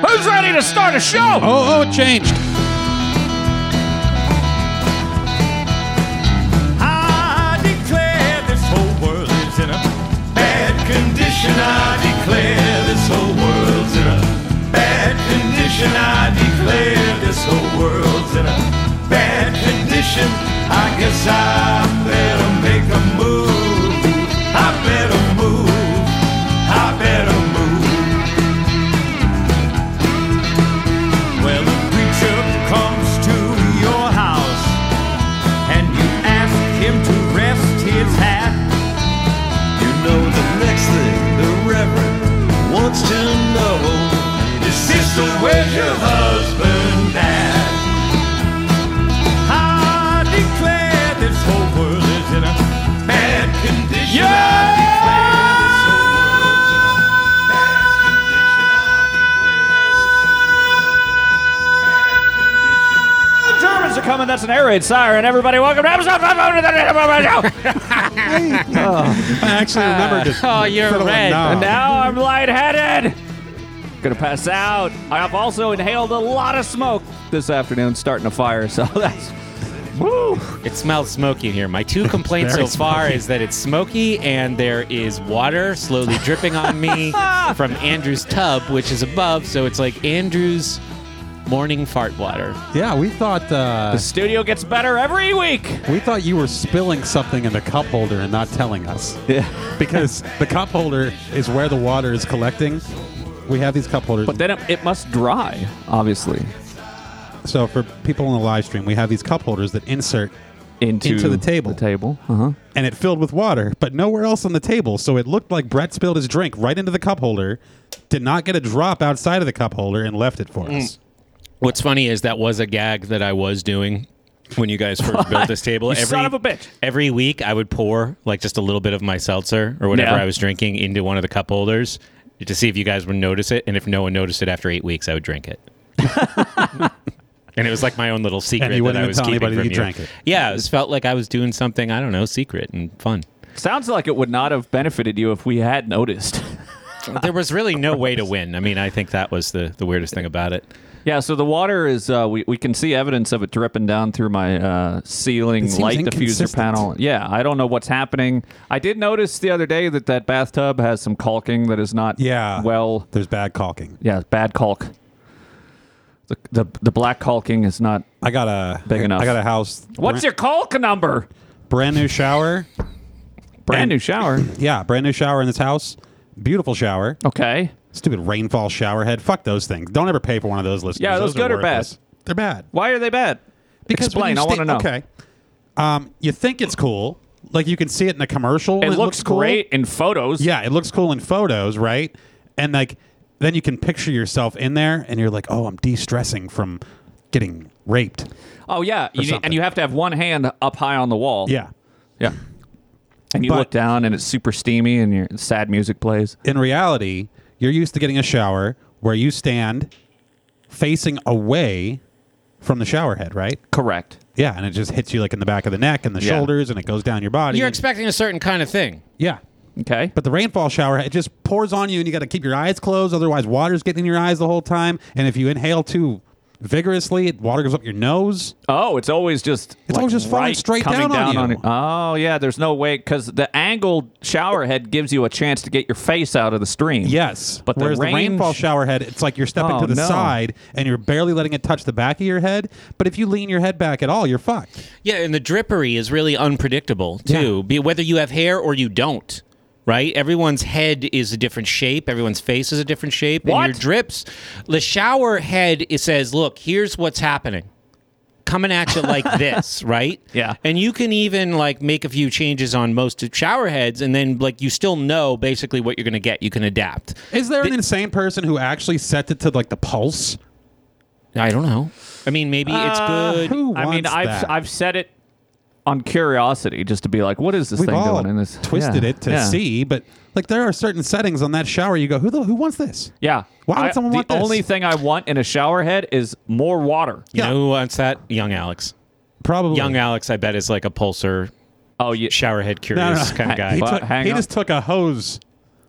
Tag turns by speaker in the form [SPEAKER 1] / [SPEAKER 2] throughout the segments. [SPEAKER 1] Who's ready to start a show?
[SPEAKER 2] Oh, oh, it changed.
[SPEAKER 3] I declare this whole world is in a bad condition. I declare this whole world's in a bad condition. I declare this whole world's in a bad condition. I guess I better make a move. I better move. I better move. Well, the preacher comes to your house and you ask him to rest his hat.
[SPEAKER 4] You know the next thing the Reverend wants to know
[SPEAKER 3] Is sister, where's your husband at? I declare this whole world is in a bad condition. I declare this whole world's in a bad condition. I declare this whole world's in a bad condition.
[SPEAKER 1] The Germans are coming. That's an air raid siren. Everybody, welcome to episode 500.
[SPEAKER 2] I actually remembered it.
[SPEAKER 5] oh, you're
[SPEAKER 2] Fiddle and
[SPEAKER 5] red.
[SPEAKER 2] knob.
[SPEAKER 1] And now I'm lightheaded. Gonna pass out. I've also inhaled a lot of smoke this afternoon, starting a fire. So that's woo.
[SPEAKER 5] It smells smoky in here. My two complaints so far is that it's smoky and there is water slowly dripping on me from Andrew's tub, which is above. So it's like Andrew's morning fart water.
[SPEAKER 2] Yeah, we thought uh,
[SPEAKER 1] The studio gets better every week.
[SPEAKER 2] we thought you were spilling something in the cup holder and not telling us.
[SPEAKER 1] Yeah.
[SPEAKER 2] Because the cup holder is where the water is collecting. We have these cup holders.
[SPEAKER 1] But then it, it must dry, obviously,
[SPEAKER 2] so for people in the live stream, we have these cup holders that insert
[SPEAKER 1] into,
[SPEAKER 2] Into the table.
[SPEAKER 1] The table. Uh huh.
[SPEAKER 2] and it filled with water, but nowhere else on the table. So it looked like Brett spilled his drink right into the cup holder, did not get a drop outside of the cup holder, and left it for
[SPEAKER 1] Mm.
[SPEAKER 2] us.
[SPEAKER 5] What's funny is that was a gag that I was doing when you guys first built this table.
[SPEAKER 1] You son of a bitch.
[SPEAKER 5] Every week I would pour like just a little bit of my seltzer or whatever
[SPEAKER 1] Yeah.
[SPEAKER 5] I was drinking into one of the cup holders to see if you guys would notice it. And if no one noticed it after eight weeks, I would drink it. and it was like my own little secret
[SPEAKER 2] you
[SPEAKER 5] that
[SPEAKER 2] wouldn't
[SPEAKER 5] I
[SPEAKER 2] even
[SPEAKER 5] was
[SPEAKER 2] tell
[SPEAKER 5] keeping
[SPEAKER 2] anybody
[SPEAKER 5] from
[SPEAKER 2] that you drank it.
[SPEAKER 5] Yeah, it just felt like I was doing something I don't know, secret and fun.
[SPEAKER 1] Sounds like it would not have benefited you if we had noticed.
[SPEAKER 5] There was really no way to win. I mean, I think that was the, the weirdest thing about it.
[SPEAKER 1] yeah. So the water is. Uh, we we can see evidence of it dripping down through my uh, ceiling
[SPEAKER 2] It seems
[SPEAKER 1] light diffuser
[SPEAKER 2] inconsistent.
[SPEAKER 1] panel. Yeah. I don't know what's happening. I did notice the other day that that bathtub has some caulking that is not.
[SPEAKER 2] Yeah.
[SPEAKER 1] Well.
[SPEAKER 2] There's bad caulking.
[SPEAKER 1] Yeah. Bad caulk. The, the, the black caulking is not.
[SPEAKER 2] I got a
[SPEAKER 1] Big
[SPEAKER 2] I,
[SPEAKER 1] enough.
[SPEAKER 2] got a house.
[SPEAKER 1] What's your caulk number?
[SPEAKER 2] brand new shower?
[SPEAKER 1] Brand new shower.
[SPEAKER 2] Yeah, brand new shower in this house. Beautiful shower.
[SPEAKER 1] Okay.
[SPEAKER 2] Stupid rainfall shower head. Fuck those things. Don't ever pay for one of those listeners.
[SPEAKER 1] Yeah, are those
[SPEAKER 2] are
[SPEAKER 1] good or bad?
[SPEAKER 2] worthless. They're bad.
[SPEAKER 1] Why are they bad?
[SPEAKER 2] when
[SPEAKER 1] Explain.
[SPEAKER 2] you
[SPEAKER 1] I want to
[SPEAKER 2] sta-
[SPEAKER 1] know.
[SPEAKER 2] Okay. Um, you think it's cool. Like you can see it in a commercial.
[SPEAKER 1] It, looks,
[SPEAKER 2] cool.
[SPEAKER 1] great in photos.
[SPEAKER 2] Yeah, it looks cool in photos, right? And like then you can picture yourself in there and you're like, "Oh, I'm de-stressing from getting raped."
[SPEAKER 1] Oh yeah, you need,
[SPEAKER 2] something.
[SPEAKER 1] and you have to have one hand up high on the wall.
[SPEAKER 2] Yeah.
[SPEAKER 1] yeah. And you
[SPEAKER 2] But-
[SPEAKER 1] look down, and it's super steamy, and your sad music plays.
[SPEAKER 2] In reality, you're used to getting a shower where you stand facing away from the shower head, right?
[SPEAKER 1] Correct.
[SPEAKER 2] Yeah, and it just hits you like in the back of the neck and the
[SPEAKER 1] Yeah.
[SPEAKER 2] shoulders and it goes down your body.
[SPEAKER 5] You're
[SPEAKER 2] And-
[SPEAKER 5] expecting a certain kind of thing.
[SPEAKER 2] yeah.
[SPEAKER 1] Okay.
[SPEAKER 2] But the rainfall shower, it just pours on you, and you got to keep your eyes closed. Otherwise, water's getting in your eyes the whole time. And if you inhale too vigorously, it- water goes up your nose.
[SPEAKER 1] oh, it's always just it's
[SPEAKER 2] always just falling straight
[SPEAKER 1] coming
[SPEAKER 2] down on you.
[SPEAKER 1] it. Oh yeah, there's no way because the angled shower head gives you a chance to get your face out of the stream.
[SPEAKER 2] Yes.
[SPEAKER 1] But the
[SPEAKER 2] Whereas
[SPEAKER 1] range-
[SPEAKER 2] the rainfall shower head, it's like you're stepping
[SPEAKER 1] Oh,
[SPEAKER 2] to the
[SPEAKER 1] no.
[SPEAKER 2] side and you're barely letting it touch the back of your head. But if you lean your head back at all, you're fucked.
[SPEAKER 5] Yeah, and the drippery is really unpredictable too.
[SPEAKER 2] Yeah.
[SPEAKER 5] Be whether you have hair or you don't, right? Everyone's head is a different shape. Everyone's face is a different shape.
[SPEAKER 1] What?
[SPEAKER 5] And your drips, the shower head, it says, "Look, here's what's happening." Coming at you like this, right?
[SPEAKER 1] Yeah.
[SPEAKER 5] And you can even like make a few changes on most shower heads, and then like you still know basically what you're going to get. You can adapt.
[SPEAKER 2] Is there an insane person who actually sets it to like the pulse?
[SPEAKER 5] I don't know. I mean, maybe it's good.
[SPEAKER 2] Who wants
[SPEAKER 1] I mean, I've
[SPEAKER 2] that?
[SPEAKER 1] I've said it on curiosity just to be like, what is this
[SPEAKER 2] We've
[SPEAKER 1] thing
[SPEAKER 2] all
[SPEAKER 1] doing in this?
[SPEAKER 2] twisted
[SPEAKER 1] Yeah,
[SPEAKER 2] it to
[SPEAKER 1] yeah.
[SPEAKER 2] see, but like there are certain settings on that shower you go, who the, who wants this?
[SPEAKER 1] Yeah.
[SPEAKER 2] Why would
[SPEAKER 1] I-
[SPEAKER 2] someone
[SPEAKER 1] the
[SPEAKER 2] want this?
[SPEAKER 1] only thing I want in a shower head is more water.
[SPEAKER 5] You
[SPEAKER 2] Yeah.
[SPEAKER 5] know who wants that? Young Alex.
[SPEAKER 2] Probably
[SPEAKER 5] Young Alex, I bet, is like a pulser
[SPEAKER 1] Oh, yeah.
[SPEAKER 5] showerhead curious
[SPEAKER 2] No, no, no.
[SPEAKER 5] kind of
[SPEAKER 2] He,
[SPEAKER 5] guy.
[SPEAKER 1] But
[SPEAKER 2] took-
[SPEAKER 1] hang
[SPEAKER 2] he
[SPEAKER 1] on.
[SPEAKER 2] just took a hose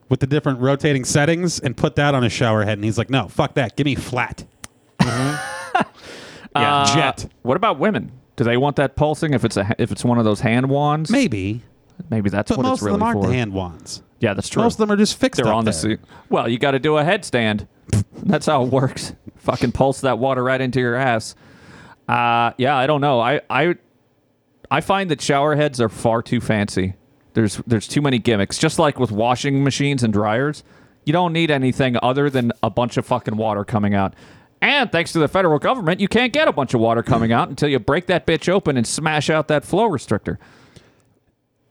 [SPEAKER 2] with the different rotating settings and put that on his shower head. And he's like, no, fuck that. Give me flat. yeah,
[SPEAKER 5] Uh,
[SPEAKER 2] jet.
[SPEAKER 1] Uh, What about women? Do they want that pulsing? If it's a if it's one of those hand wands,
[SPEAKER 2] Maybe.
[SPEAKER 1] maybe that's
[SPEAKER 2] But
[SPEAKER 1] what
[SPEAKER 2] most
[SPEAKER 1] it's really
[SPEAKER 2] of them aren't
[SPEAKER 1] for.
[SPEAKER 2] the hand wands.
[SPEAKER 1] Yeah, that's true.
[SPEAKER 2] Most of them are just fixed
[SPEAKER 1] They're
[SPEAKER 2] up
[SPEAKER 1] on the
[SPEAKER 2] there.
[SPEAKER 1] seat. Well, you got to do a headstand. That's how it works. Fucking pulse that water right into your ass. Uh, yeah, I don't know. I, I I find that shower heads are far too fancy. There's there's too many gimmicks. Just like with washing machines and dryers, you don't need anything other than a bunch of fucking water coming out. And thanks to the federal government, you can't get a bunch of water coming out until you break that bitch open and smash out that flow restrictor.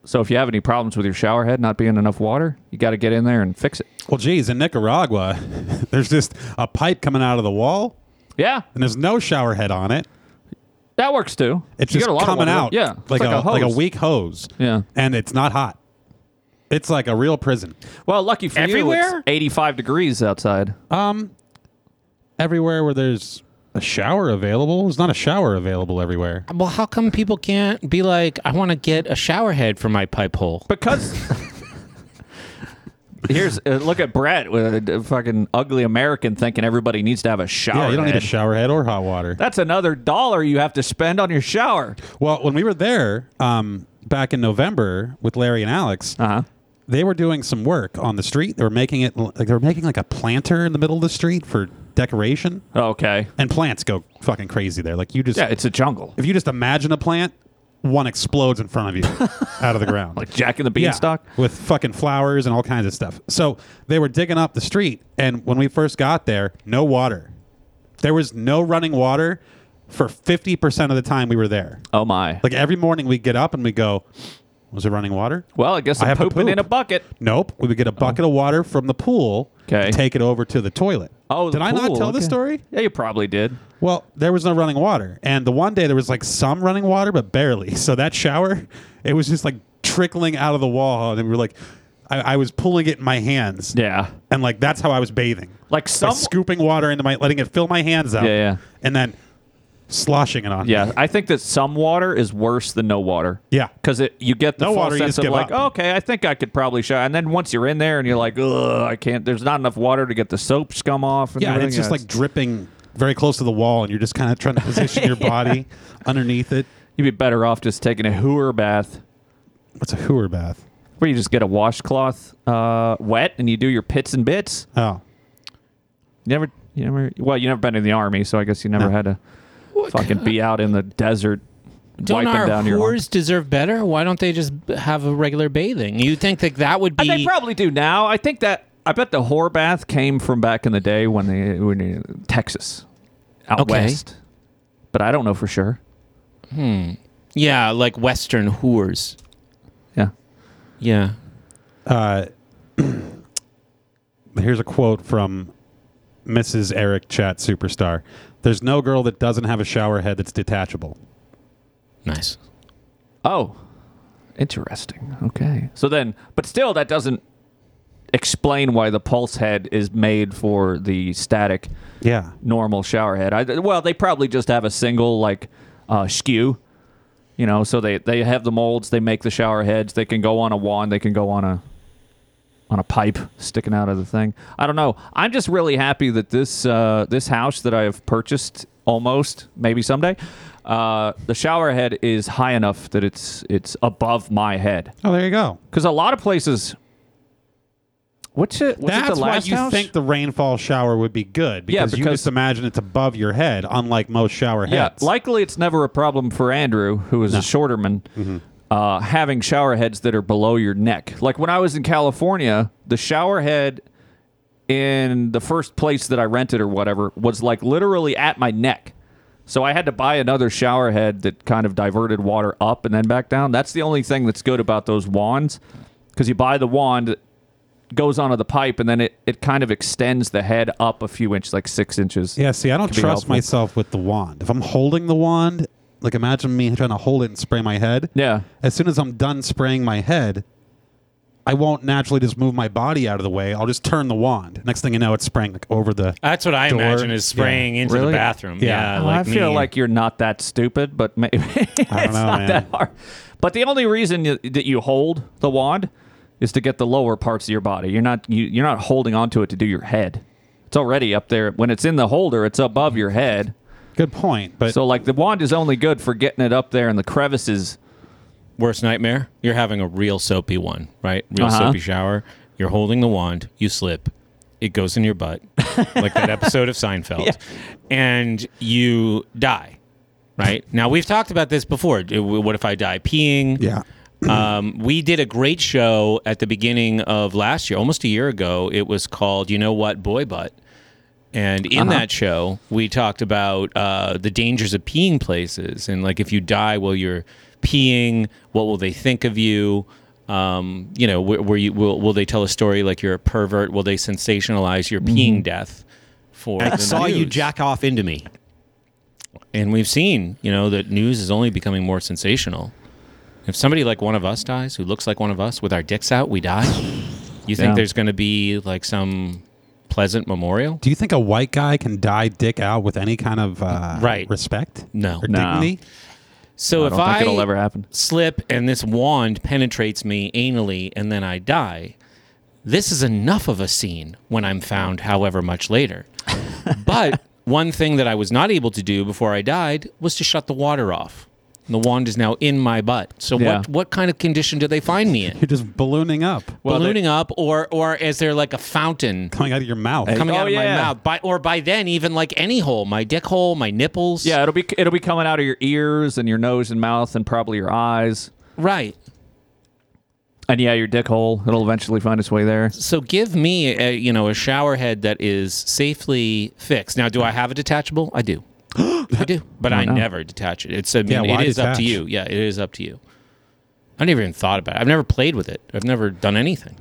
[SPEAKER 1] So if you have any problems with your shower head not being enough water, you got to get in there and fix it.
[SPEAKER 2] Well, geez, in Nicaragua, there's just a pipe coming out of the wall,
[SPEAKER 1] Yeah,
[SPEAKER 2] and there's no shower head on it.
[SPEAKER 1] that works too.
[SPEAKER 2] It's
[SPEAKER 1] You
[SPEAKER 2] just
[SPEAKER 1] get a lot of
[SPEAKER 2] coming
[SPEAKER 1] water.
[SPEAKER 2] out,
[SPEAKER 1] Yeah, it's
[SPEAKER 2] like, a, like a
[SPEAKER 1] hose.
[SPEAKER 2] weak hose.
[SPEAKER 1] Yeah.
[SPEAKER 2] and it's not hot. It's like a real prison.
[SPEAKER 1] Well, lucky for you,
[SPEAKER 5] Everywhere?
[SPEAKER 1] it's 85 degrees outside.
[SPEAKER 2] Uh, Everywhere where there's a shower available, there's not a shower available everywhere.
[SPEAKER 5] Well, how come people can't be like, I want to get a shower head for my pipe hole?
[SPEAKER 1] Because here's uh, look at Brett, with a fucking ugly American, thinking everybody needs to have a shower.
[SPEAKER 2] Yeah, you don't need a
[SPEAKER 1] head.
[SPEAKER 2] shower head or hot water.
[SPEAKER 1] That's another dollar you have to spend on your shower.
[SPEAKER 2] Well, when we were there um, back in November with Larry and Alex,
[SPEAKER 1] Uh huh.
[SPEAKER 2] they were doing some work on the street. They were making it like they were making like a planter in the middle of the street for decoration.
[SPEAKER 1] Okay.
[SPEAKER 2] And plants go fucking crazy there. Like you just
[SPEAKER 1] Yeah, it's a jungle.
[SPEAKER 2] if you just imagine a plant, one explodes in front of you out of the ground.
[SPEAKER 1] Like Jack and the Beanstalk.
[SPEAKER 2] Yeah, with fucking flowers and all kinds of stuff. So they were digging up the street, and when we first got there, no water. There was no running water for fifty percent of the time we were there.
[SPEAKER 1] Oh my.
[SPEAKER 2] Like every morning, we get up and we go, "Was there running water?"
[SPEAKER 1] well, I guess
[SPEAKER 2] I
[SPEAKER 1] I'm
[SPEAKER 2] have to
[SPEAKER 1] pooping in
[SPEAKER 2] poop.
[SPEAKER 1] a bucket.
[SPEAKER 2] Nope. We would get a
[SPEAKER 1] Oh.
[SPEAKER 2] bucket of water from the pool,
[SPEAKER 1] 'Kay.
[SPEAKER 2] take it over to the toilet.
[SPEAKER 1] Oh, the
[SPEAKER 2] did I not
[SPEAKER 1] pool,
[SPEAKER 2] tell
[SPEAKER 1] okay.
[SPEAKER 2] this story?
[SPEAKER 1] Yeah, you probably did.
[SPEAKER 2] Well, there was no running water, and the one day there was like some running water, but barely. So that shower, it was just like trickling out of the wall, and we were like, I, I was pulling it in my hands,
[SPEAKER 1] Yeah.
[SPEAKER 2] and like that's how I was bathing,
[SPEAKER 1] Like
[SPEAKER 2] By
[SPEAKER 1] some.
[SPEAKER 2] scooping water into my, letting it fill my hands up,
[SPEAKER 1] Yeah, yeah.
[SPEAKER 2] and then sloshing it on.
[SPEAKER 1] yeah,
[SPEAKER 2] me.
[SPEAKER 1] I think that some water is worse than no water.
[SPEAKER 2] Yeah.
[SPEAKER 1] because it you get the
[SPEAKER 2] No
[SPEAKER 1] false
[SPEAKER 2] water, you
[SPEAKER 1] sense
[SPEAKER 2] just
[SPEAKER 1] of
[SPEAKER 2] give
[SPEAKER 1] like,
[SPEAKER 2] up.
[SPEAKER 1] okay, I think I could probably shower. And then once you're in there and you're like, ugh, I can't. There's not enough water to get the soap scum off. And
[SPEAKER 2] yeah, and
[SPEAKER 1] everything
[SPEAKER 2] it's just
[SPEAKER 1] else.
[SPEAKER 2] like dripping very close to the wall, and you're just kind of trying to position your body underneath it.
[SPEAKER 1] you'd be better off just taking a hooer bath,
[SPEAKER 2] What's a hooer bath?
[SPEAKER 1] where you just get a washcloth uh, wet and you do your pits and bits.
[SPEAKER 2] Oh,
[SPEAKER 1] You never, you never. Well, you never been in the army, so I guess you never
[SPEAKER 2] No.
[SPEAKER 1] had to fucking be out in the desert.
[SPEAKER 5] Don't
[SPEAKER 1] wiping
[SPEAKER 5] our
[SPEAKER 1] down your arm.
[SPEAKER 5] whores deserve better? Why don't they just have a regular bathing? You'd think that that would
[SPEAKER 1] And they
[SPEAKER 5] be.
[SPEAKER 1] probably do now. I think that I bet the whore bath came from back in the day when they when you- Texas out
[SPEAKER 5] Okay.
[SPEAKER 1] west, but I don't know for sure.
[SPEAKER 5] yeah, like Western whores.
[SPEAKER 1] Yeah,
[SPEAKER 5] Yeah.
[SPEAKER 2] Uh, here's a quote from Mrs. Eric Chat Superstar. There's no girl that doesn't have a shower head that's detachable.
[SPEAKER 5] Nice.
[SPEAKER 1] Oh, interesting. Okay. So then, but still, that doesn't explain why the pulse head is made for the static
[SPEAKER 2] Yeah.
[SPEAKER 1] normal shower head. I, well, they probably just have a single like uh, skew, you know. So they they have the molds. They make the shower heads. They can go on a wand. They can go on a on a pipe sticking out of the thing. I don't know. I'm just really happy that this uh, this house that I have purchased almost maybe someday. Uh, the shower head is high enough that it's it's above my head
[SPEAKER 2] Oh, there you go.
[SPEAKER 1] because a lot of places. What's it? Was it
[SPEAKER 2] That's
[SPEAKER 1] the
[SPEAKER 2] why
[SPEAKER 1] last
[SPEAKER 2] you
[SPEAKER 1] house?
[SPEAKER 2] think the rainfall shower would be good because, you
[SPEAKER 1] because-
[SPEAKER 2] just imagine it's above your head, unlike most shower heads.
[SPEAKER 1] Yeah, luckily it's never a problem for Andrew, who is a shorter man, uh, having shower heads that are below your neck. Like when I was in California, the shower head in the first place that I rented or whatever was like literally at my neck. So I had to buy another shower head that kind of diverted water up and then back down. That's the only thing that's good about those wands because you buy the wand it goes onto the pipe and then it, it kind of extends the head up a few inches like six inches
[SPEAKER 2] Yeah, see, I don't
[SPEAKER 1] be
[SPEAKER 2] trust
[SPEAKER 1] helpful.
[SPEAKER 2] myself with the wand. If I'm holding the wand, like imagine me trying to hold it and spray my head.
[SPEAKER 1] yeah
[SPEAKER 2] As soon as I'm done spraying my head, I won't naturally just move my body out of the way. I'll just turn the wand. Next thing you know, it's spraying like over the.
[SPEAKER 5] That's what I
[SPEAKER 2] Door.
[SPEAKER 5] imagine is spraying into
[SPEAKER 1] Really?
[SPEAKER 5] the bathroom.
[SPEAKER 2] Yeah.
[SPEAKER 1] Well,
[SPEAKER 5] Yeah. Uh, like
[SPEAKER 1] Oh, I feel
[SPEAKER 5] me.
[SPEAKER 1] like you're not that stupid, but maybe it's
[SPEAKER 2] know,
[SPEAKER 1] not
[SPEAKER 2] man.
[SPEAKER 1] that hard. But the only reason you, that you hold the wand is to get the lower parts of your body. You're not you, you're not holding onto it to do your head. It's already up there. When it's in the holder, it's above your head.
[SPEAKER 2] Good point. But
[SPEAKER 1] So like the wand is only good for getting it up there in the crevices.
[SPEAKER 5] Worst nightmare? You're having a real soapy one, right? Real
[SPEAKER 1] Uh-huh.
[SPEAKER 5] soapy shower. You're holding the wand, you slip, it goes in your butt, like that episode of Seinfeld, and you die, right? Now, we've talked about this before. Do- What if I die peeing?
[SPEAKER 2] yeah,
[SPEAKER 5] Um, we did a great show at the beginning of last year, almost a year ago. It was called You Know What Boy Butt. And in
[SPEAKER 6] Uh-huh.
[SPEAKER 5] that show, we talked about uh, the dangers of peeing places and like if you die while you're peeing, what will they think of you? Um, you know, where, where you will, will they tell a story like you're a pervert? Will they sensationalize your peeing death? For
[SPEAKER 6] Mm-hmm. I
[SPEAKER 5] the
[SPEAKER 6] saw you
[SPEAKER 5] news?
[SPEAKER 6] jack off into me.
[SPEAKER 5] and we've seen you know that news is only becoming more sensational if somebody like one of us dies who looks like one of us with our dicks out we die you think
[SPEAKER 1] Yeah.
[SPEAKER 5] there's going to be like some pleasant memorial
[SPEAKER 2] do you think a white guy can die dick out with any kind of uh,
[SPEAKER 5] Right.
[SPEAKER 2] respect?
[SPEAKER 5] No.
[SPEAKER 2] or
[SPEAKER 1] No.
[SPEAKER 2] dignity.
[SPEAKER 5] so
[SPEAKER 1] I
[SPEAKER 5] if
[SPEAKER 1] don't
[SPEAKER 5] i
[SPEAKER 1] think it'll ever happen.
[SPEAKER 5] slip and this wand penetrates me anally and then i die this is enough of a scene when i'm found however much later but one thing that i was not able to do before i died was to shut the water off the wand is now in my butt so
[SPEAKER 1] Yeah.
[SPEAKER 5] what, what kind of condition do they find me in
[SPEAKER 2] You're just ballooning up,
[SPEAKER 1] Well, they-
[SPEAKER 5] ballooning up, or or is there like a fountain
[SPEAKER 2] coming out of your mouth.
[SPEAKER 5] coming
[SPEAKER 1] Oh,
[SPEAKER 5] out of my
[SPEAKER 1] yeah.
[SPEAKER 5] mouth? By or by then, even like any hole, my dick hole, my nipples.
[SPEAKER 1] Yeah, it'll be it'll be coming out of your ears and your nose and mouth and probably your eyes.
[SPEAKER 5] right.
[SPEAKER 1] And yeah, your dick hole. It'll eventually find its way there.
[SPEAKER 5] So give me a, you know a shower head that is safely fixed. Now, do I have a detachable? I do. I do, but I, never detach it. It's I mean,
[SPEAKER 2] Yeah, why
[SPEAKER 5] it is
[SPEAKER 2] detach?
[SPEAKER 5] up to you. Yeah, it is up to you. I never even thought about it. I've never played with it. I've never done anything.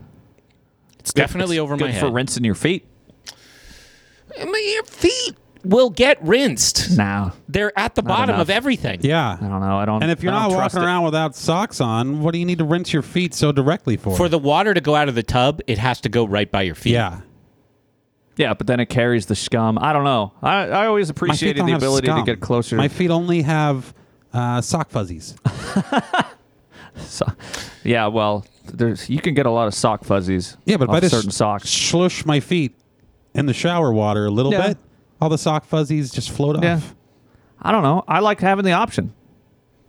[SPEAKER 5] It's definitely over
[SPEAKER 1] Good
[SPEAKER 5] my
[SPEAKER 1] for
[SPEAKER 5] head.
[SPEAKER 1] rinsing your feet.
[SPEAKER 5] my feet will get rinsed.
[SPEAKER 1] No,
[SPEAKER 5] They're at the bottom
[SPEAKER 1] enough.
[SPEAKER 5] of everything.
[SPEAKER 2] yeah,
[SPEAKER 1] I don't know. I don't.
[SPEAKER 2] And if you're
[SPEAKER 1] I don't
[SPEAKER 2] not
[SPEAKER 1] trust
[SPEAKER 2] walking
[SPEAKER 1] it.
[SPEAKER 2] around without socks on, what do you need to rinse your feet so directly for?
[SPEAKER 5] For the water to go out of the tub, it has to go right by your feet.
[SPEAKER 2] yeah,
[SPEAKER 1] yeah, but then it carries the scum. I don't know. I, I always
[SPEAKER 2] My feet
[SPEAKER 1] appreciated
[SPEAKER 2] don't
[SPEAKER 1] the
[SPEAKER 2] have
[SPEAKER 1] ability to
[SPEAKER 2] scum.
[SPEAKER 1] get closer.
[SPEAKER 2] My feet only have uh, sock fuzzies.
[SPEAKER 1] So, yeah, well, there's you can get a lot of sock fuzzies.
[SPEAKER 2] Yeah, but if
[SPEAKER 1] off
[SPEAKER 2] I just
[SPEAKER 1] certain socks.
[SPEAKER 2] slush my feet in the shower water a little
[SPEAKER 1] Yeah.
[SPEAKER 2] bit, all the sock fuzzies just float
[SPEAKER 1] Yeah.
[SPEAKER 2] off.
[SPEAKER 1] I don't know. I like having the option.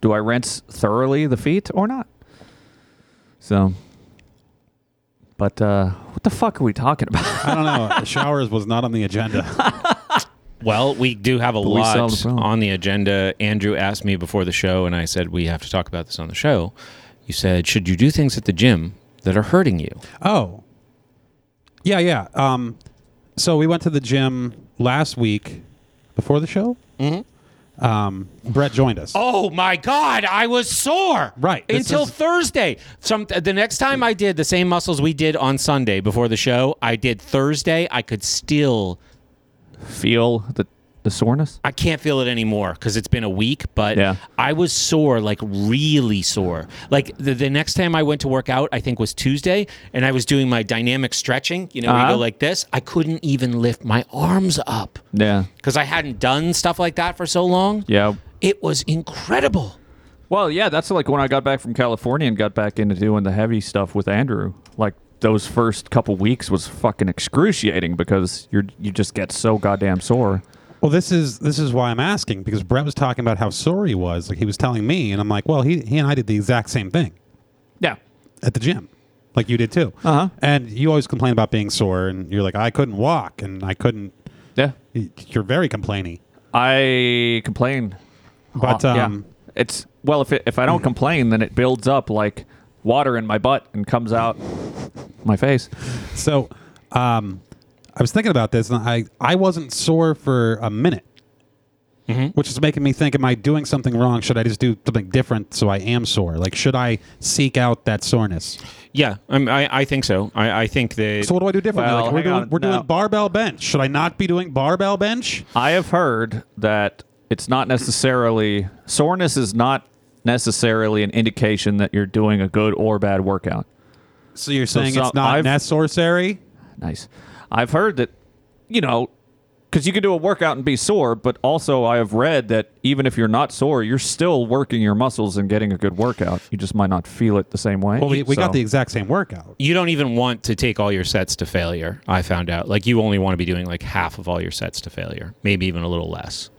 [SPEAKER 1] Do I rinse thoroughly the feet or not? So, but uh, what the fuck are we talking about?
[SPEAKER 2] I don't know. Showers was not on the agenda.
[SPEAKER 5] Well, we do have a
[SPEAKER 1] we solved
[SPEAKER 5] lot
[SPEAKER 1] the problem.
[SPEAKER 5] on the agenda. Andrew asked me before the show, and I said, We have to talk about this on the show. You said, Should you do things at the gym that are hurting you?
[SPEAKER 2] oh, yeah, yeah. Um, so we went to the gym last week before the show. Mm-hmm. Um, Brett joined us.
[SPEAKER 5] Oh my God, I was sore.
[SPEAKER 2] Right, this
[SPEAKER 5] Until
[SPEAKER 2] is-
[SPEAKER 5] Thursday. Some The next time I did the same muscles we did on Sunday before the show, I did Thursday. I could still,
[SPEAKER 1] Feel the the soreness.
[SPEAKER 5] I can't feel it anymore because it's been a week, but
[SPEAKER 1] Yeah.
[SPEAKER 5] I was sore, like really sore. Like the, the next time I went to work out, I think was Tuesday, and I was doing my dynamic stretching. You know, where you
[SPEAKER 1] Uh-huh.
[SPEAKER 5] go like this. I couldn't even lift my arms up
[SPEAKER 1] Yeah,
[SPEAKER 5] because I hadn't done stuff like that for so long.
[SPEAKER 1] yeah.
[SPEAKER 5] It was incredible.
[SPEAKER 1] Well, yeah, that's like when I got back from California and got back into doing the heavy stuff with Andrew. Like those first couple weeks was fucking excruciating because you're you just get so goddamn sore.
[SPEAKER 2] Well, this is this is why I'm asking because Brett was talking about how sore he was. Like he was telling me, and I'm like, well, he he and I did the exact same thing
[SPEAKER 1] Yeah.
[SPEAKER 2] at the gym, like you did too.
[SPEAKER 1] Uh-huh.
[SPEAKER 2] And you always complain about being sore, and you're like, I couldn't walk, and I couldn't.
[SPEAKER 1] Yeah.
[SPEAKER 2] You're very complaining,
[SPEAKER 1] I complain.
[SPEAKER 2] but
[SPEAKER 1] Uh, yeah.
[SPEAKER 2] um, Mm-hmm.
[SPEAKER 1] It's well if it, if I don't complain then it builds up like water in my butt and comes out my face.
[SPEAKER 2] so um, I was thinking about this, and I I wasn't sore for a minute,
[SPEAKER 1] Mm-hmm.
[SPEAKER 2] which is making me think, am I doing something wrong? Should I just do something different so I am sore? Like, should I seek out that soreness?
[SPEAKER 5] Yeah, I'm, I I think so. I, I think that.
[SPEAKER 2] So what do I do differently?
[SPEAKER 1] Well,
[SPEAKER 2] like we're
[SPEAKER 1] hang
[SPEAKER 2] doing,
[SPEAKER 1] on.
[SPEAKER 2] we're
[SPEAKER 1] No.
[SPEAKER 2] doing barbell bench. Should I not be doing barbell bench?
[SPEAKER 1] I have heard that it's not necessarily soreness is not necessarily an indication that you're doing a good or bad workout.
[SPEAKER 2] So you're saying
[SPEAKER 1] so
[SPEAKER 2] it's not
[SPEAKER 1] I've-
[SPEAKER 2] necessary?
[SPEAKER 1] Nice. I've heard that, you know, because you can do a workout and be sore, but also I have read that even if you're not sore, you're still working your muscles and getting a good workout. You just might not feel it the same way.
[SPEAKER 2] Well, we, we got
[SPEAKER 1] So-
[SPEAKER 2] the exact same workout.
[SPEAKER 5] You don't even want to take all your sets to failure. I found out. Like you only want to be doing like half of all your sets to failure, maybe even a little less.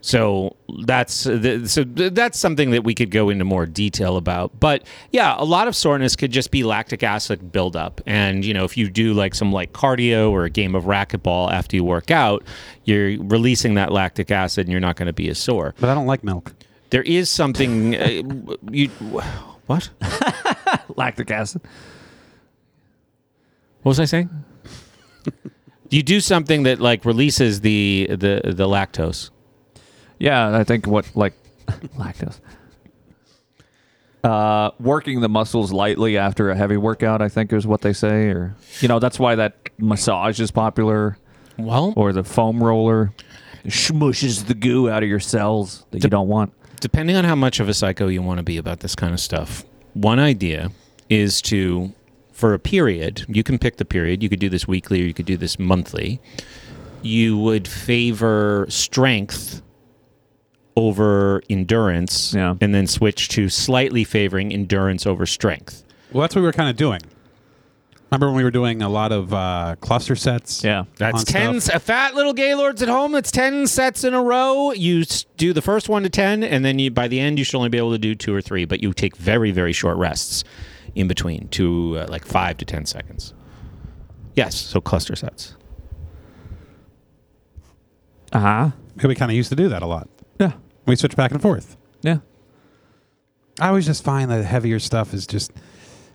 [SPEAKER 5] So that's th- so th- that's something that we could go into more detail about. But yeah, a lot of soreness could just be lactic acid buildup, and you know if you do like some like cardio or a game of racquetball after you work out, you're releasing that lactic acid, and you're not going to be as sore.
[SPEAKER 2] But I don't like milk.
[SPEAKER 5] There is something uh, you what?
[SPEAKER 1] lactic acid.
[SPEAKER 5] What was I saying? you do something that like releases the the the lactose.
[SPEAKER 1] Yeah, I think what like lactose. Uh, working the muscles lightly after a heavy workout, I think is what they say, or you know that's why that massage is popular,
[SPEAKER 5] Well,
[SPEAKER 1] or the foam roller smushes the goo out of your cells that you don't want.
[SPEAKER 5] depending on how much of a psycho you want to be about this kind of stuff, one idea is to for a period, you can pick the period, you could do this weekly or you could do this monthly. You would favor strength over endurance
[SPEAKER 1] Yeah.
[SPEAKER 5] and then switch to slightly favoring endurance over strength.
[SPEAKER 2] Well, that's what we were kind of doing. Remember when we were doing a lot of uh, cluster sets?
[SPEAKER 1] Yeah.
[SPEAKER 5] That's
[SPEAKER 2] on
[SPEAKER 5] ten.
[SPEAKER 2] stuff?
[SPEAKER 5] A fat little Gaylords at home. That's ten sets in a row. You s- do the first one to ten, and then you by the end you should only be able to do two or three. But you take very very short rests in between, to uh, like five to ten seconds. Yes, so cluster sets.
[SPEAKER 1] Uh huh.
[SPEAKER 2] We kind of used to do that a lot.
[SPEAKER 1] Yeah.
[SPEAKER 2] We switch back and forth.
[SPEAKER 1] Yeah.
[SPEAKER 2] I always just find that heavier stuff is just,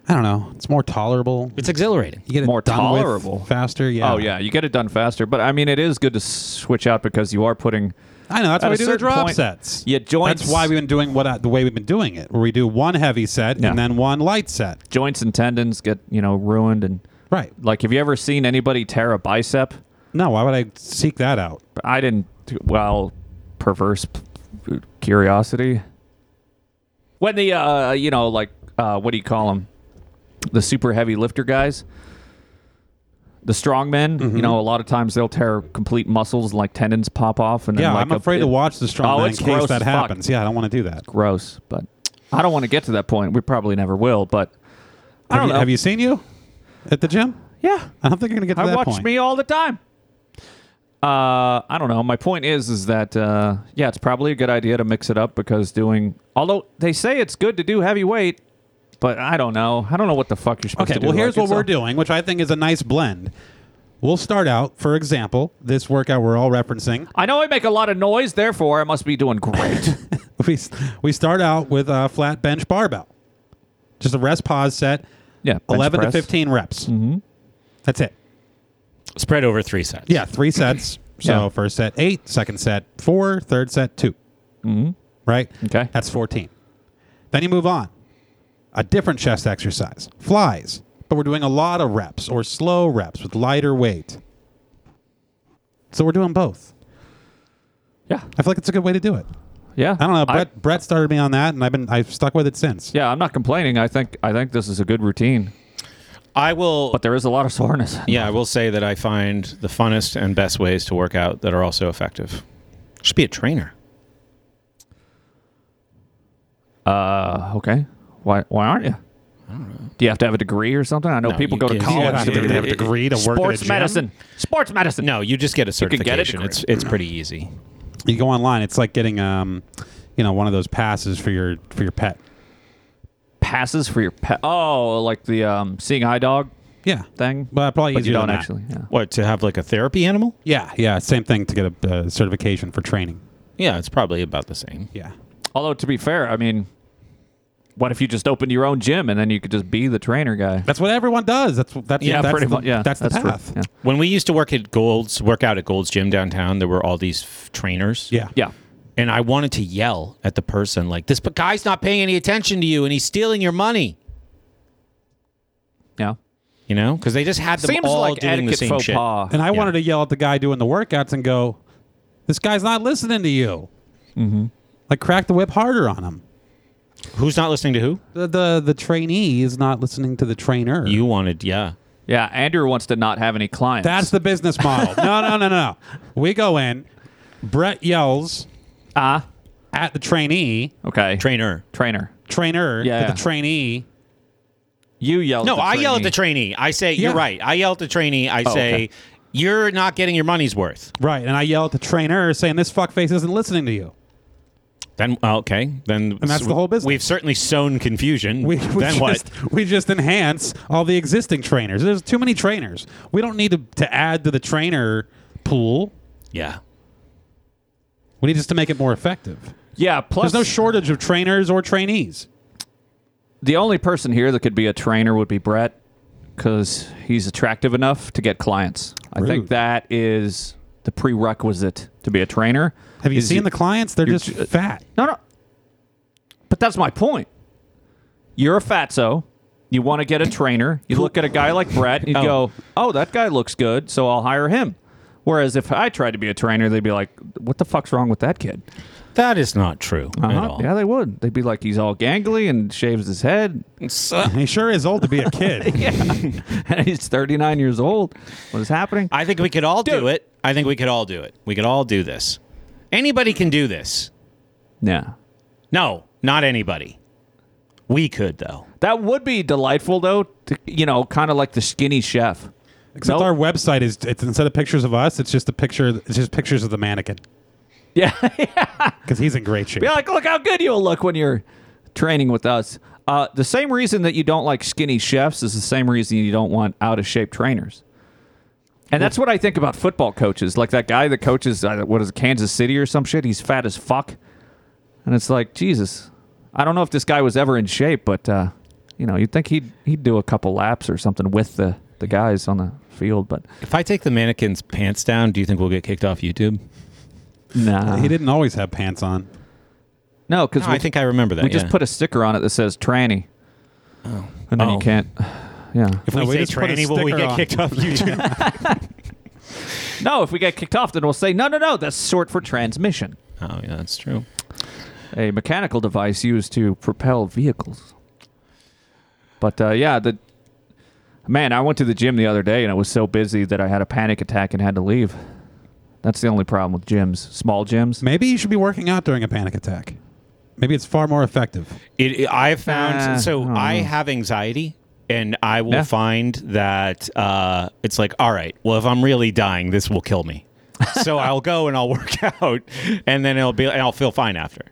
[SPEAKER 2] I don't know, it's more tolerable.
[SPEAKER 5] It's exhilarating.
[SPEAKER 2] You get it
[SPEAKER 1] more
[SPEAKER 2] done with
[SPEAKER 1] tolerable.
[SPEAKER 2] faster. Yeah.
[SPEAKER 1] Oh yeah, you get it done faster, but I mean it is good to switch out because you are putting.
[SPEAKER 2] I know. That's
[SPEAKER 1] At a
[SPEAKER 2] why we do the
[SPEAKER 1] certain
[SPEAKER 2] drop
[SPEAKER 1] point,
[SPEAKER 2] sets.
[SPEAKER 1] your joints-
[SPEAKER 2] That's why we've been doing what I, the way we've been doing it, where we do one heavy set
[SPEAKER 1] Yeah.
[SPEAKER 2] and then one light set.
[SPEAKER 1] joints and tendons get you know ruined and
[SPEAKER 2] Right.
[SPEAKER 1] like have you ever seen anybody tear a bicep
[SPEAKER 2] No, why would I seek that out?
[SPEAKER 1] But i didn't do- well perverse p- curiosity when the uh you know like uh what do you call them the super heavy lifter guys the strong men
[SPEAKER 2] Mm-hmm.
[SPEAKER 1] you know a lot of times they'll tear complete muscles and like tendons pop off and then,
[SPEAKER 2] Yeah,
[SPEAKER 1] like,
[SPEAKER 2] I'm
[SPEAKER 1] a-
[SPEAKER 2] afraid to
[SPEAKER 1] it-
[SPEAKER 2] watch the strong
[SPEAKER 1] Oh,
[SPEAKER 2] man in
[SPEAKER 1] it's
[SPEAKER 2] case
[SPEAKER 1] gross
[SPEAKER 2] that
[SPEAKER 1] as fuck.
[SPEAKER 2] happens. Yeah, I don't want to do that.
[SPEAKER 1] gross but i don't want to get to that point we probably never will but i
[SPEAKER 2] have,
[SPEAKER 1] don't
[SPEAKER 2] you,
[SPEAKER 1] know
[SPEAKER 2] have you seen you at the gym?
[SPEAKER 1] yeah
[SPEAKER 2] I don't think you're gonna get to
[SPEAKER 1] I
[SPEAKER 2] that
[SPEAKER 1] watch
[SPEAKER 2] point.
[SPEAKER 1] me all the time. Uh, I don't know. My point is, is that uh, yeah, it's probably a good idea to mix it up because doing. Although they say it's good to do heavy weight, but I don't know. I don't know what the fuck you're supposed to
[SPEAKER 2] Okay,
[SPEAKER 1] do.
[SPEAKER 2] well here's
[SPEAKER 1] Like,
[SPEAKER 2] what we're
[SPEAKER 1] it's
[SPEAKER 2] doing, which I think is a nice blend. We'll start out, for example, this workout we're all referencing.
[SPEAKER 1] all- I know I make a lot of noise, therefore I must be doing great.
[SPEAKER 2] We we start out with a flat bench barbell, just a rest pause set,
[SPEAKER 1] yeah, bench
[SPEAKER 2] eleven
[SPEAKER 1] press.
[SPEAKER 2] to fifteen reps. Mm-hmm. That's it.
[SPEAKER 5] Spread over three sets.
[SPEAKER 2] Yeah, three sets. So
[SPEAKER 1] Yeah.
[SPEAKER 2] first set eight, second set four, third set 2 Mm-hmm. Right.
[SPEAKER 1] Okay.
[SPEAKER 2] That's fourteen. Then you move on. A different chest exercise, flies, but we're doing a lot of reps or slow reps with lighter weight. So we're doing both.
[SPEAKER 1] Yeah,
[SPEAKER 2] I feel like it's a good way to do it.
[SPEAKER 1] yeah.
[SPEAKER 2] I don't know. Brett, Brett started me on that, and I've been I've stuck with it since.
[SPEAKER 1] yeah, I'm not complaining. I think I think this is a good routine,
[SPEAKER 5] I will.
[SPEAKER 1] but there is a lot of soreness.
[SPEAKER 5] yeah, I will say that I find the funnest and best ways to work out that are also effective. Just be a trainer.
[SPEAKER 1] Uh, okay. Why why aren't you? Do you have to have a degree or something? I know
[SPEAKER 5] No,
[SPEAKER 1] people
[SPEAKER 5] you
[SPEAKER 1] go to
[SPEAKER 5] can't. You
[SPEAKER 1] college
[SPEAKER 2] don't have to
[SPEAKER 1] do-
[SPEAKER 2] have a degree to work at a
[SPEAKER 1] sports
[SPEAKER 2] gym.
[SPEAKER 1] medicine. Sports medicine.
[SPEAKER 5] No, you just get a
[SPEAKER 1] can get a
[SPEAKER 5] certification. it's it's pretty easy.
[SPEAKER 2] You go online. It's like getting um, you know, one of those passes for your for your pet.
[SPEAKER 1] passes for your pet. Oh, like the um, seeing eye dog
[SPEAKER 2] Yeah.
[SPEAKER 1] thing.
[SPEAKER 2] But probably
[SPEAKER 1] But you
[SPEAKER 2] easier
[SPEAKER 1] don't
[SPEAKER 2] than that.
[SPEAKER 1] actually. Yeah.
[SPEAKER 5] What to have like a therapy animal?
[SPEAKER 2] Yeah, yeah, same thing to get a uh, certification for training.
[SPEAKER 5] Yeah, it's probably about the same.
[SPEAKER 2] Yeah.
[SPEAKER 1] Although to be fair, I mean, what if you just opened your own gym and then you could just be the trainer guy?
[SPEAKER 2] That's what everyone does. That's that's
[SPEAKER 1] yeah,
[SPEAKER 2] that's
[SPEAKER 1] pretty
[SPEAKER 2] the,
[SPEAKER 1] much. Yeah,
[SPEAKER 2] that's the
[SPEAKER 1] true.
[SPEAKER 2] path.
[SPEAKER 1] Yeah.
[SPEAKER 5] When we used to work at Gold's, work out at Gold's Gym downtown, there were all these f- trainers.
[SPEAKER 2] Yeah.
[SPEAKER 1] yeah.
[SPEAKER 5] And I wanted to yell at the person like, this but guy's not paying any attention to you and he's stealing your money.
[SPEAKER 1] Yeah.
[SPEAKER 5] You know? Because they just had them
[SPEAKER 1] Seems
[SPEAKER 5] all
[SPEAKER 1] like
[SPEAKER 5] doing the
[SPEAKER 1] etiquette
[SPEAKER 5] same
[SPEAKER 1] faux
[SPEAKER 5] shit.
[SPEAKER 1] pas.
[SPEAKER 2] And I
[SPEAKER 5] Yeah.
[SPEAKER 2] wanted to yell at the guy doing the workouts and go, "This guy's not listening to you." Mm-hmm. Like crack the whip harder on him.
[SPEAKER 5] Who's not listening to who?
[SPEAKER 2] The, the the trainee is not listening to the trainer.
[SPEAKER 5] You wanted, yeah.
[SPEAKER 1] Yeah, Andrew wants to not have any clients.
[SPEAKER 2] That's the business model. no, no, no, no. We go in. Brett yells
[SPEAKER 1] ah
[SPEAKER 2] at the trainee,
[SPEAKER 1] okay
[SPEAKER 5] Trainer.
[SPEAKER 1] trainer.
[SPEAKER 2] trainer,
[SPEAKER 1] Yeah.
[SPEAKER 2] at the trainee.
[SPEAKER 1] You yell.
[SPEAKER 5] No,
[SPEAKER 1] at the
[SPEAKER 5] I yell at
[SPEAKER 1] trainee.
[SPEAKER 5] the trainee. I say, you're
[SPEAKER 2] Yeah.
[SPEAKER 5] right. I yell at the trainee. I
[SPEAKER 1] Oh,
[SPEAKER 5] say,
[SPEAKER 1] okay.
[SPEAKER 5] you're not getting your money's worth.
[SPEAKER 2] Right. And I yell at the trainer saying, this fuckface isn't listening to you.
[SPEAKER 5] Then okay, then
[SPEAKER 2] And that's the whole business.
[SPEAKER 5] We've certainly sown confusion.
[SPEAKER 2] We, we
[SPEAKER 5] then
[SPEAKER 2] just,
[SPEAKER 5] what?
[SPEAKER 2] We just enhance all the existing trainers. There's too many trainers. We don't need to, to add to the trainer pool.
[SPEAKER 5] Yeah.
[SPEAKER 2] We need just to make it more effective.
[SPEAKER 1] Yeah. Plus,
[SPEAKER 2] There's no shortage of trainers or trainees.
[SPEAKER 1] the only person here that could be a trainer would be Brett because he's attractive enough to get clients. I think
[SPEAKER 2] Rude.
[SPEAKER 1] that is the prerequisite to be a trainer.
[SPEAKER 2] Have you
[SPEAKER 1] Is
[SPEAKER 2] seen the clients? They're
[SPEAKER 1] you're
[SPEAKER 2] just
[SPEAKER 1] ju-
[SPEAKER 2] fat.
[SPEAKER 1] No, no. But that's my point. You're a fatso. You want to get a trainer. You look at a guy like Brett and you
[SPEAKER 5] Oh.
[SPEAKER 1] go, oh, that guy looks good, so I'll hire him. Whereas if I tried to be a trainer, they'd be like, what the fuck's wrong with that kid?
[SPEAKER 5] That is not true at
[SPEAKER 1] Uh-huh.
[SPEAKER 5] all.
[SPEAKER 1] Yeah, they would. They'd be like, he's all gangly and shaves his head.
[SPEAKER 5] So-
[SPEAKER 2] He sure is old to be a kid.
[SPEAKER 1] and he's 39 years old. What is happening?
[SPEAKER 5] I think we could all do
[SPEAKER 1] Dude.
[SPEAKER 5] it. I think we could all do it. We could all do this. Anybody can do this.
[SPEAKER 1] Yeah.
[SPEAKER 5] No, not anybody. We could though.
[SPEAKER 1] That would be delightful, though, to, you know, kind of like the skinny chef.
[SPEAKER 2] Except
[SPEAKER 1] Nope.
[SPEAKER 2] our website is it's instead of pictures of us, it's just a picture. It's just pictures of the mannequin
[SPEAKER 1] Yeah.
[SPEAKER 2] because he's in great shape.
[SPEAKER 1] be like, look how good you'll look when you're training with us. Uh, the same reason that you don't like skinny chefs is the same reason you don't want out of shape trainers. And that's what I think about football coaches. Like that guy that coaches, uh, what is it, Kansas City or some shit? He's fat as fuck. And it's like, Jesus, I don't know if this guy was ever in shape, but, uh, you know, you'd think he'd, he'd do a couple laps or something with the, the guys on the field, but
[SPEAKER 5] If I take the mannequin's pants down, do you think we'll get kicked off YouTube?
[SPEAKER 1] nah.
[SPEAKER 2] He didn't always have pants on.
[SPEAKER 1] No, because
[SPEAKER 5] No, I think I remember that.
[SPEAKER 1] we just
[SPEAKER 5] yeah.
[SPEAKER 1] put a sticker on it that says tranny. And then
[SPEAKER 5] Oh.
[SPEAKER 1] you can't. Yeah.
[SPEAKER 5] If
[SPEAKER 2] No,
[SPEAKER 5] we
[SPEAKER 2] we
[SPEAKER 5] say
[SPEAKER 2] just put a
[SPEAKER 5] tranny, will we
[SPEAKER 2] sticker
[SPEAKER 5] get
[SPEAKER 2] on.
[SPEAKER 5] kicked off YouTube?
[SPEAKER 1] No, if we get kicked off, then we'll say, no, no, no, that's short for transmission,
[SPEAKER 5] oh yeah, that's true.
[SPEAKER 1] a mechanical device used to propel vehicles. But uh, yeah, the man, I went to the gym the other day and I was so busy that I had a panic attack and had to leave. That's the only problem with gyms, small gyms.
[SPEAKER 2] Maybe you should be working out during a panic attack. Maybe it's far more effective.
[SPEAKER 5] It, it- I found
[SPEAKER 1] Ah,
[SPEAKER 5] so
[SPEAKER 1] oh.
[SPEAKER 5] I have anxiety, and I will
[SPEAKER 1] Yeah.
[SPEAKER 5] find that uh, it's like, all right, well, if I'm really dying, this will kill me. so I'll go and I'll work out, and then it'll be, and I'll feel fine after.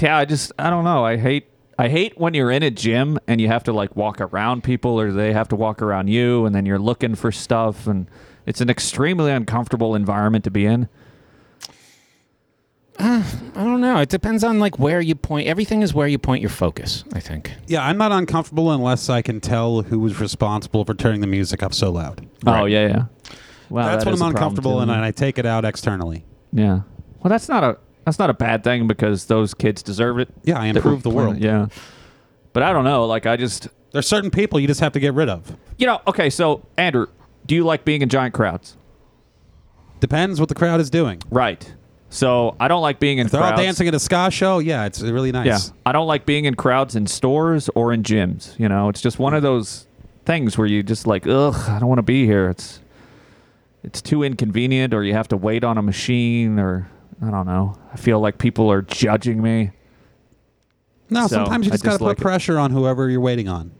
[SPEAKER 1] Yeah, I just, I don't know. I hate. I hate when you're in a gym and you have to like walk around people or they have to walk around you and then you're looking for stuff and it's an extremely uncomfortable environment to be in.
[SPEAKER 5] I don't know. It depends on like where you point. Everything is where you point your focus. I think.
[SPEAKER 2] Yeah, I'm not uncomfortable unless I can tell who was responsible for turning the music up so loud.
[SPEAKER 1] Oh yeah, yeah. Well,
[SPEAKER 2] That's
[SPEAKER 1] that
[SPEAKER 2] when
[SPEAKER 1] is
[SPEAKER 2] I'm
[SPEAKER 1] a problem,
[SPEAKER 2] uncomfortable,
[SPEAKER 1] too.
[SPEAKER 2] and I take it out externally.
[SPEAKER 1] yeah. Well, that's not a that's not a bad thing because those kids deserve it.
[SPEAKER 2] Yeah, I
[SPEAKER 1] That
[SPEAKER 2] improve
[SPEAKER 1] were
[SPEAKER 2] the world.
[SPEAKER 1] playing- Yeah. But I don't know. Like I just,
[SPEAKER 2] There's certain people you just have to get rid of.
[SPEAKER 1] you know. Okay, so Andrew, do you like being in giant crowds?
[SPEAKER 2] Depends what the crowd is doing.
[SPEAKER 1] Right. So I don't like being in
[SPEAKER 2] If they're
[SPEAKER 1] crowds.
[SPEAKER 2] all dancing at a ska show, yeah, it's really
[SPEAKER 1] Yeah.
[SPEAKER 2] nice.
[SPEAKER 1] I don't like being in crowds in stores or in gyms. You know, it's just one of those things where you just like, ugh, I don't want to be here. It's it's too inconvenient, or you have to wait on a machine, or I don't know. I feel like people are judging me.
[SPEAKER 2] No,
[SPEAKER 1] So,
[SPEAKER 2] sometimes you
[SPEAKER 1] I
[SPEAKER 2] just got to
[SPEAKER 1] dislike
[SPEAKER 2] put
[SPEAKER 1] it.
[SPEAKER 2] pressure on whoever you're waiting on.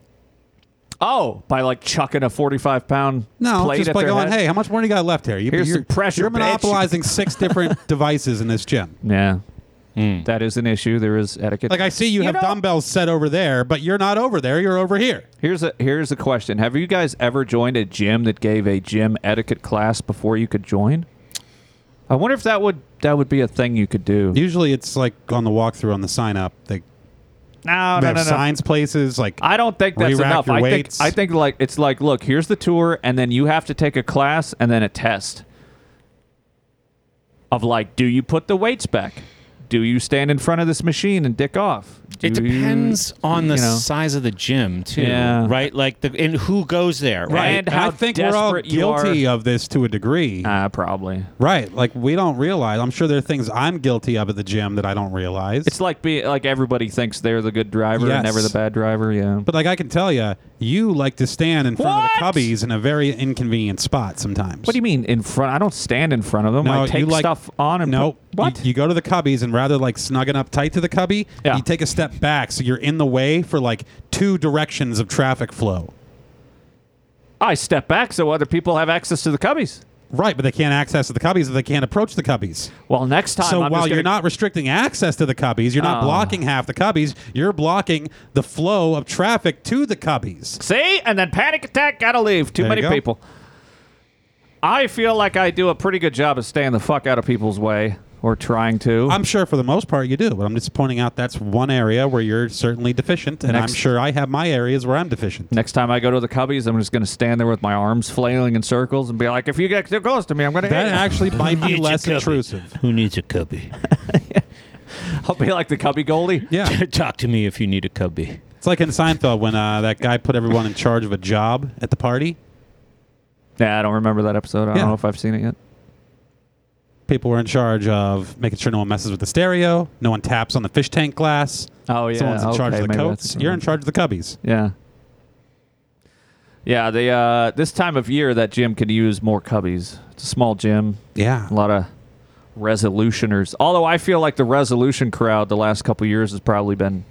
[SPEAKER 1] Oh, by like chucking a forty-five pound
[SPEAKER 2] No,
[SPEAKER 1] plate
[SPEAKER 2] just
[SPEAKER 1] at
[SPEAKER 2] by
[SPEAKER 1] their
[SPEAKER 2] going,
[SPEAKER 1] head.
[SPEAKER 2] hey, how much more do you got left here? You,
[SPEAKER 1] Here's
[SPEAKER 2] you're,
[SPEAKER 1] some pressure,
[SPEAKER 2] You're
[SPEAKER 1] bitch."
[SPEAKER 2] monopolizing six different devices in this gym.
[SPEAKER 1] Yeah, that is an issue. There is etiquette.
[SPEAKER 2] Like I see you, have
[SPEAKER 1] know-
[SPEAKER 2] dumbbells set over there, but you're not over there. You're over here.
[SPEAKER 1] Here's a here's a question. Have you guys ever joined a gym that gave a gym etiquette class before you could join? I wonder if that would that would be a thing you could do.
[SPEAKER 2] Usually, it's like on the walkthrough on the sign up. They,
[SPEAKER 1] no,
[SPEAKER 2] they have signs places like
[SPEAKER 1] I don't think that's
[SPEAKER 2] Re-rack
[SPEAKER 1] enough.
[SPEAKER 2] your
[SPEAKER 1] I think
[SPEAKER 2] weights.
[SPEAKER 1] I think like it's like look, here's the tour and then you have to take a class and then a test of like do you put the weights back? Do you stand in front of this machine and dick off?
[SPEAKER 5] It
[SPEAKER 1] Do you-
[SPEAKER 5] depends on the
[SPEAKER 1] you know.
[SPEAKER 5] size of the gym too,
[SPEAKER 1] Yeah.
[SPEAKER 5] right? Like the and who goes there, right?
[SPEAKER 1] And how
[SPEAKER 2] I think we're all
[SPEAKER 1] desperate you are-
[SPEAKER 2] guilty of this to a degree.
[SPEAKER 1] Ah, probably.
[SPEAKER 2] right. Like we don't realize. I'm sure there are things I'm guilty of at the gym that I don't realize.
[SPEAKER 1] It's like be like everybody thinks they're the good driver and
[SPEAKER 2] Yes.
[SPEAKER 1] never the bad driver, yeah.
[SPEAKER 2] but like I can tell you, You like to stand in front
[SPEAKER 1] What?
[SPEAKER 2] of the cubbies in a very inconvenient spot sometimes.
[SPEAKER 1] What do you mean in front? I don't stand in front of them. I take stuff on and
[SPEAKER 2] no.
[SPEAKER 1] put- what?
[SPEAKER 2] You, you go to the cubbies and rather like snugging up tight to the cubby,
[SPEAKER 1] Yeah.
[SPEAKER 2] you take a step back so you're in the way for like two directions of traffic flow.
[SPEAKER 1] I step back so other people have access to the cubbies.
[SPEAKER 2] Right, but they can't access the cubbies if they can't approach the cubbies.
[SPEAKER 1] Well, next time.
[SPEAKER 2] So
[SPEAKER 1] I'm
[SPEAKER 2] while
[SPEAKER 1] just
[SPEAKER 2] you're
[SPEAKER 1] gonna-
[SPEAKER 2] not restricting access to the cubbies, you're not
[SPEAKER 1] Oh.
[SPEAKER 2] blocking half the cubbies. You're blocking the flow of traffic to the cubbies.
[SPEAKER 1] See? And then panic attack, gotta leave. Too
[SPEAKER 2] There
[SPEAKER 1] many
[SPEAKER 2] you go.
[SPEAKER 1] people. I feel like I do a pretty good job of staying the fuck out of people's way or trying to.
[SPEAKER 2] I'm sure for the most part you do, but I'm just pointing out that's one area where you're certainly deficient, and
[SPEAKER 1] Next.
[SPEAKER 2] I'm sure I have my areas where I'm deficient.
[SPEAKER 1] Next time I go to the cubbies, I'm just gonna stand there with my arms flailing in circles and be like, if you get too close to me, I'm gonna hit
[SPEAKER 2] That
[SPEAKER 1] you."
[SPEAKER 2] actually might be
[SPEAKER 6] It's a
[SPEAKER 2] less
[SPEAKER 6] cubby.
[SPEAKER 2] intrusive.
[SPEAKER 6] Who needs a cubby?
[SPEAKER 1] I'll be like the cubby goalie.
[SPEAKER 2] Yeah,
[SPEAKER 6] Talk to me if you need a cubby.
[SPEAKER 2] it's like in Seinfeld when uh, that guy put everyone in charge of a job at the party.
[SPEAKER 1] Nah, I don't remember that episode. I
[SPEAKER 2] Yeah.
[SPEAKER 1] don't know if I've seen it yet.
[SPEAKER 2] People were in charge of making sure no one messes with the stereo, no one taps on the fish tank glass.
[SPEAKER 1] Oh yeah,
[SPEAKER 2] Someone's in charge
[SPEAKER 1] okay,
[SPEAKER 2] of the
[SPEAKER 1] maybe I
[SPEAKER 2] coats.
[SPEAKER 1] think-
[SPEAKER 2] You're in charge of the cubbies.
[SPEAKER 1] Yeah. Yeah, they uh this time of year that gym could use more cubbies. It's a small gym.
[SPEAKER 2] Yeah.
[SPEAKER 1] A lot of resolutioners. Although I feel like the resolution crowd the last couple years has probably been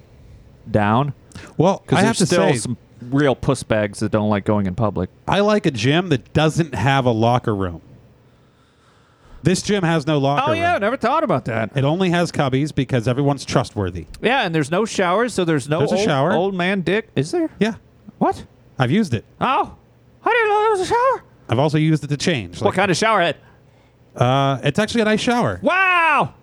[SPEAKER 1] down
[SPEAKER 2] Well, I
[SPEAKER 1] because
[SPEAKER 2] have
[SPEAKER 1] there's
[SPEAKER 2] to
[SPEAKER 1] still
[SPEAKER 2] say,
[SPEAKER 1] some real puss bags that don't like going in public.
[SPEAKER 2] I like a gym that doesn't have a locker room. This gym has no locker
[SPEAKER 1] Oh yeah,
[SPEAKER 2] room.
[SPEAKER 1] never thought about that.
[SPEAKER 2] It only has cubbies because everyone's trustworthy.
[SPEAKER 1] Yeah, and there's no showers, so there's no
[SPEAKER 2] There's a
[SPEAKER 1] old,
[SPEAKER 2] shower.
[SPEAKER 1] old man dick. Is there?
[SPEAKER 2] Yeah,
[SPEAKER 1] What?
[SPEAKER 2] I've used it.
[SPEAKER 1] Oh, I didn't know there was a shower.
[SPEAKER 2] I've also used it to change.
[SPEAKER 1] What kind of shower head?
[SPEAKER 2] Uh, it's actually a nice shower.
[SPEAKER 1] Wow.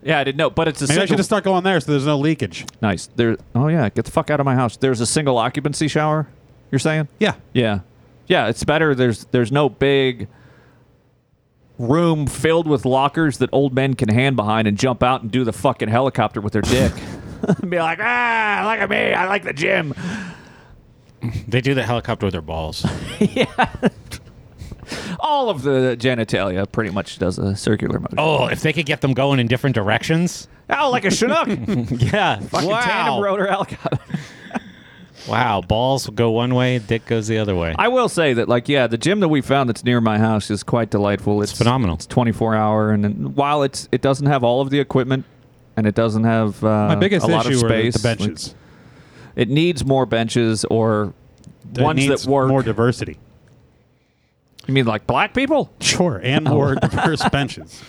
[SPEAKER 1] Yeah, I didn't know, but it's a
[SPEAKER 2] Maybe I
[SPEAKER 1] single.
[SPEAKER 2] should just start going there so there's no leakage.
[SPEAKER 1] nice. There. Oh yeah, get the fuck out of my house. There's a single occupancy shower. You're saying?
[SPEAKER 2] Yeah,
[SPEAKER 1] Yeah. Yeah, it's better. There's there's no big room filled with lockers that old men can hand behind and jump out and do the fucking helicopter with their dick. Be like, ah, look at me. I like the gym.
[SPEAKER 5] They do the helicopter with their balls.
[SPEAKER 1] All of the genitalia pretty much does a circular motion. Oh,
[SPEAKER 5] Oh, if they could get them going in different directions.
[SPEAKER 1] like a Chinook. fucking
[SPEAKER 5] Yeah.
[SPEAKER 1] tandem
[SPEAKER 5] wow.
[SPEAKER 1] rotor helicopter.
[SPEAKER 5] Wow. Balls go one way, dick goes the other way.
[SPEAKER 1] I will say that, like, yeah, the gym that we found that's near my house is quite delightful. It's,
[SPEAKER 5] phenomenal.
[SPEAKER 1] It's 24 hour, and, and while it's it doesn't have all of the equipment, and it doesn't have uh,
[SPEAKER 2] my biggest
[SPEAKER 1] a lot
[SPEAKER 2] issue
[SPEAKER 1] of space,
[SPEAKER 2] are the benches.
[SPEAKER 1] like, it needs more benches or
[SPEAKER 2] It
[SPEAKER 1] ones
[SPEAKER 2] needs
[SPEAKER 1] that work.
[SPEAKER 2] more diversity.
[SPEAKER 1] you mean like black people?
[SPEAKER 2] Sure, and more diverse benches.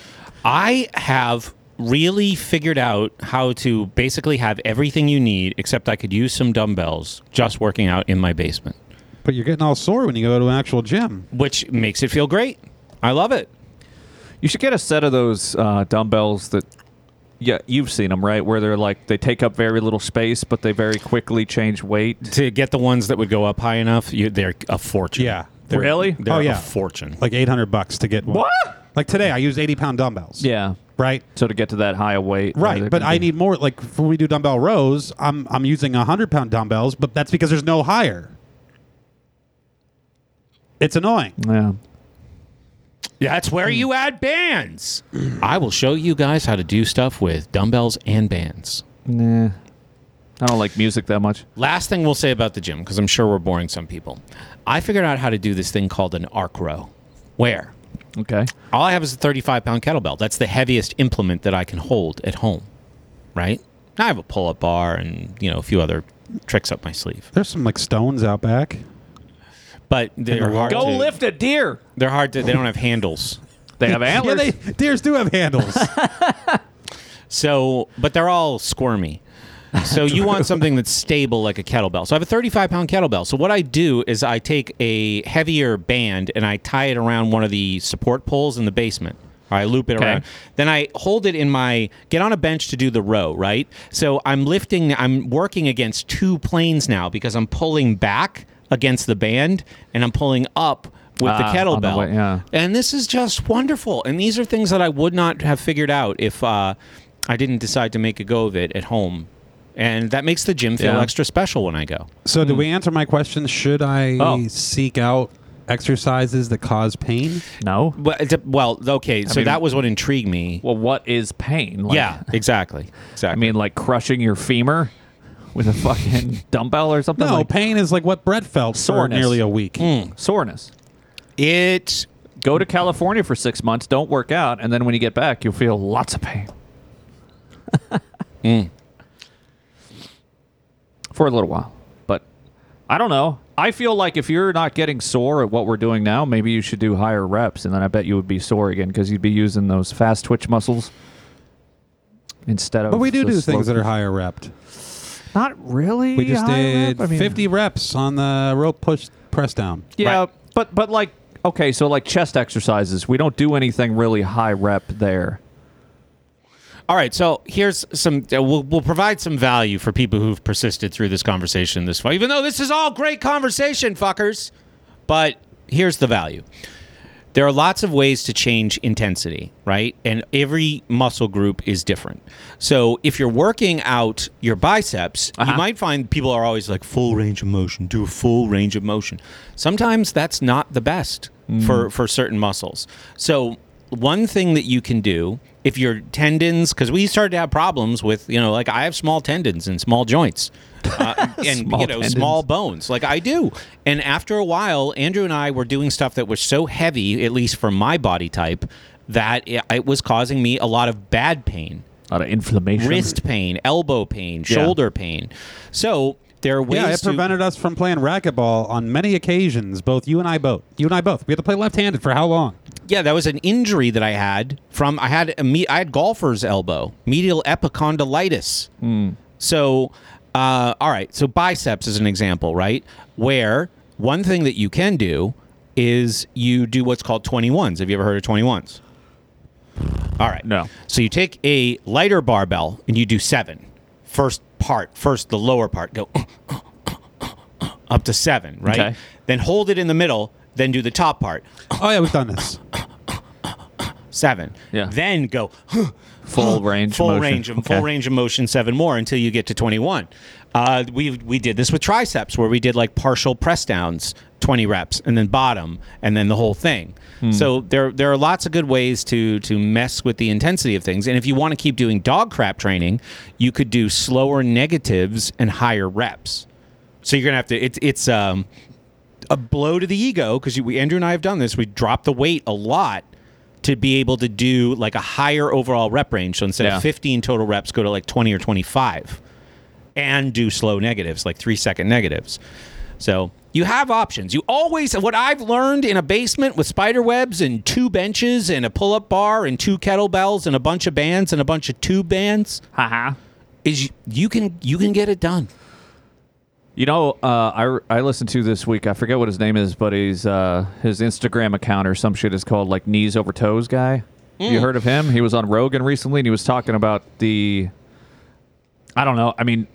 [SPEAKER 5] I have really figured out how to basically have everything you need, except I could use some dumbbells just working out in my basement,
[SPEAKER 2] But you're getting all sore when you go to an actual gym.
[SPEAKER 5] which makes it feel great. I love it.
[SPEAKER 1] You should get a set of those uh, dumbbells that. Yeah, you've seen them, right? Where they're like they take up very little space, but they very quickly change weight.
[SPEAKER 5] To get the ones that would go up high enough, you, they're a fortune.
[SPEAKER 2] Yeah.
[SPEAKER 5] They're-
[SPEAKER 1] Really?
[SPEAKER 5] They're
[SPEAKER 2] Oh, yeah.
[SPEAKER 5] a fortune.
[SPEAKER 2] Like 800 bucks to get one.
[SPEAKER 1] What?
[SPEAKER 2] Like today, I used 80 pound dumbbells.
[SPEAKER 1] Yeah.
[SPEAKER 2] Right?
[SPEAKER 1] So to get to that high a weight,
[SPEAKER 2] Right,
[SPEAKER 1] they're
[SPEAKER 2] but
[SPEAKER 1] gonna
[SPEAKER 2] I
[SPEAKER 1] be-
[SPEAKER 2] need more. Like when we do dumbbell rows, I'm I'm using hundred pound dumbbells, but that's because there's no higher. It's annoying.
[SPEAKER 1] Yeah.
[SPEAKER 5] That's where you add bands. I will show you guys how to do stuff with dumbbells and bands.
[SPEAKER 1] Nah. I don't like music that much.
[SPEAKER 5] Last thing we'll say about the gym, because I'm sure we're boring some people. I figured out how to do this thing called an arc row, where
[SPEAKER 1] Okay.
[SPEAKER 5] all I have is a 35 pound kettlebell. That's the heaviest implement that I can hold at home, right? Now I have a pull up bar and you know a few other tricks up my sleeve,
[SPEAKER 2] There's some like stones out back.
[SPEAKER 5] but they're hard.
[SPEAKER 1] Go
[SPEAKER 5] to,
[SPEAKER 1] lift a deer.
[SPEAKER 5] They're hard to. They don't have handles.
[SPEAKER 1] They have antlers.
[SPEAKER 2] Yeah, they deers do have handles.
[SPEAKER 5] So, but they're all squirmy. So you want something that's stable like a kettlebell. So I have a 35 pound kettlebell. So what I do is I take a heavier band and I tie it around one of the support poles in the basement. I loop it
[SPEAKER 1] Okay.
[SPEAKER 5] around. Then I hold it in my get on a bench to do the row, right? So I'm lifting I'm working against two planes now because I'm pulling back against the band and I'm pulling up with
[SPEAKER 1] Ah,
[SPEAKER 5] the
[SPEAKER 1] on
[SPEAKER 5] kettlebell.
[SPEAKER 1] the way- yeah.
[SPEAKER 5] And this is just wonderful. And these are things that I would not have figured out if uh, I didn't decide to make a go of it at home. And that makes the gym feel
[SPEAKER 1] Yeah.
[SPEAKER 5] extra special when I go.
[SPEAKER 2] so, did we answer my question? Should I
[SPEAKER 1] Hmm. Oh.
[SPEAKER 2] seek out exercises that cause pain?
[SPEAKER 1] no.
[SPEAKER 5] Well, it's a- well okay. so
[SPEAKER 1] mean-
[SPEAKER 5] that was what intrigued me.
[SPEAKER 1] Well, what is pain? Like,
[SPEAKER 5] yeah, exactly.
[SPEAKER 1] I
[SPEAKER 5] Exactly.
[SPEAKER 1] mean, like crushing your femur with a fucking dumbbell or something?
[SPEAKER 2] No,
[SPEAKER 1] like
[SPEAKER 2] pain is like what Brett felt for
[SPEAKER 1] Soreness. Hmm.
[SPEAKER 2] nearly a week.
[SPEAKER 1] soreness.
[SPEAKER 5] It
[SPEAKER 1] Go to California for six months, don't work out, and then when you get back, you'll feel lots of pain. For a little while. But I don't know. I feel like if you're not getting sore at what we're doing now, maybe you should do higher reps, and then I bet you would be sore again because you'd be using those fast twitch muscles instead of.
[SPEAKER 2] But we do
[SPEAKER 1] the
[SPEAKER 2] do
[SPEAKER 1] slow-
[SPEAKER 2] things that are higher repped.
[SPEAKER 1] Not really.
[SPEAKER 2] We just
[SPEAKER 1] high
[SPEAKER 2] did
[SPEAKER 1] rep. I mean-
[SPEAKER 2] 50 reps on the rope push press down.
[SPEAKER 1] Yeah, but but like okay, so like chest exercises, we don't do anything really high rep there.
[SPEAKER 5] All right, so here's some. Uh, we'll, we'll provide some value for people who've persisted through this conversation this far, even though this is all great conversation, fuckers. But here's the value there are lots of ways to change intensity, right? And every muscle group is different. So if you're working out your biceps,
[SPEAKER 1] Uh-huh.
[SPEAKER 5] you might find people are always like full range of motion, do a full range of motion. Sometimes that's not the best
[SPEAKER 1] Mm.
[SPEAKER 5] for for certain muscles. So one thing that you can do if your tendons because we started to have problems with you know like i have small tendons and small joints uh, and
[SPEAKER 1] Small
[SPEAKER 5] you know
[SPEAKER 1] tendons.
[SPEAKER 5] small bones like i do and after a while andrew and i were doing stuff that was so heavy at least for my body type that it, it was causing me a lot of bad pain
[SPEAKER 1] A lot of inflammation.
[SPEAKER 5] wrist pain elbow pain
[SPEAKER 1] Yeah.
[SPEAKER 5] shoulder pain so there are ways
[SPEAKER 2] Yeah, it
[SPEAKER 5] to-
[SPEAKER 2] prevented us from playing racquetball on many occasions. Both you and I both. You and I both. We had to play left-handed for how long?
[SPEAKER 5] Yeah, that was an injury that I had from I had a me, I had golfer's elbow, medial epicondylitis.
[SPEAKER 1] Hmm.
[SPEAKER 5] So, uh, all right. So biceps is an example, right? Where one thing that you can do is you do what's called twenty ones. Have you ever heard of twenty ones? All right.
[SPEAKER 1] No.
[SPEAKER 5] So you take a lighter barbell and you do seven. First part, first the lower part, go up to seven, right?
[SPEAKER 1] Okay.
[SPEAKER 5] Then hold it in the middle, then do the top part,
[SPEAKER 2] Oh yeah, we've done this.
[SPEAKER 5] seven.
[SPEAKER 1] Yeah.
[SPEAKER 5] Then go
[SPEAKER 1] full range.
[SPEAKER 5] full
[SPEAKER 1] motion.
[SPEAKER 5] range of
[SPEAKER 1] Okay.
[SPEAKER 5] full range of motion seven more until you get to 21 uh, we we did this with triceps where we did like partial press downs 20 reps and then bottom and then the whole thing
[SPEAKER 1] Hmm.
[SPEAKER 5] so there there are lots of good ways to to mess with the intensity of things and if you want to keep doing dog crap training you could do slower negatives and higher reps so you're gonna have to it's it's um a blow to the ego because we Andrew and I have done this. We drop the weight a lot to be able to do like a higher overall rep range. So instead
[SPEAKER 1] Yeah.
[SPEAKER 5] of 15 total reps, go to like 20 or 25, and do slow negatives, like three second negatives. So you have options. You always what I've learned in a basement with spider webs and two benches and a pull up bar and two kettlebells and a bunch of bands and a bunch of tube bands
[SPEAKER 1] Haha.
[SPEAKER 5] is you, you can you can get it done.
[SPEAKER 1] You know, uh, I I listened to this week. I forget what his name is, but he's uh, his Instagram account or some shit is called like knees over toes guy.
[SPEAKER 5] Mm.
[SPEAKER 1] You heard of him? He was on Rogan recently, and he was talking about the. I don't know. I mean,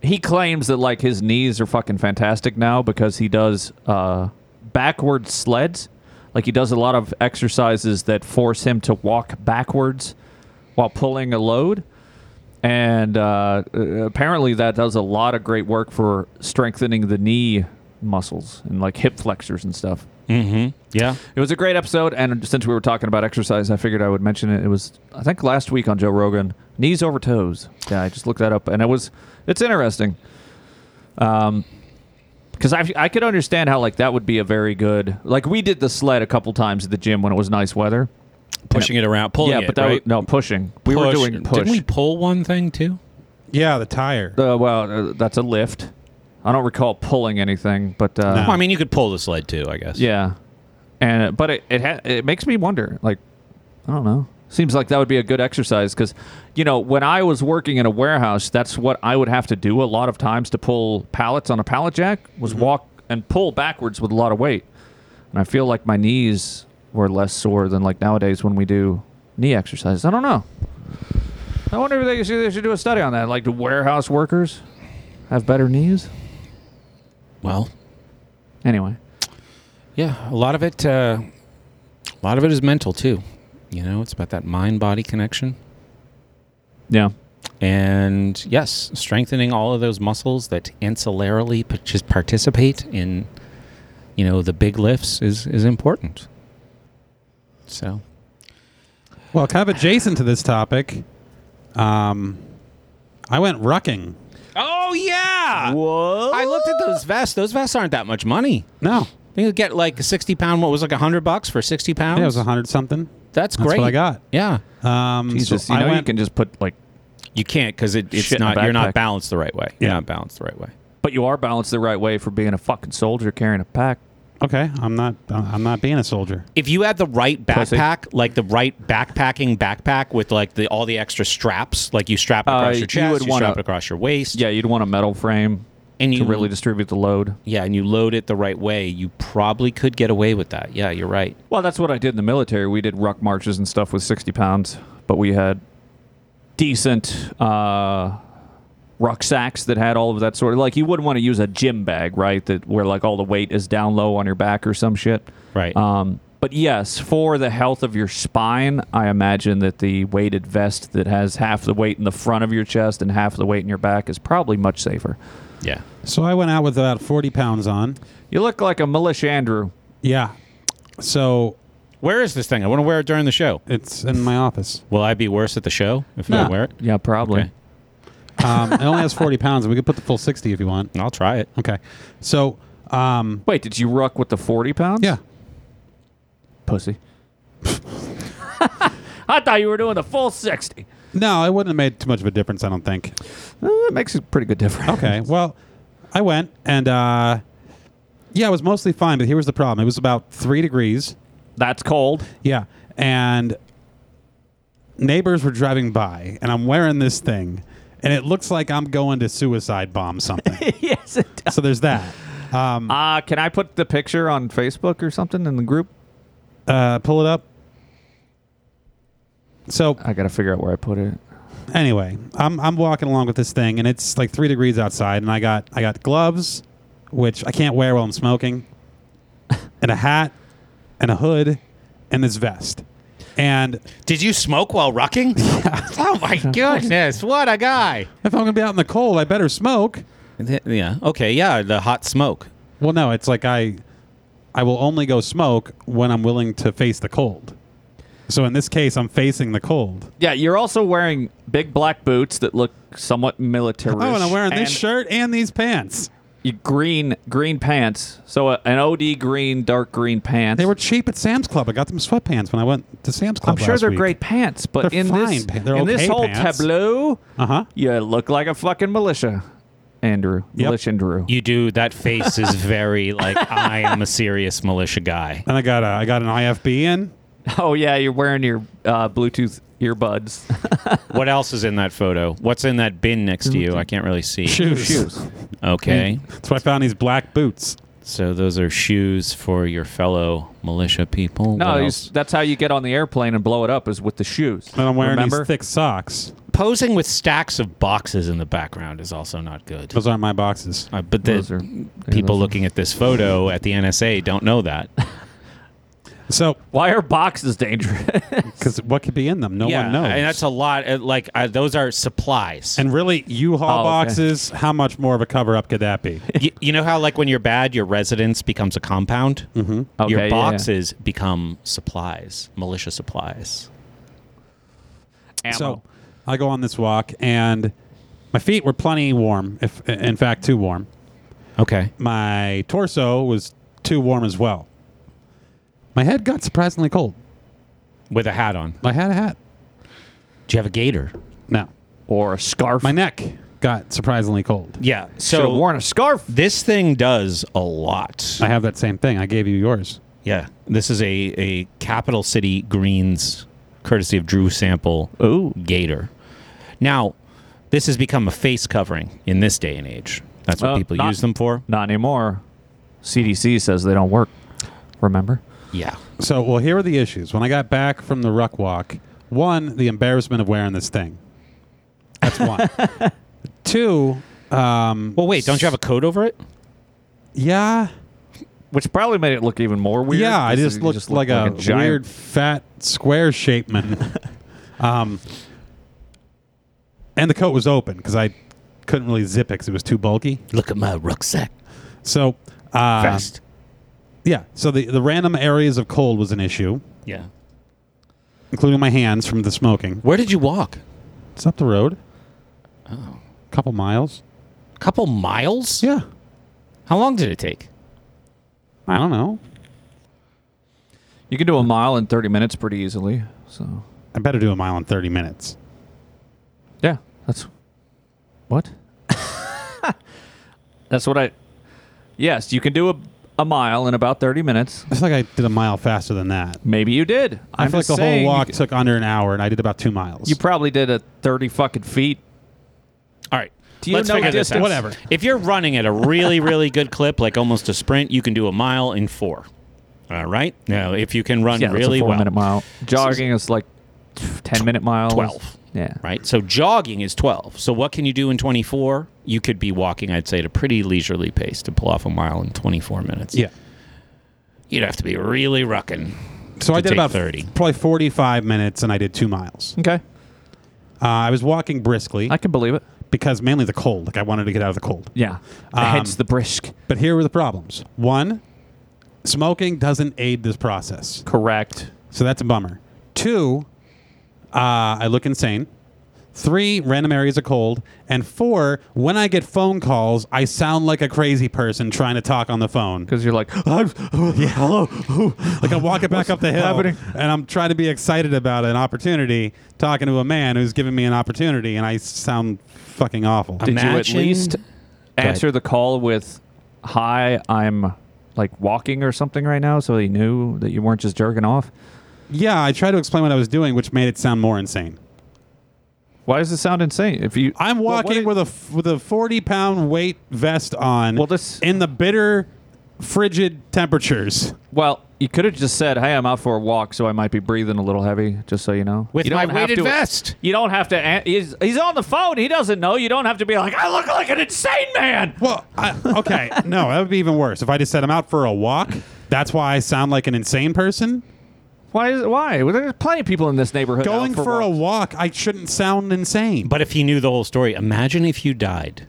[SPEAKER 1] he claims that like his knees are fucking fantastic now because he does uh, backward sleds. Like he does a lot of exercises that force him to walk backwards while pulling a load and uh, uh, apparently that does a lot of great work for strengthening the knee muscles and like hip flexors and stuff.
[SPEAKER 5] Yeah.
[SPEAKER 1] It was a great episode, and since we were talking about exercise, I figured I would mention it. It was I think last week on Joe Rogan, knees over toes. Yeah, I just looked that up, and it was it's interesting. Um, because I I could understand how like that would be a very good like we did the sled a couple times at the gym when it was nice weather.
[SPEAKER 5] Pushing it around, pulling
[SPEAKER 1] yeah,
[SPEAKER 5] it,
[SPEAKER 1] but that
[SPEAKER 5] Oh, right?
[SPEAKER 1] was, no pushing. We were
[SPEAKER 5] Push.
[SPEAKER 1] doing push.
[SPEAKER 5] Didn't we pull one thing too?
[SPEAKER 2] Yeah, the tire.
[SPEAKER 1] Uh, well, uh, that's a lift. I don't recall pulling anything, but uh,
[SPEAKER 2] No.
[SPEAKER 5] Well, I mean, you could pull the sled too, I guess.
[SPEAKER 1] yeah, and uh, but it it, ha- it makes me wonder. Like, I don't know. Seems like that would be a good exercise because, you know, when I was working in a warehouse, that's what I would have to do a lot of times to pull pallets on a pallet jack was
[SPEAKER 2] Mm-hmm.
[SPEAKER 1] walk and pull backwards with a lot of weight, and I feel like my knees were less sore than like nowadays when we do knee exercises. I don't know. I wonder if they should, they should do a study on that. Like, do warehouse workers have better knees?
[SPEAKER 5] Well,
[SPEAKER 1] Anyway,
[SPEAKER 5] yeah, a lot of it, uh, a lot of it is mental too. You know, it's about that mind-body connection,
[SPEAKER 1] yeah.
[SPEAKER 5] and yes, strengthening all of those muscles that ancillarily pa- just participate in, you know, the big lifts is is important. So
[SPEAKER 2] Well, kind of adjacent to this topic, um, I went rucking.
[SPEAKER 5] Oh, Yeah. Whoa. I looked at those vests. Those vests aren't that much money.
[SPEAKER 2] No.
[SPEAKER 5] You could get like a 60 pound, what was it, like 100 bucks for 60 pounds?
[SPEAKER 2] Yeah, it was a hundred something. That's
[SPEAKER 5] That's great.
[SPEAKER 2] what I got.
[SPEAKER 5] Yeah.
[SPEAKER 2] Um,
[SPEAKER 1] Jesus,
[SPEAKER 2] so
[SPEAKER 1] you
[SPEAKER 2] I
[SPEAKER 1] know you
[SPEAKER 2] went-
[SPEAKER 1] can just put like,
[SPEAKER 5] You can't because it, it's
[SPEAKER 1] Shit in a
[SPEAKER 5] not, you're
[SPEAKER 1] backpack.
[SPEAKER 5] not balanced the right way. You're
[SPEAKER 2] Yeah.
[SPEAKER 5] not balanced the right way.
[SPEAKER 1] but you are balanced the right way for being a fucking soldier carrying a pack.
[SPEAKER 2] Okay, I'm not. I'm not being a soldier.
[SPEAKER 5] If you had the right
[SPEAKER 1] Pussy.
[SPEAKER 5] backpack, like the right backpacking backpack with like the all the extra straps, like you strap it
[SPEAKER 1] Uh,
[SPEAKER 5] across your
[SPEAKER 1] you
[SPEAKER 5] chest,
[SPEAKER 1] would
[SPEAKER 5] you,
[SPEAKER 1] wanna-
[SPEAKER 5] strap it across your waist,
[SPEAKER 1] Yeah, you'd want a metal frame
[SPEAKER 5] and you
[SPEAKER 1] to really distribute the load.
[SPEAKER 5] yeah, and you load it the right way, you probably could get away with that. Yeah, you're right.
[SPEAKER 1] Well, that's what I did in the military. We did ruck marches and stuff with 60 pounds, but we had decent uh, rucksacks that had all of that sort of like you wouldn't want to use a gym bag, right? That where like all the weight is down low on your back or some shit.
[SPEAKER 5] Right.
[SPEAKER 1] Um, but yes, for the health of your spine, I imagine that the weighted vest that has half the weight in the front of your chest and half the weight in your back is probably much safer.
[SPEAKER 5] yeah.
[SPEAKER 2] So I went out with about forty pounds on.
[SPEAKER 1] You look like a militia Andrew.
[SPEAKER 2] Yeah. So
[SPEAKER 5] Where is this thing? I want to wear it during the show.
[SPEAKER 2] it's in my office.
[SPEAKER 5] Will I be worse at the show if I
[SPEAKER 2] No.
[SPEAKER 5] wear it?
[SPEAKER 1] Yeah, probably.
[SPEAKER 5] Okay.
[SPEAKER 2] Um, it only has forty pounds, and we could put the full sixty if you want.
[SPEAKER 5] I'll try it.
[SPEAKER 2] Okay. So um,
[SPEAKER 1] Wait, did you ruck with the 40 pounds?
[SPEAKER 2] yeah,
[SPEAKER 1] pussy. I thought you were doing the full 60.
[SPEAKER 2] no, it wouldn't have made too much of a difference, I don't think.
[SPEAKER 1] Uh, that makes a pretty good difference.
[SPEAKER 2] Okay. Well, I went and uh, yeah, it was mostly fine, but here was the problem. It was about three degrees.
[SPEAKER 1] That's cold.
[SPEAKER 2] Yeah. And neighbors were driving by, and I'm wearing this thing, and it looks like I'm going to suicide bomb something.
[SPEAKER 1] yes, it does.
[SPEAKER 2] so there's that.
[SPEAKER 1] Uh, can I put the picture on Facebook or something in the group?
[SPEAKER 2] Uh, pull it up. So
[SPEAKER 1] I got to figure out where I put it.
[SPEAKER 2] anyway, I'm I'm walking along with this thing, and it's like three degrees outside, and I got I got gloves, which I can't wear while I'm smoking, and a hat, and a hood, and this vest, and
[SPEAKER 5] Did you smoke while rocking? oh my goodness, what a guy.
[SPEAKER 2] if I'm gonna be out in the cold, I better smoke.
[SPEAKER 5] Yeah. Okay, yeah, the hot smoke.
[SPEAKER 2] Well, no, it's like I I will only go smoke when I'm willing to face the cold. So in this case, I'm facing the cold.
[SPEAKER 1] Yeah, you're also wearing big black boots that look somewhat military.
[SPEAKER 2] Oh, and I'm wearing this shirt and these pants.
[SPEAKER 1] Green, green pants. So a, an OD green, dark green pants.
[SPEAKER 2] They were cheap at Sam's Club. I got them sweatpants when I went to Sam's
[SPEAKER 1] I'm
[SPEAKER 2] Club.
[SPEAKER 1] sure
[SPEAKER 2] last
[SPEAKER 1] they're
[SPEAKER 2] week.
[SPEAKER 1] great pants, but
[SPEAKER 2] They're
[SPEAKER 1] in this
[SPEAKER 2] fine pa- they're
[SPEAKER 1] in this
[SPEAKER 2] okay
[SPEAKER 1] whole
[SPEAKER 2] pants.
[SPEAKER 1] tableau,
[SPEAKER 2] Uh huh.
[SPEAKER 1] you look like a fucking militia, Andrew.
[SPEAKER 2] Yep.
[SPEAKER 1] Militia Andrew.
[SPEAKER 5] You do that face is very like I am a serious militia guy.
[SPEAKER 2] And I got a, I got an IFB in.
[SPEAKER 1] Oh yeah, you're wearing your uh, Bluetooth earbuds.
[SPEAKER 5] What else is in that photo? What's in that bin next to you? I can't really see.
[SPEAKER 2] Shoes.
[SPEAKER 5] Okay.
[SPEAKER 1] Mm.
[SPEAKER 2] That's why I found these black boots.
[SPEAKER 5] So those are shoes for your fellow militia people.
[SPEAKER 1] No,
[SPEAKER 5] What
[SPEAKER 1] you-
[SPEAKER 5] else?
[SPEAKER 1] that's how you get on the airplane and blow it up is with the shoes.
[SPEAKER 2] And I'm wearing
[SPEAKER 1] Remember?
[SPEAKER 2] these thick socks.
[SPEAKER 5] posing with stacks of boxes in the background is also not good.
[SPEAKER 2] Those aren't my boxes.
[SPEAKER 5] Uh, but the
[SPEAKER 1] Those are-
[SPEAKER 5] people
[SPEAKER 1] those are-
[SPEAKER 5] looking at this photo at the NSA don't know that.
[SPEAKER 2] So,
[SPEAKER 1] Why are boxes dangerous?
[SPEAKER 2] because what could be in them? No one knows.
[SPEAKER 5] and that's a lot. uh, Like uh, those are supplies.
[SPEAKER 2] And really, U-Haul
[SPEAKER 1] Oh, okay.
[SPEAKER 2] boxes. How much more of a cover up could that be?
[SPEAKER 5] you, you know how, like, when you're bad, your residence becomes a compound. Mm-hmm.
[SPEAKER 1] Okay, yeah,
[SPEAKER 5] your
[SPEAKER 1] yeah.
[SPEAKER 5] boxes become supplies, militia supplies.
[SPEAKER 2] So I go on this walk, and my feet were plenty warm. If in fact too warm,
[SPEAKER 5] Okay.
[SPEAKER 2] my torso was too warm as well. My head got surprisingly cold.
[SPEAKER 5] With a hat on.
[SPEAKER 2] I had a hat.
[SPEAKER 5] Do you have a gator?
[SPEAKER 2] No,
[SPEAKER 1] or a scarf.
[SPEAKER 2] my neck got surprisingly cold.
[SPEAKER 5] Yeah.
[SPEAKER 1] Should have
[SPEAKER 5] So
[SPEAKER 1] worn a scarf.
[SPEAKER 5] this thing does a lot.
[SPEAKER 2] I have that same thing. I gave you yours.
[SPEAKER 5] Yeah. This is a, a capital city greens, courtesy of Drew Sample
[SPEAKER 1] Ooh.
[SPEAKER 5] gator. Now, this has become a face covering in this day and age. That's what
[SPEAKER 1] Well,
[SPEAKER 5] people
[SPEAKER 1] not-
[SPEAKER 5] use them for.
[SPEAKER 1] Not anymore. CDC says they don't work. Remember?
[SPEAKER 5] Yeah.
[SPEAKER 2] So, well, here are the issues. When I got back from the ruck walk, one, the embarrassment of wearing this thing. That's one. Two, um,
[SPEAKER 5] Well, wait. Don't you have a coat over it?
[SPEAKER 2] yeah,
[SPEAKER 1] Which probably made it look even more weird.
[SPEAKER 2] yeah. I
[SPEAKER 1] because
[SPEAKER 2] just
[SPEAKER 1] you look
[SPEAKER 2] looked like, a,
[SPEAKER 1] giant-
[SPEAKER 2] weird fat square shape man. um, and the coat was open because I couldn't really zip it because it was too bulky.
[SPEAKER 5] Look at my rucksack.
[SPEAKER 2] So, uh, yeah. So the the random areas of cold was an issue,
[SPEAKER 5] Yeah.
[SPEAKER 2] including my hands from the smoking.
[SPEAKER 5] Where did you walk?
[SPEAKER 2] It's up the road. Oh. Couple miles.
[SPEAKER 5] couple miles?
[SPEAKER 2] Yeah.
[SPEAKER 5] How long did it take?
[SPEAKER 2] I don't know.
[SPEAKER 1] You can do a mile in 30 minutes pretty easily. So,
[SPEAKER 2] I better do a mile in 30 minutes.
[SPEAKER 1] yeah, that's what? that's what I. Yes, you can do a, a mile in about 30 minutes.
[SPEAKER 2] I feel like I did a mile faster than that.
[SPEAKER 1] Maybe you did.
[SPEAKER 2] i
[SPEAKER 1] I'm
[SPEAKER 2] feel like
[SPEAKER 1] just
[SPEAKER 2] the
[SPEAKER 1] saying,
[SPEAKER 2] whole walk
[SPEAKER 1] You,
[SPEAKER 2] took under an hour, and I did about two miles.
[SPEAKER 1] you probably did a 30 fucking feet.
[SPEAKER 5] All right.
[SPEAKER 1] Do you
[SPEAKER 5] Let's
[SPEAKER 1] know
[SPEAKER 5] figure this
[SPEAKER 1] distance?
[SPEAKER 5] out.
[SPEAKER 2] Whatever.
[SPEAKER 5] If you're running at a really, really good clip, like almost a sprint, you can do a mile in four. All right. Now, if you can run
[SPEAKER 1] Yeah, that's
[SPEAKER 5] really
[SPEAKER 1] a four
[SPEAKER 5] well,
[SPEAKER 1] minute mile. Jogging is like 10 minute miles.
[SPEAKER 5] 12.
[SPEAKER 1] Yeah.
[SPEAKER 5] right? So jogging is 12. So what can you do in 24? You could be walking, I'd say, at a pretty leisurely pace to pull off a mile in 24 minutes.
[SPEAKER 2] yeah.
[SPEAKER 5] You'd have to be really rucking.
[SPEAKER 2] So I
[SPEAKER 5] To
[SPEAKER 2] did
[SPEAKER 5] take
[SPEAKER 2] about
[SPEAKER 5] 30.
[SPEAKER 2] probably 45 minutes, and I did two miles.
[SPEAKER 1] Okay.
[SPEAKER 2] Uh, I was walking briskly
[SPEAKER 1] Hmm. I can believe it.
[SPEAKER 2] because mainly the cold. Like I wanted to get out of the cold.
[SPEAKER 1] Yeah.
[SPEAKER 2] Um,
[SPEAKER 1] Hence the brisk.
[SPEAKER 2] But here were the problems. One, smoking doesn't aid this process.
[SPEAKER 1] Correct.
[SPEAKER 2] So that's a bummer. Two, uh, I look insane. Three, random areas are cold. And four, when I get phone calls, I sound like a crazy person trying to talk on the phone.
[SPEAKER 1] Because you're like,
[SPEAKER 2] Yeah, hello. like I'm walking back up the hill
[SPEAKER 1] happening?
[SPEAKER 2] and I'm trying to be excited about an opportunity, talking to a man who's giving me an opportunity, and I sound fucking awful.
[SPEAKER 1] Did
[SPEAKER 5] Imagine-
[SPEAKER 1] you at least answer the call with "Hi, I'm like walking or something right now," so he knew that you weren't just jerking off?
[SPEAKER 2] yeah, I tried to explain what I was doing, which made it sound more insane.
[SPEAKER 1] Why does this sound insane? If you,
[SPEAKER 2] I'm
[SPEAKER 1] Well, what
[SPEAKER 2] walking
[SPEAKER 1] it-
[SPEAKER 2] with a f- with a 40 pound weight vest on.
[SPEAKER 1] Well, this-
[SPEAKER 2] in the bitter, frigid temperatures.
[SPEAKER 1] well, you could have just said, "Hey, I'm out for a walk, so I might be breathing a little heavy," just so you know.
[SPEAKER 5] With
[SPEAKER 1] you
[SPEAKER 5] my
[SPEAKER 1] don't have
[SPEAKER 5] weighted
[SPEAKER 1] to-
[SPEAKER 5] vest.
[SPEAKER 1] You don't have to. an- He's he's on the phone. He doesn't know. You don't have to be like, "I look like an insane man."
[SPEAKER 2] Well, I, okay, no, that would be even worse if I just said I'm out for a walk. That's why I sound like an insane person.
[SPEAKER 1] Why? Is, why? Well, there's plenty of people in this neighborhood out
[SPEAKER 2] Going for, a
[SPEAKER 1] walks.
[SPEAKER 2] walk, I shouldn't sound insane.
[SPEAKER 5] But if he knew the whole story, imagine if you died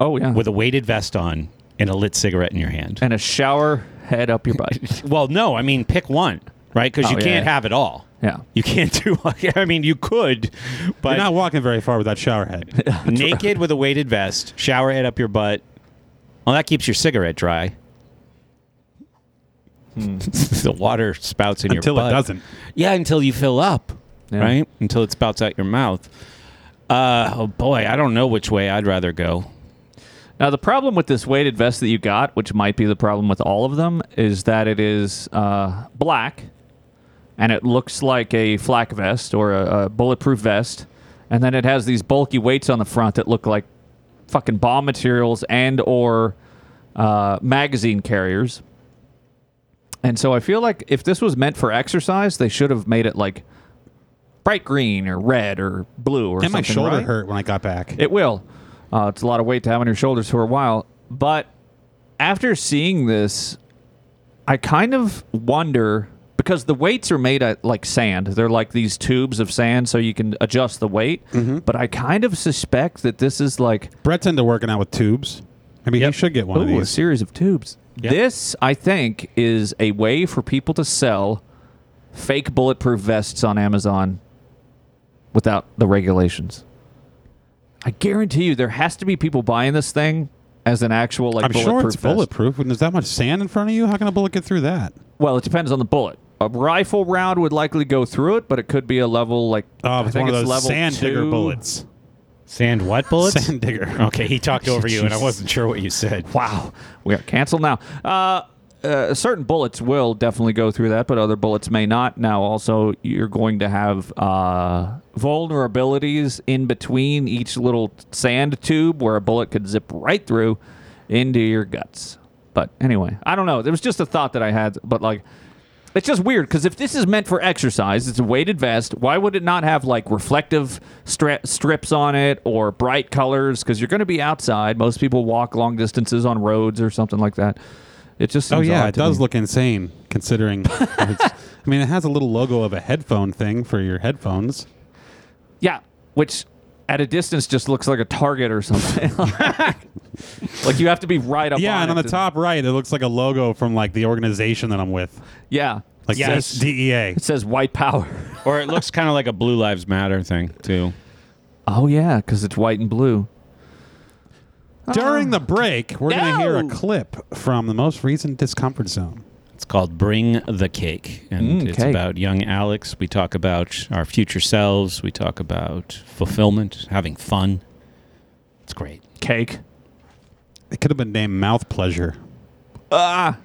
[SPEAKER 1] Oh yeah,
[SPEAKER 5] with a weighted vest on and a lit cigarette in your hand.
[SPEAKER 1] and a shower head up your butt.
[SPEAKER 5] Well, no, I mean, pick one, right? Because you
[SPEAKER 1] Oh, yeah,
[SPEAKER 5] can't
[SPEAKER 1] yeah.
[SPEAKER 5] have it all.
[SPEAKER 1] yeah.
[SPEAKER 5] You can't do. I mean, you could, but
[SPEAKER 2] You're not walking very far with that shower head.
[SPEAKER 5] naked with a weighted vest, shower head up your butt. Well, that keeps your cigarette dry. the water spouts in
[SPEAKER 2] Hmm. Until it
[SPEAKER 5] your butt.
[SPEAKER 2] doesn't.
[SPEAKER 5] Yeah, until you fill up,
[SPEAKER 1] Yeah.
[SPEAKER 5] right? Until it spouts out your mouth. Uh, oh boy, I don't know which way I'd rather go.
[SPEAKER 1] Now, the problem with this weighted vest that you got, which might be the problem with all of them, is that it is uh, black and it looks like a flak vest or a, a bulletproof vest. And then it has these bulky weights on the front that look like fucking bomb materials and or uh, magazine carriers. And so I feel like if this was meant for exercise, they should have made it like bright green or red or blue or
[SPEAKER 2] And
[SPEAKER 1] something.
[SPEAKER 2] my shoulder
[SPEAKER 1] right?
[SPEAKER 2] hurt when I got back.
[SPEAKER 1] It will. Uh, it's a lot of weight to have on your shoulders for a while. But after seeing this, I kind of wonder because the weights are made at like sand. They're like these tubes of sand, so you can adjust the weight. But I kind of suspect that this is like
[SPEAKER 2] Brett's into working out with tubes. Maybe he should get one of
[SPEAKER 1] Ooh, a
[SPEAKER 2] these.
[SPEAKER 1] series of tubes. This, I think, is a way for people to sell fake bulletproof vests on Amazon without the regulations. I guarantee you, there has to be people buying this thing as an actual like
[SPEAKER 2] I'm
[SPEAKER 1] bulletproof
[SPEAKER 2] sure it's
[SPEAKER 1] vest.
[SPEAKER 2] bulletproof. When there's that much sand in front of you, how can a bullet get through that?
[SPEAKER 1] Well, it depends on the bullet. A rifle round would likely go through it, but it could be a level like
[SPEAKER 2] Oh,
[SPEAKER 1] I
[SPEAKER 2] it's
[SPEAKER 1] think
[SPEAKER 2] one of
[SPEAKER 1] it's
[SPEAKER 2] those
[SPEAKER 1] level
[SPEAKER 2] sand digger
[SPEAKER 1] two.
[SPEAKER 2] bullets.
[SPEAKER 5] Sand what bullets?
[SPEAKER 2] Sand digger.
[SPEAKER 5] Okay, he talked over you, and I wasn't sure what you said.
[SPEAKER 1] Wow, we are canceled now. Uh, uh, certain bullets will definitely go through that, but other bullets may not. Now, also, you're going to have uh, vulnerabilities in between each little sand tube where a bullet could zip right through into your guts. But anyway, I don't know. It was just a thought that I had, but like, it's just weird because if this is meant for exercise, it's a weighted vest. Why would it not have like reflective stra- strips on it or bright colors? Because you're going to be outside. Most people walk long distances on roads or something like that. It just
[SPEAKER 2] Oh
[SPEAKER 1] seems
[SPEAKER 2] yeah,
[SPEAKER 1] odd
[SPEAKER 2] it
[SPEAKER 1] to
[SPEAKER 2] does
[SPEAKER 1] me.
[SPEAKER 2] look insane considering. it's, I mean, it has a little logo of a headphone thing for your headphones.
[SPEAKER 1] yeah, which at a distance just looks like a target or something. like you have to be right up.
[SPEAKER 2] yeah,
[SPEAKER 1] on
[SPEAKER 2] and on
[SPEAKER 1] it
[SPEAKER 2] the
[SPEAKER 1] to-
[SPEAKER 2] top right, it looks like a logo from like the organization that I'm with,
[SPEAKER 1] Yeah,
[SPEAKER 2] like E
[SPEAKER 5] Yes.
[SPEAKER 2] says DEA.
[SPEAKER 1] it says white power.
[SPEAKER 5] Or it looks kind of like a Blue Lives Matter thing too.
[SPEAKER 1] Oh yeah, because it's white and blue.
[SPEAKER 7] Um,
[SPEAKER 2] During the break, we're going to hear a
[SPEAKER 1] No.
[SPEAKER 2] clip from the most recent Discomfort Zone.
[SPEAKER 5] It's called Bring the Cake, and
[SPEAKER 1] Mm,
[SPEAKER 5] it's
[SPEAKER 1] cake.
[SPEAKER 5] about young Alex. We talk about our future selves. We talk about fulfillment, having fun. It's great.
[SPEAKER 1] Cake.
[SPEAKER 2] It could have been named Mouth Pleasure.
[SPEAKER 1] Ah,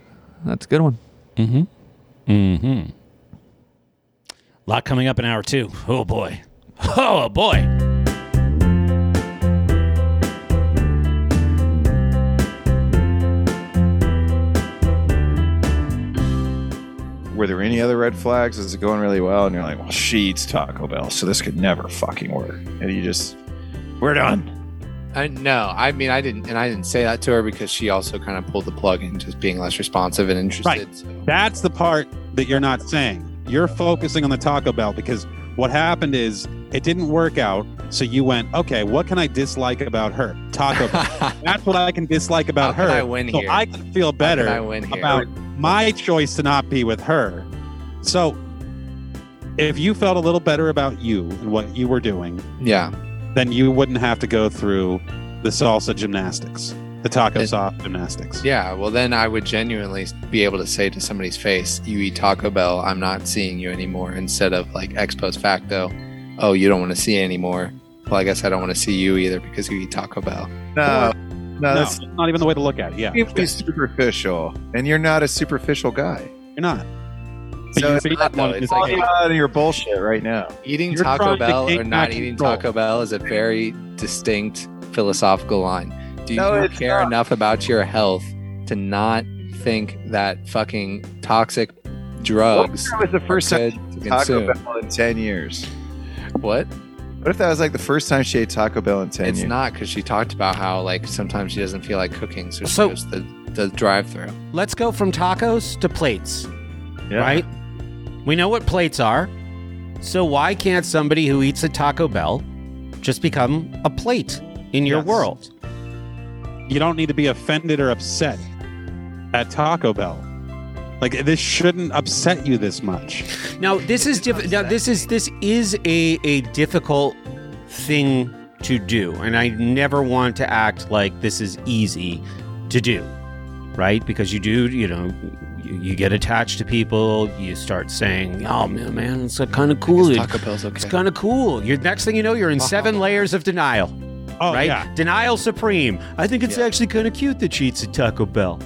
[SPEAKER 1] that's a good one.
[SPEAKER 5] A lot coming up in hour two. Oh boy. Oh boy.
[SPEAKER 8] were there any other red flags? Is it going really well? And you're like, well, she eats Taco Bell, so this could never fucking work. And you just, we're done.
[SPEAKER 7] I no, I mean I didn't, and I didn't say that to her because she also kind of pulled the plug in just being less responsive and interested.
[SPEAKER 2] Right.
[SPEAKER 7] So.
[SPEAKER 2] That's the part that you're not saying. You're focusing on the Taco Bell because what happened is it didn't work out. So you went, okay, what can I dislike about her? Taco Bell. That's what I can dislike about
[SPEAKER 7] How
[SPEAKER 2] her.
[SPEAKER 7] can I win
[SPEAKER 2] so
[SPEAKER 7] here?
[SPEAKER 2] I can feel better
[SPEAKER 7] How can I win here?
[SPEAKER 2] about my choice to not be with her. So if you felt a little better about you and what you were doing,
[SPEAKER 7] yeah,
[SPEAKER 2] then you wouldn't have to go through the salsa gymnastics, the taco
[SPEAKER 7] It-
[SPEAKER 2] soft gymnastics.
[SPEAKER 7] yeah. Well, then I would genuinely be able to say to somebody's face, "You eat Taco Bell. I'm not seeing you anymore." Instead of like ex post facto, "Oh, you don't want to see it anymore." Well, I guess I don't want to see you either because you eat Taco Bell.
[SPEAKER 8] No, no,
[SPEAKER 2] No,
[SPEAKER 8] that's
[SPEAKER 2] that's not even the way to look at it. Yeah, you're
[SPEAKER 8] extremely superficial. And you're not a superficial guy.
[SPEAKER 2] not.
[SPEAKER 8] So it's
[SPEAKER 2] you
[SPEAKER 7] not, though.
[SPEAKER 2] wanna
[SPEAKER 7] It's
[SPEAKER 2] dislike
[SPEAKER 7] like-
[SPEAKER 2] it.
[SPEAKER 8] Get out of your bullshit right now.
[SPEAKER 7] Eating
[SPEAKER 2] You're trying
[SPEAKER 7] Taco
[SPEAKER 2] to
[SPEAKER 7] Bell
[SPEAKER 2] gain
[SPEAKER 7] or
[SPEAKER 2] back
[SPEAKER 7] not eating
[SPEAKER 2] control.
[SPEAKER 7] Taco Bell is a very distinct philosophical line. Do you
[SPEAKER 8] No, it's
[SPEAKER 7] care enough about your health to not think that fucking toxic drugs
[SPEAKER 8] What if that was the first
[SPEAKER 7] are
[SPEAKER 8] time
[SPEAKER 7] good to
[SPEAKER 8] Taco
[SPEAKER 7] consume?
[SPEAKER 8] Bell in 10 years?
[SPEAKER 7] What?
[SPEAKER 8] What if that was like the first time she ate Taco Bell in 10
[SPEAKER 7] it's
[SPEAKER 8] years?
[SPEAKER 7] not because she talked about how like sometimes she doesn't feel like cooking, so she
[SPEAKER 5] So-
[SPEAKER 7] goes to the drive-through.
[SPEAKER 5] Let's go from tacos to plates,
[SPEAKER 8] Yeah.
[SPEAKER 5] right? We know what plates are. So why can't somebody who eats a Taco Bell just become a plate in your
[SPEAKER 2] Yes.
[SPEAKER 5] world?
[SPEAKER 2] you don't need to be offended or upset at Taco Bell. Like this shouldn't upset you this much.
[SPEAKER 5] Now this is diff- now this is this is a a difficult thing to do and I never want to act like this is easy to do. Right? Because you do, you know, you, you get attached to people, you start saying, "Oh man, man, it's kind of cool.
[SPEAKER 7] Taco Bell's okay.
[SPEAKER 5] It's kind of cool." Your next thing you know, you're in seven layers of denial,
[SPEAKER 2] Oh
[SPEAKER 5] right?
[SPEAKER 2] yeah,
[SPEAKER 5] Denial supreme. I think it's
[SPEAKER 7] Yeah.
[SPEAKER 5] actually kind of cute that she eats a Taco Bell.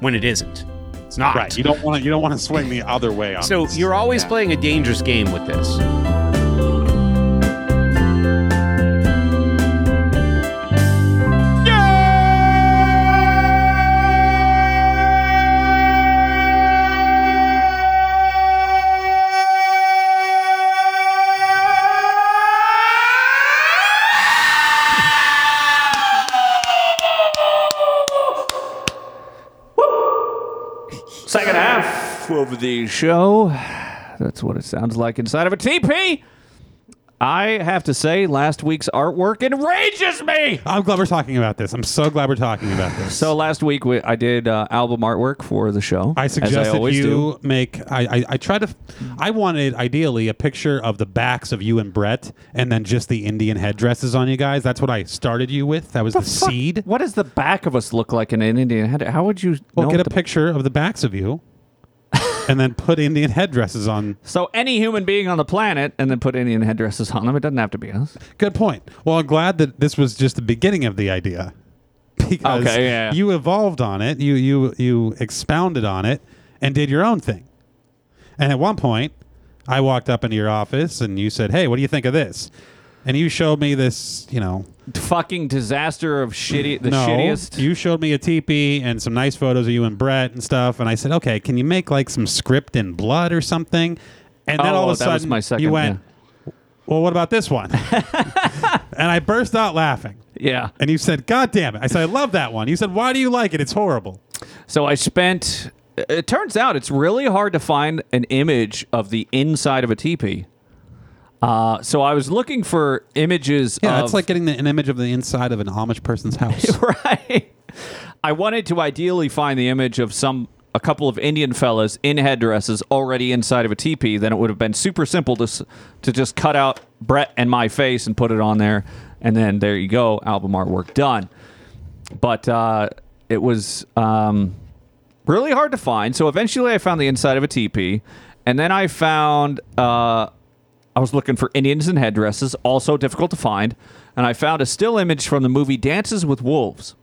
[SPEAKER 5] When it isn't. It's not.
[SPEAKER 2] right. You don't want to. You don't want to swing the other way on.
[SPEAKER 5] So
[SPEAKER 2] this.
[SPEAKER 5] you're always
[SPEAKER 7] Yeah.
[SPEAKER 5] playing a dangerous game with this.
[SPEAKER 1] Second half of the show. That's what it sounds like inside of a TP. I have to say, last week's artwork enrages me.
[SPEAKER 2] I'm glad we're talking about this. I'm so glad we're talking about this.
[SPEAKER 1] So last week we, I did uh, album artwork for the show.
[SPEAKER 2] I
[SPEAKER 1] as
[SPEAKER 2] suggested
[SPEAKER 1] always
[SPEAKER 2] you
[SPEAKER 1] do.
[SPEAKER 2] make. I, I I tried to. I wanted ideally a picture of the backs of you and Brett, and then just the Indian headdresses on you guys. That's what I started you with. That was the,
[SPEAKER 1] Fuck,
[SPEAKER 2] seed.
[SPEAKER 1] What does the back of us look like in an Indian head? How would you
[SPEAKER 2] Well,
[SPEAKER 1] know
[SPEAKER 2] get a
[SPEAKER 1] the-
[SPEAKER 2] picture of the backs of you, and then put Indian headdresses on
[SPEAKER 1] So any human being on the planet, and then put Indian headdresses on them. It doesn't have to be us.
[SPEAKER 2] Good point. Well, I'm glad that this was just the beginning of the idea because
[SPEAKER 1] Okay, yeah, yeah.
[SPEAKER 2] you evolved on it, you you you expounded on it, and did your own thing. And at one point, I walked up into your office and you said, "Hey, what do you think of this?" And you showed me this, you know,
[SPEAKER 1] Fucking disaster of shitty, the
[SPEAKER 2] no,
[SPEAKER 1] shittiest.
[SPEAKER 2] You showed me a teepee and some nice photos of you and Brett and stuff, and I said, "Okay, can you make like some script in blood or something?" And then
[SPEAKER 1] Oh,
[SPEAKER 2] all of a
[SPEAKER 1] that
[SPEAKER 2] sudden,
[SPEAKER 1] was my second,
[SPEAKER 2] you went, "Well, what about this one?" and I burst out laughing.
[SPEAKER 1] yeah.
[SPEAKER 2] And you said, "God damn it!" I said, "I love that one." You said, "Why do you like it? It's horrible."
[SPEAKER 1] So I spent. It turns out it's really hard to find an image of the inside of a teepee. Uh, so I was looking for images.
[SPEAKER 2] Yeah,
[SPEAKER 1] of,
[SPEAKER 2] it's like getting the, an image of the inside of an Amish person's house.
[SPEAKER 1] right. I wanted to ideally find the image of some a couple of Indian fellas in headdresses already inside of a teepee, then it would have been super simple to s- to just cut out Brett and my face and put it on there, and then there you go, album artwork done. But uh, it was um, really hard to find. So eventually, I found the inside of a teepee, and then I found. Uh, I was looking for Indians in headdresses, also difficult to find, and I found a still image from the movie Dances with Wolves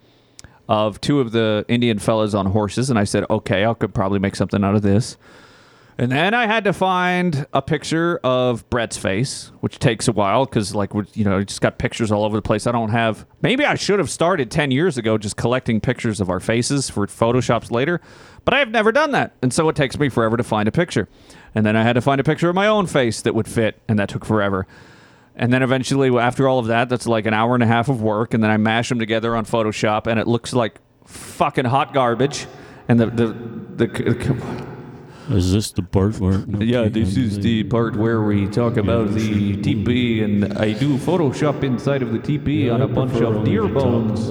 [SPEAKER 1] of two of the Indian fellas on horses, and I said, okay, I could probably make something out of this. And then I had to find a picture of Brett's face, which takes a while because, like, we- you know, I just got pictures all over the place. I don't have. Maybe I should have started 10 years ago just collecting pictures of our faces for Photoshops later, but I've never done that. And so it takes me forever to find a picture. And then I had to find a picture of my own face that would fit, and that took forever. And then eventually, after all of that, that's like an hour and a half of work. And then I mash them together on Photoshop, and it looks like fucking hot garbage. And the the the,
[SPEAKER 6] Is this the part where?
[SPEAKER 1] yeah, this is the part where we talk about the TP, and I do Photoshop inside of the TP on a bunch of deer bones.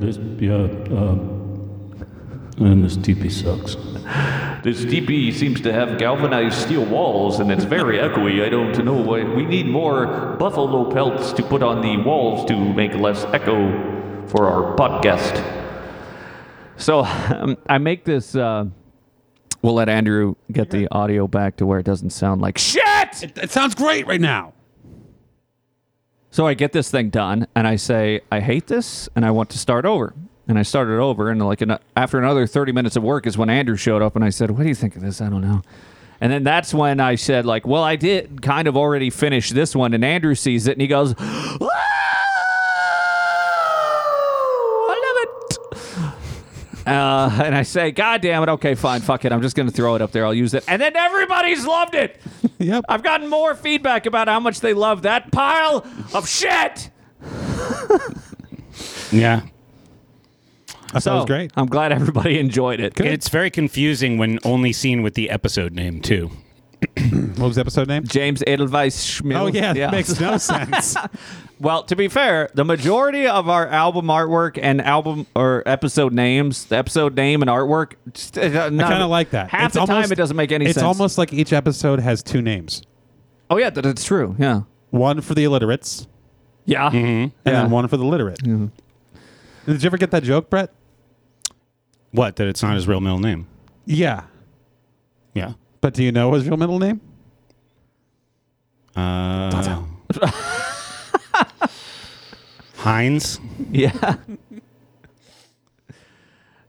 [SPEAKER 6] This, yeah, um, and this teepee sucks.
[SPEAKER 1] This TP seems to have galvanized steel walls, and it's very echoey. I don't know why. We need more buffalo pelts to put on the walls to make less echo for our podcast. So um, I make this. Uh, we'll let Andrew get the audio back to where it doesn't sound like shit.
[SPEAKER 2] It sounds great right now.
[SPEAKER 1] So I get this thing done, and I say, I hate this, and I want to start over. And I started over, and like an, after another thirty minutes of work is when Andrew showed up, and I said, "What do you think of this? I don't know." And then that's when I said, like, "Well, I did kind of already finish this one," and Andrew sees it, and he goes, "Wow, "I love it." Uh, and I say, "God damn it! Okay, fine, fuck it. I'm just gonna throw it up there. I'll use it." And then everybody's loved it.
[SPEAKER 2] Yep.
[SPEAKER 1] I've gotten more feedback about how much they love that pile of shit.
[SPEAKER 5] Yeah.
[SPEAKER 2] I thought it was great.
[SPEAKER 1] I'm glad everybody enjoyed it.
[SPEAKER 5] It's very confusing when only seen with the episode name, too.
[SPEAKER 2] What was the episode name?
[SPEAKER 1] James Edelweiss Schmiel.
[SPEAKER 2] Oh yeah, that makes no sense.
[SPEAKER 1] well, to be fair, the majority of our album artwork and album or episode names, the episode name and artwork, just, uh,
[SPEAKER 2] I kind of like that.
[SPEAKER 1] Half
[SPEAKER 2] It's
[SPEAKER 1] the
[SPEAKER 2] almost-
[SPEAKER 1] time, it doesn't make any
[SPEAKER 2] it's
[SPEAKER 1] sense.
[SPEAKER 2] almost like each episode has two names:
[SPEAKER 1] Oh yeah, that, that's true. Yeah.
[SPEAKER 2] one for the illiterates
[SPEAKER 1] Yeah.
[SPEAKER 2] and
[SPEAKER 1] Yeah.
[SPEAKER 2] then one for the literate. Did you ever get that joke, Brett?
[SPEAKER 5] What? That it's not his real middle name.
[SPEAKER 2] Yeah,
[SPEAKER 5] Yeah.
[SPEAKER 2] but do you know his real middle name?
[SPEAKER 5] Uh, Heinz
[SPEAKER 1] Yeah.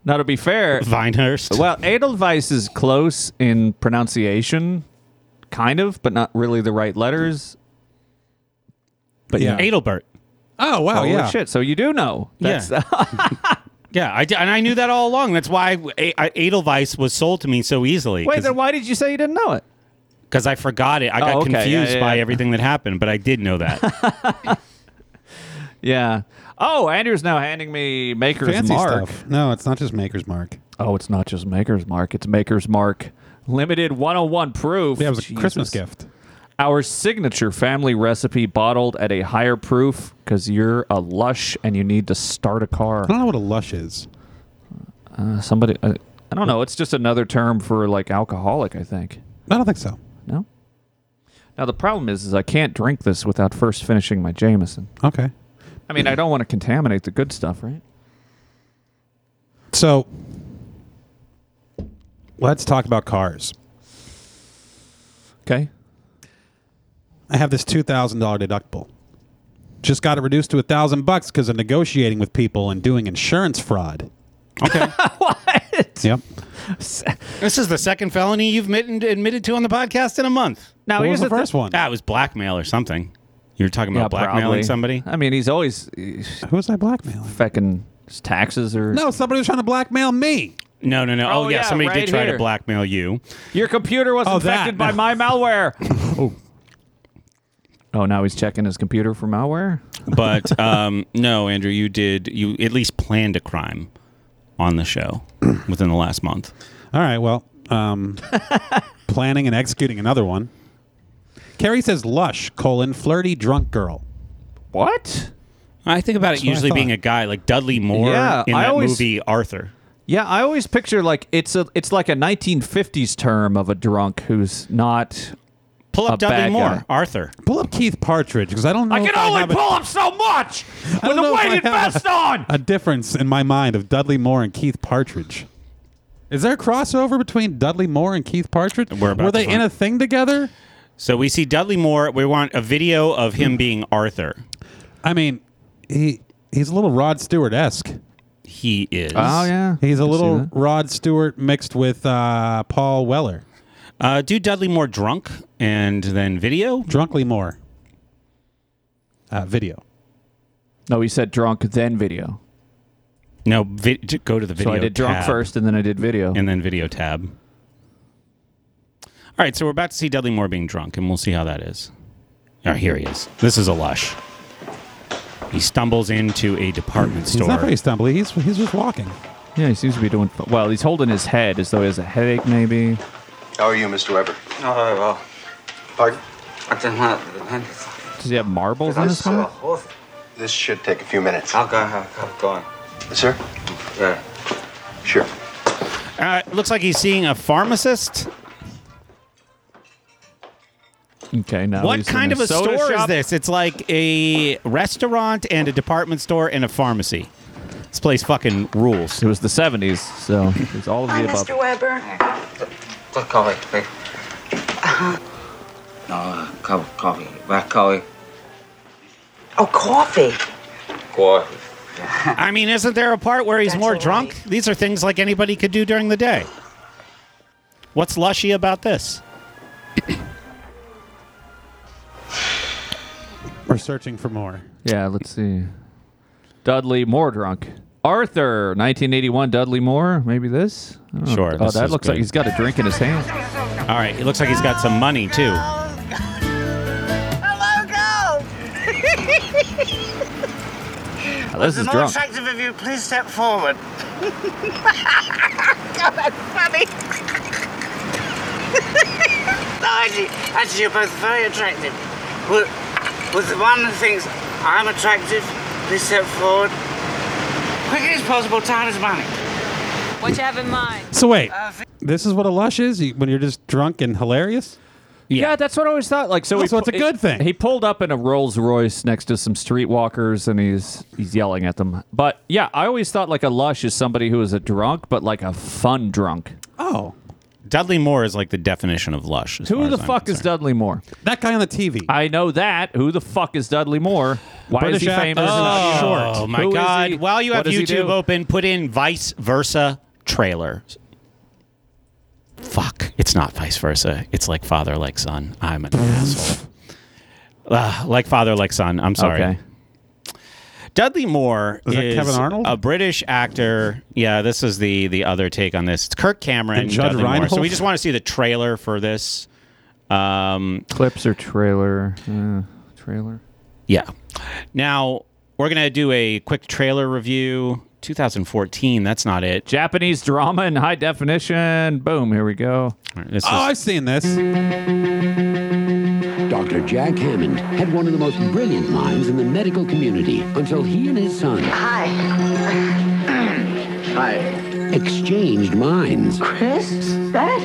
[SPEAKER 1] now to be fair,
[SPEAKER 5] Vinehurst.
[SPEAKER 1] Well, Edelweiss is close in pronunciation, kind of, but not really the right letters.
[SPEAKER 2] But
[SPEAKER 5] Adelbert.
[SPEAKER 2] Oh wow,
[SPEAKER 1] Holy
[SPEAKER 2] yeah.
[SPEAKER 1] shit! So you do know. That's
[SPEAKER 5] Yeah. Yeah, I, d- and I knew that all along. That's why A- I- Edelweiss was sold to me so easily.
[SPEAKER 1] Wait, then why did you say you didn't know it?
[SPEAKER 5] because I forgot it. I got
[SPEAKER 1] Oh, okay. Yeah,
[SPEAKER 5] confused
[SPEAKER 1] yeah,
[SPEAKER 5] by
[SPEAKER 1] yeah.
[SPEAKER 5] everything that happened, but I did know that.
[SPEAKER 1] Yeah. Oh, Andrew's now handing me Maker's
[SPEAKER 2] Fancy
[SPEAKER 1] Mark.
[SPEAKER 2] stuff. No, it's not just Maker's Mark.
[SPEAKER 1] Oh, it's not just Maker's Mark. It's Maker's Mark Limited 101 Proof.
[SPEAKER 2] Yeah, it was a
[SPEAKER 1] Jesus.
[SPEAKER 2] Christmas gift.
[SPEAKER 1] Our signature family recipe bottled at a higher proof because you're a lush and you need to start a car.
[SPEAKER 2] I don't know what a lush is.
[SPEAKER 1] Uh, somebody, uh, I don't know. It's just another term for like alcoholic, I think.
[SPEAKER 2] I don't think so.
[SPEAKER 1] No. Now the problem is, is I can't drink this without first finishing my Jameson.
[SPEAKER 2] Okay.
[SPEAKER 1] I mean, I don't want to contaminate the good stuff, right?
[SPEAKER 2] So let's talk about cars.
[SPEAKER 1] Okay.
[SPEAKER 2] I have this two thousand dollar deductible. Just got it reduced to a thousand bucks because of negotiating with people and doing insurance fraud.
[SPEAKER 5] Okay,
[SPEAKER 2] Yep.
[SPEAKER 1] Oh,
[SPEAKER 5] this is the second felony you've admitted, admitted to on the podcast in a month.
[SPEAKER 1] Now
[SPEAKER 2] What was
[SPEAKER 1] here's
[SPEAKER 2] the
[SPEAKER 1] thi-
[SPEAKER 2] first one?
[SPEAKER 5] That Ah, was blackmail or something. You were talking about blackmailing
[SPEAKER 1] probably. Uh,
[SPEAKER 5] somebody.
[SPEAKER 1] I mean, he's always he's
[SPEAKER 2] Who was I blackmailing?
[SPEAKER 1] fucking his taxes or
[SPEAKER 2] No, somebody was trying to blackmail me.
[SPEAKER 5] No, no, no. Oh,
[SPEAKER 1] Oh,
[SPEAKER 5] yeah,
[SPEAKER 1] yeah,
[SPEAKER 5] somebody
[SPEAKER 1] right
[SPEAKER 5] did try to
[SPEAKER 1] here.
[SPEAKER 5] blackmail you.
[SPEAKER 1] Your computer was
[SPEAKER 2] Oh,
[SPEAKER 1] infected
[SPEAKER 2] that.
[SPEAKER 1] by my malware. oh. Oh, now he's checking his computer for malware.
[SPEAKER 5] But um, no, Andrew, you did. You at least planned a crime on the show within the last month.
[SPEAKER 2] All right. Well, um, planning and executing another one. Carrie says lush colon flirty drunk girl.
[SPEAKER 1] What?
[SPEAKER 5] I think about it
[SPEAKER 2] what I
[SPEAKER 5] usually being
[SPEAKER 2] thought.
[SPEAKER 5] a guy like Dudley Moore
[SPEAKER 1] Yeah,
[SPEAKER 5] in
[SPEAKER 1] I
[SPEAKER 5] that
[SPEAKER 1] always-
[SPEAKER 5] movie Arthur.
[SPEAKER 1] Yeah, I always picture like it's a it's like a 1950s term of a drunk who's not.
[SPEAKER 5] Pull
[SPEAKER 1] A
[SPEAKER 5] up
[SPEAKER 1] bad
[SPEAKER 5] Dudley Moore,
[SPEAKER 1] guy.
[SPEAKER 5] Arthur.
[SPEAKER 2] Pull up Keith Partridge because I don't know.
[SPEAKER 1] Oh, I
[SPEAKER 2] if
[SPEAKER 1] can only
[SPEAKER 2] have a-
[SPEAKER 1] pull up so much
[SPEAKER 2] I
[SPEAKER 1] with
[SPEAKER 2] don't
[SPEAKER 1] a
[SPEAKER 2] know if I
[SPEAKER 1] weighted
[SPEAKER 2] have
[SPEAKER 1] vest on.
[SPEAKER 2] A difference in my mind of Dudley Moore and Keith Partridge. Is there a crossover between Dudley Moore and Keith Partridge?
[SPEAKER 5] We're about
[SPEAKER 2] Were
[SPEAKER 5] to
[SPEAKER 2] they in
[SPEAKER 5] find-
[SPEAKER 2] a thing together?
[SPEAKER 5] So we see Dudley Moore. We want a video of
[SPEAKER 1] Hmm.
[SPEAKER 5] him being Arthur.
[SPEAKER 2] I mean, he he's a little Rod Stewart esque.
[SPEAKER 5] He is.
[SPEAKER 1] Oh, yeah,
[SPEAKER 2] He's a little
[SPEAKER 1] that.
[SPEAKER 2] Rod Stewart mixed with uh, Paul Weller,
[SPEAKER 5] Uh, do Dudley Moore drunk and then video.
[SPEAKER 2] Drunkly Moore. Uh, video.
[SPEAKER 1] No, he said drunk then video.
[SPEAKER 5] No, vi- j- go to the video.
[SPEAKER 1] so I did drunk
[SPEAKER 5] tab
[SPEAKER 1] first and then I did video.
[SPEAKER 5] and then video tab. All right, so we're about to see Dudley Moore being drunk, and we'll see how that is. Oh, here he is. This is a lush. He stumbles into a department
[SPEAKER 2] He's
[SPEAKER 5] store.
[SPEAKER 2] not very stumbly. He's he's just walking.
[SPEAKER 1] yeah, he seems to be doing f- well. He's holding his head as though he has a headache, maybe.
[SPEAKER 9] How are you, Mr. Weber?
[SPEAKER 10] Not very well.
[SPEAKER 9] Pardon?
[SPEAKER 10] I didn't want it. I didn't-
[SPEAKER 1] Does he have marbles on his
[SPEAKER 9] This, uh,
[SPEAKER 1] helmet?
[SPEAKER 9] this should take a few minutes.
[SPEAKER 10] I'll go. I'll, I'll go on.
[SPEAKER 9] Sir?
[SPEAKER 10] Yeah.
[SPEAKER 9] Sure.
[SPEAKER 5] Uh, it looks like he's seeing a pharmacist.
[SPEAKER 1] Okay, now
[SPEAKER 5] what
[SPEAKER 1] he's
[SPEAKER 5] kind
[SPEAKER 1] in
[SPEAKER 5] of a
[SPEAKER 1] soda
[SPEAKER 5] store is
[SPEAKER 1] shop.
[SPEAKER 5] this? It's like a restaurant and a department store and a pharmacy. This place fucking rules.
[SPEAKER 1] It was the 70s, so it's all of the above.
[SPEAKER 11] Weber.
[SPEAKER 10] Good coffee. Big. Uh-huh. No, uh, co- coffee. Black coffee.
[SPEAKER 11] Oh, coffee.
[SPEAKER 10] Coffee.
[SPEAKER 5] I mean, isn't there a part where he's
[SPEAKER 11] That's
[SPEAKER 5] more
[SPEAKER 11] all
[SPEAKER 5] drunk?
[SPEAKER 11] right.
[SPEAKER 5] These are things like anybody could do during the day. What's lushy about this?
[SPEAKER 2] We're searching for more.
[SPEAKER 1] Yeah, let's see. Dudley Moore drunk. Arthur, 1981 Dudley Moore. Maybe this? I don't know.
[SPEAKER 5] Sure,
[SPEAKER 1] Oh,
[SPEAKER 5] this
[SPEAKER 1] that
[SPEAKER 5] is
[SPEAKER 1] looks like
[SPEAKER 5] good.
[SPEAKER 1] he's got a drink in his hand.
[SPEAKER 5] All right, it looks like he's got some money too.
[SPEAKER 11] Hello, girls.
[SPEAKER 1] Now, this is drunk.
[SPEAKER 11] attractive of you, please step forward. God, that's funny. no, actually, actually, you're both very attractive. Well, with one who thinks I'm attractive, please step forward. Quick as possible, time is money.
[SPEAKER 12] What you have in mind?
[SPEAKER 2] So wait, this is what a lush is you- when you're just drunk and hilarious.
[SPEAKER 1] Yeah, that's what I always thought. Like, so,
[SPEAKER 2] Oh,
[SPEAKER 1] he
[SPEAKER 2] so it's a
[SPEAKER 1] pu-
[SPEAKER 2] good
[SPEAKER 1] he-
[SPEAKER 2] thing.
[SPEAKER 1] He pulled up in a Rolls Royce next to some streetwalkers, and he's he's yelling at them. But yeah, I always thought like a lush is somebody who is a drunk, but like a fun drunk.
[SPEAKER 2] Oh,
[SPEAKER 5] Dudley Moore is like the definition of lush. as far
[SPEAKER 1] Who
[SPEAKER 5] as
[SPEAKER 1] the
[SPEAKER 5] I'm
[SPEAKER 1] fuck is
[SPEAKER 5] concerned.
[SPEAKER 1] Dudley Moore?
[SPEAKER 2] that guy on the TV.
[SPEAKER 1] I know that. Who the fuck is Dudley Moore? Why is
[SPEAKER 2] British
[SPEAKER 1] he
[SPEAKER 2] actor.
[SPEAKER 1] famous?
[SPEAKER 2] Oh,
[SPEAKER 1] Who is
[SPEAKER 5] Oh
[SPEAKER 1] he?
[SPEAKER 5] my god! While you
[SPEAKER 1] What
[SPEAKER 5] have
[SPEAKER 1] does he
[SPEAKER 5] YouTube
[SPEAKER 1] do?
[SPEAKER 5] open, put in vice versa trailer. Fuck! It's not vice versa. It's like father like son. I'm an asshole. Ugh, like father like son. I'm sorry.
[SPEAKER 1] Okay.
[SPEAKER 5] Dudley Moore is,
[SPEAKER 2] Is that Kevin Arnold?
[SPEAKER 5] a British actor. Yeah, this is the the other take on this. It's Kirk Cameron
[SPEAKER 2] And Judd
[SPEAKER 5] Dudley Moore. So
[SPEAKER 2] Reinhold?
[SPEAKER 5] we just want to see the trailer for this. Um,
[SPEAKER 1] Clips or trailer? Uh, trailer.
[SPEAKER 5] yeah. Now we're gonna do a quick trailer review. 2014. That's not it.
[SPEAKER 1] Japanese drama in high definition. Boom. Here we go.
[SPEAKER 5] All right, This
[SPEAKER 2] oh,
[SPEAKER 5] is-
[SPEAKER 2] I've seen this.
[SPEAKER 10] Dr. Jack Hammond had one of the most brilliant minds in the medical community until he and his son
[SPEAKER 12] Hi,
[SPEAKER 10] exchanged minds.
[SPEAKER 12] Chris. That?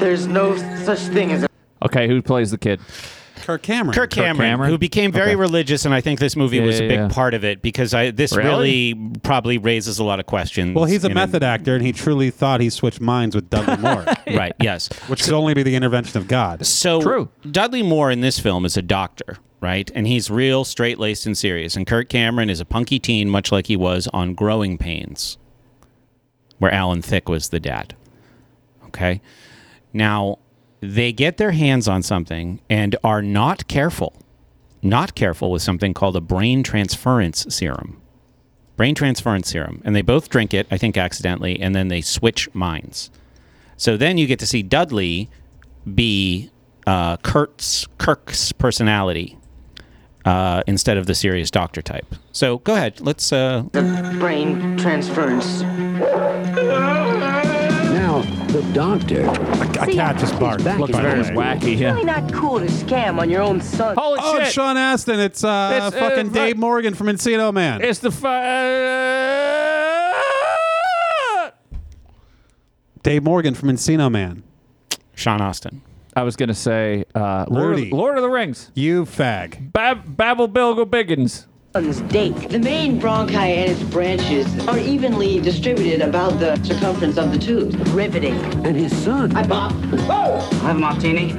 [SPEAKER 12] There's no such thing as a.
[SPEAKER 1] Okay, who plays the kid?
[SPEAKER 2] Kirk Cameron.
[SPEAKER 5] Kirk Cameron,
[SPEAKER 1] Cameron?
[SPEAKER 5] who became very
[SPEAKER 1] Okay.
[SPEAKER 5] religious, and I think this movie
[SPEAKER 1] Yeah,
[SPEAKER 5] was a
[SPEAKER 1] yeah,
[SPEAKER 5] big
[SPEAKER 1] yeah.
[SPEAKER 5] part of it because I this
[SPEAKER 1] Really?
[SPEAKER 5] really, probably raises a lot of questions.
[SPEAKER 2] Well, he's a
[SPEAKER 5] in
[SPEAKER 2] method actor, and he truly thought he switched minds with Dudley Moore,
[SPEAKER 5] right? Yes.
[SPEAKER 2] which could only be the intervention of God.
[SPEAKER 5] So
[SPEAKER 1] True.
[SPEAKER 5] Dudley Moore in this film is a doctor, right? And he's real straight laced and serious. And Kirk Cameron is a punky teen, much like he was on Growing Pains, where Alan Thicke was the dad. Okay. Now they get their hands on something and are not careful, not careful with something called a brain transference serum. Brain transference serum. And they both drink it, I think accidentally, and then they switch minds. So then you get to see Dudley be uh, Kurt's Kirk's personality uh, instead of the serious doctor type. So go ahead. Let's. Uh,
[SPEAKER 12] Brain transference.
[SPEAKER 10] Now, the doctor
[SPEAKER 2] A cat just barked.
[SPEAKER 10] back
[SPEAKER 2] Look,
[SPEAKER 10] is
[SPEAKER 2] by the
[SPEAKER 10] very
[SPEAKER 2] way.
[SPEAKER 1] Wacky.
[SPEAKER 12] Really
[SPEAKER 1] Yeah.
[SPEAKER 12] not cool to scam on your own son.
[SPEAKER 1] Holy
[SPEAKER 2] Oh,
[SPEAKER 1] shit!
[SPEAKER 2] it's Sean Astin. It's, uh,
[SPEAKER 1] It's, uh,
[SPEAKER 2] fucking
[SPEAKER 1] right-
[SPEAKER 2] Dave Morgan from Encino Man.
[SPEAKER 1] It's the. Fi-
[SPEAKER 2] Dave Morgan from Encino Man.
[SPEAKER 5] Sean Austin.
[SPEAKER 1] I was gonna say uh, Lord,
[SPEAKER 2] Lordy.
[SPEAKER 1] of, Lord of the Rings.
[SPEAKER 2] You fag.
[SPEAKER 1] Bab- Babble Bilgo Biggins.
[SPEAKER 12] Date. The main bronchi and its branches are evenly distributed about the circumference of the tube. Riveting.
[SPEAKER 10] And his son.
[SPEAKER 12] I bop.
[SPEAKER 11] I have a martini.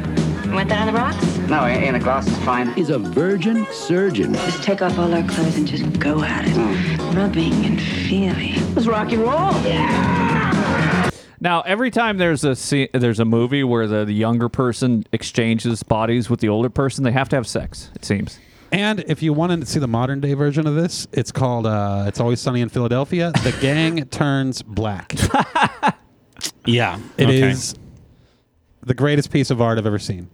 [SPEAKER 13] Want that on the rocks?
[SPEAKER 11] No, in in a glass is fine.
[SPEAKER 10] Is a virgin surgeon.
[SPEAKER 13] Just take off all our clothes and just go at it.
[SPEAKER 11] Mm.
[SPEAKER 13] Rubbing and feeling. It was rock and roll.
[SPEAKER 1] Now, every time there's a scene, there's a movie where the, the younger person exchanges bodies with the older person, they have to have sex. It seems.
[SPEAKER 2] And if you wanted to see the modern day version of this, it's called uh, "It's Always Sunny in Philadelphia." The gang turns black.
[SPEAKER 5] Yeah,
[SPEAKER 2] It is
[SPEAKER 5] okay.
[SPEAKER 2] the greatest piece of art I've ever seen.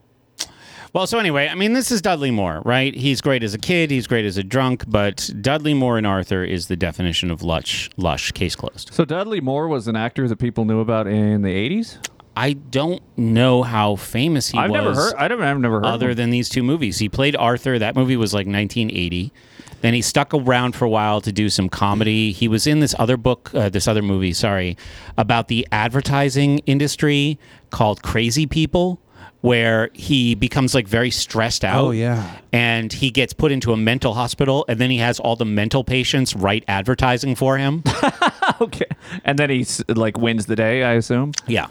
[SPEAKER 5] Well, so anyway, I mean, this is Dudley Moore, right? He's great as a kid. He's great as a drunk. But Dudley Moore and Arthur is the definition of lush. Lush. Case closed.
[SPEAKER 1] So Dudley Moore was an actor that people knew about in the '80s.
[SPEAKER 5] I don't know how famous he
[SPEAKER 1] I've
[SPEAKER 5] was.
[SPEAKER 1] never heard. I don't. I've never heard. of
[SPEAKER 5] other
[SPEAKER 1] him.
[SPEAKER 5] than these two movies. He played Arthur. That movie was like 1980. Then he stuck around for a while to do some comedy. He was in this other book, uh, this other movie, sorry, about the advertising industry called Crazy People, where he becomes like very stressed out.
[SPEAKER 2] Oh, yeah.
[SPEAKER 5] And he gets put into a mental hospital, and then he has all the mental patients write advertising for him.
[SPEAKER 1] and then he s- like wins the day. I assume.
[SPEAKER 5] Yeah.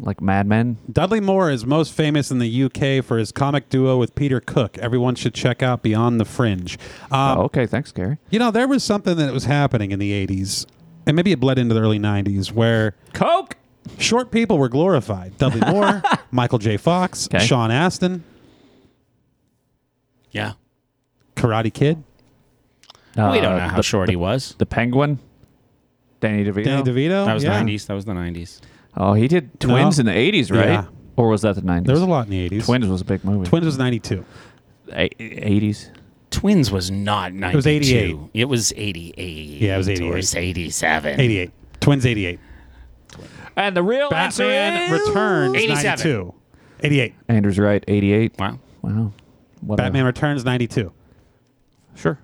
[SPEAKER 1] Like Mad Men.
[SPEAKER 2] Dudley Moore is most famous in the UK for his comic duo with Peter Cook. Everyone should check out Beyond the Fringe. Um,
[SPEAKER 1] oh, okay, thanks, Gary.
[SPEAKER 2] You know, there was something that was happening in the 80s, and maybe it bled into the early 90s, where
[SPEAKER 1] Coke
[SPEAKER 2] short people were glorified. Dudley Moore, Michael J. Fox,
[SPEAKER 1] Okay.
[SPEAKER 2] Sean Astin,
[SPEAKER 5] Yeah.
[SPEAKER 2] Karate Kid,
[SPEAKER 5] we don't know how
[SPEAKER 1] the-
[SPEAKER 5] short
[SPEAKER 1] the-
[SPEAKER 5] he was.
[SPEAKER 1] The Penguin. Danny DeVito.
[SPEAKER 2] Danny DeVito.
[SPEAKER 5] That was
[SPEAKER 2] Oh, yeah.
[SPEAKER 5] the 90s. That was the 90s.
[SPEAKER 1] Oh, he did Twins in
[SPEAKER 2] No.
[SPEAKER 1] the '80s, right?
[SPEAKER 2] Yeah.
[SPEAKER 1] Or was that the '90s?
[SPEAKER 2] There was a lot in the 80s.
[SPEAKER 1] Twins was a big movie.
[SPEAKER 2] Twins was 92.
[SPEAKER 1] A- '80s.
[SPEAKER 5] Twins was not 92.
[SPEAKER 2] was 88.
[SPEAKER 5] It was 88.
[SPEAKER 2] Yeah, it was
[SPEAKER 5] Or
[SPEAKER 2] 88.
[SPEAKER 5] 87.
[SPEAKER 2] 88. Twins 88.
[SPEAKER 1] And the real
[SPEAKER 2] Batman
[SPEAKER 1] answer is
[SPEAKER 2] Returns
[SPEAKER 5] 87.
[SPEAKER 2] 92. 88.
[SPEAKER 1] Andrew's right. '88.
[SPEAKER 5] Wow.
[SPEAKER 1] Wow. What a-
[SPEAKER 2] Batman Returns 92.
[SPEAKER 1] Sure.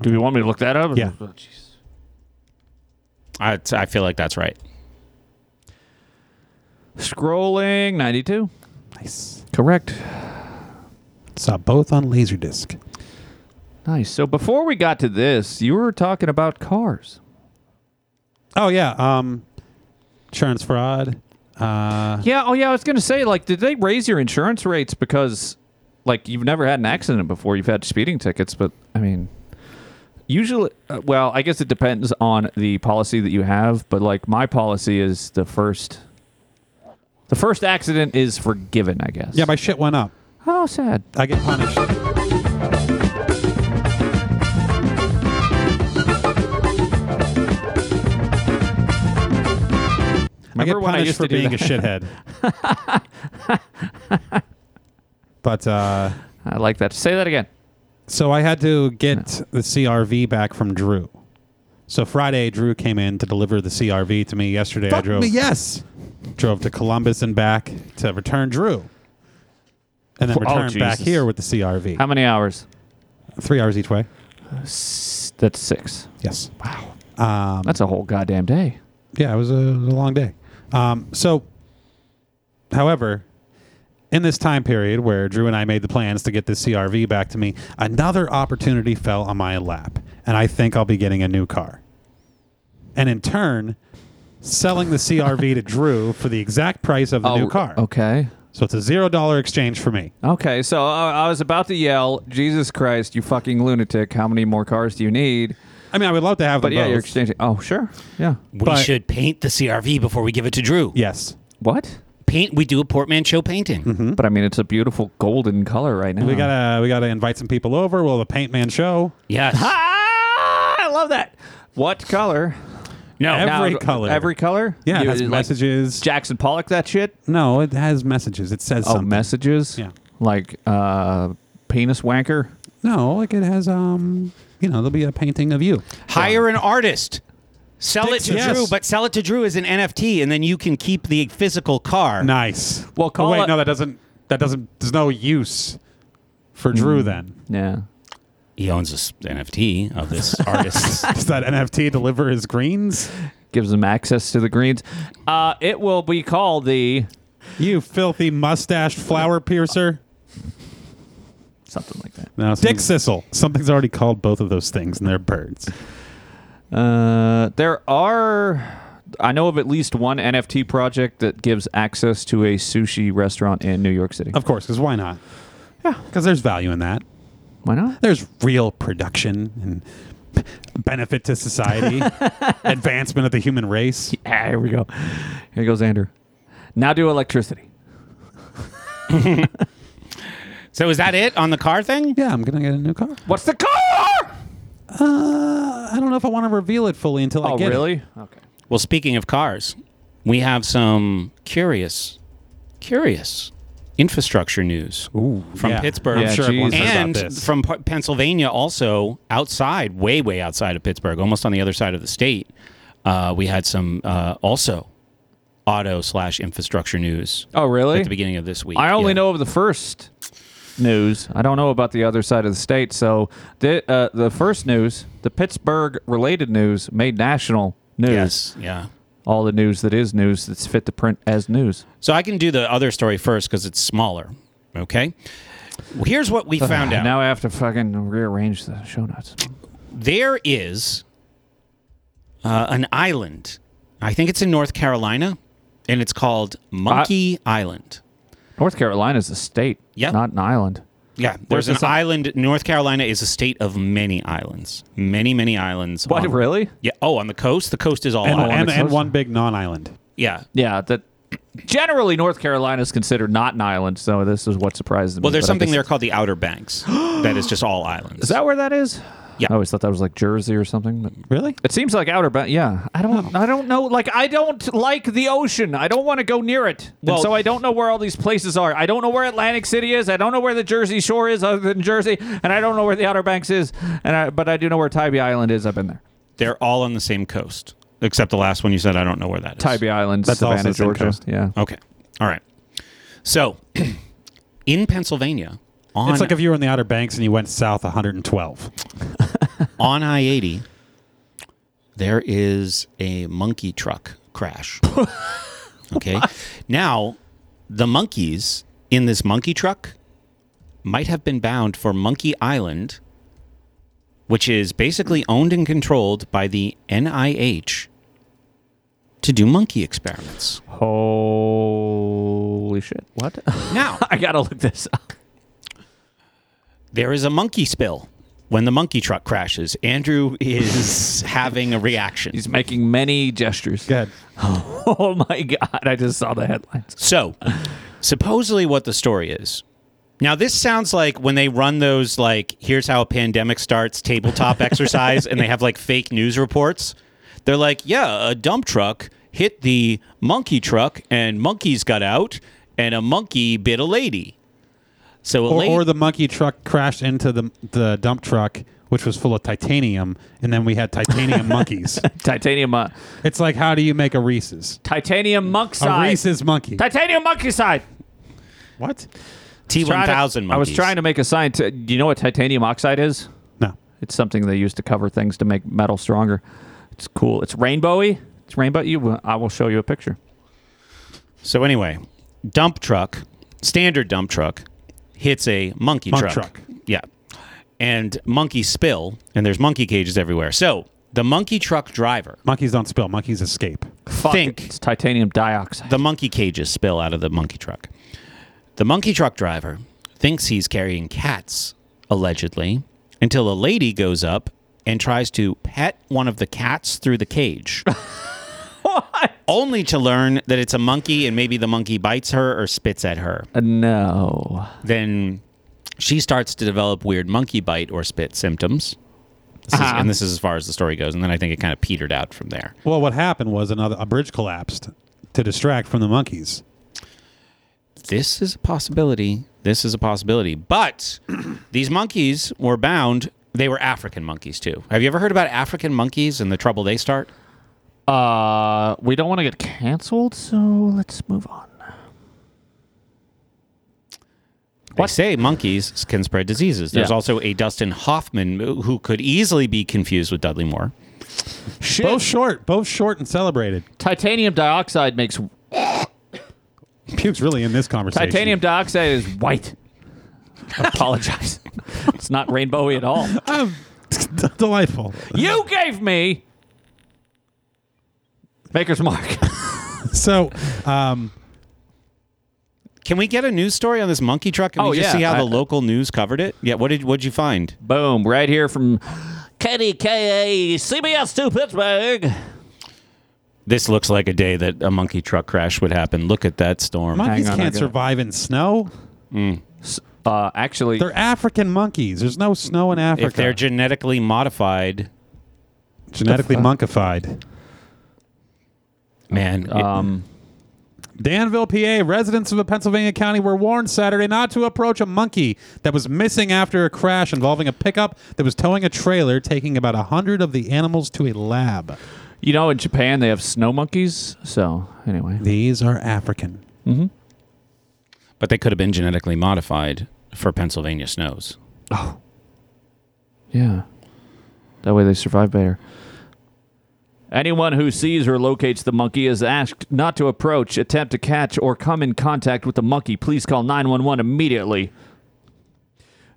[SPEAKER 1] Do you want me to look that up?
[SPEAKER 2] Yeah.
[SPEAKER 1] Oh, jeez.
[SPEAKER 5] I, I feel like that's right.
[SPEAKER 1] Scrolling 92.
[SPEAKER 2] Nice.
[SPEAKER 1] Correct.
[SPEAKER 2] Saw both on Laserdisc.
[SPEAKER 1] Nice. So before we got to this, you were talking about cars.
[SPEAKER 2] Oh, yeah. Um, insurance fraud. Uh,
[SPEAKER 1] Yeah. Oh, yeah. I was going to say, like, did they raise your insurance rates because, like, you've never had an accident before? You've had speeding tickets, but I mean, usually, uh, well, I guess it depends on the policy that you have, but like, my policy is the first. The first accident is forgiven, I guess.
[SPEAKER 2] yeah, my shit went up.
[SPEAKER 1] Oh, sad.
[SPEAKER 2] I get punished. I get
[SPEAKER 1] Remember when I
[SPEAKER 2] punished
[SPEAKER 1] used to
[SPEAKER 2] for
[SPEAKER 1] do
[SPEAKER 2] being a
[SPEAKER 1] that?
[SPEAKER 2] shithead. but uh,
[SPEAKER 1] I like that. Say that again.
[SPEAKER 2] so I had to get the CRV back from Drew. So Friday, Drew came in to deliver the CRV to me. Yesterday, I
[SPEAKER 3] Fuck
[SPEAKER 2] drove.
[SPEAKER 3] me, yes.
[SPEAKER 2] drove to Columbus and back to return Drew, and then
[SPEAKER 1] Oh,
[SPEAKER 2] returned back
[SPEAKER 1] Jesus.
[SPEAKER 2] here with the CRV.
[SPEAKER 1] How many hours?
[SPEAKER 2] Three hours each way.
[SPEAKER 1] S- That's six.
[SPEAKER 2] Yes.
[SPEAKER 1] Wow.
[SPEAKER 2] Um,
[SPEAKER 1] That's a whole goddamn day.
[SPEAKER 2] yeah, it was a, it was a long day. Um, so, however, in this time period where Drew and I made the plans to get this CRV back to me, another opportunity fell on my lap, and I think I'll be getting a new car. And in turn, selling the CRV to Drew for the exact price of the
[SPEAKER 1] Oh,
[SPEAKER 2] new car.
[SPEAKER 1] Okay.
[SPEAKER 2] So it's a zero dollar exchange for me.
[SPEAKER 1] Okay, so I, I was about to yell, Jesus Christ, you fucking lunatic. How many more cars do you need?
[SPEAKER 2] I mean, I would love to have
[SPEAKER 1] But
[SPEAKER 2] them
[SPEAKER 1] yeah,
[SPEAKER 2] both.
[SPEAKER 1] you're exchanging. Oh, sure. Yeah.
[SPEAKER 5] We
[SPEAKER 2] But-
[SPEAKER 5] should paint the CRV before we give it to Drew.
[SPEAKER 2] yes.
[SPEAKER 1] What?
[SPEAKER 5] Paint. We do a portmanteau painting.
[SPEAKER 2] Mm-hmm.
[SPEAKER 1] But I mean, it's a beautiful golden color right now.
[SPEAKER 2] Hmm? We gotta we gotta invite some people over. We'll have a paint man show.
[SPEAKER 5] Yes.
[SPEAKER 1] Ah, I love that. What color?
[SPEAKER 5] No.
[SPEAKER 2] Every
[SPEAKER 1] Now,
[SPEAKER 2] color.
[SPEAKER 1] Every color?
[SPEAKER 2] Yeah, it
[SPEAKER 1] You-
[SPEAKER 2] has
[SPEAKER 1] like
[SPEAKER 2] messages.
[SPEAKER 1] Jackson Pollock, that shit?
[SPEAKER 2] no, it has messages. It says
[SPEAKER 1] Oh,
[SPEAKER 2] something.
[SPEAKER 1] messages?
[SPEAKER 2] Yeah.
[SPEAKER 1] Like uh, penis wanker?
[SPEAKER 2] No, like it has um you know, there'll be a painting of you.
[SPEAKER 5] Hire an artist. Sell it to
[SPEAKER 2] Yes.
[SPEAKER 5] Drew, but sell it to Drew as an NFT, and then you can keep the physical car.
[SPEAKER 2] Nice.
[SPEAKER 1] Well,
[SPEAKER 2] Oh,
[SPEAKER 1] call
[SPEAKER 2] wait,
[SPEAKER 1] it-
[SPEAKER 2] no, that doesn't that doesn't there's no use for Drew then.
[SPEAKER 1] Yeah.
[SPEAKER 5] He owns this NFT of this artist.
[SPEAKER 2] Does that NFT deliver his greens?
[SPEAKER 1] gives them access to the greens. Uh, it will be called the
[SPEAKER 2] You filthy mustached flower piercer.
[SPEAKER 1] something like that.
[SPEAKER 2] No, Dick Sissel. Something's already called both of those things, and they're birds.
[SPEAKER 1] Uh, there are. I know of at least one NFT project that gives access to a sushi restaurant in New York City.
[SPEAKER 2] Of course, because why not? Yeah, because there's value in that.
[SPEAKER 1] Why not?
[SPEAKER 2] There's real production and b- benefit to society, advancement of the human race.
[SPEAKER 1] Yeah, Ah, here we go. Here goes Andrew. Now do electricity.
[SPEAKER 5] So is that it on the car thing?
[SPEAKER 2] Yeah, I'm gonna get a new car.
[SPEAKER 1] What's the car?
[SPEAKER 2] Uh, I don't know if I want to reveal it fully until I
[SPEAKER 5] Oh,
[SPEAKER 2] get it.
[SPEAKER 5] really?
[SPEAKER 1] Okay.
[SPEAKER 5] Well, speaking of cars, we have some curious, curious infrastructure news from
[SPEAKER 2] yeah.
[SPEAKER 5] Pittsburgh.
[SPEAKER 2] I'm Yeah, sure everyone's geez. heard about
[SPEAKER 5] and
[SPEAKER 2] this.
[SPEAKER 5] from P- Pennsylvania, also outside, way, way outside of Pittsburgh, almost on the other side of the state. Uh, we had some uh, also auto slash infrastructure news.
[SPEAKER 1] Oh, really?
[SPEAKER 5] At the beginning of this week.
[SPEAKER 1] I only know of the first news. I don't know about the other side of the state. So the uh, the first news, the Pittsburgh related news, made national news.
[SPEAKER 5] Yes. Yeah.
[SPEAKER 1] All the news that is news that's fit to print as news.
[SPEAKER 5] So I can do the other story first because it's smaller. Okay. Well, here's what we found out.
[SPEAKER 1] Now I have to fucking rearrange the show notes.
[SPEAKER 5] there is uh, an island. I think it's in North Carolina, and it's called Monkey Island.
[SPEAKER 1] North Carolina's a state,
[SPEAKER 5] Yeah.
[SPEAKER 1] not an island.
[SPEAKER 5] Yeah, there's an
[SPEAKER 1] this uh,
[SPEAKER 5] island. North Carolina is a state of many islands, many many islands.
[SPEAKER 1] What,
[SPEAKER 5] on-
[SPEAKER 1] really?
[SPEAKER 5] Yeah. Oh, on the coast. The coast is all
[SPEAKER 2] And,
[SPEAKER 5] islands.
[SPEAKER 2] and, and one big non-island.
[SPEAKER 5] Yeah.
[SPEAKER 1] Yeah, that generally North Carolina is considered not an island, so this is what surprised me.
[SPEAKER 5] Well, there's
[SPEAKER 1] but I
[SPEAKER 5] something
[SPEAKER 1] guess-
[SPEAKER 5] there called the Outer Banks that is just all islands.
[SPEAKER 1] Is that where that is?
[SPEAKER 5] Yeah.
[SPEAKER 1] I always thought that was like Jersey or something. But
[SPEAKER 2] Really?
[SPEAKER 1] It seems like Outer Banks. Yeah. I
[SPEAKER 5] Hmm.
[SPEAKER 1] don't. I don't know. Like I don't like the ocean. I don't want to go near it. And
[SPEAKER 5] Well-
[SPEAKER 1] so I don't know where all these places are. I don't know where Atlantic City is. I don't know where the Jersey Shore is, other than Jersey, and I don't know where the Outer Banks is. And I, but I do know where Tybee Island is. I've been there.
[SPEAKER 5] They're all on the same coast, except the last one you said. I don't know where that is.
[SPEAKER 1] Tybee Island,
[SPEAKER 2] That's also
[SPEAKER 1] Savannah,
[SPEAKER 2] the same
[SPEAKER 1] Georgia.
[SPEAKER 2] coast.
[SPEAKER 1] Yeah.
[SPEAKER 5] Okay. All right. So, in Pennsylvania, on
[SPEAKER 2] It's like if you were in the Outer Banks and you went south 112.
[SPEAKER 5] on I 80, there is a monkey truck crash. okay. Now, the monkeys in this monkey truck might have been bound for Monkey Island, which is basically owned and controlled by the NIH to do monkey experiments.
[SPEAKER 1] Holy shit! What?
[SPEAKER 5] Now,
[SPEAKER 1] I gotta look this up.
[SPEAKER 5] there is a monkey spill when the monkey truck crashes. Andrew is having a reaction.
[SPEAKER 1] He's making many gestures.
[SPEAKER 2] Good.
[SPEAKER 1] Oh my god! I just saw the headlines.
[SPEAKER 5] So, supposedly, what the story is. Now, this sounds like when they run those, like, here's how a pandemic starts tabletop exercise, and they have like fake news reports. They're like, yeah, a dump truck hit the monkey truck, and monkeys got out, and a monkey bit a lady. So, a
[SPEAKER 2] Or,
[SPEAKER 5] lady.
[SPEAKER 2] or the monkey truck crashed into the, the dump truck, which was full of titanium, and then we had titanium monkeys.
[SPEAKER 1] Titanium, uh,
[SPEAKER 2] It's like, how do you make a Reese's?
[SPEAKER 1] titanium monk
[SPEAKER 2] A
[SPEAKER 1] side.
[SPEAKER 2] Reese's monkey.
[SPEAKER 1] Titanium monkey side.
[SPEAKER 2] what?
[SPEAKER 1] Trying to-
[SPEAKER 5] T1000 monkeys.
[SPEAKER 1] I was trying to make a sign. To, do you know what titanium oxide is?
[SPEAKER 2] No.
[SPEAKER 1] It's something they use to cover things to make metal stronger. It's cool. It's rainbowy. It's rainbow. You, I will show you a picture.
[SPEAKER 5] So, anyway, dump truck, standard dump truck, hits a monkey
[SPEAKER 2] Monk
[SPEAKER 5] truck.
[SPEAKER 2] truck.
[SPEAKER 5] Yeah. And monkey spill, and there's monkey cages everywhere. So the monkey truck driver,
[SPEAKER 2] Monkeys don't spill. Monkeys escape.
[SPEAKER 1] Fuck,
[SPEAKER 5] Think.
[SPEAKER 1] it's titanium dioxide.
[SPEAKER 5] the monkey cages spill out of the monkey truck. The monkey truck driver thinks he's carrying cats, allegedly, until a lady goes up and tries to pet one of the cats through the cage. Only to learn that it's a monkey and maybe the monkey bites her or spits at her.
[SPEAKER 1] Uh, no.
[SPEAKER 5] then she starts to develop weird monkey bite or spit symptoms. This
[SPEAKER 1] Uh-huh.
[SPEAKER 5] is- and this is as far as the story goes. And then I think it kind of petered out from there.
[SPEAKER 2] Well, what happened was another a bridge collapsed to distract from the monkeys.
[SPEAKER 5] This is a possibility. This is a possibility. But these monkeys were bound. They were African monkeys, too. Have you ever heard about African monkeys and the trouble they start?
[SPEAKER 1] Uh, we don't want to get canceled, so let's move on.
[SPEAKER 5] They say monkeys can spread diseases. There's
[SPEAKER 1] Yeah.
[SPEAKER 5] also a Dustin Hoffman who could easily be confused with Dudley Moore.
[SPEAKER 2] Both short, both short and celebrated.
[SPEAKER 1] Titanium dioxide makes
[SPEAKER 2] Puke's really in this conversation.
[SPEAKER 1] titanium dioxide is white. I apologize. it's not rainbowy at all.
[SPEAKER 2] Um, delightful.
[SPEAKER 1] You gave me Maker's Mark.
[SPEAKER 2] So, um,
[SPEAKER 5] Can we get a news story on this monkey truck? Can
[SPEAKER 1] Oh,
[SPEAKER 5] we just
[SPEAKER 1] yeah.
[SPEAKER 5] see how
[SPEAKER 1] I-
[SPEAKER 5] the local news covered it? Yeah. What did What'd you find?
[SPEAKER 1] Boom! Right here from KDKA CBS 2 Pittsburgh.
[SPEAKER 5] This looks like a day that a monkey truck crash would happen. Look at that storm.
[SPEAKER 2] monkeys can't survive in snow.
[SPEAKER 1] Uh, actually,
[SPEAKER 2] They're African monkeys. There's no snow in Africa.
[SPEAKER 5] if they're genetically modified,
[SPEAKER 2] genetically monkified.
[SPEAKER 5] man. Um,
[SPEAKER 2] Danville, PA, residents of a Pennsylvania county were warned Saturday not to approach a monkey that was missing after a crash involving a pickup that was towing a trailer, taking about 100 of the animals to a lab.
[SPEAKER 1] You know, in Japan they have snow monkeys. So anyway,
[SPEAKER 2] these are African.
[SPEAKER 1] Mm-hmm.
[SPEAKER 5] but they could have been genetically modified for Pennsylvania snows.
[SPEAKER 1] Yeah. That way they survive better. Anyone who sees or locates the monkey is asked not to approach, attempt to catch, or come in contact with the monkey. Please call 911 immediately.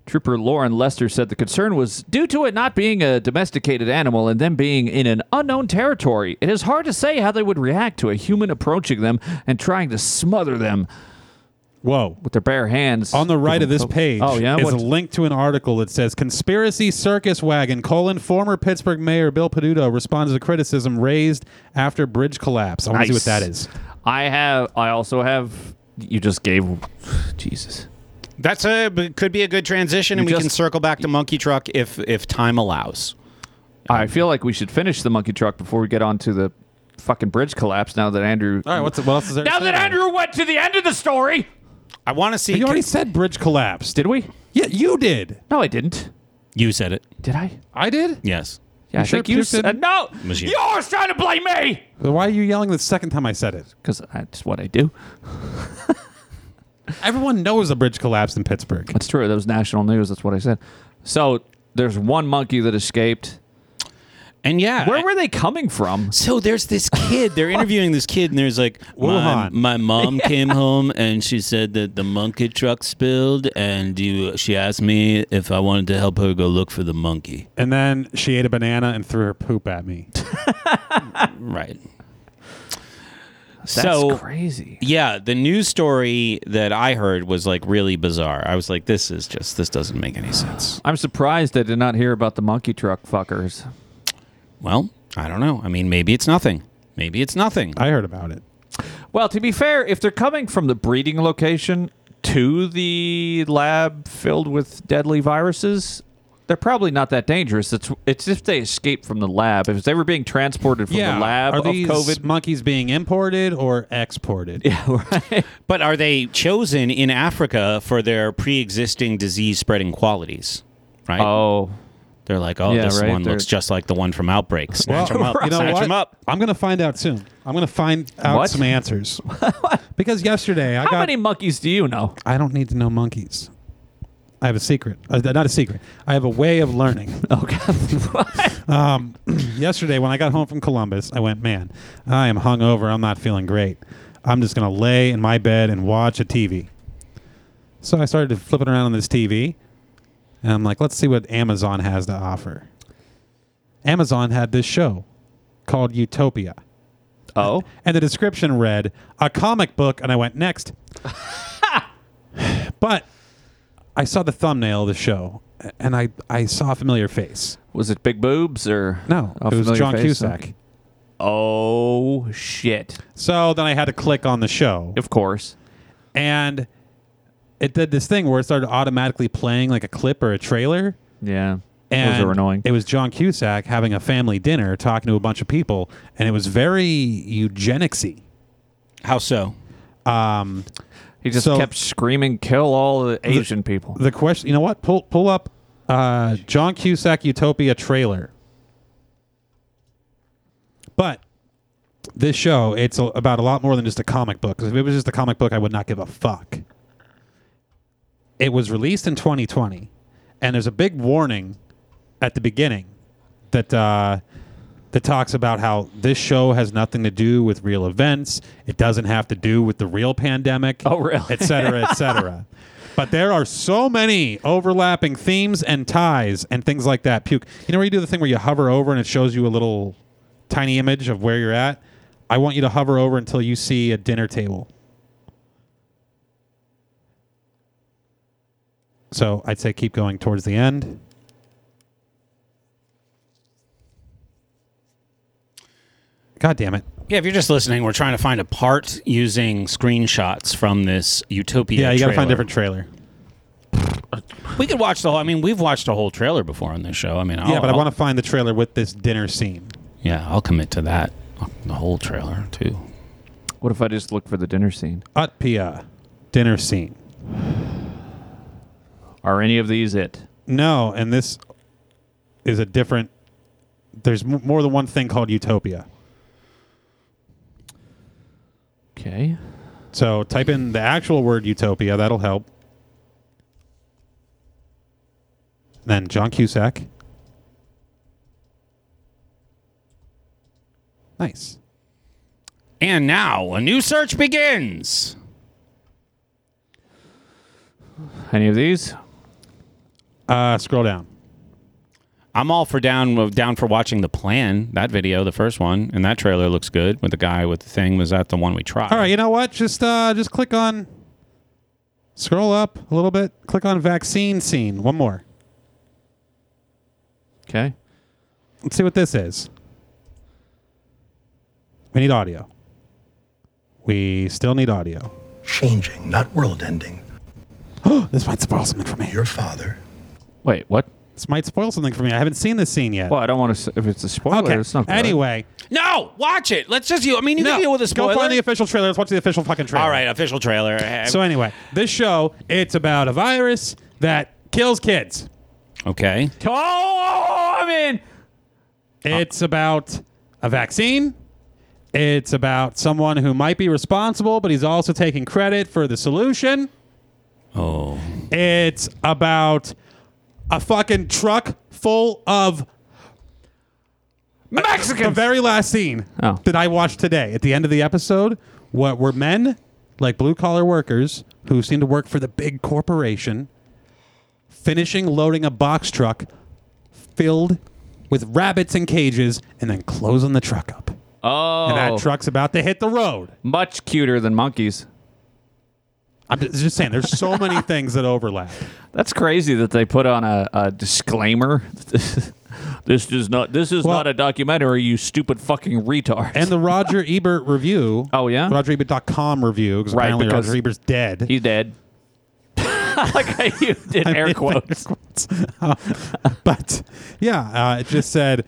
[SPEAKER 1] Trooper Lauren Lester said the concern was due to it not being a domesticated animal and them being in an unknown territory. It is hard to say how they would react to a human approaching them and trying to smother them.
[SPEAKER 2] Whoa.
[SPEAKER 1] With their bare hands.
[SPEAKER 2] On the right of this page
[SPEAKER 1] Oh, yeah?
[SPEAKER 2] is
[SPEAKER 1] What-
[SPEAKER 2] a link to an article that says Conspiracy Circus Wagon, colon, former Pittsburgh Mayor Bill Peduto responds to criticism raised after bridge collapse. I want to see
[SPEAKER 1] Nice.
[SPEAKER 2] what that is.
[SPEAKER 1] I have. I also have. You just gave. Jesus.
[SPEAKER 5] That's a could be a good transition, and
[SPEAKER 1] You
[SPEAKER 5] we can
[SPEAKER 1] just-
[SPEAKER 5] circle back to monkey truck if if time allows.
[SPEAKER 1] I feel like we should finish the monkey truck before we get on to the fucking bridge collapse. Now that Andrew.
[SPEAKER 2] All right, what's, what else is there?
[SPEAKER 1] now that Andrew went to the end of the story.
[SPEAKER 5] I want to see.
[SPEAKER 2] You already said bridge collapse.
[SPEAKER 1] Did we?
[SPEAKER 2] Yeah, you did.
[SPEAKER 1] No, I didn't.
[SPEAKER 5] You said it.
[SPEAKER 1] Did I?
[SPEAKER 2] I did?
[SPEAKER 5] Yes.
[SPEAKER 1] Yeah, I
[SPEAKER 2] sure
[SPEAKER 1] think you
[SPEAKER 2] Puke
[SPEAKER 1] said
[SPEAKER 2] didn't?
[SPEAKER 1] no.
[SPEAKER 5] It was you.
[SPEAKER 1] You're always trying to blame me
[SPEAKER 2] Then Why are you yelling the second time I said it?
[SPEAKER 1] because that's what I do.
[SPEAKER 2] Everyone knows a bridge collapsed in Pittsburgh.
[SPEAKER 1] That's true. That was national news. That's what I said. So there's one monkey that escaped.
[SPEAKER 5] And yeah,
[SPEAKER 1] Where were they coming from?
[SPEAKER 5] So there's this kid. They're interviewing this kid, and there's like, my,
[SPEAKER 2] Wuhan.
[SPEAKER 5] my mom came home and she said that the monkey truck spilled, and you, she asked me if I wanted to help her go look for the monkey.
[SPEAKER 2] And then she ate a banana and threw her poop at me.
[SPEAKER 5] Right.
[SPEAKER 1] That's
[SPEAKER 5] so
[SPEAKER 1] crazy.
[SPEAKER 5] yeah, the news story that I heard was like really bizarre. I was like, this is just this doesn't make any sense.
[SPEAKER 1] I'm surprised I did not hear about the monkey truck fuckers.
[SPEAKER 5] Well, I don't know. I mean, maybe it's nothing. Maybe it's nothing.
[SPEAKER 2] I heard about it.
[SPEAKER 1] Well, to be fair, if they're coming from the breeding location to the lab filled with deadly viruses, they're probably not that dangerous. It's it's if they escaped from the lab. If they were being transported from the lab
[SPEAKER 2] Are
[SPEAKER 1] of
[SPEAKER 2] these
[SPEAKER 1] COVID.
[SPEAKER 2] monkeys being imported or exported?
[SPEAKER 1] Yeah, right.
[SPEAKER 5] But are they chosen in Africa for their pre-existing disease-spreading qualities? Right.
[SPEAKER 1] Oh.
[SPEAKER 5] They're like, oh,
[SPEAKER 1] Yeah,
[SPEAKER 5] this
[SPEAKER 1] right,
[SPEAKER 5] one
[SPEAKER 1] they're-
[SPEAKER 5] looks just like the one from Outbreak. Snatch them up.
[SPEAKER 2] you know
[SPEAKER 5] Snatch
[SPEAKER 2] what?
[SPEAKER 5] 'em up.
[SPEAKER 2] I'm going to find out soon. I'm going to find out
[SPEAKER 1] What?
[SPEAKER 2] some answers. because yesterday I
[SPEAKER 1] How
[SPEAKER 2] got.
[SPEAKER 1] many monkeys do you know?
[SPEAKER 2] I don't need to know monkeys. I have a secret. Uh, not a secret. I have a way of learning.
[SPEAKER 1] Okay.
[SPEAKER 2] Um, yesterday, when I got home from Columbus, I went, man, I am hungover. I'm not feeling great. I'm just going to lay in my bed and watch a TV. So I started flipping around on this TV, and I'm like, let's see what Amazon has to offer. Amazon had this show called Utopia,
[SPEAKER 1] oh.
[SPEAKER 2] and the description read, a comic book, and I went, next. but I saw the thumbnail of the show, a- and I, I saw a familiar face.
[SPEAKER 1] Was it big boobs or
[SPEAKER 2] No,
[SPEAKER 1] a
[SPEAKER 2] it was
[SPEAKER 1] familiar
[SPEAKER 2] John
[SPEAKER 1] face?
[SPEAKER 2] Cusack.
[SPEAKER 1] Oh shit.
[SPEAKER 2] So then I had to click on the show,
[SPEAKER 1] Of course.
[SPEAKER 2] and it did this thing where it started automatically playing like a clip or a trailer.
[SPEAKER 1] Yeah.
[SPEAKER 2] And
[SPEAKER 1] Those are annoying.
[SPEAKER 2] It was John Cusack having a family dinner, talking to a bunch of people, and it was very eugenicsy.
[SPEAKER 5] How so?
[SPEAKER 2] Um,
[SPEAKER 1] he just
[SPEAKER 2] so-
[SPEAKER 1] kept screaming, "Kill all the Asian people."
[SPEAKER 2] the question, you know what? Pull pull up uh, John Cusack Utopia trailer. But this show, it's a, about a lot more than just a comic book. 'Cause if it was just a comic book, I would not give a fuck. It was released in 2020, and there's a big warning at the beginning that uh, that talks about how this show has nothing to do with real events. It doesn't have to do with the real pandemic. Oh,
[SPEAKER 1] really?
[SPEAKER 2] Et cetera, et cetera. but there are so many overlapping themes and ties and things like that. Puke. You know where you do the thing where you hover over and it shows you a little tiny image of where you're at? I want you to hover over until you see a dinner table. So I'd say keep going towards the end. God damn it.
[SPEAKER 5] Yeah, if you're just listening, we're trying to find a part using screenshots from this Utopia.
[SPEAKER 2] Yeah, you got to find a
[SPEAKER 5] trailer.
[SPEAKER 2] different trailer.
[SPEAKER 5] We could watch the whole. I mean, we've watched a whole trailer before on this show. I mean, I'll,
[SPEAKER 2] yeah, but I
[SPEAKER 5] I'll-
[SPEAKER 2] want to find the trailer with this dinner scene.
[SPEAKER 5] Yeah, I'll commit to that. The whole trailer too.
[SPEAKER 1] What if I just look for the dinner scene?
[SPEAKER 2] Utpia, dinner scene.
[SPEAKER 1] Are any of these it?
[SPEAKER 2] No, and this is a different. There's m- more than one thing called Utopia.
[SPEAKER 1] Okay.
[SPEAKER 2] So type in the actual word Utopia. That'll help. Then John Cusack. Nice.
[SPEAKER 5] And now a new search begins.
[SPEAKER 1] Any of these?
[SPEAKER 2] Uh, scroll down.
[SPEAKER 5] I'm all for down down for watching the plan that video, the first one, and that trailer looks good with the guy with the thing. Was that the one we tried?
[SPEAKER 2] All right, you know what? Just uh, just click on, scroll up a little bit. Click on vaccine scene. One more.
[SPEAKER 1] Okay.
[SPEAKER 2] Let's see what this is. We need audio. We still need audio.
[SPEAKER 14] Changing, not world ending.
[SPEAKER 2] this might spoil something for me.
[SPEAKER 14] Your father.
[SPEAKER 1] Wait, what?
[SPEAKER 2] This might spoil something for me. I haven't seen this scene yet.
[SPEAKER 1] Well, I don't want to. If it's a spoiler,
[SPEAKER 2] okay.
[SPEAKER 1] it's not. Good.
[SPEAKER 2] Anyway,
[SPEAKER 5] No, watch it. Let's just you. I mean, you can deal with a spoiler.
[SPEAKER 2] Go find the official trailer. Let's watch the official fucking trailer.
[SPEAKER 5] all right, official trailer. Eh,
[SPEAKER 2] So anyway, this show it's about a virus that kills kids.
[SPEAKER 5] eh, okay.
[SPEAKER 1] Oh, I'm in.
[SPEAKER 2] It's about a vaccine. It's about someone who might be responsible, but he's also taking credit for the solution.
[SPEAKER 5] Oh,
[SPEAKER 2] It's about a fucking truck full of Mexicans. The very last scene
[SPEAKER 1] Oh.
[SPEAKER 2] that I watched today at the end of the episode, what were men like blue collar workers who seem to work for the big corporation, finishing loading a box truck filled with rabbits in cages, and then closing the truck up.
[SPEAKER 1] Oh,
[SPEAKER 2] And that truck's about to hit the road.
[SPEAKER 1] much cuter than monkeys.
[SPEAKER 2] I'm just saying, there's so many things that overlap.
[SPEAKER 1] That's crazy that they put on a, a disclaimer. this does not. This is not a documentary. You stupid fucking retard.
[SPEAKER 2] And the Roger Ebert review.
[SPEAKER 1] Oh, yeah?
[SPEAKER 2] RogerEbert.com review. Because
[SPEAKER 1] Right,
[SPEAKER 2] apparently
[SPEAKER 1] because-
[SPEAKER 2] Roger Ebert's dead.
[SPEAKER 1] He's dead. like how you did
[SPEAKER 2] I
[SPEAKER 1] air
[SPEAKER 2] made
[SPEAKER 1] quotes.
[SPEAKER 2] Uh, but yeah, uh, it just said,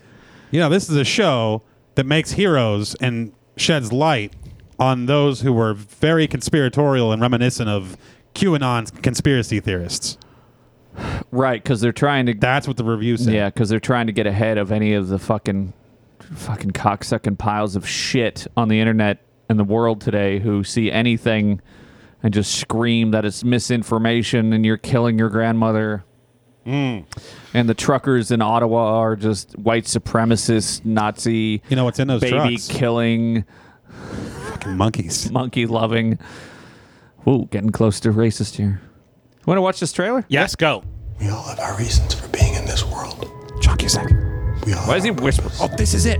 [SPEAKER 2] you know, this is a show that makes heroes and sheds light on those who were very conspiratorial and reminiscent of QAnon conspiracy theorists.
[SPEAKER 1] Right, because they're trying to.
[SPEAKER 2] That's what the review said.
[SPEAKER 1] Yeah, because they're trying to get ahead of any of the fucking, fucking cocksucking piles of shit on the internet and the world today who see anything and just scream that it's misinformation and you're killing your grandmother. Mm. And the truckers in Ottawa are just white supremacist, Nazi,
[SPEAKER 2] You know what's in those
[SPEAKER 1] baby
[SPEAKER 2] trucks?
[SPEAKER 1] killing,
[SPEAKER 2] Fucking monkeys.
[SPEAKER 1] monkey loving. Ooh, getting close to racist here. Want to watch this trailer?
[SPEAKER 5] Yes, go.
[SPEAKER 14] We all have our reasons for being in this world.
[SPEAKER 2] John Cusack.
[SPEAKER 14] We all.
[SPEAKER 1] Why is he whispering?
[SPEAKER 2] Oh, this is it.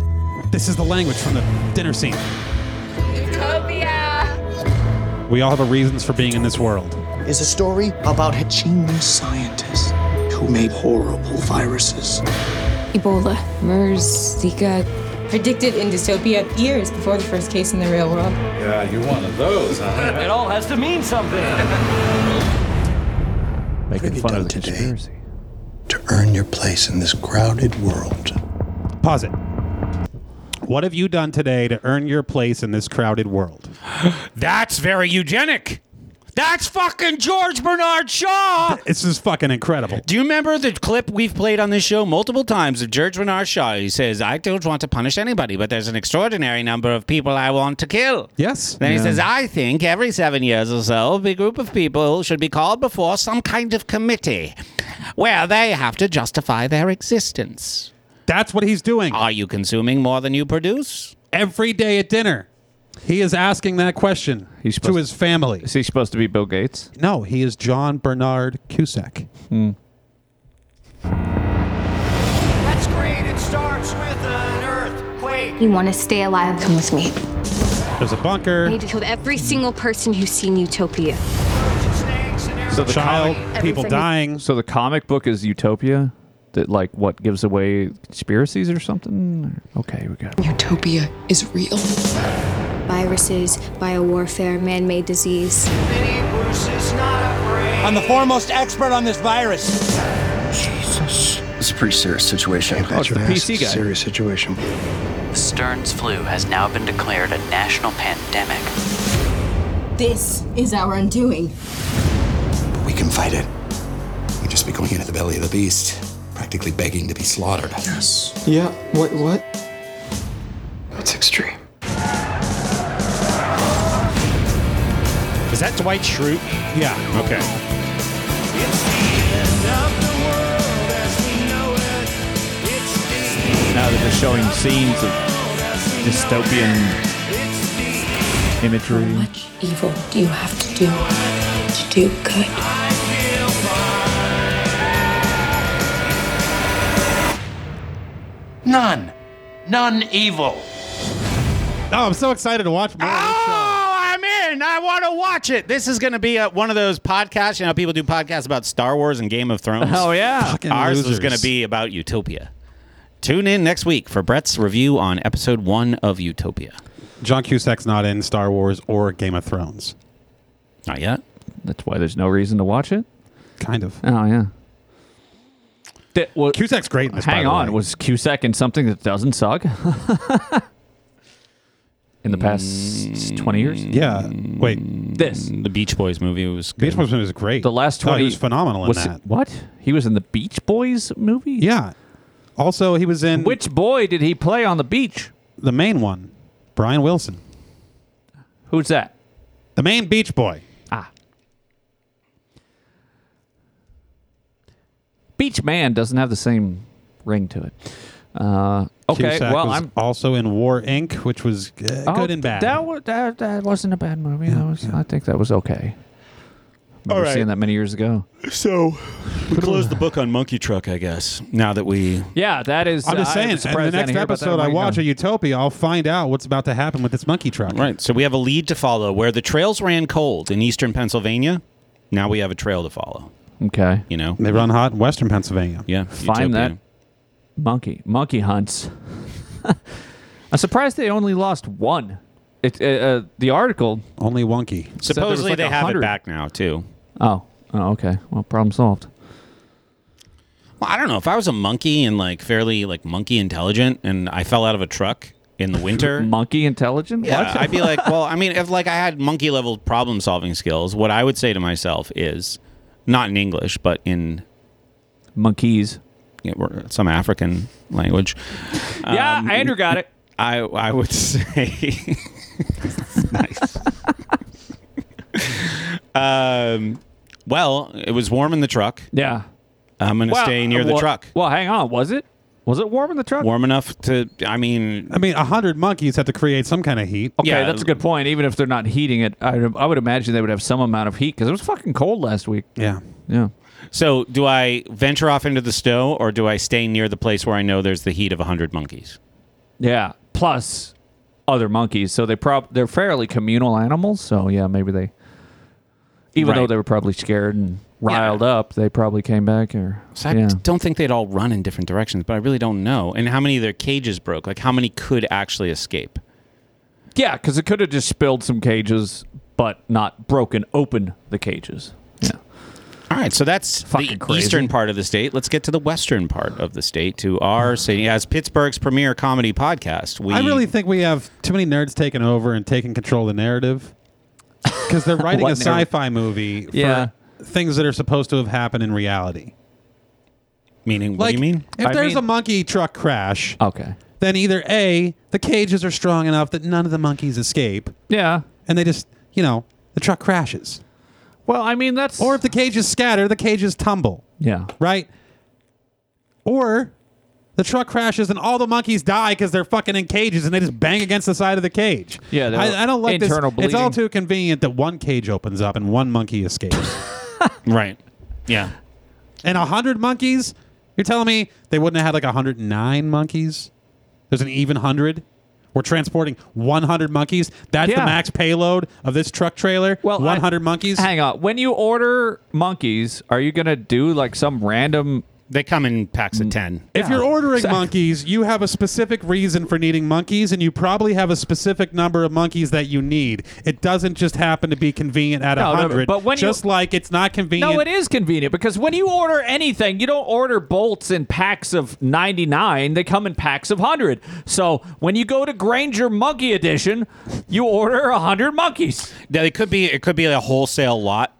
[SPEAKER 2] This is the language from the dinner scene. We all have our reasons for being in this world.
[SPEAKER 15] is a story about a genius scientist who made horrible viruses.
[SPEAKER 16] Ebola, MERS, Zika. Predicted in dystopia years before the first case in the real world.
[SPEAKER 4] Yeah, you're one of those, huh?
[SPEAKER 17] It all has to mean something.
[SPEAKER 1] Making fun of the conspiracy.
[SPEAKER 14] To earn your place in this crowded world.
[SPEAKER 2] Pause it. What have you done today to earn your place in this crowded world?
[SPEAKER 5] That's very eugenic. That's fucking George Bernard Shaw.
[SPEAKER 2] This is fucking incredible.
[SPEAKER 5] Do you remember the clip we've played on this show multiple times of George Bernard Shaw? He says, I don't want to punish anybody, but there's an extraordinary number of people I want to kill.
[SPEAKER 2] Yes.
[SPEAKER 5] Then
[SPEAKER 2] Yeah.
[SPEAKER 5] he says, I think every seven years or so, a big group of people should be called before some kind of committee where they have to justify their existence.
[SPEAKER 2] That's what he's doing.
[SPEAKER 5] Are you consuming more than you produce?
[SPEAKER 2] Every day at dinner, he is asking that question
[SPEAKER 1] He's
[SPEAKER 2] to
[SPEAKER 1] supposed-
[SPEAKER 2] his family.
[SPEAKER 1] Is he supposed to be Bill Gates?
[SPEAKER 2] No, he is John Bernard Cusack.
[SPEAKER 3] That's great. It starts with an earthquake.
[SPEAKER 18] You want to stay alive? Come with me.
[SPEAKER 2] There's a
[SPEAKER 18] I
[SPEAKER 2] bunker.
[SPEAKER 18] need to kill every single person who's seen Utopia.
[SPEAKER 2] So the child, people
[SPEAKER 18] Everything-
[SPEAKER 2] dying.
[SPEAKER 1] So the comic book is Utopia, that like what gives away conspiracies or something. Okay, we got.
[SPEAKER 18] Utopia is real. Viruses, biowarfare, man made disease.
[SPEAKER 19] I'm the foremost expert on this virus.
[SPEAKER 14] Jesus. It's a pretty serious situation.
[SPEAKER 19] Oh, it's the PC guy.
[SPEAKER 14] Serious situation.
[SPEAKER 20] The Stearns flu has now been declared a national pandemic.
[SPEAKER 16] This is our undoing.
[SPEAKER 14] But we can fight it. We'd just be going into the belly of the beast, practically begging to be slaughtered. Yes.
[SPEAKER 15] Yeah, what, what?
[SPEAKER 14] That's extreme.
[SPEAKER 5] Is that Dwight Schrute?
[SPEAKER 2] Yeah.
[SPEAKER 5] Okay.
[SPEAKER 1] Now they're just showing scenes of dystopian imagery.
[SPEAKER 16] Evil, do you have to do to do good?
[SPEAKER 19] None. None evil.
[SPEAKER 2] Oh, I'm so excited to watch more.
[SPEAKER 5] Oh, I'm in. I want to watch it. This is going to be uh one of those podcasts. You know, people do podcasts about Star Wars and Game of Thrones.
[SPEAKER 1] Oh, yeah.
[SPEAKER 2] Fucking
[SPEAKER 5] Ours is
[SPEAKER 2] losers.
[SPEAKER 5] going to be about Utopia. Tune in next week for Brett's review on episode one of Utopia.
[SPEAKER 2] John Cusack's not in Star Wars or Game of Thrones.
[SPEAKER 5] Not yet.
[SPEAKER 1] That's why there's no reason to watch it.
[SPEAKER 2] Kind of.
[SPEAKER 1] Oh yeah. That, well,
[SPEAKER 2] Cusack's great. In this, by
[SPEAKER 1] hang
[SPEAKER 2] the
[SPEAKER 1] on,
[SPEAKER 2] way.
[SPEAKER 1] was Cusack in something that doesn't suck? in the past twenty years?
[SPEAKER 2] Yeah.
[SPEAKER 5] Mm.
[SPEAKER 2] Wait.
[SPEAKER 1] This
[SPEAKER 5] The Beach Boys movie was good.
[SPEAKER 2] Beach Boys movie was great.
[SPEAKER 1] the last
[SPEAKER 2] No,
[SPEAKER 1] twenty.
[SPEAKER 2] Oh, he was phenomenal in
[SPEAKER 1] was-
[SPEAKER 2] that.
[SPEAKER 1] What? He was in the Beach Boys movie?
[SPEAKER 2] Yeah. Also, he was in
[SPEAKER 1] Which boy did he play on the beach?
[SPEAKER 2] the main one, Brian Wilson,
[SPEAKER 1] Who's that?
[SPEAKER 2] the main Beach Boy.
[SPEAKER 1] Ah. Beach Man doesn't have the same ring to it. Uh, okay,
[SPEAKER 2] Cusack
[SPEAKER 1] well,
[SPEAKER 2] was
[SPEAKER 1] I'm
[SPEAKER 2] also in War Inc., which was uh,
[SPEAKER 1] Oh,
[SPEAKER 2] good and bad.
[SPEAKER 1] That, wa- that, that wasn't a bad movie. That was, I think that was okay. I remember
[SPEAKER 5] right.
[SPEAKER 1] seeing that many years ago.
[SPEAKER 5] So we closed the book on Monkey Truck, I guess. Now that we
[SPEAKER 1] Yeah, that is.
[SPEAKER 2] I'm just
[SPEAKER 1] I
[SPEAKER 2] saying.
[SPEAKER 1] was
[SPEAKER 2] In
[SPEAKER 1] uh, surprised
[SPEAKER 2] the
[SPEAKER 1] I didn't
[SPEAKER 2] next
[SPEAKER 1] hear about that
[SPEAKER 2] episode
[SPEAKER 1] a
[SPEAKER 2] I
[SPEAKER 1] while
[SPEAKER 2] watch
[SPEAKER 1] ago.
[SPEAKER 2] a Utopia, I'll find out what's about to happen with this monkey truck.
[SPEAKER 5] Right. So we have a lead to follow. Where the trails ran cold in eastern Pennsylvania, now we have a trail to follow.
[SPEAKER 1] Okay,
[SPEAKER 5] You know?
[SPEAKER 2] They run hot in Western Pennsylvania.
[SPEAKER 5] Yeah.
[SPEAKER 1] find that
[SPEAKER 5] Utopia.
[SPEAKER 1] monkey. Monkey hunts. I'm surprised they only lost one. It, uh, uh, the article.
[SPEAKER 2] Only wonky.
[SPEAKER 1] said there was
[SPEAKER 5] Supposedly
[SPEAKER 1] like
[SPEAKER 5] they have
[SPEAKER 1] 100.
[SPEAKER 5] it back now too.
[SPEAKER 1] Oh. oh, okay. Well, problem solved.
[SPEAKER 5] Well, I don't know. If I was a monkey and like fairly like monkey intelligent and I fell out of a truck in the winter.
[SPEAKER 1] Monkey intelligent.
[SPEAKER 5] Yeah,
[SPEAKER 1] What?
[SPEAKER 5] I'd be like, well, I mean, if like I had monkey level problem solving skills, what I would say to myself is, not in English, but in
[SPEAKER 1] monkeys.
[SPEAKER 5] you know, some African language.
[SPEAKER 1] yeah,
[SPEAKER 5] Um,
[SPEAKER 1] Andrew got it.
[SPEAKER 5] I I would say nice. um, well, it was warm in the truck.
[SPEAKER 1] Yeah.
[SPEAKER 5] I'm gonna stay near the
[SPEAKER 1] well-
[SPEAKER 5] truck.
[SPEAKER 1] Well, hang on. Was it? Was it warm in the truck?
[SPEAKER 5] Warm enough to, I mean,
[SPEAKER 2] I mean, a hundred monkeys have to create some kind of heat.
[SPEAKER 1] Okay,
[SPEAKER 5] Yeah.
[SPEAKER 1] that's a good point. Even if they're not heating it, I, I would imagine they would have some amount of heat because it was fucking cold last week.
[SPEAKER 2] Yeah.
[SPEAKER 1] Yeah.
[SPEAKER 5] so do I venture off into the snow or do I stay near the place where I know there's the heat of 100 monkeys?
[SPEAKER 1] Yeah. Plus other monkeys. So they prob they're fairly communal animals. So yeah, maybe they, even though
[SPEAKER 5] Right.
[SPEAKER 1] they were probably scared and riled
[SPEAKER 5] Yeah.
[SPEAKER 1] up, they probably came back or
[SPEAKER 5] So I
[SPEAKER 1] yeah.
[SPEAKER 5] don't think they'd all run in different directions, but I really don't know. And how many of their cages broke? Like how many could actually escape?
[SPEAKER 1] Yeah, because it could have just spilled some cages, but not broken open the cages. Yeah.
[SPEAKER 5] All right, so that's
[SPEAKER 1] Fucking
[SPEAKER 5] the
[SPEAKER 1] crazy.
[SPEAKER 5] eastern part of the state. Let's get to the western part of the state to our city as Pittsburgh's premier comedy podcast. We
[SPEAKER 2] I really think we have too many nerds taking over and taking control of the narrative because they're writing a
[SPEAKER 1] What narr-
[SPEAKER 2] sci-fi movie for
[SPEAKER 1] Yeah.
[SPEAKER 2] things that are supposed to have happened in reality.
[SPEAKER 5] meaning what
[SPEAKER 2] Like,
[SPEAKER 5] do you mean?
[SPEAKER 2] if
[SPEAKER 1] I
[SPEAKER 2] there's
[SPEAKER 1] mean-
[SPEAKER 2] a monkey truck crash,
[SPEAKER 1] Okay.
[SPEAKER 2] then either a the cages are strong enough that none of the monkeys escape,
[SPEAKER 1] Yeah.
[SPEAKER 2] and they just you know the truck crashes,
[SPEAKER 1] Well, I mean that's
[SPEAKER 2] or if the cages scatter, the cages tumble,
[SPEAKER 1] yeah.
[SPEAKER 2] right? Or The truck crashes and all the monkeys die because they're fucking in cages and they just bang against the side of the cage.
[SPEAKER 1] Yeah, they're
[SPEAKER 2] I, I don't like
[SPEAKER 1] internal
[SPEAKER 2] this. It's all
[SPEAKER 1] bleeding.
[SPEAKER 2] too convenient that one cage opens up and one monkey escapes.
[SPEAKER 5] right. Yeah.
[SPEAKER 2] And a hundred monkeys? You're telling me they wouldn't have had like hundred and nine monkeys? There's an even hundred. We're transporting 100 monkeys. That's
[SPEAKER 1] Yeah.
[SPEAKER 2] the max payload of this truck trailer. Well, 100 monkeys.
[SPEAKER 1] Hang on. When you order monkeys, are you gonna do like some random?
[SPEAKER 5] They come in packs of ten.
[SPEAKER 2] If you're ordering monkeys, you have a specific reason for needing monkeys, and you probably have a specific number of monkeys that you need. It doesn't just happen to be convenient at a
[SPEAKER 1] No, no,
[SPEAKER 2] 100.
[SPEAKER 1] but when you-
[SPEAKER 2] just like it's not convenient.
[SPEAKER 1] No, it is convenient because when you order anything, you don't order bolts in packs of 99. They come in packs of 100. So when you go to Granger Monkey Edition, you order 100 monkeys.
[SPEAKER 5] Now, it could be it could be a wholesale lot.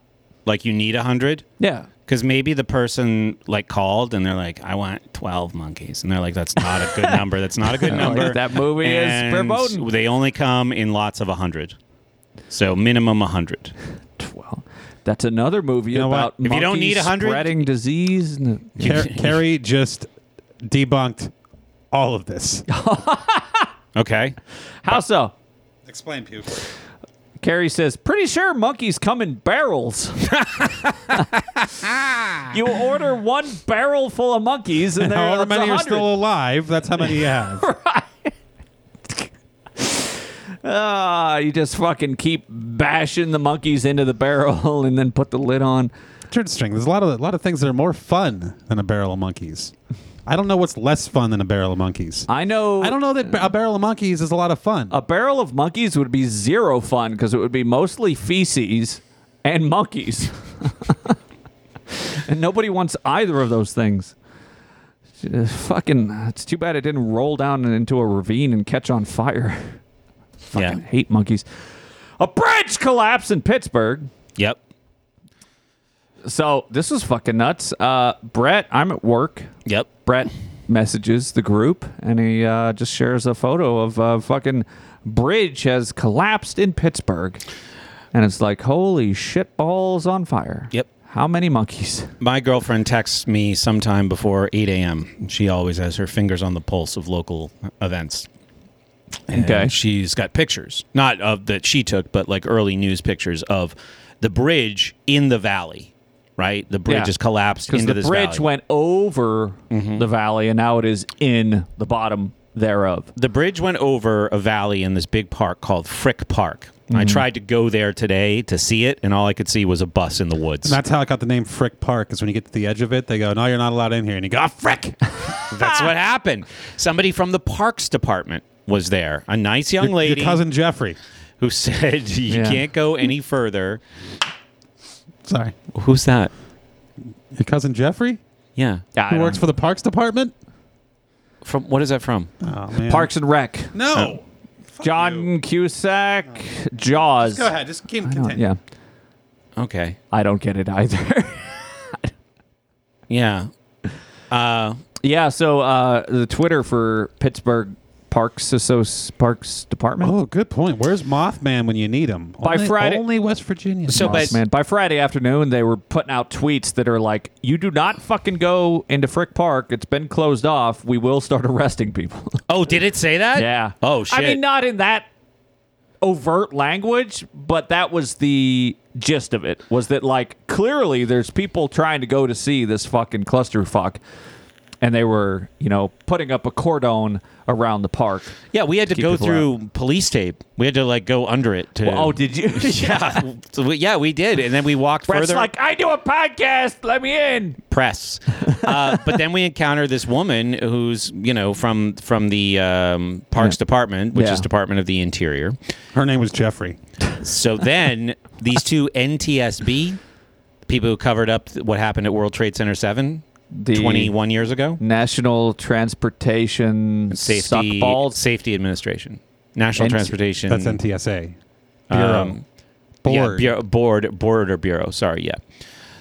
[SPEAKER 5] Like you need a hundred.
[SPEAKER 1] Yeah.
[SPEAKER 5] Because maybe the person like called and they're like, I want twelve monkeys, and they're like, that's not a good number. That's not a good
[SPEAKER 1] Oh,
[SPEAKER 5] number.
[SPEAKER 1] that movie is
[SPEAKER 5] And
[SPEAKER 1] verboten.
[SPEAKER 5] They only come in lots of hundred, so minimum hundred.
[SPEAKER 1] Well, that's another movie
[SPEAKER 2] know
[SPEAKER 1] about
[SPEAKER 2] what? If you don't
[SPEAKER 1] monkeys
[SPEAKER 2] need 100
[SPEAKER 1] spreading disease. and-
[SPEAKER 2] Car- Carrie just debunked all of this.
[SPEAKER 5] Okay.
[SPEAKER 1] How so?
[SPEAKER 2] Explain, Puke.
[SPEAKER 1] Carrie says, pretty sure monkeys come in barrels. you order one barrel full of monkeys and
[SPEAKER 2] And
[SPEAKER 1] there
[SPEAKER 2] however
[SPEAKER 1] it's
[SPEAKER 2] many are
[SPEAKER 1] 100.
[SPEAKER 2] still alive, that's how many you have.
[SPEAKER 1] Ah, you just fucking keep bashing the monkeys into the barrel and then put the lid on.
[SPEAKER 2] Turn string. There's a lot of a lot of things that are more fun than a barrel of monkeys. I don't know what's less fun than a barrel of monkeys.
[SPEAKER 1] I know.
[SPEAKER 2] I don't know that a barrel of monkeys is a lot of fun.
[SPEAKER 1] A barrel of monkeys would be zero fun because it would be mostly feces and monkeys. and nobody wants either of those things. Just fucking, it's too bad it didn't roll down and into a ravine and catch on fire. fucking hate monkeys. A bridge collapse in Pittsburgh.
[SPEAKER 5] Yep.
[SPEAKER 1] So this is fucking nuts. Uh, Brett, I'm at work.
[SPEAKER 5] Yep.
[SPEAKER 1] Brett messages the group and he uh, just shares a photo of a fucking bridge has collapsed in Pittsburgh. And it's like, holy shit, balls on fire.
[SPEAKER 5] Yep.
[SPEAKER 1] How many monkeys?
[SPEAKER 5] My girlfriend texts me sometime before 8 a.m. She always has her fingers on the pulse of local events. And
[SPEAKER 1] Okay.
[SPEAKER 5] She's got pictures, not of that she took, but like early news pictures of the bridge in the valley, right? The bridge
[SPEAKER 1] Yeah.
[SPEAKER 5] has collapsed
[SPEAKER 1] Because
[SPEAKER 5] into
[SPEAKER 1] the
[SPEAKER 5] this
[SPEAKER 1] bridge
[SPEAKER 5] valley. Mm-hmm.
[SPEAKER 1] went over the valley and now it is in the bottom thereof.
[SPEAKER 5] the bridge went over a valley in this big park called Frick Park.
[SPEAKER 1] Mm-hmm.
[SPEAKER 5] I tried to go there today to see it, and all I could see was a bus in the woods.
[SPEAKER 2] And that's how I got the name Frick Park. Is when you get to the edge of it, they go, "No, you're not allowed in here." And you go, oh, "Frick!"
[SPEAKER 5] That's what happened. Somebody from the parks department was there, a nice young
[SPEAKER 2] Your-
[SPEAKER 5] lady.
[SPEAKER 2] your cousin Jeffrey.
[SPEAKER 5] who said you
[SPEAKER 2] Yeah.
[SPEAKER 5] can't go any further.
[SPEAKER 2] Sorry,
[SPEAKER 5] Who's that?
[SPEAKER 2] your cousin Jeffrey,
[SPEAKER 5] Yeah.
[SPEAKER 2] who works for the Parks Department.
[SPEAKER 5] From what is that from?
[SPEAKER 2] Oh man,
[SPEAKER 1] Parks Uh, and Rec.
[SPEAKER 2] No,
[SPEAKER 1] John Cusack, Jaws.
[SPEAKER 2] go ahead. Just keep
[SPEAKER 1] I don't-
[SPEAKER 2] continue.
[SPEAKER 1] yeah.
[SPEAKER 5] Okay.
[SPEAKER 1] I don't get it either.
[SPEAKER 5] Yeah. Uh,
[SPEAKER 1] Yeah, so uh, the Twitter for Pittsburgh Parks Associ- Parks Department.
[SPEAKER 2] Oh, good point. Where's Mothman when you need him?
[SPEAKER 1] By
[SPEAKER 2] only,
[SPEAKER 1] Friday-
[SPEAKER 2] only West Virginia.
[SPEAKER 5] So, but-
[SPEAKER 1] man, by Friday afternoon, they were putting out tweets that are like, "You do not fucking go into Frick Park. It's been closed off. We will start arresting people."
[SPEAKER 5] oh, did it say that?
[SPEAKER 1] yeah.
[SPEAKER 5] Oh shit.
[SPEAKER 1] I mean, not in that overt language, but that was the gist of it. Was that like clearly there's people trying to go to see this fucking clusterfuck, and they were you know putting up a cordon around the park.
[SPEAKER 5] yeah, we had to
[SPEAKER 1] keep
[SPEAKER 5] go
[SPEAKER 1] people
[SPEAKER 5] through police tape. We had to like go under it to.
[SPEAKER 1] Well, oh, did you?
[SPEAKER 5] yeah. So we- yeah, we did, and then we walked
[SPEAKER 1] Brett's
[SPEAKER 5] further.
[SPEAKER 1] like, I do a podcast. Let me in.
[SPEAKER 5] press. Uh, but then we encounter this woman who's you know from from the um, Parks Department, which
[SPEAKER 1] Yeah.
[SPEAKER 5] is Department of the Interior.
[SPEAKER 2] Her name was Jeffrey.
[SPEAKER 5] So then these two NTSB people who covered up th- what happened at World Trade Center 7
[SPEAKER 1] The
[SPEAKER 5] 21 years ago,
[SPEAKER 1] National Transportation
[SPEAKER 5] Safety
[SPEAKER 1] Suckballs.
[SPEAKER 5] Safety Administration, National
[SPEAKER 1] N-
[SPEAKER 5] Transportation
[SPEAKER 2] That's NTSA. Bureau.
[SPEAKER 5] um, yeah,
[SPEAKER 2] Board.
[SPEAKER 5] bureau, board board or bureau, sorry, yeah.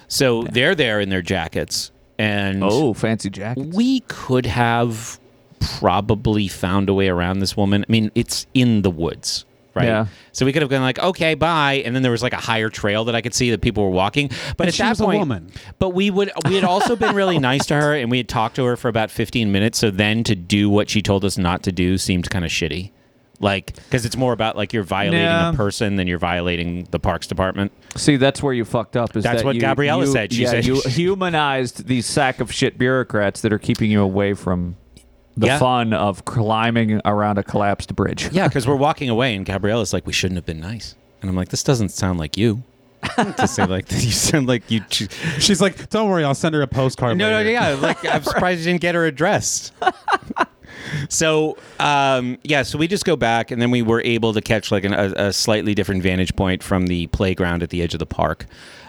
[SPEAKER 5] So they're there in their jackets and
[SPEAKER 1] Oh, fancy jacket.
[SPEAKER 5] we could have probably found a way around this woman. I mean, it's in the woods. right?
[SPEAKER 1] Yeah.
[SPEAKER 5] So we could have gone like, okay, bye, and then there was like a higher trail that I could see that people were walking. But
[SPEAKER 2] And
[SPEAKER 5] at
[SPEAKER 2] she
[SPEAKER 5] that
[SPEAKER 2] was a
[SPEAKER 5] point,
[SPEAKER 2] woman.
[SPEAKER 5] but we would we had also been really nice to her, and we had talked to her for about 15 minutes. So then to do what she told us not to do seemed kind of shitty, like because it's more about like you're violating
[SPEAKER 1] Yeah.
[SPEAKER 5] a person than you're violating the parks department.
[SPEAKER 1] See, that's where you fucked up. Is
[SPEAKER 5] That's
[SPEAKER 1] that
[SPEAKER 5] what
[SPEAKER 1] you-
[SPEAKER 5] Gabriella
[SPEAKER 1] you-
[SPEAKER 5] said. She
[SPEAKER 1] yeah,
[SPEAKER 5] said-
[SPEAKER 1] you humanized these sack of shit bureaucrats that are keeping you away from the
[SPEAKER 5] Yeah.
[SPEAKER 1] fun of climbing around a collapsed bridge.
[SPEAKER 5] Yeah, because we're walking away, and Gabriella's like, "We shouldn't have been nice," and I'm like, "This doesn't sound like you." to say like you sound like you. Ch-
[SPEAKER 2] She's like, don't worry, I'll send her a postcard.
[SPEAKER 5] no, no,
[SPEAKER 2] later."
[SPEAKER 5] yeah. Like I'm surprised you didn't get her address. so um, yeah, so we just go back, and then we were able to catch like an, a, a slightly different vantage point from the playground at the edge of the park,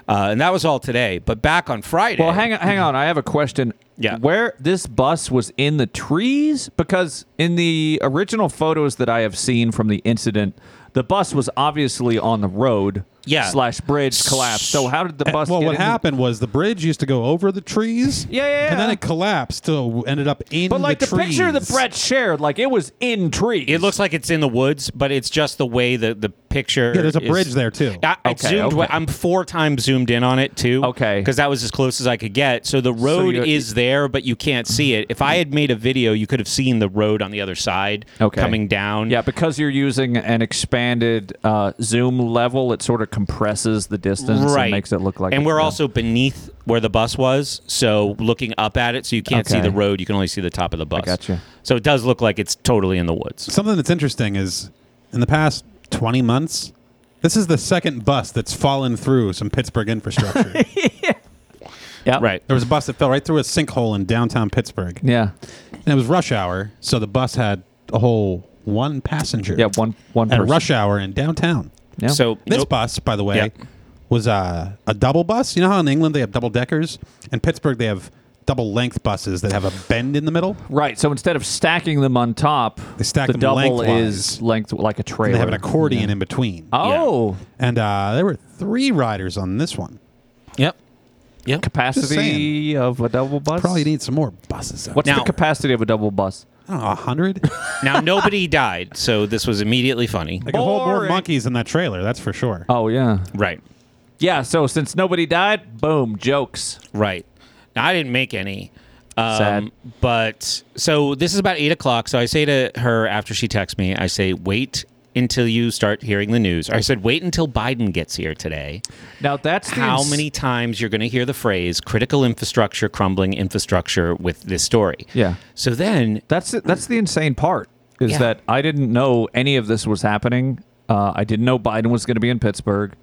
[SPEAKER 5] uh, and that was all today. But back on Friday,
[SPEAKER 1] Well, hang on, hang on. I have a question.
[SPEAKER 5] Yeah.
[SPEAKER 1] Where this bus was in the trees? Because in the original photos that I have seen from the incident, the bus was obviously on the road.
[SPEAKER 2] Yeah.
[SPEAKER 1] Slash bridge collapse. So how
[SPEAKER 5] eh,
[SPEAKER 1] did the bus?
[SPEAKER 2] well,
[SPEAKER 1] get
[SPEAKER 2] what
[SPEAKER 1] in the-
[SPEAKER 2] happened was the bridge used to go over the trees.
[SPEAKER 1] Yeah, yeah,
[SPEAKER 2] And then
[SPEAKER 1] yeah.
[SPEAKER 2] it collapsed to ended up in.
[SPEAKER 1] But like the, picture that
[SPEAKER 2] trees.
[SPEAKER 1] Brett shared, like it was in trees.
[SPEAKER 5] It looks like it's in the woods, but it's just the way the the picture.
[SPEAKER 2] Yeah, there's a
[SPEAKER 5] is-
[SPEAKER 2] bridge there, too.
[SPEAKER 5] I, I
[SPEAKER 2] Okay,
[SPEAKER 5] zoomed.
[SPEAKER 2] okay.
[SPEAKER 5] way- I'm four times zoomed in on it too. Okay, because that was as close as I could get. So the road
[SPEAKER 1] you're-
[SPEAKER 5] is there, but you can't see it. If I had made a video, you could have seen the road on the other side.
[SPEAKER 1] Okay.
[SPEAKER 5] coming down.
[SPEAKER 1] Yeah, because you're using an expanded uh, zoom level, it sort of compresses the distance
[SPEAKER 5] Right.
[SPEAKER 1] and makes it look like.
[SPEAKER 5] and
[SPEAKER 1] it's
[SPEAKER 5] we're
[SPEAKER 1] down.
[SPEAKER 5] also beneath where the bus was, so looking up at it, so you can't see
[SPEAKER 2] Okay.
[SPEAKER 5] the road. You can only see the top of the bus.
[SPEAKER 2] gotcha.
[SPEAKER 5] So it does look like it's totally in the woods.
[SPEAKER 2] Something that's interesting is in the past 20 months, this is the second bus that's fallen through some Pittsburgh infrastructure.
[SPEAKER 1] yeah.
[SPEAKER 5] Right.
[SPEAKER 2] There was a bus that fell right through a sinkhole in downtown Pittsburgh.
[SPEAKER 1] Yeah.
[SPEAKER 2] And it was rush hour, so the bus had a whole one passenger.
[SPEAKER 1] Yeah, one one
[SPEAKER 2] At
[SPEAKER 1] person.
[SPEAKER 2] rush hour in downtown.
[SPEAKER 1] Yeah.
[SPEAKER 5] So-
[SPEAKER 2] this
[SPEAKER 5] nope.
[SPEAKER 2] bus, by the way,
[SPEAKER 5] Yeah.
[SPEAKER 2] was uh, a double bus. You know how in England they have double deckers? In Pittsburgh they have double length buses that have a bend in the middle.
[SPEAKER 1] Right. So instead of stacking them on top,
[SPEAKER 2] They stack
[SPEAKER 1] the
[SPEAKER 2] them
[SPEAKER 1] double
[SPEAKER 2] lengthwise.
[SPEAKER 1] is length like a trailer.
[SPEAKER 2] And they have an accordion in between.
[SPEAKER 1] Oh.
[SPEAKER 2] And uh, there were three riders on this one.
[SPEAKER 5] Yep. Yep.
[SPEAKER 1] Capacity of a double bus.
[SPEAKER 2] Probably need some more buses. out
[SPEAKER 1] What's
[SPEAKER 5] Now-
[SPEAKER 1] the capacity of a double bus?
[SPEAKER 2] I don't know, 100?
[SPEAKER 5] now nobody died, so this was immediately funny.
[SPEAKER 2] like a whole board of monkeys in that trailer, that's for sure.
[SPEAKER 1] Oh yeah.
[SPEAKER 5] Right.
[SPEAKER 1] Yeah. So since nobody died, boom, jokes.
[SPEAKER 5] Right. Now, I didn't make any. Um,
[SPEAKER 1] Sad.
[SPEAKER 5] But so this is about eight o'clock. So I say to her after she texts me, I say, wait until you start hearing the news. Or I said, wait until Biden gets here today.
[SPEAKER 1] Now that's the
[SPEAKER 5] How
[SPEAKER 1] ins-
[SPEAKER 5] many times you're going to hear the phrase critical infrastructure, crumbling infrastructure with this story?
[SPEAKER 1] Yeah.
[SPEAKER 5] So then
[SPEAKER 1] That's the, that's the insane part is
[SPEAKER 5] Yeah.
[SPEAKER 1] that I didn't know any of this was happening. Uh, I didn't know Biden was going to be in Pittsburgh.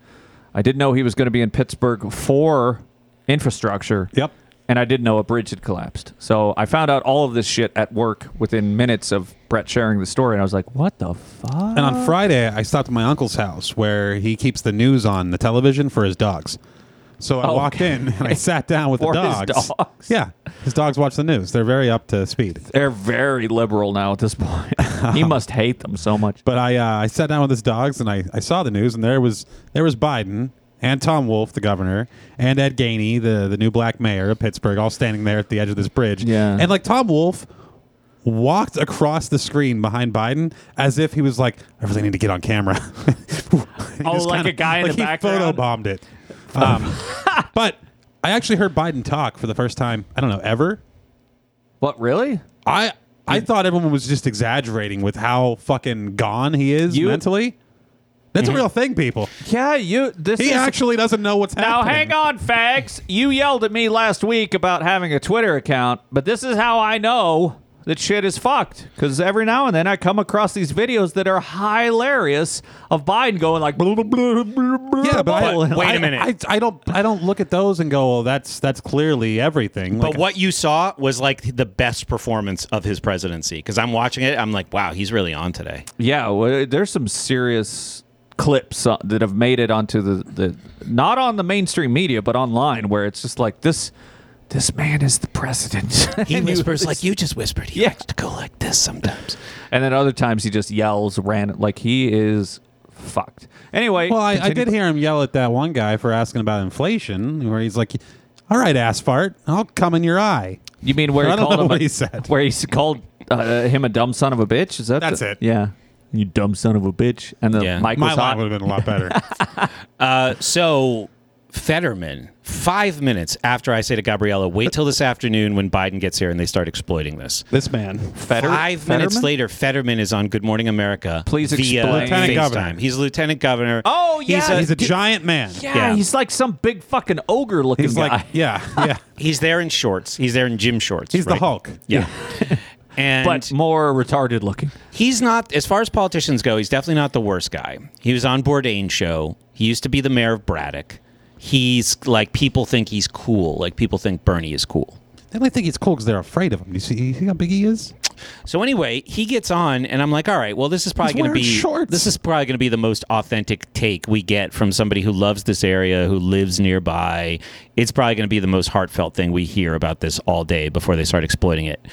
[SPEAKER 1] I didn't know he was going to be in Pittsburgh for infrastructure.
[SPEAKER 2] Yep.
[SPEAKER 1] And I didn't know a bridge had collapsed. So I found out all of this shit at work within minutes of Brett sharing the story, and I was like, "What the fuck?"
[SPEAKER 2] And on Friday, I stopped at my uncle's house where he keeps the news on the television for his dogs. So I
[SPEAKER 1] Oh,
[SPEAKER 2] walked
[SPEAKER 1] okay.
[SPEAKER 2] in and I sat down with the
[SPEAKER 1] For his
[SPEAKER 2] dogs.
[SPEAKER 1] dogs.
[SPEAKER 2] Yeah, his dogs watch the news. They're very up to speed.
[SPEAKER 1] They're very liberal now at this point. he must hate them so much.
[SPEAKER 2] But I, uh, I sat down with his dogs and I, I saw the news and there was there was Biden and Tom Wolf, the governor, and Ed Gainey, the the new black mayor of Pittsburgh, all standing there at the edge of this bridge.
[SPEAKER 1] Yeah.
[SPEAKER 2] And like Tom Wolf walked across the screen behind Biden as if he was like, I really need to get on camera.
[SPEAKER 1] Oh,
[SPEAKER 2] just
[SPEAKER 1] like
[SPEAKER 2] kinda-
[SPEAKER 1] a guy in
[SPEAKER 2] like
[SPEAKER 1] the
[SPEAKER 2] he
[SPEAKER 1] background?
[SPEAKER 2] photobombed it. Um, but I actually heard Biden talk for the first time. I don't know ever.
[SPEAKER 1] What really?
[SPEAKER 2] I I thought everyone was just exaggerating with how fucking gone he is
[SPEAKER 1] You-
[SPEAKER 2] mentally. That's a real thing, people.
[SPEAKER 1] Yeah, you. This
[SPEAKER 2] He
[SPEAKER 1] is-
[SPEAKER 2] actually doesn't know what's
[SPEAKER 1] Now,
[SPEAKER 2] happening.
[SPEAKER 1] hang on, fags. You yelled at me last week about having a Twitter account, but this is how I know that shit is fucked. Because every now and then I come across these videos that are hilarious of Biden going like, blah, blah, blah, blah, blah,
[SPEAKER 2] Yeah, but I,
[SPEAKER 1] blah.
[SPEAKER 5] Wait a
[SPEAKER 2] I-
[SPEAKER 5] minute.
[SPEAKER 2] I, I don't. I don't look at those and go, "Well, that's that's clearly everything." Like,
[SPEAKER 5] But what you saw was like the best performance of his presidency. Because I'm watching it, I'm like, wow, he's really on today.
[SPEAKER 1] Yeah, well, there's some serious clips uh, that have made it onto the, the not on the mainstream media, but online where it's just like this. This man is the president.
[SPEAKER 5] He
[SPEAKER 1] And you-
[SPEAKER 5] whispers like you just whispered. He likes to go like this sometimes.
[SPEAKER 1] and then other times he just yells, ran like he is fucked. Anyway,
[SPEAKER 2] Well, I, I
[SPEAKER 1] continue.
[SPEAKER 2] did hear him yell at that one guy for asking about inflation, where he's like, "All right, ass fart, I'll come in your eye."
[SPEAKER 1] You mean where
[SPEAKER 2] I
[SPEAKER 1] he
[SPEAKER 2] don't
[SPEAKER 1] called
[SPEAKER 2] know
[SPEAKER 1] him?
[SPEAKER 2] what
[SPEAKER 1] a-
[SPEAKER 2] he said.
[SPEAKER 1] Where he s- called uh, him a dumb son of a bitch? Is that
[SPEAKER 2] That's
[SPEAKER 1] the-
[SPEAKER 2] it.
[SPEAKER 1] Yeah. You dumb son of a bitch. And the mic was hot.
[SPEAKER 5] uh, so Fetterman, five minutes after I say to Gabriella, wait till this afternoon when Biden gets here and they start exploiting this.
[SPEAKER 2] This man.
[SPEAKER 1] Fetter-
[SPEAKER 5] Five minutes
[SPEAKER 1] Fetterman?
[SPEAKER 5] later, Fetterman is on Good Morning America.
[SPEAKER 1] Please
[SPEAKER 5] via
[SPEAKER 1] explain. Lieutenant
[SPEAKER 5] FaceTime.
[SPEAKER 1] governor.
[SPEAKER 5] He's a lieutenant governor.
[SPEAKER 1] Oh yeah,
[SPEAKER 2] giant man.
[SPEAKER 1] Yeah, he's like some big fucking ogre looking
[SPEAKER 5] He's
[SPEAKER 1] guy.
[SPEAKER 5] like-
[SPEAKER 2] yeah, yeah.
[SPEAKER 5] He's there in shorts. He's there in gym shorts.
[SPEAKER 1] He's the
[SPEAKER 5] right?
[SPEAKER 1] Hulk.
[SPEAKER 5] Yeah. and
[SPEAKER 1] But more retarded looking.
[SPEAKER 5] He's not, as far as politicians go, he's definitely not the worst guy. He was on Bourdain's show. He used to be the mayor of Braddock. He's like, people think he's cool. Like, people think Bernie is cool.
[SPEAKER 2] They only think it's cool because they're afraid of him. You see, you see how big he is?
[SPEAKER 5] So anyway, he gets on, and I'm like, all right, well, this is probably
[SPEAKER 2] He's
[SPEAKER 5] going to
[SPEAKER 2] wearing
[SPEAKER 5] be
[SPEAKER 2] shorts.
[SPEAKER 5] this is probably going to be the most authentic take we get from somebody who loves this area, who lives nearby. It's probably going to be the most heartfelt thing we hear about this all day before they start exploiting it.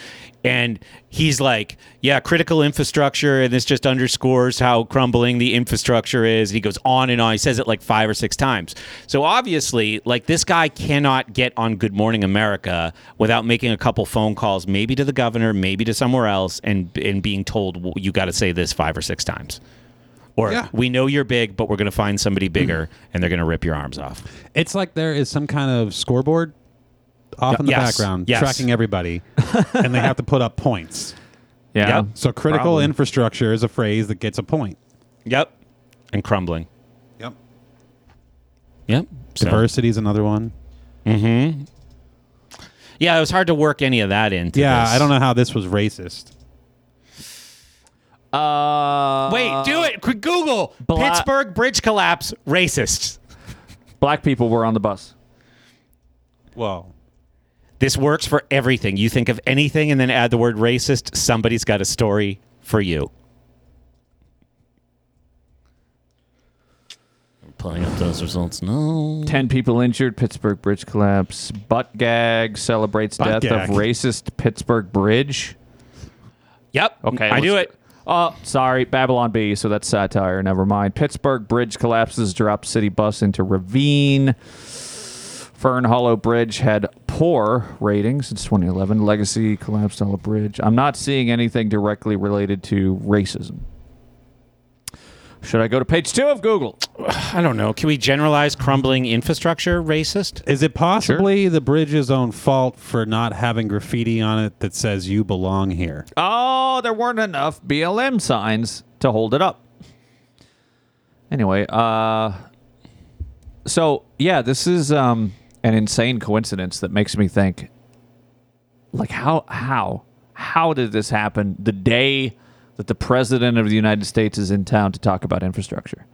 [SPEAKER 5] And he's like, yeah, critical infrastructure, and this just underscores how crumbling the infrastructure is. And he goes on and on. He says it like five or six times. So obviously, like this guy cannot get on Good Morning America without making a couple phone calls, maybe to the governor, maybe to somewhere else, and and being told well, you got to say this five or six times. Or
[SPEAKER 2] Yeah.
[SPEAKER 5] we know you're big, but we're going to find somebody bigger, and they're going to rip your arms off.
[SPEAKER 2] It's like there is some kind of scoreboard off in the
[SPEAKER 5] Yes,
[SPEAKER 2] background
[SPEAKER 5] yes.
[SPEAKER 2] tracking everybody, and they have to put up points.
[SPEAKER 1] Yeah. Yep.
[SPEAKER 2] So critical
[SPEAKER 1] Probably.
[SPEAKER 2] infrastructure is a phrase that gets a point.
[SPEAKER 5] Yep. And crumbling.
[SPEAKER 2] Yep.
[SPEAKER 5] Yep. So-
[SPEAKER 2] Diversity is another one.
[SPEAKER 5] Mm-hmm. Yeah, it was hard to work any of that into.
[SPEAKER 2] Yeah,
[SPEAKER 5] this.
[SPEAKER 2] I don't know how this was racist.
[SPEAKER 1] Uh,
[SPEAKER 5] Wait, do it. Quick Google.
[SPEAKER 1] Bla-
[SPEAKER 5] Pittsburgh bridge collapse. Racists.
[SPEAKER 1] Black people were on the bus.
[SPEAKER 2] Whoa.
[SPEAKER 5] This works for everything. You think of anything and then add the word racist, somebody's got a story for you. Pulling up those results. No.
[SPEAKER 1] Ten people injured. Pittsburgh bridge collapse. Butt gag celebrates death
[SPEAKER 5] Butt gag.
[SPEAKER 1] of racist Pittsburgh bridge.
[SPEAKER 5] Yep.
[SPEAKER 1] Okay,
[SPEAKER 5] I
[SPEAKER 1] let's-
[SPEAKER 5] do it.
[SPEAKER 1] Oh, sorry, Babylon B. So that's satire. Never mind. Pittsburgh bridge collapses. Dropped city bus into ravine. Fern Hollow Bridge had poor ratings since 2011. Legacy collapsed on a bridge. I'm not seeing anything directly related to racism. Should I go to page two of Google?
[SPEAKER 5] I don't know. Can we generalize crumbling infrastructure racist?
[SPEAKER 2] Is it possibly the bridge's own fault for not having graffiti on it that says "You belong here"?
[SPEAKER 1] Oh, there weren't enough BLM signs to hold it up. Anyway, uh so yeah, this is um an insane coincidence that makes me think like how how how did this happen the day that the president of the United States is in town to talk about infrastructure?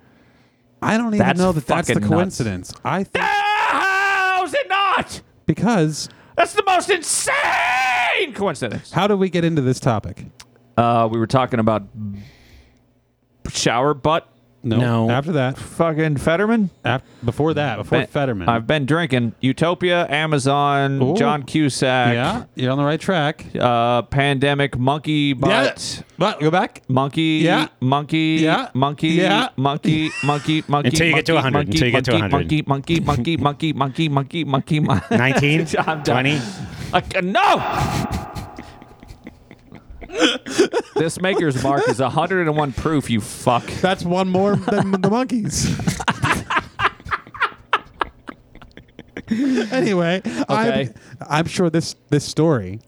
[SPEAKER 2] I don't even
[SPEAKER 1] That's
[SPEAKER 2] know that that's the
[SPEAKER 1] fucking nuts.
[SPEAKER 2] coincidence. I think
[SPEAKER 1] How's it not?
[SPEAKER 2] because
[SPEAKER 1] That's the most insane coincidence.
[SPEAKER 2] how do we get into this topic?
[SPEAKER 1] Uh, we were talking about shower butt.
[SPEAKER 2] No. After that,
[SPEAKER 1] fucking Fetterman.
[SPEAKER 2] Af- before that, before
[SPEAKER 1] Been-
[SPEAKER 2] Fetterman.
[SPEAKER 1] I've been drinking Utopia, Amazon,
[SPEAKER 2] Ooh.
[SPEAKER 1] John Cusack.
[SPEAKER 2] yeah, you're on the right track.
[SPEAKER 1] Uh, pandemic monkey butt.
[SPEAKER 2] But go back.
[SPEAKER 1] Monkey,
[SPEAKER 2] Yeah.
[SPEAKER 1] monkey,
[SPEAKER 2] Yeah.
[SPEAKER 1] monkey,
[SPEAKER 2] Yeah.
[SPEAKER 1] monkey, monkey, monkey.
[SPEAKER 5] Until you get to
[SPEAKER 1] monkey,
[SPEAKER 5] 100,
[SPEAKER 1] monkey,
[SPEAKER 5] until you get to
[SPEAKER 1] monkey, Monkey, monkey, monkey, monkey, monkey, monkey, monkey.
[SPEAKER 5] 19?
[SPEAKER 1] I'm done.
[SPEAKER 5] 20?
[SPEAKER 1] Like, no! this maker's mark is 101 proof, you fuck.
[SPEAKER 2] That's one more than the monkeys. anyway,
[SPEAKER 1] Okay.
[SPEAKER 2] I'm, I'm sure this this story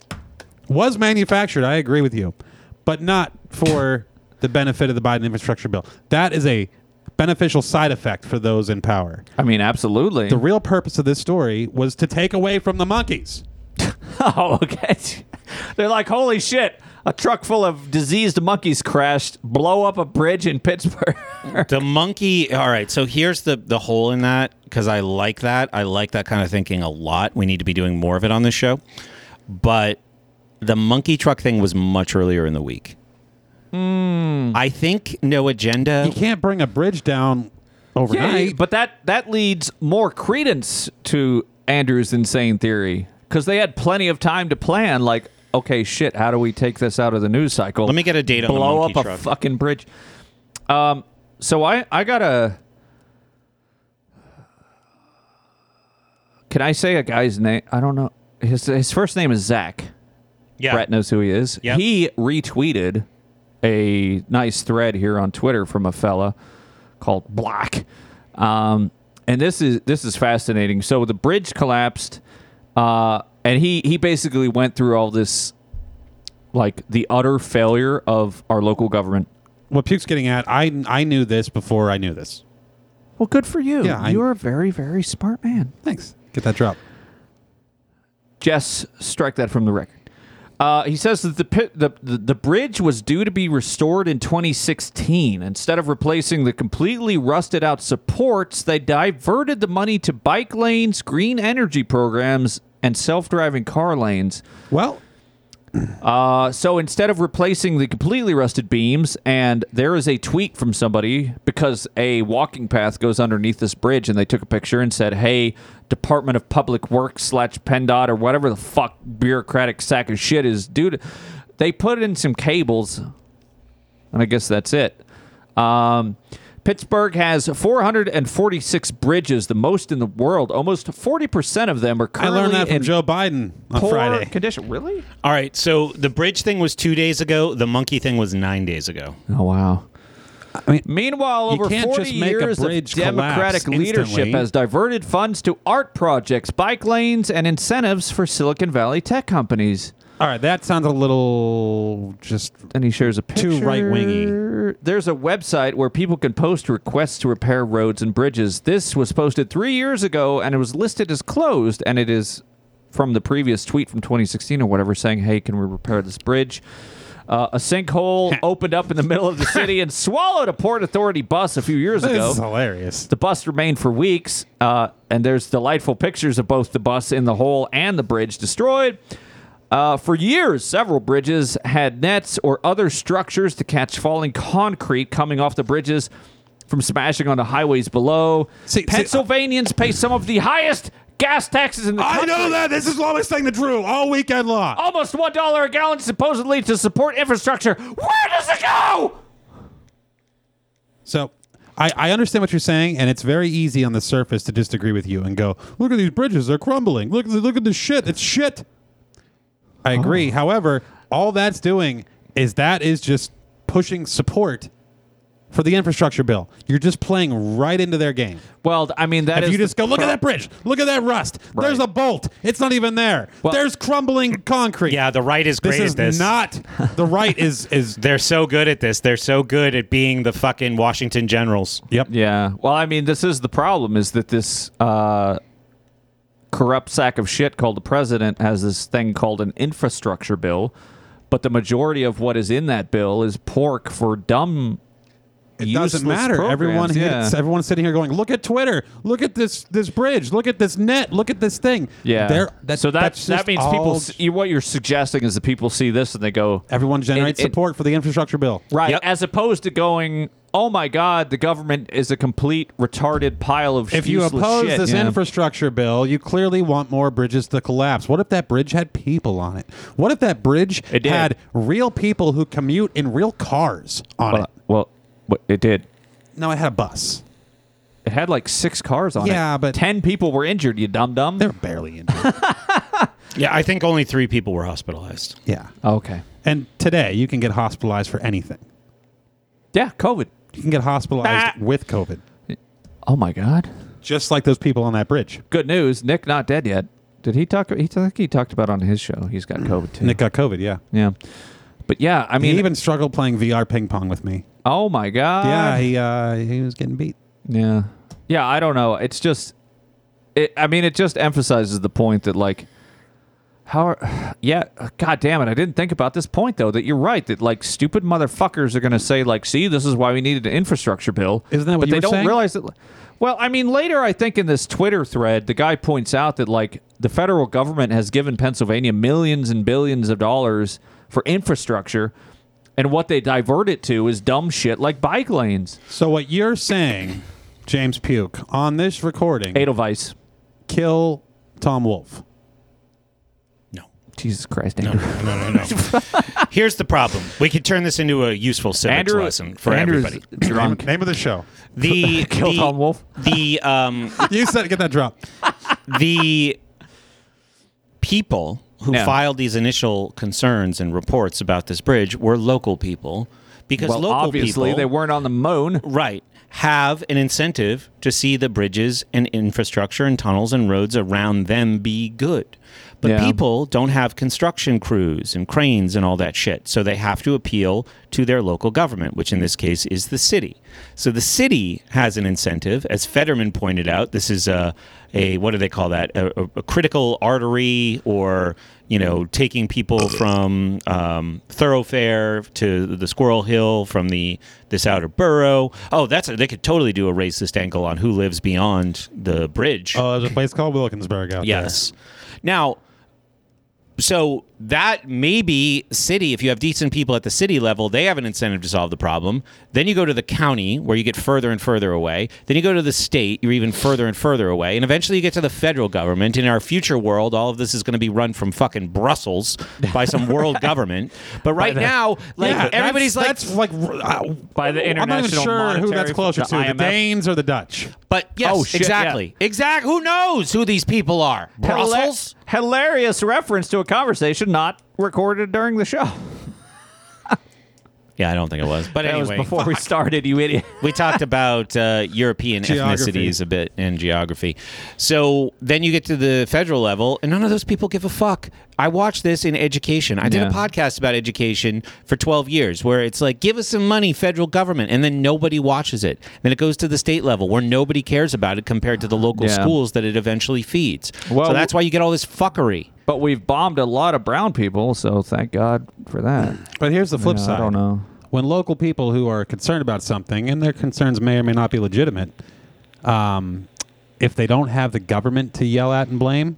[SPEAKER 2] was manufactured. I agree with you, but not for the benefit of the Biden infrastructure bill. That is a beneficial side effect for those in power.
[SPEAKER 1] I mean, absolutely.
[SPEAKER 2] The real purpose of this story was to take away from the monkeys.
[SPEAKER 1] Oh, okay. They're like, holy shit, a truck full of diseased monkeys crashed, blow up a bridge in Pittsburgh.
[SPEAKER 5] the monkey all right so here's the the hole in that because i like that i like that kind of thinking a lot we need to be doing more of it on this show but the monkey truck thing was much earlier in the week
[SPEAKER 1] Hmm.
[SPEAKER 5] i think no agenda
[SPEAKER 2] You can't bring a bridge down overnight.
[SPEAKER 1] Yeah, but that that leads more credence to Andrew's insane theory because they had plenty of time to plan. Like, okay, shit, how do we take this out of the news cycle?
[SPEAKER 5] let me get a date on the
[SPEAKER 1] blow
[SPEAKER 5] monkey
[SPEAKER 1] up
[SPEAKER 5] truck
[SPEAKER 1] a fucking bridge. Um, so I I got a. Can I say a guy's name? I don't know. His his first name is Zach.
[SPEAKER 5] yeah
[SPEAKER 1] Brett knows who he is.
[SPEAKER 5] Yep.
[SPEAKER 1] He retweeted a nice thread here on Twitter from a fella called Black, um, and this is this is fascinating. So the bridge collapsed, uh, and he he basically went through all this, like the utter failure of our local government.
[SPEAKER 2] What Puke's getting at, I I knew this before I knew this.
[SPEAKER 1] Well, good for you.
[SPEAKER 2] Yeah, I-
[SPEAKER 1] You're a very very smart man.
[SPEAKER 2] Thanks. Get that drop.
[SPEAKER 1] Jess, strike that from the record. Uh, he says that the, pit, the the the bridge was due to be restored in 2016. Instead of replacing the completely rusted out supports, they diverted the money to bike lanes, green energy programs, and self driving car lanes.
[SPEAKER 2] Well,
[SPEAKER 1] uh, so instead of replacing the completely rusted beams, and there is a tweet from somebody because a walking path goes underneath this bridge, and they took a picture and said, "Hey, Department of Public Works slash PennDOT or whatever the fuck bureaucratic sack of shit is, dude." They put in some cables, and I guess that's it. Um, Pittsburgh has 446 bridges, the most in the world. Almost 40% of them are
[SPEAKER 2] I
[SPEAKER 1] currently
[SPEAKER 2] learned that from
[SPEAKER 1] in
[SPEAKER 2] Joe Biden on
[SPEAKER 1] poor
[SPEAKER 2] Friday.
[SPEAKER 1] condition. Really?
[SPEAKER 5] All right, so the bridge thing was two days ago. The monkey thing was nine days ago.
[SPEAKER 1] Oh wow.
[SPEAKER 2] I mean,
[SPEAKER 1] Meanwhile,
[SPEAKER 2] You
[SPEAKER 1] over
[SPEAKER 2] can't
[SPEAKER 1] 40
[SPEAKER 2] just make a
[SPEAKER 1] years of
[SPEAKER 2] bridge collapse
[SPEAKER 1] Democratic leadership
[SPEAKER 2] instantly.
[SPEAKER 1] has diverted funds to art projects, bike lanes, and incentives for Silicon Valley tech companies.
[SPEAKER 2] All right, that sounds a little just.
[SPEAKER 1] Then he shares a picture.
[SPEAKER 2] Too right-wingy.
[SPEAKER 1] There's a website where people can post requests to repair roads and bridges. This was posted three years ago, and it was listed as closed, and it is from the previous tweet from 2016 or whatever saying, hey, can we repair this bridge? Uh, a sinkhole opened up in the middle of the city and swallowed a Port Authority bus a few years
[SPEAKER 2] This
[SPEAKER 1] ago.
[SPEAKER 2] is hilarious.
[SPEAKER 1] The bus remained for weeks, uh, and there's delightful pictures of both the bus in the hole and the bridge destroyed. Uh, for years, several bridges had nets or other structures to catch falling concrete coming off the bridges from smashing onto highways below.
[SPEAKER 2] uh,
[SPEAKER 1] Pennsylvanians pay some of the highest gas taxes in the
[SPEAKER 2] I
[SPEAKER 1] country.
[SPEAKER 2] know that. This is the longest thing to Drew all weekend long.
[SPEAKER 1] Almost one dollar a gallon, supposedly to support infrastructure. Where does it go?
[SPEAKER 2] So I, I understand what you're saying, and it's very easy on the surface to just agree with you and go, look at these bridges, they're crumbling. Look, look at this shit. It's shit. I agree. However, all that's doing is that is just pushing support for the infrastructure bill. You're just playing right into their game.
[SPEAKER 1] Well, I mean that
[SPEAKER 2] if
[SPEAKER 1] is
[SPEAKER 2] you
[SPEAKER 1] the
[SPEAKER 2] just go, look at
[SPEAKER 1] pro-
[SPEAKER 2] that bridge, look at that rust. There's a bolt. It's not even there. There's crumbling concrete.
[SPEAKER 5] Yeah, the right is great
[SPEAKER 2] this is
[SPEAKER 5] at this.
[SPEAKER 2] not the right is is
[SPEAKER 5] They're so good at this. They're so good at being the fucking Washington Generals.
[SPEAKER 2] Yep.
[SPEAKER 1] Yeah. Well, I mean, this is the problem is that this uh, corrupt sack of shit called the president has this thing called an infrastructure bill, but the majority of what is in that bill is pork for dumb.
[SPEAKER 2] It doesn't matter. Everyone here, everyone sitting here going, look at Twitter. Look at this this bridge. Look at this net. Look at this thing.
[SPEAKER 1] Yeah.
[SPEAKER 2] They're- that-
[SPEAKER 1] so that
[SPEAKER 2] that's
[SPEAKER 1] that
[SPEAKER 2] just
[SPEAKER 1] means
[SPEAKER 2] all-
[SPEAKER 1] people. See, what you're suggesting is that people see this and they go.
[SPEAKER 2] everyone generates
[SPEAKER 1] it- it-
[SPEAKER 2] support for the infrastructure bill.
[SPEAKER 1] Right. As opposed to going, oh my God, the government is a complete retarded pile of
[SPEAKER 2] If you
[SPEAKER 1] useless
[SPEAKER 2] oppose
[SPEAKER 1] shit."
[SPEAKER 2] this
[SPEAKER 1] Yeah.
[SPEAKER 2] infrastructure bill, you clearly want more bridges to collapse. What if that bridge had people on it? What if that bridge
[SPEAKER 1] It did.
[SPEAKER 2] had real people who commute in real cars on
[SPEAKER 1] Well,
[SPEAKER 2] it?
[SPEAKER 1] well, what- it did.
[SPEAKER 2] No, I had a bus.
[SPEAKER 1] It had like six cars on it.
[SPEAKER 2] Yeah, but-
[SPEAKER 1] ten people were injured. You dumb dumb.
[SPEAKER 2] They're barely in. it.
[SPEAKER 5] Yeah, I think only three people were hospitalized.
[SPEAKER 2] yeah.
[SPEAKER 1] Oh, Okay.
[SPEAKER 2] And today you can get hospitalized for anything.
[SPEAKER 1] Yeah, COVID.
[SPEAKER 2] You can get
[SPEAKER 1] Ah.
[SPEAKER 2] hospitalized with COVID.
[SPEAKER 1] Oh my God.
[SPEAKER 2] Just like those people on that bridge.
[SPEAKER 1] Good news. Nick not dead yet. Did he talk? He I think he talked about on his show. He's got COVID too.
[SPEAKER 2] Nick got COVID, yeah.
[SPEAKER 1] Yeah. But yeah, I mean,
[SPEAKER 2] he even struggled playing VR ping pong with me.
[SPEAKER 1] oh my God.
[SPEAKER 2] yeah, he uh, he was getting beat.
[SPEAKER 1] Yeah. Yeah, I don't know. It's just it I mean it just emphasizes the point that like how are, yeah, god damn it. I didn't think about this point though that you're right that like stupid motherfuckers are going to say like, "See, this is why we needed an infrastructure bill."
[SPEAKER 2] Isn't that what
[SPEAKER 1] but
[SPEAKER 2] you
[SPEAKER 1] they
[SPEAKER 2] were
[SPEAKER 1] don't
[SPEAKER 2] saying?
[SPEAKER 1] realize that Well, I mean later I think in this Twitter thread, the guy points out that like the federal government has given Pennsylvania millions and billions of dollars for infrastructure. And what they divert it to is dumb shit like bike lanes.
[SPEAKER 2] So what you're saying, James Puke, on this recording,
[SPEAKER 1] Edelweiss.
[SPEAKER 2] kill Tom Wolf.
[SPEAKER 1] Jesus Christ, Andrew.
[SPEAKER 5] No, no, no. Here's the problem. We could turn this into a useful civics
[SPEAKER 1] Andrew-
[SPEAKER 5] lesson for
[SPEAKER 1] Andrew's
[SPEAKER 5] everybody.
[SPEAKER 1] drunk.
[SPEAKER 2] Name of the show.
[SPEAKER 5] The
[SPEAKER 1] Kill
[SPEAKER 5] the,
[SPEAKER 1] Tom Wolf.
[SPEAKER 5] The um
[SPEAKER 2] You said get that drop.
[SPEAKER 5] the people who
[SPEAKER 1] Yeah.
[SPEAKER 5] filed these initial concerns and reports about this bridge were local people because
[SPEAKER 1] Well,
[SPEAKER 5] local
[SPEAKER 1] obviously,
[SPEAKER 5] people
[SPEAKER 1] they weren't on the moan,
[SPEAKER 5] right? Have an incentive to see the bridges and infrastructure and tunnels and roads around them be good, but
[SPEAKER 1] Yeah.
[SPEAKER 5] people don't have construction crews and cranes and all that shit, so they have to appeal to their local government, which in this case is the city. So the city has an incentive, as Fetterman pointed out. This is a a what do they call that? A, a- a critical artery, or you know, taking people from um, thoroughfare to the Squirrel Hill from the this outer borough. Oh, that's a, they could totally do a racist angle on who lives beyond the bridge.
[SPEAKER 2] Oh, there's a place called Wilkinsburg out there.
[SPEAKER 5] Yes. Now, so that maybe city, if you have decent people at the city level, they have an incentive to solve the problem. Then you go to the county where you get further and further away. Then you go to the state, you're even further and further away. And eventually you get to the federal government. In our future world, all of this is going to be run from fucking Brussels by some world government. But right
[SPEAKER 2] the-
[SPEAKER 5] now, like
[SPEAKER 2] Yeah, that's-
[SPEAKER 5] everybody's like
[SPEAKER 2] that's like uh,
[SPEAKER 1] by the
[SPEAKER 2] I'm not even
[SPEAKER 1] International
[SPEAKER 2] sure who
[SPEAKER 1] Monetary
[SPEAKER 2] that's closer
[SPEAKER 1] Fund,
[SPEAKER 2] to,
[SPEAKER 1] the
[SPEAKER 2] the
[SPEAKER 1] IMF.
[SPEAKER 2] Danes or the Dutch.
[SPEAKER 5] But yes,
[SPEAKER 1] Oh, shit,
[SPEAKER 5] exactly. Exactly. Who knows who these people are?
[SPEAKER 1] Hila-
[SPEAKER 5] Brussels?
[SPEAKER 1] hilarious reference to a conversation not recorded during the show.
[SPEAKER 5] Yeah, I don't think it was. But
[SPEAKER 1] That was
[SPEAKER 5] anyway,
[SPEAKER 1] before we started, you idiot.
[SPEAKER 5] we talked about uh, European
[SPEAKER 1] Geography.
[SPEAKER 5] ethnicities a bit and geography. So then you get to the federal level, and none of those people give a fuck. I watched this in education. I did
[SPEAKER 1] Yeah.
[SPEAKER 5] a podcast about education for 12 years where it's like, give us some money, federal government, and then nobody watches it. Then it goes to the state level where nobody cares about it compared to the local
[SPEAKER 1] Yeah.
[SPEAKER 5] schools that it eventually feeds.
[SPEAKER 1] Well,
[SPEAKER 5] so that's why you get all this fuckery.
[SPEAKER 1] But we've bombed a lot of brown people, so thank God for that.
[SPEAKER 2] But here's the flip
[SPEAKER 1] Yeah, I
[SPEAKER 2] side.
[SPEAKER 1] don't know.
[SPEAKER 2] When local people who are concerned about something, and their concerns may or may not be legitimate, um, if they don't have the government to yell at and blame,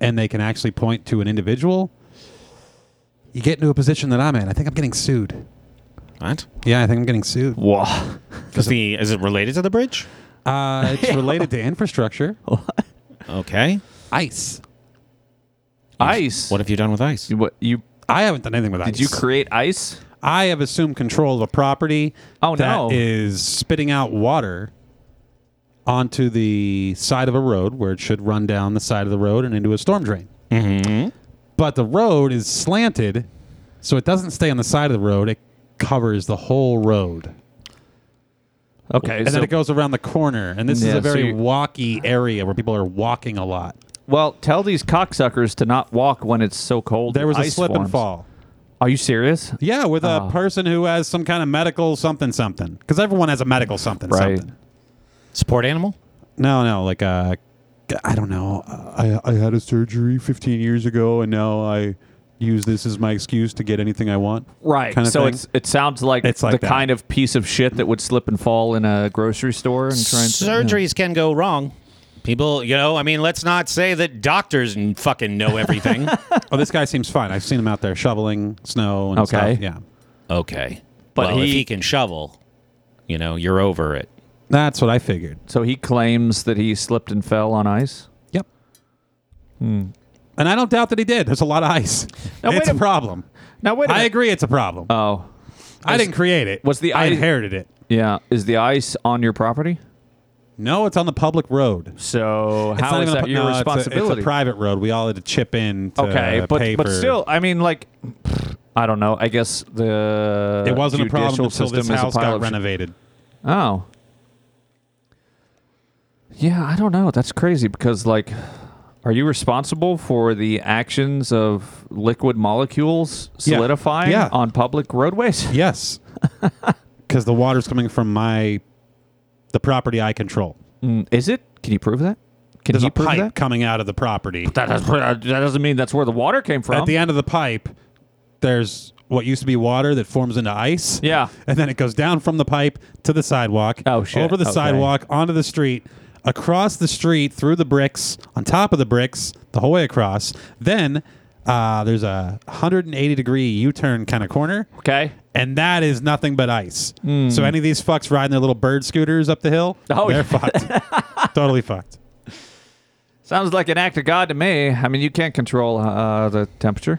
[SPEAKER 2] and they can actually point to an individual, you get into a position that I'm in. I think I'm getting sued.
[SPEAKER 5] What?
[SPEAKER 2] Yeah, I think I'm getting sued.
[SPEAKER 1] Wow.
[SPEAKER 5] Is, the, is it related to the bridge?
[SPEAKER 2] Uh, it's related to infrastructure.
[SPEAKER 5] Okay.
[SPEAKER 2] Ice.
[SPEAKER 1] Ice.
[SPEAKER 5] What have you done with ice?
[SPEAKER 1] You, what, you
[SPEAKER 2] I haven't done anything with ice.
[SPEAKER 1] did you create ice?
[SPEAKER 2] I have assumed control of a property
[SPEAKER 1] Oh,
[SPEAKER 2] that
[SPEAKER 1] no.
[SPEAKER 2] is spitting out water onto the side of a road where it should run down the side of the road and into a storm drain.
[SPEAKER 5] Mm-hmm.
[SPEAKER 2] But the road is slanted, so it doesn't stay on the side of the road. It covers the whole road.
[SPEAKER 1] Okay,
[SPEAKER 2] And
[SPEAKER 1] so-
[SPEAKER 2] then it goes around the corner. And this is
[SPEAKER 1] Yeah,
[SPEAKER 2] a
[SPEAKER 1] so
[SPEAKER 2] very
[SPEAKER 1] you-
[SPEAKER 2] walky area where people are walking a lot.
[SPEAKER 1] Well, tell these cocksuckers to not walk when it's so cold.
[SPEAKER 2] There
[SPEAKER 1] that
[SPEAKER 2] was a
[SPEAKER 1] ice
[SPEAKER 2] slip and
[SPEAKER 1] forms.
[SPEAKER 2] fall.
[SPEAKER 1] Are you serious?
[SPEAKER 2] Yeah, with a
[SPEAKER 1] Oh.
[SPEAKER 2] person who has some kind of medical something something. Because everyone has a medical something
[SPEAKER 1] Right.
[SPEAKER 2] something.
[SPEAKER 5] Support animal?
[SPEAKER 2] No, no, like uh, I don't know. I I had a surgery 15 years ago, and now I use this as my excuse to get anything I want.
[SPEAKER 1] Right.
[SPEAKER 2] Kind of
[SPEAKER 1] so
[SPEAKER 2] thing.
[SPEAKER 1] it's it sounds like,
[SPEAKER 2] It's like
[SPEAKER 1] the
[SPEAKER 2] that.
[SPEAKER 1] kind of piece of shit that would slip and fall in a grocery store and try and
[SPEAKER 5] surgeries can go wrong. People, you know, I mean, let's not say that doctors n- fucking know everything.
[SPEAKER 2] oh, this guy seems fine. I've seen him out there shoveling snow and
[SPEAKER 1] Okay.
[SPEAKER 2] stuff. Yeah,
[SPEAKER 5] okay,
[SPEAKER 1] But
[SPEAKER 5] but he,
[SPEAKER 1] he-
[SPEAKER 5] if he can shovel, you know, you're over it.
[SPEAKER 2] that's what I figured.
[SPEAKER 1] So he claims that he slipped and fell on ice.
[SPEAKER 2] Yep. And I don't doubt that he did. There's a lot of ice.
[SPEAKER 1] Hmm. Now, wait
[SPEAKER 2] it's a,
[SPEAKER 1] a-
[SPEAKER 2] problem.
[SPEAKER 1] Now wait. a
[SPEAKER 2] I
[SPEAKER 1] minute.
[SPEAKER 2] agree, it's a problem.
[SPEAKER 1] Oh,
[SPEAKER 2] I didn't create it.
[SPEAKER 1] was the
[SPEAKER 2] I
[SPEAKER 1] ice-
[SPEAKER 2] inherited it?
[SPEAKER 1] yeah. Is the ice on your property?
[SPEAKER 2] No, it's on the public road.
[SPEAKER 1] So
[SPEAKER 2] It's
[SPEAKER 1] how is
[SPEAKER 2] not even a
[SPEAKER 1] that
[SPEAKER 2] pu-
[SPEAKER 1] your
[SPEAKER 2] no, it's a- It's a,
[SPEAKER 1] responsibility?
[SPEAKER 2] private road. We all had to chip in. To
[SPEAKER 1] okay, but
[SPEAKER 2] pay
[SPEAKER 1] but
[SPEAKER 2] for-
[SPEAKER 1] still, I mean, like, I don't know. I guess the
[SPEAKER 2] it wasn't a problem
[SPEAKER 1] uh, judicial
[SPEAKER 2] until
[SPEAKER 1] system
[SPEAKER 2] this
[SPEAKER 1] is a
[SPEAKER 2] house
[SPEAKER 1] pile
[SPEAKER 2] got
[SPEAKER 1] of shit.
[SPEAKER 2] renovated.
[SPEAKER 1] Oh. Yeah, I don't know. That's crazy because, like, are you responsible for the actions of liquid molecules
[SPEAKER 2] Yeah.
[SPEAKER 1] solidifying
[SPEAKER 2] Yeah.
[SPEAKER 1] on public roadways?
[SPEAKER 2] Yes. Because the water's coming from my the property I control.
[SPEAKER 1] Mm, is it? Can you prove that? Can
[SPEAKER 2] There's
[SPEAKER 1] you
[SPEAKER 2] a
[SPEAKER 1] prove
[SPEAKER 2] pipe
[SPEAKER 1] that?
[SPEAKER 2] coming out of the property.
[SPEAKER 1] That, does, that doesn't mean that's where the water came from.
[SPEAKER 2] At the end of the pipe, there's what used to be water that forms into ice.
[SPEAKER 1] Yeah.
[SPEAKER 2] And then it goes down from the pipe to the sidewalk.
[SPEAKER 1] Oh, shit.
[SPEAKER 2] Over the
[SPEAKER 1] Okay.
[SPEAKER 2] sidewalk, onto the street, across the street, through the bricks, on top of the bricks, the whole way across. Then uh, there's a 180 degree U turn kind of corner.
[SPEAKER 1] okay.
[SPEAKER 2] and that is nothing but ice. So any of these fucks riding their little bird scooters up the hill,
[SPEAKER 1] Hmm. Oh,
[SPEAKER 2] they're
[SPEAKER 1] yeah.
[SPEAKER 2] fucked. totally fucked.
[SPEAKER 1] Sounds like an act of God to me. I mean, you can't control uh, the temperature.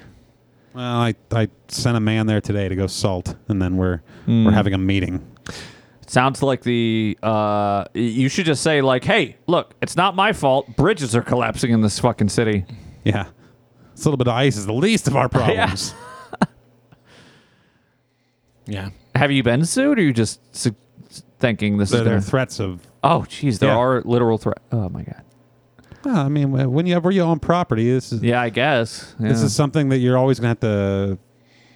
[SPEAKER 2] Well, I, I sent a man there today to go salt, and then we're
[SPEAKER 1] Hmm.
[SPEAKER 2] we're having a meeting.
[SPEAKER 1] Sounds like the uh, you should just say like, "Hey, look, it's not my fault. Bridges are collapsing in this fucking city."
[SPEAKER 2] Yeah, this little bit of ice is the least of our problems.
[SPEAKER 5] Yeah.
[SPEAKER 1] Have you been sued, or you just su- thinking this
[SPEAKER 2] There-
[SPEAKER 1] is
[SPEAKER 2] there
[SPEAKER 1] gonna...
[SPEAKER 2] are threats of-
[SPEAKER 1] Oh, jeez, there
[SPEAKER 2] Yeah.
[SPEAKER 1] are literal threats. Oh my god.
[SPEAKER 2] Well, I mean, wh- when you ever you own property, this is
[SPEAKER 1] yeah, I guess
[SPEAKER 2] this
[SPEAKER 1] Yeah.
[SPEAKER 2] is something that you're always gonna have to.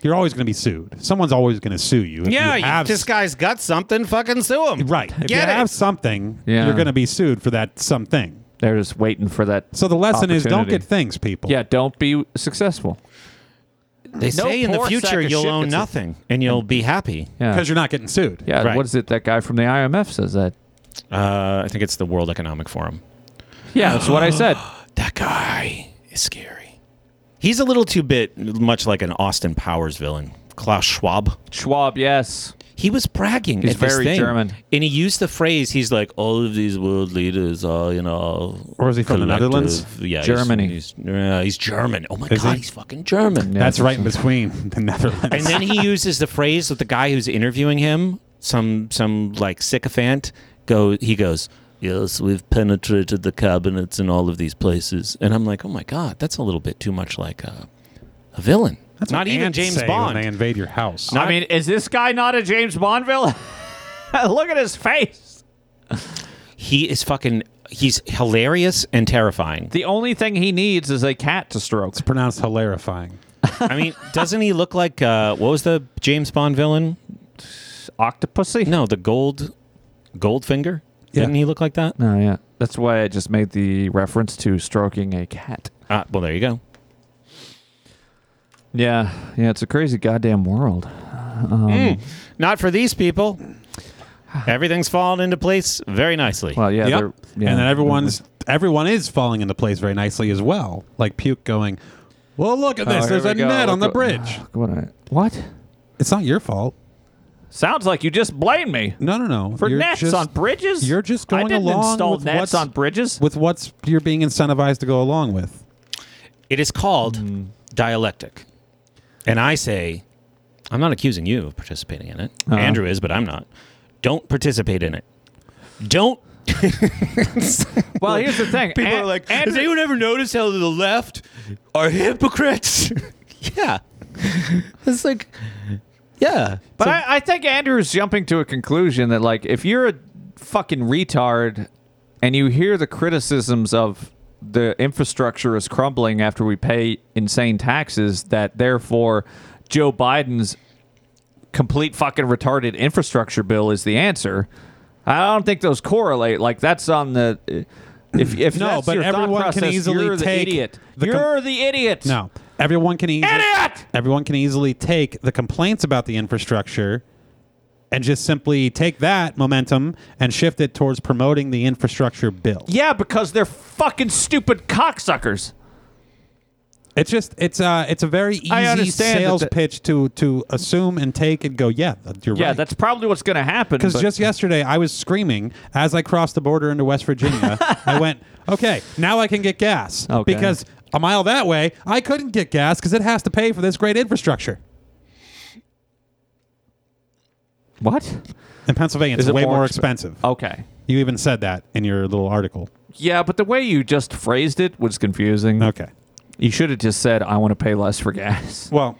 [SPEAKER 2] You're always gonna be sued. Someone's always gonna sue you. If
[SPEAKER 5] yeah,
[SPEAKER 2] you
[SPEAKER 5] you-
[SPEAKER 2] have
[SPEAKER 5] this guy's got something. Fucking sue him.
[SPEAKER 2] Right.
[SPEAKER 5] Get
[SPEAKER 2] if you
[SPEAKER 5] it.
[SPEAKER 2] have something,
[SPEAKER 1] Yeah.
[SPEAKER 2] you're going to be sued for that something.
[SPEAKER 1] They're just waiting for that.
[SPEAKER 2] So the lesson is don't
[SPEAKER 1] opportunity.
[SPEAKER 2] get things, people.
[SPEAKER 1] Yeah, don't be successful.
[SPEAKER 5] They say in the future you'll own nothing and you'll be happy.
[SPEAKER 1] Yeah. 'Cause you're
[SPEAKER 2] not getting sued.
[SPEAKER 1] Yeah,
[SPEAKER 5] Right.
[SPEAKER 1] what is it? That guy from the IMF says that.
[SPEAKER 5] Uh, I think it's the World Economic Forum.
[SPEAKER 1] Yeah, that's what I said.
[SPEAKER 5] that guy is scary. He's a little too bit, much like an Austin Powers villain, Klaus Schwab.
[SPEAKER 1] Schwab, yes.
[SPEAKER 5] He was bragging.
[SPEAKER 1] He's
[SPEAKER 5] at this
[SPEAKER 1] very
[SPEAKER 5] thing,
[SPEAKER 1] German.
[SPEAKER 5] and he used the phrase. He's like, all of these world leaders are, you know,
[SPEAKER 2] Or is he from the
[SPEAKER 5] collective."
[SPEAKER 2] Netherlands?
[SPEAKER 5] Yeah, he's-
[SPEAKER 2] Germany.
[SPEAKER 5] He's, uh, he's German. Oh my
[SPEAKER 2] Is
[SPEAKER 5] god,
[SPEAKER 2] he?
[SPEAKER 5] he's fucking German.
[SPEAKER 2] That's right in between the Netherlands.
[SPEAKER 5] and then he uses the phrase that the guy who's interviewing him, some some like sycophant, go. He goes, "Yes, we've penetrated the cabinets in all of these places," and I'm like, "Oh my god, that's a little bit too much like a, a villain."
[SPEAKER 2] That's
[SPEAKER 5] not
[SPEAKER 2] what
[SPEAKER 5] even
[SPEAKER 2] ants
[SPEAKER 5] James
[SPEAKER 2] say
[SPEAKER 5] Bond.
[SPEAKER 2] When they invade your house.
[SPEAKER 1] I mean, is this guy not a James Bond villain? Look at his face.
[SPEAKER 5] He is fucking. He's hilarious and terrifying.
[SPEAKER 1] The only thing he needs is a cat to stroke. It's
[SPEAKER 2] pronounced hilarifying.
[SPEAKER 5] I mean, doesn't he look like uh, what was the James Bond villain?
[SPEAKER 1] Octopussy?
[SPEAKER 5] No, the gold, Goldfinger.
[SPEAKER 1] Yeah.
[SPEAKER 5] Didn't he look like that?
[SPEAKER 1] No, Oh, yeah. That's why I just made the reference to stroking a cat.
[SPEAKER 5] Uh, well, there you go.
[SPEAKER 1] Yeah, yeah. It's a crazy goddamn world. Um,
[SPEAKER 5] Mm, not for these people. Everything's fallen into place very nicely.
[SPEAKER 1] Well, yeah,
[SPEAKER 2] Yep. And then everyone's everyone is falling into place very nicely as well. Like puke going, well, look at
[SPEAKER 1] Oh,
[SPEAKER 2] this.
[SPEAKER 1] here
[SPEAKER 2] There's
[SPEAKER 1] we
[SPEAKER 2] a
[SPEAKER 1] go.
[SPEAKER 2] net on the
[SPEAKER 1] Look at-
[SPEAKER 2] bridge.
[SPEAKER 1] What? a- what?
[SPEAKER 2] It's not your fault.
[SPEAKER 1] Sounds like you just blame me
[SPEAKER 2] No, no, no.
[SPEAKER 1] for
[SPEAKER 2] You're
[SPEAKER 1] nets
[SPEAKER 2] just-
[SPEAKER 1] on bridges.
[SPEAKER 2] You're just going
[SPEAKER 1] I didn't
[SPEAKER 2] along
[SPEAKER 1] install
[SPEAKER 2] with
[SPEAKER 1] nets
[SPEAKER 2] what's-
[SPEAKER 1] on bridges.
[SPEAKER 2] with what's you're being incentivized to go along with.
[SPEAKER 5] It is called
[SPEAKER 1] Hmm.
[SPEAKER 5] dialectic. And I say, I'm not accusing you of participating in it.
[SPEAKER 1] Uh-huh.
[SPEAKER 5] Andrew is, but I'm not. Don't participate in it. Don't.
[SPEAKER 1] Well, here's the thing.
[SPEAKER 5] People are like, has anyone ever noticed how the left are hypocrites? yeah. It's like, yeah.
[SPEAKER 1] But I, I think Andrew's jumping to a conclusion that like if you're a fucking retard and you hear the criticisms of the infrastructure is crumbling after we pay insane taxes, that therefore Joe Biden's complete fucking retarded infrastructure bill is the answer. I don't think those correlate. Like that's on the if if
[SPEAKER 2] No,
[SPEAKER 1] that's
[SPEAKER 2] but
[SPEAKER 1] your thought
[SPEAKER 2] everyone can
[SPEAKER 1] process,
[SPEAKER 2] easily
[SPEAKER 1] you're the
[SPEAKER 2] take
[SPEAKER 1] idiot.
[SPEAKER 2] the com-
[SPEAKER 1] you're the idiot.
[SPEAKER 2] No, everyone can easily
[SPEAKER 1] Idiot!
[SPEAKER 2] everyone can easily take the complaints about the infrastructure and just simply take that momentum and shift it towards promoting the infrastructure bill.
[SPEAKER 1] Yeah, because they're fucking stupid cocksuckers.
[SPEAKER 2] It's just it's uh it's a very
[SPEAKER 1] I
[SPEAKER 2] easy
[SPEAKER 1] understand that
[SPEAKER 2] sales
[SPEAKER 1] the-
[SPEAKER 2] pitch to to assume and take and go yeah you're
[SPEAKER 1] Yeah,
[SPEAKER 2] right.
[SPEAKER 1] that's probably what's going to happen.
[SPEAKER 2] Because
[SPEAKER 1] but-
[SPEAKER 2] just yesterday, I was screaming as I crossed the border into West Virginia. I went, okay, now I can get gas.
[SPEAKER 1] Okay.
[SPEAKER 2] Because a mile that way, I couldn't get gas because it has to pay for this great infrastructure.
[SPEAKER 1] what?
[SPEAKER 2] In Pennsylvania, it's
[SPEAKER 1] Is it
[SPEAKER 2] way
[SPEAKER 1] more uh,
[SPEAKER 2] more,
[SPEAKER 1] expen-
[SPEAKER 2] expensive.
[SPEAKER 1] Okay.
[SPEAKER 2] You even said that in your little article.
[SPEAKER 1] Yeah, but the way you just phrased it was confusing.
[SPEAKER 2] Okay.
[SPEAKER 1] You should have just said, "I want to pay less for gas."
[SPEAKER 2] Well,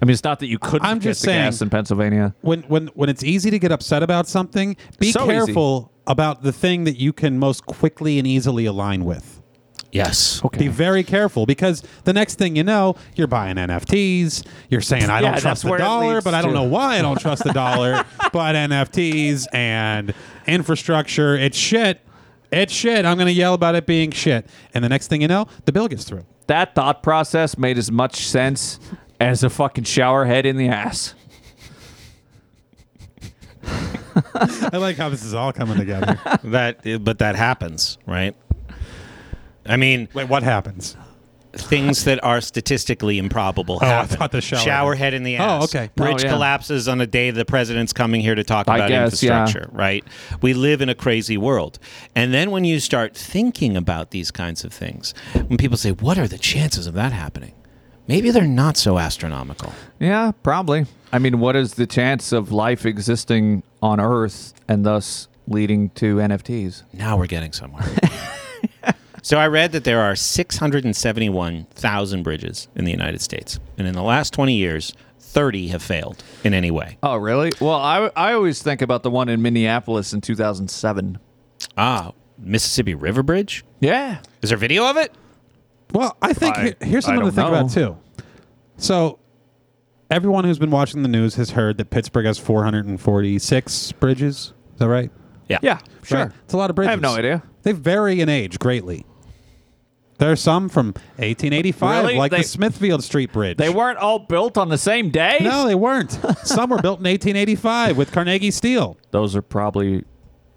[SPEAKER 1] I mean, it's not that you couldn't
[SPEAKER 2] I'm
[SPEAKER 1] get
[SPEAKER 2] just
[SPEAKER 1] the
[SPEAKER 2] saying-
[SPEAKER 1] gas in Pennsylvania.
[SPEAKER 2] when, when, when it's easy to get upset about something, be
[SPEAKER 1] So
[SPEAKER 2] careful about the thing that you can most quickly and easily align with.
[SPEAKER 5] Yes.
[SPEAKER 1] Okay.
[SPEAKER 2] Be very careful because the next thing you know, you're buying NFTs. You're saying, I
[SPEAKER 1] Yeah,
[SPEAKER 2] don't
[SPEAKER 1] that's
[SPEAKER 2] trust the
[SPEAKER 1] where it
[SPEAKER 2] dollar,
[SPEAKER 1] leads
[SPEAKER 2] but I don't
[SPEAKER 1] to.
[SPEAKER 2] know why I don't trust the dollar. But NFTs and infrastructure, it's shit. It's shit. I'm going to yell about it being shit. And the next thing you know, the bill gets through.
[SPEAKER 1] That thought process made as much sense as a fucking shower head in the ass.
[SPEAKER 2] I like how this is all coming together.
[SPEAKER 5] that, but that happens, right? I mean,
[SPEAKER 2] Wait, what happens?
[SPEAKER 5] things that are statistically improbable.
[SPEAKER 2] Oh, I
[SPEAKER 5] happen.
[SPEAKER 2] thought the shower
[SPEAKER 5] head in the
[SPEAKER 2] Oh,
[SPEAKER 5] ass.
[SPEAKER 2] okay.
[SPEAKER 5] Bridge
[SPEAKER 1] Oh, yeah.
[SPEAKER 5] collapses on a day the president's coming here to talk
[SPEAKER 1] I
[SPEAKER 5] about
[SPEAKER 1] guess, yeah.
[SPEAKER 5] infrastructure. Right? We live in a crazy world, and then when you start thinking about these kinds of things, when people say, "What are the chances of that happening?" Maybe they're not so astronomical.
[SPEAKER 1] Yeah, probably. I mean, what is the chance of life existing on Earth and thus leading to NFTs?
[SPEAKER 5] Now we're getting somewhere. so I read that there are 671,000 bridges in the United States. And in the last 20 years, 30 have failed in any way.
[SPEAKER 1] Oh, really? Well, I, I always think about the one in Minneapolis in 2007.
[SPEAKER 5] Ah, Mississippi River Bridge?
[SPEAKER 1] Yeah.
[SPEAKER 5] Is there video of it?
[SPEAKER 2] Well, I think
[SPEAKER 5] I-
[SPEAKER 2] he- here's
[SPEAKER 5] I
[SPEAKER 2] something to
[SPEAKER 5] don't
[SPEAKER 2] think about
[SPEAKER 5] know.
[SPEAKER 2] too. So, everyone who's been watching the news has heard that Pittsburgh has 446 bridges. Is that right?
[SPEAKER 5] Yeah.
[SPEAKER 1] Yeah, sure.
[SPEAKER 2] Right? It's a lot of bridges.
[SPEAKER 1] I have no idea.
[SPEAKER 2] They vary in age greatly. There are some from 1885,
[SPEAKER 1] Really?
[SPEAKER 2] like
[SPEAKER 1] They-
[SPEAKER 2] the Smithfield Street Bridge.
[SPEAKER 1] They weren't all built on the same day?
[SPEAKER 2] no, they weren't. some were built in 1885 with Carnegie steel.
[SPEAKER 1] Those are probably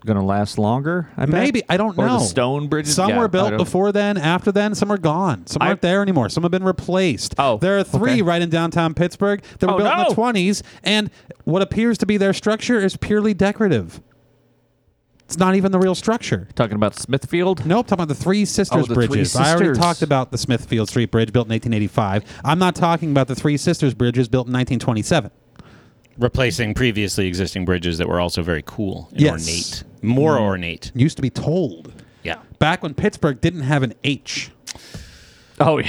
[SPEAKER 1] going to last longer, I bet.
[SPEAKER 2] Maybe I don't
[SPEAKER 1] or
[SPEAKER 2] know.
[SPEAKER 1] the stone bridges.
[SPEAKER 2] Some
[SPEAKER 1] Yeah, I
[SPEAKER 2] were built
[SPEAKER 1] don't-
[SPEAKER 2] before then, after then. Some are gone. Some
[SPEAKER 1] I-
[SPEAKER 2] aren't there anymore. Some have been replaced. Oh, there are three right in downtown Pittsburgh that were
[SPEAKER 1] Oh,
[SPEAKER 2] built in
[SPEAKER 1] no.
[SPEAKER 2] the twenties, and what appears to be their structure is purely decorative. It's not even the real structure.
[SPEAKER 1] Talking about Smithfield?
[SPEAKER 2] Nope, talking about the Three Sisters
[SPEAKER 1] Oh, the Three
[SPEAKER 2] bridges. I already
[SPEAKER 1] Sisters.
[SPEAKER 2] talked about the Smithfield Street Bridge built in 1885. I'm not talking about the Three Sisters bridges built in 1927.
[SPEAKER 5] Replacing previously existing bridges that were also very cool and
[SPEAKER 2] Yes. Mm.
[SPEAKER 5] ornate. More ornate.
[SPEAKER 2] Used to be told.
[SPEAKER 5] Yeah.
[SPEAKER 2] Back when Pittsburgh didn't have an H.
[SPEAKER 1] Oh, yeah.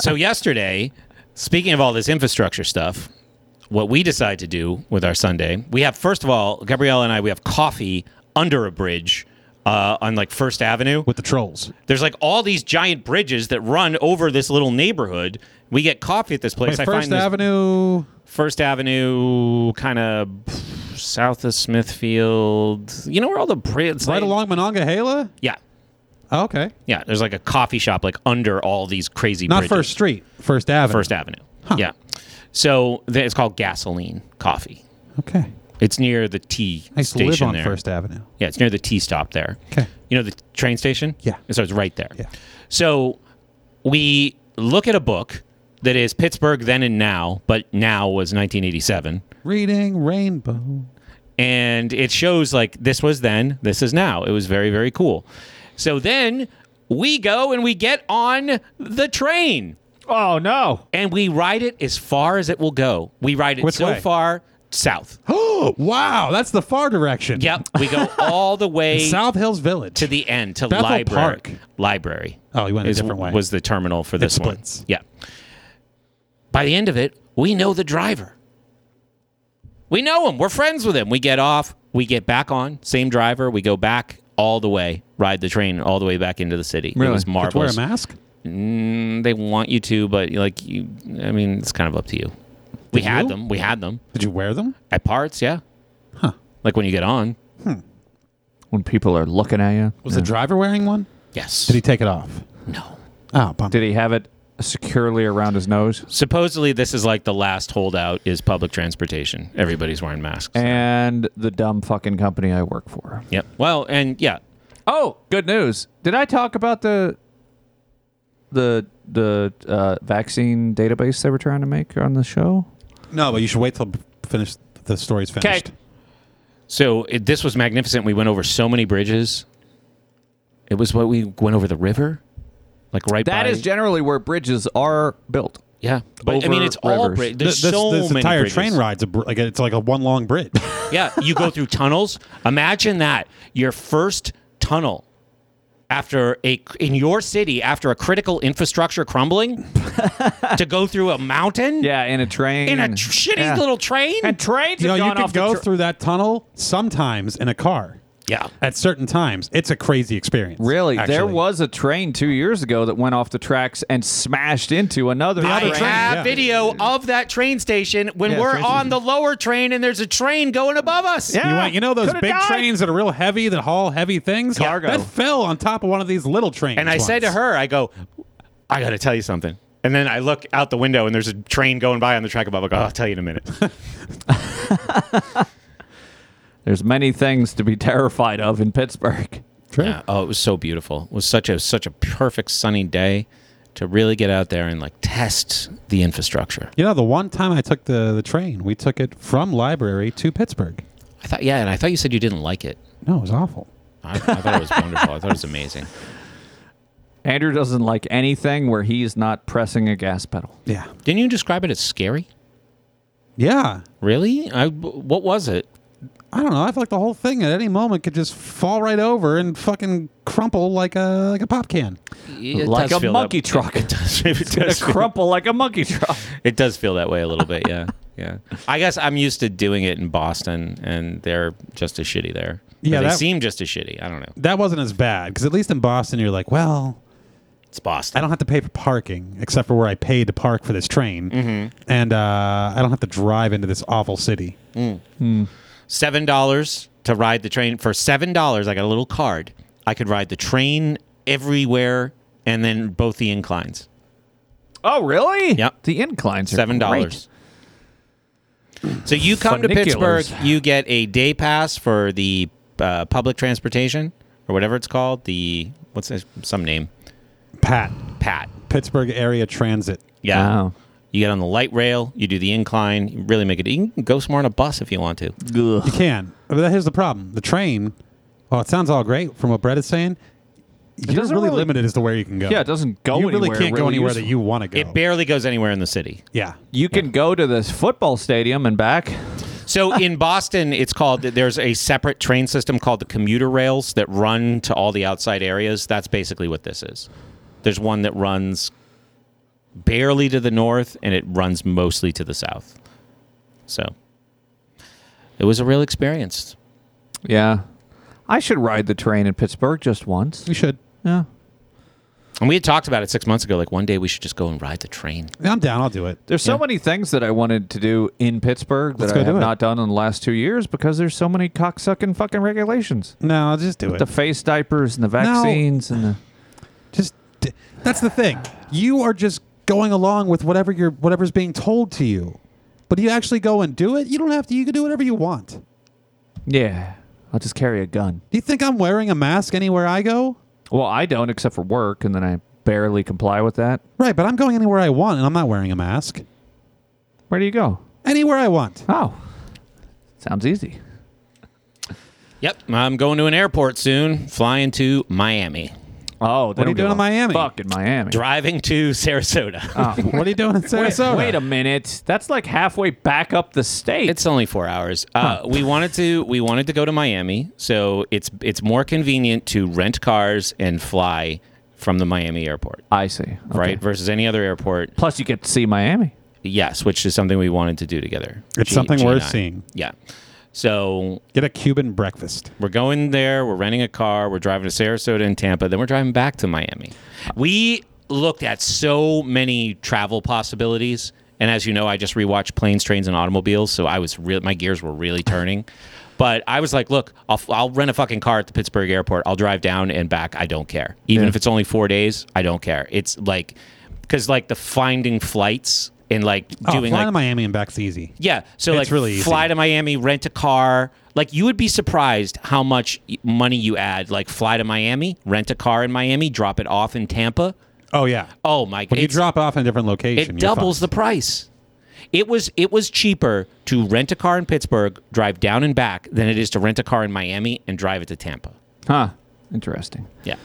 [SPEAKER 5] so yesterday, speaking of all this infrastructure stuff, what we decide to do with our Sunday, we have first of all, Gabrielle and I, we have coffee under a bridge uh, on like First Avenue
[SPEAKER 2] with the trolls.
[SPEAKER 5] There's like all these giant bridges that run over this little neighborhood. We get coffee at this place.
[SPEAKER 2] Wait, First
[SPEAKER 5] this-
[SPEAKER 2] Avenue.
[SPEAKER 5] First Avenue, kind of south of Smithfield. You know where all the bridges
[SPEAKER 2] Right along Monongahela?
[SPEAKER 5] Yeah,
[SPEAKER 2] Oh, okay.
[SPEAKER 5] yeah. There's like a coffee shop like under all these crazy.
[SPEAKER 2] Not
[SPEAKER 5] bridges.
[SPEAKER 2] First Street, First Avenue.
[SPEAKER 5] First Avenue. Yeah. So th- it's called Gasoline Coffee.
[SPEAKER 2] Okay.
[SPEAKER 5] It's near the T
[SPEAKER 2] I used to
[SPEAKER 5] station
[SPEAKER 2] live on
[SPEAKER 5] there.
[SPEAKER 2] First Avenue.
[SPEAKER 5] Yeah, it's near the T stop there. Okay. You know the train station?
[SPEAKER 2] Yeah.
[SPEAKER 5] So it's right there. Yeah. So we look at a book that is Pittsburgh then and now, but now was 1987.
[SPEAKER 2] Reading Rainbow.
[SPEAKER 5] And it shows like this was then, this is now. It was very, very cool. So then we go and we get on the train.
[SPEAKER 1] Oh, no.
[SPEAKER 5] And we ride it as far as it will go. We ride it
[SPEAKER 2] Which
[SPEAKER 5] so
[SPEAKER 2] way?
[SPEAKER 5] far south.
[SPEAKER 2] Oh, wow. That's the far direction.
[SPEAKER 5] Yep. We go all the way
[SPEAKER 2] South Hills Village.
[SPEAKER 5] to the end to
[SPEAKER 2] Bethel
[SPEAKER 5] library.
[SPEAKER 2] Park.
[SPEAKER 5] Library.
[SPEAKER 2] Oh, you went a
[SPEAKER 5] is-
[SPEAKER 2] different way.
[SPEAKER 5] Was the terminal for this
[SPEAKER 2] splits.
[SPEAKER 5] one? Yeah. By the end of it, we know the driver. We know him. We're friends with him. We get off. We get back on. Same driver. We go back all the way. Ride the train all the way back into the city. It
[SPEAKER 2] Have
[SPEAKER 5] was
[SPEAKER 2] to wear
[SPEAKER 5] marvelous.
[SPEAKER 2] a mask?
[SPEAKER 5] Mm, they want you to, but like, you, I mean, it's kind of up to you. We
[SPEAKER 2] Did
[SPEAKER 5] had
[SPEAKER 2] you?
[SPEAKER 5] them. We had them
[SPEAKER 2] Did you wear them?
[SPEAKER 5] at parts. Yeah.
[SPEAKER 2] Huh.
[SPEAKER 5] Like when you get on.
[SPEAKER 1] When people are looking at you.
[SPEAKER 2] Was the driver wearing one?
[SPEAKER 5] Yes.
[SPEAKER 2] Did he take it off?
[SPEAKER 5] No.
[SPEAKER 2] Oh, bummer.
[SPEAKER 1] Did he have it securely around his nose?
[SPEAKER 5] Supposedly, this is like the last holdout is public transportation. Everybody's wearing masks.
[SPEAKER 1] And the dumb fucking company I work for.
[SPEAKER 5] Yep. Well, and yeah,
[SPEAKER 1] Oh, good news. Did I talk about the the the uh, vaccine database they were trying to make on the show?
[SPEAKER 2] No, but you should wait till finish the story's finished.
[SPEAKER 5] So it, this was magnificent. We went over so many bridges. It was what we went over the river, like right.
[SPEAKER 1] That
[SPEAKER 5] by,
[SPEAKER 1] is generally where bridges are built.
[SPEAKER 5] yeah. But I mean,
[SPEAKER 1] over
[SPEAKER 5] it's all
[SPEAKER 1] rivers.
[SPEAKER 5] bridges.
[SPEAKER 2] Th-
[SPEAKER 5] There's so
[SPEAKER 2] this
[SPEAKER 5] many
[SPEAKER 2] entire
[SPEAKER 5] bridges.
[SPEAKER 2] train ride's a br- like it's like a one long bridge.
[SPEAKER 5] yeah, you go through tunnels. Imagine that your first tunnel after a in your city after a critical infrastructure crumbling to go through a mountain
[SPEAKER 1] Yeah, in a train.
[SPEAKER 5] in a tr- shitty
[SPEAKER 1] Yeah.
[SPEAKER 5] little train.
[SPEAKER 1] and trains
[SPEAKER 2] you know,
[SPEAKER 1] have
[SPEAKER 2] you
[SPEAKER 1] gone
[SPEAKER 2] could
[SPEAKER 1] off the
[SPEAKER 2] go
[SPEAKER 1] tr-
[SPEAKER 2] through that tunnel sometimes in a car
[SPEAKER 5] yeah.
[SPEAKER 2] at certain times. It's a crazy experience.
[SPEAKER 1] Really, there
[SPEAKER 2] actually.
[SPEAKER 1] was a train two years ago that went off the tracks and smashed into another
[SPEAKER 5] I
[SPEAKER 1] train.
[SPEAKER 5] have
[SPEAKER 2] yeah.
[SPEAKER 5] video of that train station when
[SPEAKER 1] Yeah,
[SPEAKER 5] we're
[SPEAKER 1] train
[SPEAKER 5] on the lower train and there's a train going above us.
[SPEAKER 1] Yeah.
[SPEAKER 2] You, went, you know those
[SPEAKER 1] Could've
[SPEAKER 2] big
[SPEAKER 1] died.
[SPEAKER 2] trains that are real heavy that haul heavy things?
[SPEAKER 5] Cargo.
[SPEAKER 2] That fell on top of one of these little trains.
[SPEAKER 5] And I say to
[SPEAKER 2] once.
[SPEAKER 5] her, I go, I got to tell you something. And then I look out the window and there's a train going by on the track above. I go, I'll tell you in a minute.
[SPEAKER 1] There's many things to be terrified of in Pittsburgh.
[SPEAKER 5] Yeah. Oh, it was so beautiful. It was such a such a perfect sunny day to really get out there and like test the infrastructure.
[SPEAKER 2] You know, the one time I took the, the train, we took it from library to Pittsburgh.
[SPEAKER 5] I thought, yeah, and I thought you said you didn't like it.
[SPEAKER 2] No, it was awful.
[SPEAKER 5] I, I thought it was wonderful. I thought it was amazing.
[SPEAKER 1] Andrew doesn't like anything where he's not pressing a gas pedal.
[SPEAKER 2] Yeah.
[SPEAKER 5] Didn't you describe it as scary?
[SPEAKER 2] Yeah.
[SPEAKER 5] Really? I, what was it?
[SPEAKER 2] I don't know. I feel like the whole thing at any moment could just fall right over and fucking crumple like a like a pop can.
[SPEAKER 5] It
[SPEAKER 1] like
[SPEAKER 5] does
[SPEAKER 1] a
[SPEAKER 5] feel
[SPEAKER 1] monkey
[SPEAKER 5] that,
[SPEAKER 1] truck.
[SPEAKER 5] It does, it,
[SPEAKER 1] It's gonna
[SPEAKER 5] does feel,
[SPEAKER 1] crumple like a monkey truck.
[SPEAKER 5] it does feel that way a little bit, yeah. Yeah. I guess I'm used to doing it in Boston, and they're just as shitty there. Or
[SPEAKER 2] Yeah,
[SPEAKER 5] they
[SPEAKER 2] that-
[SPEAKER 5] seem just as shitty. I don't know.
[SPEAKER 2] That wasn't as bad because at least in Boston, you're like, well,
[SPEAKER 5] it's Boston.
[SPEAKER 2] I don't have to pay for parking except for where I paid to park for this train,
[SPEAKER 5] Mhm.
[SPEAKER 2] and uh, I don't have to drive into this awful city.
[SPEAKER 5] Mm. Seven dollars to ride the train. For seven dollars, I got a little card. I could ride the train everywhere, and then both the inclines.
[SPEAKER 1] Oh, really?
[SPEAKER 5] Yep.
[SPEAKER 1] The inclines are
[SPEAKER 5] seven dollars. So you come to Pittsburgh,
[SPEAKER 1] Funiculars.
[SPEAKER 5] you get a day pass for the uh, public transportation or whatever it's called. The what's this, some name?
[SPEAKER 2] Pat,
[SPEAKER 5] Pat.
[SPEAKER 2] Pittsburgh area transit.
[SPEAKER 5] Yeah. You get on the light rail. You do the incline. You really make it. You can go somewhere on a bus if you want to.
[SPEAKER 2] You can. But that- here's the problem: the train. Well, it sounds all great from what Brett is saying. You're
[SPEAKER 5] doesn't
[SPEAKER 2] really,
[SPEAKER 5] really-
[SPEAKER 2] limited as to where you can go.
[SPEAKER 1] Yeah, it doesn't go
[SPEAKER 2] You really
[SPEAKER 1] anywhere
[SPEAKER 2] can't go
[SPEAKER 1] really
[SPEAKER 2] anywhere
[SPEAKER 1] useful.
[SPEAKER 2] that you want to go.
[SPEAKER 5] It barely goes anywhere in the city.
[SPEAKER 2] yeah.
[SPEAKER 1] You can go to this football stadium and back.
[SPEAKER 5] So in Boston, it's called. There's a separate train system called the commuter rails that run to all the outside areas. That's basically what this is. There's one that runs barely to the north, and it runs mostly to the south. So it was a real experience.
[SPEAKER 1] Yeah. I should ride the train in Pittsburgh just once.
[SPEAKER 2] You should.
[SPEAKER 1] Yeah.
[SPEAKER 5] And we had talked about it six months ago. Like one day we should just go and ride the train.
[SPEAKER 2] I'm down. I'll do it.
[SPEAKER 1] There's so many things that I wanted to do in Pittsburgh
[SPEAKER 2] Let's
[SPEAKER 1] that
[SPEAKER 2] go
[SPEAKER 1] I have
[SPEAKER 2] do it.
[SPEAKER 1] not done in the last two years because there's so many cocksucking fucking regulations.
[SPEAKER 2] No, I'll just do
[SPEAKER 1] With
[SPEAKER 2] it.
[SPEAKER 1] the face diapers and the vaccines and the
[SPEAKER 2] That's the thing. You are just going along with whatever you're whatever's being told to you. But you actually go and do it. You don't have to. You can do whatever you want. Do
[SPEAKER 1] yeah. I'll just carry a gun.
[SPEAKER 2] you think I'm wearing a mask anywhere I go?
[SPEAKER 1] Well, I don't except for work, and then I barely comply with that.
[SPEAKER 2] Right, but I'm going anywhere I want, and I'm not wearing a mask.
[SPEAKER 1] Where do you go?
[SPEAKER 2] Anywhere I want.
[SPEAKER 1] Oh, sounds easy.
[SPEAKER 5] Yep, I'm going to an airport soon, flying to Miami,
[SPEAKER 1] Oh, they
[SPEAKER 5] What are
[SPEAKER 1] don't
[SPEAKER 5] you
[SPEAKER 1] give
[SPEAKER 5] doing in
[SPEAKER 1] a
[SPEAKER 5] Miami?
[SPEAKER 1] Fuck in Miami.
[SPEAKER 5] driving to Sarasota.
[SPEAKER 2] what are you doing in Sarasota?
[SPEAKER 1] Wait, wait a minute. That's like halfway back up the state.
[SPEAKER 5] It's only four hours. Uh, we wanted to we wanted to go to Miami, so it's it's more convenient to rent cars and fly from the Miami airport,
[SPEAKER 1] I see. Okay.
[SPEAKER 5] right? Versus any other airport.
[SPEAKER 1] Plus, you get to see Miami.
[SPEAKER 5] Yes, which is something we wanted to do together.
[SPEAKER 2] It's
[SPEAKER 5] G-
[SPEAKER 2] something
[SPEAKER 5] G and
[SPEAKER 2] worth
[SPEAKER 5] I.
[SPEAKER 2] seeing.
[SPEAKER 5] Yeah. So
[SPEAKER 2] Get a Cuban breakfast.
[SPEAKER 5] we're going there. We're renting a car. We're driving to Sarasota and Tampa. Then we're driving back to Miami. We looked at so many travel possibilities. And as you know, I just rewatched Planes, Trains, and Automobiles. So I was real. My gears were really turning. But I was like, look, I'll, f- I'll rent a fucking car at the Pittsburgh airport. I'll drive down and back. I don't care. Even
[SPEAKER 1] Yeah.
[SPEAKER 5] if it's only four days, I don't care. It's like, because like the finding flights and like
[SPEAKER 2] Oh,
[SPEAKER 5] doing
[SPEAKER 2] fly
[SPEAKER 5] like
[SPEAKER 2] to Miami and back's easy.
[SPEAKER 5] yeah. So
[SPEAKER 2] It's
[SPEAKER 5] like
[SPEAKER 2] really easy.
[SPEAKER 5] fly to Miami, rent a car. Like you would be surprised how much y- money you add. Like fly to Miami, rent a car in Miami, drop it off in Tampa.
[SPEAKER 2] Oh yeah.
[SPEAKER 5] Oh my god.
[SPEAKER 2] When you drop off in a different location,
[SPEAKER 5] It doubles the price. It was it was cheaper to rent a car in Pittsburgh, drive down and back than it is to rent a car in Miami and drive it to Tampa.
[SPEAKER 1] Huh. Interesting.
[SPEAKER 5] Yeah.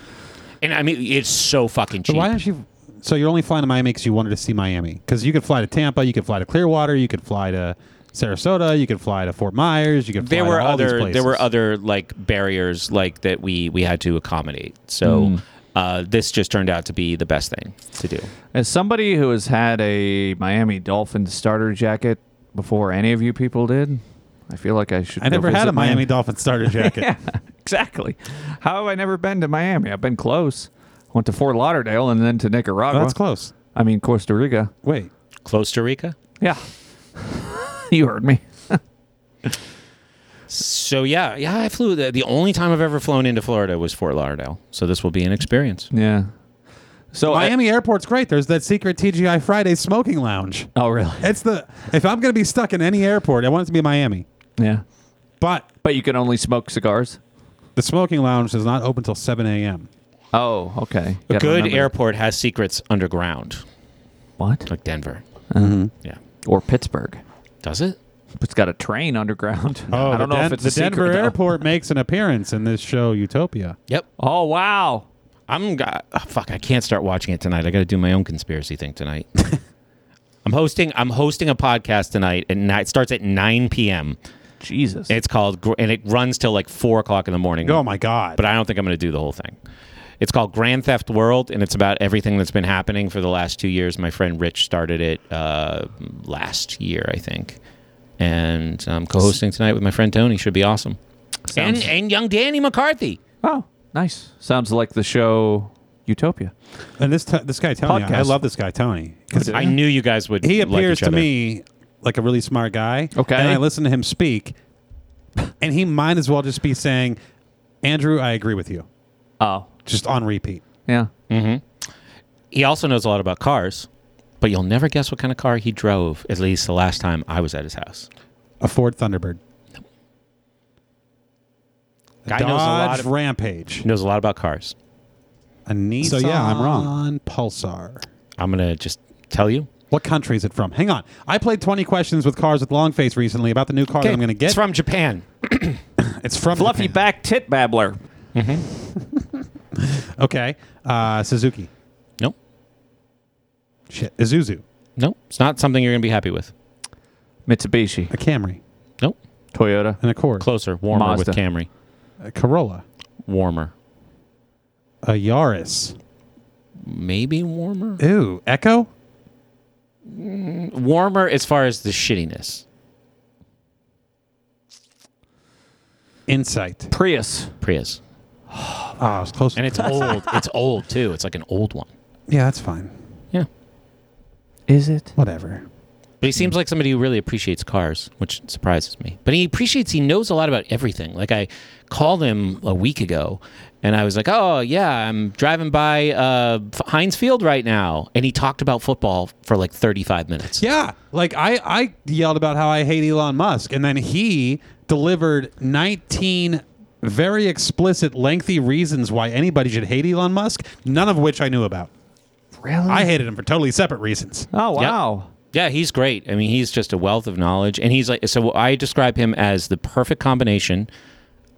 [SPEAKER 5] And I mean it's so fucking
[SPEAKER 2] So
[SPEAKER 5] cheap.
[SPEAKER 2] why don't you? So you're only flying to Miami because you wanted to see Miami. Because you could fly to Tampa, you could fly to Clearwater, you could fly to Sarasota, you could fly to Fort Myers, you could. Fly
[SPEAKER 5] there
[SPEAKER 2] to
[SPEAKER 5] were
[SPEAKER 2] all these
[SPEAKER 5] other
[SPEAKER 2] places.
[SPEAKER 5] there were other like barriers like that we we had to accommodate. So
[SPEAKER 2] Hmm.
[SPEAKER 1] Mm.
[SPEAKER 5] uh, this just turned out to be the best thing to do.
[SPEAKER 1] As somebody who has had a Miami Dolphins starter jacket before any of you people did, I feel like I should.
[SPEAKER 2] I
[SPEAKER 1] go
[SPEAKER 2] never had
[SPEAKER 1] visit
[SPEAKER 2] a Miami, Dolphin starter jacket.
[SPEAKER 1] yeah, exactly. How have I never been to Miami? I've been close. Went to Fort Lauderdale and then to Nicaragua.
[SPEAKER 2] Well, that's close.
[SPEAKER 1] I mean Costa Rica.
[SPEAKER 2] Wait,
[SPEAKER 5] Costa Rica.
[SPEAKER 1] Yeah, you heard me.
[SPEAKER 5] So yeah, yeah, I flew the, the only time I've ever flown into Florida was Fort Lauderdale. So this will be an experience.
[SPEAKER 1] Yeah. So I-
[SPEAKER 2] Miami Airport's great. There's that secret TGI Friday smoking lounge.
[SPEAKER 1] oh, really?
[SPEAKER 2] It's the if I'm gonna be stuck in any airport, I want it to be Miami.
[SPEAKER 1] Yeah.
[SPEAKER 2] But
[SPEAKER 1] But you can only smoke cigars.
[SPEAKER 2] the smoking lounge does not open till 7 a.m.
[SPEAKER 1] Oh, okay.
[SPEAKER 5] A
[SPEAKER 1] Gotta
[SPEAKER 5] good
[SPEAKER 1] remember that.
[SPEAKER 5] airport has secrets underground,
[SPEAKER 1] What?
[SPEAKER 5] like Denver.
[SPEAKER 2] Mm-hmm.
[SPEAKER 5] Yeah,
[SPEAKER 1] Or Pittsburgh.
[SPEAKER 5] does it?
[SPEAKER 1] It's got a train underground.
[SPEAKER 2] Oh,
[SPEAKER 1] I don't
[SPEAKER 2] the
[SPEAKER 1] know
[SPEAKER 2] Den-
[SPEAKER 1] if it's
[SPEAKER 2] the
[SPEAKER 1] a secret,
[SPEAKER 2] Denver
[SPEAKER 1] though.
[SPEAKER 2] airport makes an appearance in this show Utopia.
[SPEAKER 5] Yep.
[SPEAKER 1] Oh wow.
[SPEAKER 5] I'm go- oh, fuck. I can't start watching it tonight. I got to do my own conspiracy thing tonight. I'm hosting. I'm hosting a podcast tonight, and it starts at 9 p.m.
[SPEAKER 1] Jesus.
[SPEAKER 5] It's called, Gr- and it runs till like four o'clock in the morning.
[SPEAKER 2] Oh my god!
[SPEAKER 5] But I don't think I'm going to do the whole thing. It's called Grand Theft World, and it's about everything that's been happening for the last two years. My friend Rich started it uh, last year, I think, and I'm co-hosting tonight with my friend Tony. Should be awesome.
[SPEAKER 1] Sounds-
[SPEAKER 5] and and young Danny McCarthy.
[SPEAKER 1] Oh, nice. Sounds like the show Utopia.
[SPEAKER 2] And this t- this guy Tony, I
[SPEAKER 1] Podcast.
[SPEAKER 2] love this guy Tony. 'Cause
[SPEAKER 5] I knew you guys would.
[SPEAKER 2] He
[SPEAKER 5] like
[SPEAKER 2] appears
[SPEAKER 5] each
[SPEAKER 2] to
[SPEAKER 5] other.
[SPEAKER 2] me like a really smart guy.
[SPEAKER 5] Okay.
[SPEAKER 2] and I listen to him speak, and he might as well just be saying, "Andrew, I agree with you."
[SPEAKER 1] Oh,
[SPEAKER 2] just on repeat.
[SPEAKER 1] Yeah.
[SPEAKER 5] hmm He also knows a lot about cars, but you'll never guess what kind of car he drove. At least the last time I was at his house.
[SPEAKER 2] A Ford Thunderbird. A
[SPEAKER 5] Guy
[SPEAKER 2] Dodge
[SPEAKER 5] knows a lot of-
[SPEAKER 2] Rampage.
[SPEAKER 5] Knows a lot about cars.
[SPEAKER 2] A Nissan.
[SPEAKER 5] So, yeah, I'm wrong.
[SPEAKER 2] On Pulsar.
[SPEAKER 5] I'm gonna just tell you.
[SPEAKER 2] What country is it from? Hang on. I played 20 questions with cars with Longface recently about the new car that I'm going to get. It's
[SPEAKER 5] from Japan.
[SPEAKER 2] it's from
[SPEAKER 1] Fluffy
[SPEAKER 2] Japan.
[SPEAKER 1] back tit babbler.
[SPEAKER 2] Okay. Uh, Suzuki.
[SPEAKER 5] Nope.
[SPEAKER 2] Shit. Isuzu.
[SPEAKER 5] Nope. It's not something you're gonna be happy with.
[SPEAKER 1] Mitsubishi.
[SPEAKER 2] A Camry.
[SPEAKER 5] Nope.
[SPEAKER 1] Toyota.
[SPEAKER 2] An Accord.
[SPEAKER 5] Closer, warmer
[SPEAKER 1] Mazda.
[SPEAKER 5] with Camry.
[SPEAKER 2] A Corolla.
[SPEAKER 5] Warmer.
[SPEAKER 2] A Yaris.
[SPEAKER 5] Maybe warmer.
[SPEAKER 2] Ooh. Echo?
[SPEAKER 5] Warmer as far as the shittiness.
[SPEAKER 2] Insight.
[SPEAKER 1] Prius.
[SPEAKER 5] Prius.
[SPEAKER 2] Oh, I was close.
[SPEAKER 5] And it's old. it's old too. It's like an old one.
[SPEAKER 2] Yeah, that's fine.
[SPEAKER 5] Yeah.
[SPEAKER 1] Is it?
[SPEAKER 2] Whatever.
[SPEAKER 5] But he seems like somebody who really appreciates cars, which surprises me. But he appreciates, he knows a lot about everything. Like I called him a week ago and I was like, oh, yeah, I'm driving by uh, Heinz Field right now. And he talked about football for like 35 minutes.
[SPEAKER 2] Yeah, like I, I yelled about how I hate Elon Musk, and then he delivered 19 very explicit, lengthy reasons why anybody should hate Elon Musk, none of which I knew about.
[SPEAKER 1] Really?
[SPEAKER 2] I hated him for totally separate reasons.
[SPEAKER 1] Oh,
[SPEAKER 5] Yep.
[SPEAKER 1] wow.
[SPEAKER 5] Yeah, he's great. I mean, he's just a wealth of knowledge. And he's like, so I describe him as the perfect combination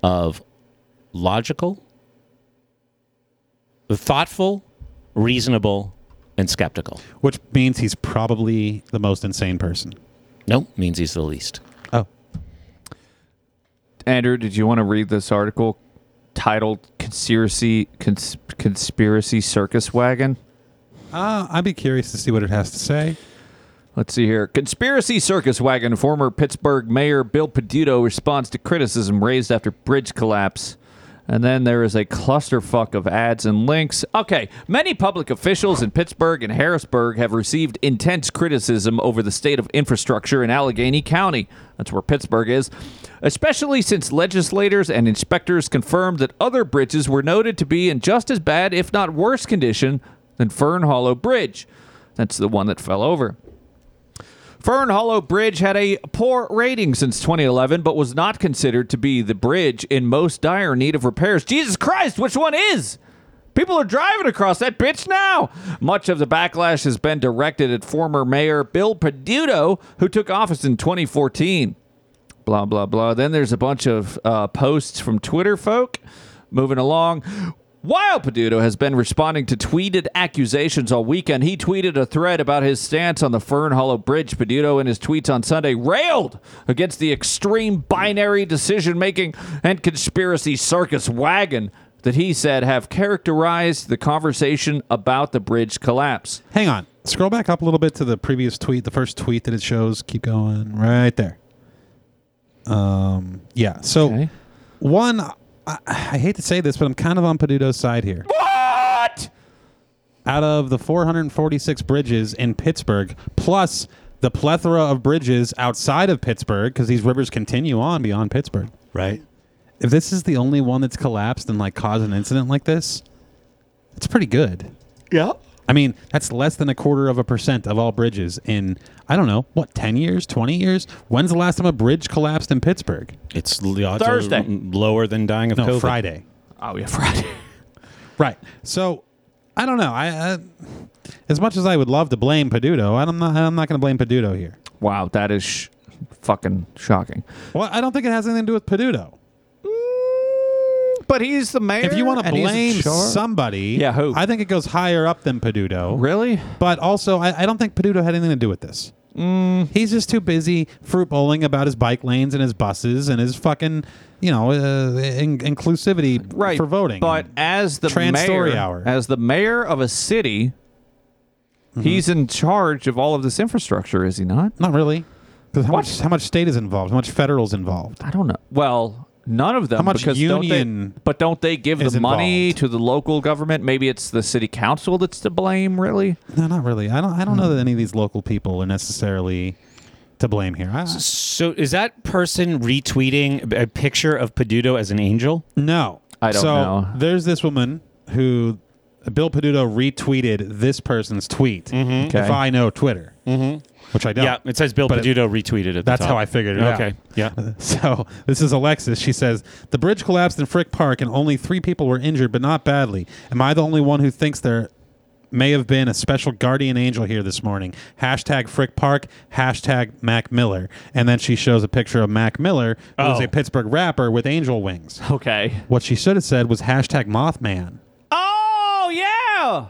[SPEAKER 5] of logical, thoughtful, reasonable, and skeptical.
[SPEAKER 2] Which means he's probably the most insane person.
[SPEAKER 5] Nope, means he's the least.
[SPEAKER 2] Oh.
[SPEAKER 1] Andrew, did you want to read this article titled "Conspiracy Cons- Conspiracy Circus Wagon"?
[SPEAKER 2] Uh, I'd be curious to see what it has to say.
[SPEAKER 1] Let's see here. Conspiracy Circus Wagon. Former Pittsburgh Mayor Bill Peduto responds to criticism raised after bridge collapse. And then there is a clusterfuck of ads and links. Okay, many public officials in Pittsburgh and Harrisburg have received intense criticism over the state of infrastructure in Allegheny County. That's where Pittsburgh is. Especially since legislators and inspectors confirmed that other bridges were noted to be in just as bad, if not worse, condition than Fern Hollow Bridge. That's the one that fell over. Fern Hollow Bridge had a poor rating since 2011, but was not considered to be the bridge in most dire need of repairs. Jesus Christ, which one is? People are driving across that bitch now. Much of the backlash has been directed at former mayor Bill Peduto, who took office in 2014 blah blah blah. Then there's a bunch of uh, posts from Twitter folk. Moving along, while Peduto has been responding to tweeted accusations all weekend, he tweeted a thread about his stance on the Fern Hollow Bridge. Peduto, in his tweets on Sunday, railed against the extreme binary decision making and conspiracy circus wagon that he said have characterized the conversation about the bridge collapse.
[SPEAKER 2] Hang on. Scroll back up a little bit to the previous tweet, the first tweet that it shows. Keep going right there. Um, yeah. So, one, I, I hate to say this, but I'm kind of on Peduto's side here.
[SPEAKER 1] What?
[SPEAKER 2] Out of the 446 bridges in Pittsburgh, plus the plethora of bridges outside of Pittsburgh, because these rivers continue on beyond Pittsburgh.
[SPEAKER 4] Right.
[SPEAKER 2] If this is the only one that's collapsed and like caused an incident like this, it's pretty good.
[SPEAKER 4] Yeah.
[SPEAKER 2] I mean, that's less than a quarter of a percent of all bridges in, I don't know, what, 10 years, 20 years? When's the last time a bridge collapsed in Pittsburgh?
[SPEAKER 5] It's l-
[SPEAKER 2] Thursday.
[SPEAKER 5] lower than dying of
[SPEAKER 2] no,
[SPEAKER 5] COVID.
[SPEAKER 2] Friday.
[SPEAKER 1] Oh yeah, Friday.
[SPEAKER 2] Right. So, I don't know. I, I As much as I would love to blame Peduto, I'm not, I'm not going to blame Peduto here.
[SPEAKER 1] Wow, that is sh- fucking shocking.
[SPEAKER 2] Well, I don't think it has anything to do with Peduto.
[SPEAKER 1] But he's the mayor.
[SPEAKER 2] If you want to
[SPEAKER 1] and he's in
[SPEAKER 2] blame
[SPEAKER 1] charge.
[SPEAKER 2] somebody,
[SPEAKER 1] Yeah, who?
[SPEAKER 2] I think it goes higher up than Peduto.
[SPEAKER 1] Really?
[SPEAKER 2] But also, I, I don't think Peduto had anything to do with this.
[SPEAKER 5] Mm.
[SPEAKER 2] He's just too busy fruit bowling about his bike lanes and his buses and his fucking, you know, uh, in- inclusivity
[SPEAKER 1] right
[SPEAKER 2] for voting.
[SPEAKER 1] But as the
[SPEAKER 2] Trans
[SPEAKER 1] mayor,
[SPEAKER 2] story hour. Mm-hmm.
[SPEAKER 1] as the mayor of a city, he's in charge of all of this infrastructure, is he not?
[SPEAKER 2] Not really. 'Cause how much how much state is involved? How much federal's involved?
[SPEAKER 1] I don't know. Well, none of them.
[SPEAKER 2] How much
[SPEAKER 1] because don't they-
[SPEAKER 2] union
[SPEAKER 1] but don't they give
[SPEAKER 2] is
[SPEAKER 1] the money to the local government? Maybe it's the city council that's to blame, really.
[SPEAKER 2] No, not really. I don't. I don't know
[SPEAKER 5] Hmm.
[SPEAKER 2] that any of these local people are necessarily to blame here. I,
[SPEAKER 5] So is that person retweeting a picture of Peduto as an angel?
[SPEAKER 2] No,
[SPEAKER 5] I don't
[SPEAKER 2] so
[SPEAKER 5] know.
[SPEAKER 2] There's this woman who Bill Peduto retweeted this person's tweet.
[SPEAKER 5] Mm-hmm. Okay. Mm-hmm.
[SPEAKER 2] If I know Twitter, which I don't.
[SPEAKER 5] Yeah, it says Bill
[SPEAKER 2] But it-
[SPEAKER 5] Peduto retweeted it.
[SPEAKER 2] That's how I figured it out.
[SPEAKER 5] Okay. Yeah.
[SPEAKER 2] So this is Alexis. She says the bridge collapsed in Frick Park and only three people were injured, but not badly. Am I the only one who thinks there may have been a special guardian angel here this morning? Hashtag Frick Park. Hashtag Mac Miller. And then she shows a picture of Mac Miller, who's
[SPEAKER 1] Oh.
[SPEAKER 2] a Pittsburgh rapper with angel wings.
[SPEAKER 1] Okay.
[SPEAKER 2] What she should have said was hashtag Mothman.
[SPEAKER 1] Oh yeah.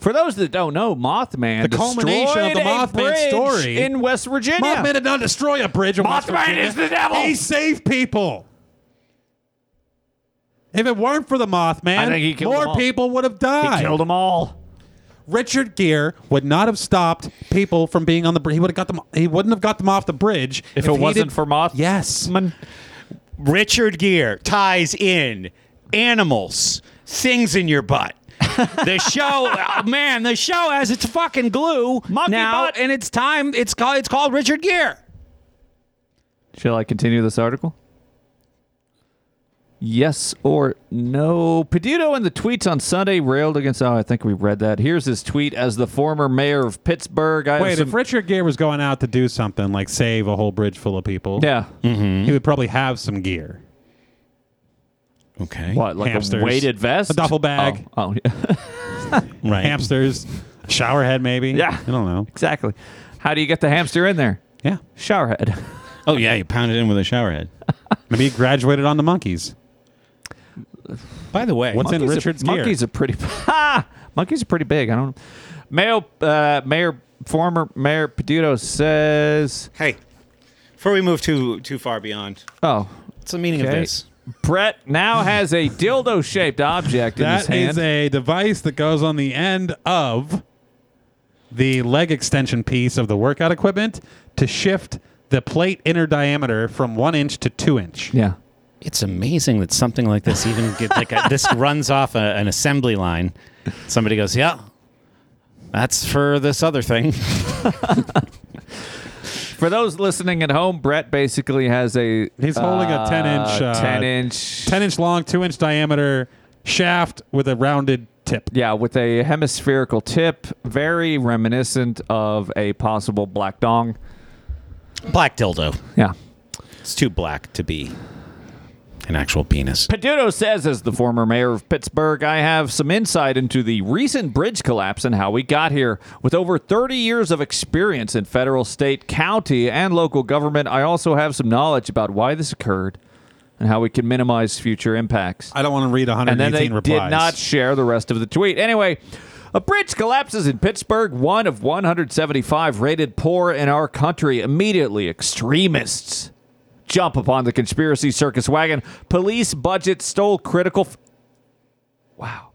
[SPEAKER 1] For those that don't know, Mothman
[SPEAKER 2] Hmm. The culmination of the
[SPEAKER 1] destroyed a
[SPEAKER 2] Mothman
[SPEAKER 1] bridge
[SPEAKER 2] story.
[SPEAKER 1] in West Virginia.
[SPEAKER 2] Mothman did not destroy a bridge. in West
[SPEAKER 1] Mothman
[SPEAKER 2] Virginia.
[SPEAKER 1] is the devil.
[SPEAKER 2] He saved people. If it weren't for the Mothman,
[SPEAKER 1] I think he killed them
[SPEAKER 2] more
[SPEAKER 1] all.
[SPEAKER 2] people would have died.
[SPEAKER 1] He killed them all.
[SPEAKER 2] Richard Gere would not have stopped people from being on the bridge. He would have got them. He wouldn't have got them off the bridge
[SPEAKER 1] If it
[SPEAKER 2] he
[SPEAKER 1] wasn't
[SPEAKER 2] did-
[SPEAKER 1] for Mothman.
[SPEAKER 2] Yes.
[SPEAKER 5] Richard Gere ties in animals, things in your butt. the show, oh, man, the show has its fucking glue now, and it's time. It's called. It's called Richard Gere.
[SPEAKER 1] Shall I continue this article? Yes or no? Peduto in the tweets on Sunday railed against. Oh, I think we read that. Here's his tweet as the former mayor of Pittsburgh. I
[SPEAKER 2] Wait,
[SPEAKER 1] have some-
[SPEAKER 2] if Richard Gere was going out to do something like save a whole bridge full of people,
[SPEAKER 1] Yeah.
[SPEAKER 2] he would probably have some gear.
[SPEAKER 5] Okay.
[SPEAKER 1] what like
[SPEAKER 2] Hamsters.
[SPEAKER 1] a weighted vest,
[SPEAKER 2] A duffel bag.
[SPEAKER 1] Oh, oh, yeah.
[SPEAKER 5] Right.
[SPEAKER 2] Hamsters, shower head maybe.
[SPEAKER 1] Yeah.
[SPEAKER 2] I don't know.
[SPEAKER 1] exactly. How do you get the hamster in there?
[SPEAKER 2] Yeah.
[SPEAKER 1] Showerhead.
[SPEAKER 5] Oh yeah, you pounded in with a shower head.
[SPEAKER 2] Maybe he graduated on the monkeys.
[SPEAKER 5] By the way,
[SPEAKER 2] What's in
[SPEAKER 1] Monkeys are-
[SPEAKER 2] Richard's gear?
[SPEAKER 1] monkeys are pretty. Ha! monkeys are pretty big. I don't. Mayo, uh, mayor, former mayor Peduto says.
[SPEAKER 5] Hey, before we move too too far beyond,
[SPEAKER 1] Oh,
[SPEAKER 5] what's the meaning
[SPEAKER 1] okay.
[SPEAKER 5] of this?
[SPEAKER 1] Brett now has a dildo-shaped object in his
[SPEAKER 2] That
[SPEAKER 1] hand.
[SPEAKER 2] is a device that goes on the end of the leg extension piece of the workout equipment to shift the plate inner diameter from one inch to two inch.
[SPEAKER 1] Yeah.
[SPEAKER 5] It's amazing that something like this even get like a, this runs off a, an assembly line. Somebody goes, "Yeah, that's for this other thing."
[SPEAKER 1] For those listening at home, Brett basically has a.
[SPEAKER 2] He's holding a 10 inch, uh,
[SPEAKER 1] 10 inch.
[SPEAKER 2] 10 inch long, two inch diameter shaft with a rounded tip.
[SPEAKER 1] Yeah, with a hemispherical tip, very reminiscent of a possible black dong.
[SPEAKER 5] black dildo.
[SPEAKER 1] Yeah.
[SPEAKER 5] It's too black to be an actual penis.
[SPEAKER 1] Peduto says, as the former mayor of Pittsburgh, I have some insight into the recent bridge collapse and how we got here. With over 30 years of experience in federal, state, county, and local government, I also have some knowledge about why this occurred and how we can minimize future impacts.
[SPEAKER 2] I don't want to read 118
[SPEAKER 1] and then they
[SPEAKER 2] replies.
[SPEAKER 1] did not share the rest of the tweet. Anyway, a bridge collapses in Pittsburgh, one of 175 rated poor in our country. Immediately, extremists jump upon the conspiracy circus wagon. Police budget stole critical. F- wow.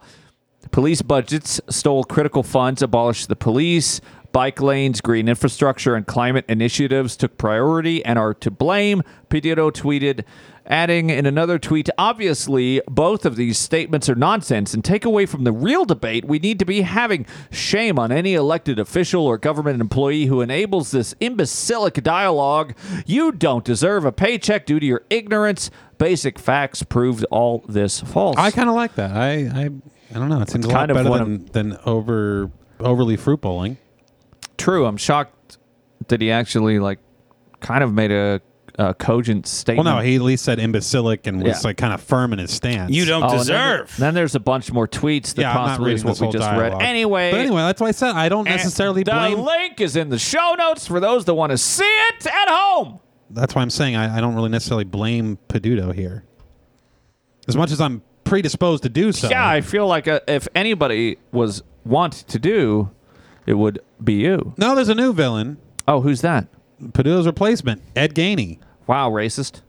[SPEAKER 1] Police budgets stole critical funds, abolished the police, bike lanes, green infrastructure, and climate initiatives took priority and are to blame, Pedito tweeted, adding in another tweet Obviously, both of these statements are nonsense and take away from the real debate we need to be having. Shame on any elected official or government employee who enables this imbecilic dialogue. You don't deserve a paycheck due to your ignorance. Basic facts proved all this false.
[SPEAKER 2] I kind of like that. I, I I don't know. It seems a lot
[SPEAKER 1] kind of
[SPEAKER 2] better
[SPEAKER 1] one
[SPEAKER 2] than, than over overly fruit bowling.
[SPEAKER 1] True. I'm shocked that he actually like kind of made a, a cogent
[SPEAKER 2] Well,
[SPEAKER 1] statement.
[SPEAKER 2] no, he at least said imbecilic and was
[SPEAKER 1] Yeah.
[SPEAKER 2] like kind of firm in his stance.
[SPEAKER 1] Oh, and then- Then, there's a bunch more tweets that
[SPEAKER 2] yeah, I'm not
[SPEAKER 1] possibly is
[SPEAKER 2] reading
[SPEAKER 1] what
[SPEAKER 2] this
[SPEAKER 1] we
[SPEAKER 2] whole
[SPEAKER 1] just
[SPEAKER 2] dialogue.
[SPEAKER 1] read. Anyway,
[SPEAKER 2] but anyway, that's why I said I don't
[SPEAKER 1] and
[SPEAKER 2] necessarily
[SPEAKER 1] the
[SPEAKER 2] blame.
[SPEAKER 1] link is in the show notes for those that want to see it at home.
[SPEAKER 2] that's why I'm saying I, I don't really necessarily blame Peduto here. As much as I'm predisposed to do so,
[SPEAKER 1] Yeah, I feel like uh if anybody was want to do it would be you.
[SPEAKER 2] No, there's a new villain.
[SPEAKER 1] Oh, who's that?
[SPEAKER 2] Padua's replacement, Ed Gainey.
[SPEAKER 1] Wow, racist.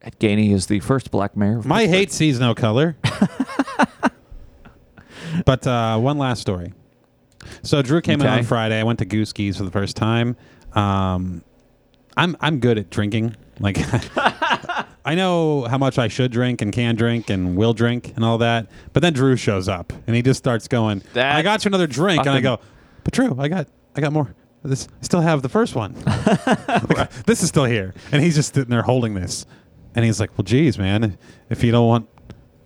[SPEAKER 1] Ed Gainey is the first black mayor. Of
[SPEAKER 2] My hate sees no color. but uh, one last story. So Drew came in
[SPEAKER 1] Okay.
[SPEAKER 2] on Friday. I went to Gooskies for the first time. Um, I'm I'm good at drinking. Like I know how much I should drink and can drink and will drink and all that. But then Drew shows up and he just starts going. I got you another drink, and I
[SPEAKER 1] fucking-
[SPEAKER 2] go, but Drew, I got I got more. This I still have the first one. Like, this is still here, and he's just sitting there holding this, and he's like, well, geez, man, if you don't want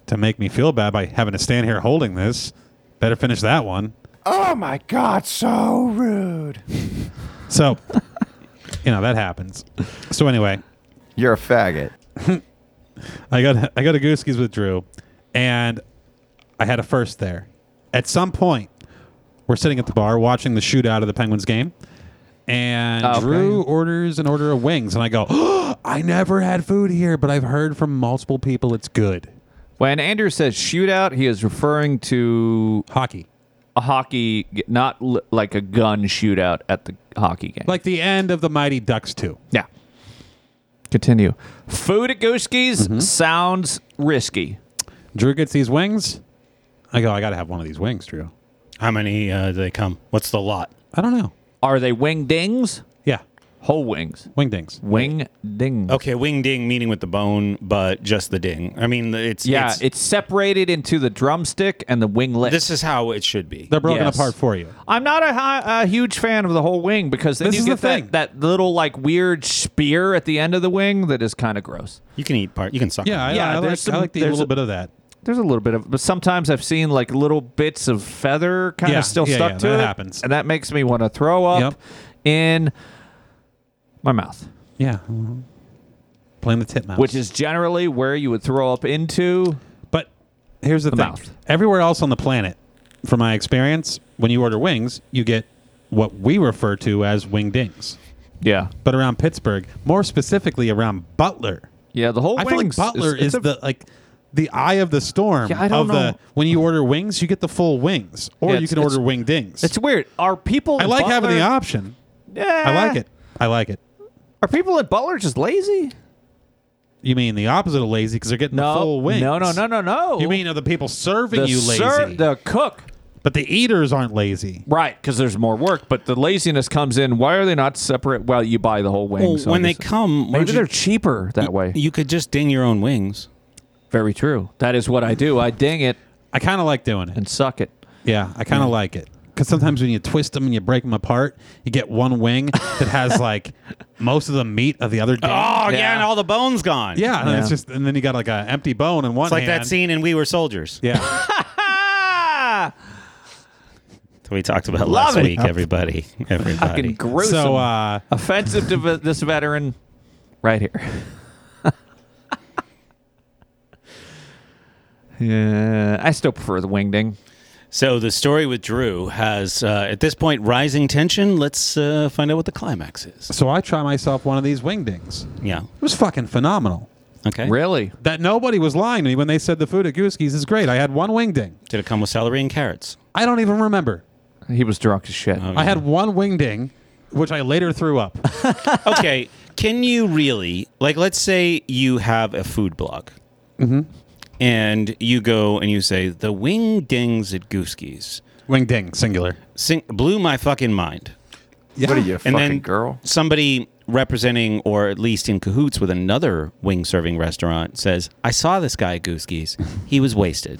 [SPEAKER 2] to make me feel bad by having to stand here holding this, better finish that one.
[SPEAKER 21] Oh my god, so rude.
[SPEAKER 2] So, you know that happens. So anyway,
[SPEAKER 8] you're a faggot.
[SPEAKER 2] I got I got a Gooskies with Drew, and I had a first there. At some point, we're sitting at the bar watching the shootout of the Penguins game, and
[SPEAKER 1] Oh, okay.
[SPEAKER 2] Drew orders an order of wings, and I go, I never had food here, but I've heard from multiple people it's good.
[SPEAKER 1] When Andrew says shootout, he is referring to
[SPEAKER 2] hockey.
[SPEAKER 1] A hockey, g- not l- like a gun shootout at the hockey game.
[SPEAKER 2] Like the end of the Mighty Ducks two.
[SPEAKER 1] Yeah. Continue. Food at Gooskies sounds risky.
[SPEAKER 2] Drew gets these wings. I go, I got to have one of these wings, Drew.
[SPEAKER 5] How many uh, do they come? What's the lot?
[SPEAKER 2] I don't know.
[SPEAKER 1] Are they wing dings?
[SPEAKER 2] Yeah.
[SPEAKER 1] Whole wings.
[SPEAKER 2] Wing dings.
[SPEAKER 1] Wing ding.
[SPEAKER 5] Okay, wing ding, meaning with the bone, but just the ding. I mean, it's
[SPEAKER 1] Yeah,
[SPEAKER 5] It's,
[SPEAKER 1] it's, separated into the drumstick and the winglet.
[SPEAKER 5] this is how it should be.
[SPEAKER 2] They're broken
[SPEAKER 1] Yes.
[SPEAKER 2] apart for you.
[SPEAKER 1] I'm not a, hi- a huge fan of the whole wing because then
[SPEAKER 2] This
[SPEAKER 1] you
[SPEAKER 2] is
[SPEAKER 1] get
[SPEAKER 2] the
[SPEAKER 1] that,
[SPEAKER 2] thing.
[SPEAKER 1] that little like weird spear at the end of the wing that is kind of gross.
[SPEAKER 5] You can eat part. You can suck.
[SPEAKER 2] Yeah, I, I, like, I like the little bit of that.
[SPEAKER 1] There's a little bit of, but sometimes I've seen like little bits of feather kind
[SPEAKER 2] Yeah,
[SPEAKER 1] of still
[SPEAKER 2] yeah,
[SPEAKER 1] stuck
[SPEAKER 2] yeah,
[SPEAKER 1] to
[SPEAKER 2] that
[SPEAKER 1] it,
[SPEAKER 2] happens.
[SPEAKER 1] and that makes me want to throw up in my mouth,
[SPEAKER 2] Yeah. Mhm. Playing the tip mouse.
[SPEAKER 1] which is generally where you would throw up into.
[SPEAKER 2] But here's the,
[SPEAKER 1] The
[SPEAKER 2] thing.
[SPEAKER 1] mouth.
[SPEAKER 2] Everywhere else on the planet, from my experience, when you order wings, you get what we refer to as wing dings.
[SPEAKER 1] Yeah,
[SPEAKER 2] But around Pittsburgh, more specifically around Butler,
[SPEAKER 1] yeah, the whole
[SPEAKER 2] I feel like
[SPEAKER 1] wings
[SPEAKER 2] Butler is,
[SPEAKER 1] it's a-
[SPEAKER 2] the like the eye of the storm
[SPEAKER 1] Yeah, I don't
[SPEAKER 2] of the
[SPEAKER 1] know.
[SPEAKER 2] when you order wings, you get the full wings, or
[SPEAKER 1] Yeah,
[SPEAKER 2] you
[SPEAKER 1] it's-
[SPEAKER 2] can order
[SPEAKER 1] it's-
[SPEAKER 2] wing dings.
[SPEAKER 1] It's weird. Are people?
[SPEAKER 2] I
[SPEAKER 1] in
[SPEAKER 2] like having the
[SPEAKER 1] Butler- Eh.
[SPEAKER 2] option.
[SPEAKER 1] Yeah,
[SPEAKER 2] I like it. I like it.
[SPEAKER 1] Are people at Butler just lazy?
[SPEAKER 2] You mean the opposite of lazy because they're getting the full wings?
[SPEAKER 1] no, no, no, no, no.
[SPEAKER 2] You mean are the people serving
[SPEAKER 1] the
[SPEAKER 2] you lazy?
[SPEAKER 1] ser- the cook?
[SPEAKER 2] but the eaters aren't lazy.
[SPEAKER 1] Right, because there's more work, but the laziness comes in. Why are they not separate? Well, you buy the whole wing.
[SPEAKER 5] Well,
[SPEAKER 1] so I
[SPEAKER 5] when they
[SPEAKER 1] guess-
[SPEAKER 5] come, why
[SPEAKER 1] maybe
[SPEAKER 5] don't you-
[SPEAKER 1] they're cheaper that way.
[SPEAKER 5] You could just ding your own wings.
[SPEAKER 1] Very true. That is what I do. I ding it
[SPEAKER 2] I kind of like doing it.
[SPEAKER 1] and suck it.
[SPEAKER 2] Yeah, I kind of like it because sometimes when you twist them and you break them apart, you get one wing that has like most of the meat of the other ding.
[SPEAKER 5] Oh, yeah,
[SPEAKER 1] Yeah.
[SPEAKER 5] and all the bones gone.
[SPEAKER 2] yeah, and then it's
[SPEAKER 1] Yeah.
[SPEAKER 2] just and then you got like an empty bone in one.
[SPEAKER 5] It's like
[SPEAKER 2] hand.
[SPEAKER 5] that scene in We Were Soldiers
[SPEAKER 2] Yeah,
[SPEAKER 1] Ah,
[SPEAKER 5] that we talked about
[SPEAKER 1] Love
[SPEAKER 5] last
[SPEAKER 1] it.
[SPEAKER 5] week, everybody.
[SPEAKER 1] fucking
[SPEAKER 5] Everybody.
[SPEAKER 1] gruesome.
[SPEAKER 2] so uh,
[SPEAKER 1] Offensive to v- this veteran, right here. yeah, I still prefer the wing ding.
[SPEAKER 5] So the story with Drew has, uh, at this point, rising tension. Let's uh, find out what the climax is.
[SPEAKER 2] so I try myself one of these wing dings.
[SPEAKER 5] Yeah.
[SPEAKER 2] It was fucking phenomenal.
[SPEAKER 5] Okay.
[SPEAKER 1] Really?
[SPEAKER 2] That nobody was lying to me when they said the food at Gooski's is great. I had one wing ding.
[SPEAKER 5] Did it come with celery and carrots?
[SPEAKER 2] I don't even remember.
[SPEAKER 1] He was drunk as shit.
[SPEAKER 2] I had one wing ding, which I later threw up.
[SPEAKER 5] okay. Can you really like? Let's say you have a food blog, and you go and you say the wing dings at Gooskies
[SPEAKER 2] wing ding, singular.
[SPEAKER 5] sing- blew my fucking mind.
[SPEAKER 2] Yeah.
[SPEAKER 8] What are you, a
[SPEAKER 5] And
[SPEAKER 8] fucking
[SPEAKER 5] then
[SPEAKER 8] girl?
[SPEAKER 5] somebody representing, or at least in cahoots with another wing serving restaurant, says, "I saw this guy at Gooskies. He was wasted."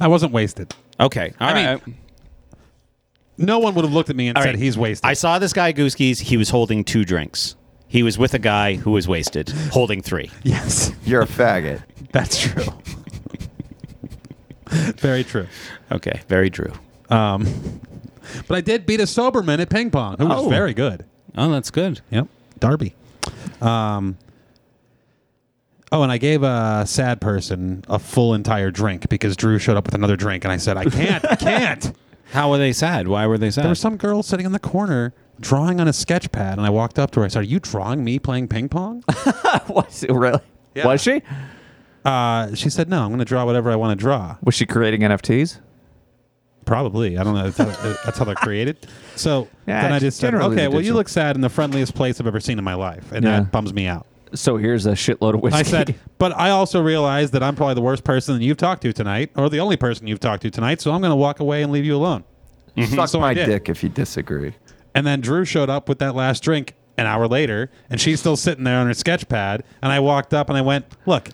[SPEAKER 2] I wasn't wasted.
[SPEAKER 5] Okay, all right.
[SPEAKER 2] mean, No one would have looked at me and
[SPEAKER 5] All
[SPEAKER 2] said
[SPEAKER 5] right.
[SPEAKER 2] he's wasted.
[SPEAKER 5] I saw this guy at Gooskies. He was holding two drinks. He was with a guy who was wasted, holding three.
[SPEAKER 2] yes.
[SPEAKER 8] You're a faggot.
[SPEAKER 2] That's true. Very true.
[SPEAKER 5] Okay, very Drew.
[SPEAKER 2] Um, but I did beat a Soberman at ping pong, who was
[SPEAKER 5] Oh.
[SPEAKER 2] very good.
[SPEAKER 5] Oh, that's good.
[SPEAKER 2] Yep, Darby. Um, oh, and I gave a sad person a full entire drink because Drew showed up with another drink, and I said, "I can't, I can't."
[SPEAKER 5] How were they sad? Why were they sad?
[SPEAKER 2] There was some girl sitting in the corner drawing on a sketch pad, and I walked up to her. I said, "Are you drawing me playing ping pong?"
[SPEAKER 1] Was it really? Was she?
[SPEAKER 2] Uh, she said, "No, I'm going to draw whatever I want to draw."
[SPEAKER 1] Was she creating NFTs?
[SPEAKER 2] Probably. I don't know. That's how, that's how they're created. So
[SPEAKER 1] Yeah,
[SPEAKER 2] then I
[SPEAKER 1] it's
[SPEAKER 2] just said,
[SPEAKER 1] generally
[SPEAKER 2] okay,
[SPEAKER 1] the
[SPEAKER 2] well, you
[SPEAKER 1] digital-
[SPEAKER 2] look sad in the friendliest place I've ever seen in my life. And
[SPEAKER 1] Yeah.
[SPEAKER 2] that bums me out.
[SPEAKER 1] So here's a shitload of whiskey.
[SPEAKER 2] I said, but I also realize that I'm probably the worst person that you've talked to tonight, or the only person you've talked to tonight. So I'm going to walk away and leave you alone.
[SPEAKER 7] Suck
[SPEAKER 2] mm-hmm. So I
[SPEAKER 7] my
[SPEAKER 2] did.
[SPEAKER 7] dick if you disagree.
[SPEAKER 2] And then Drew showed up with that last drink an hour later, and she's still sitting there on her sketch pad. And I walked up and I went, look,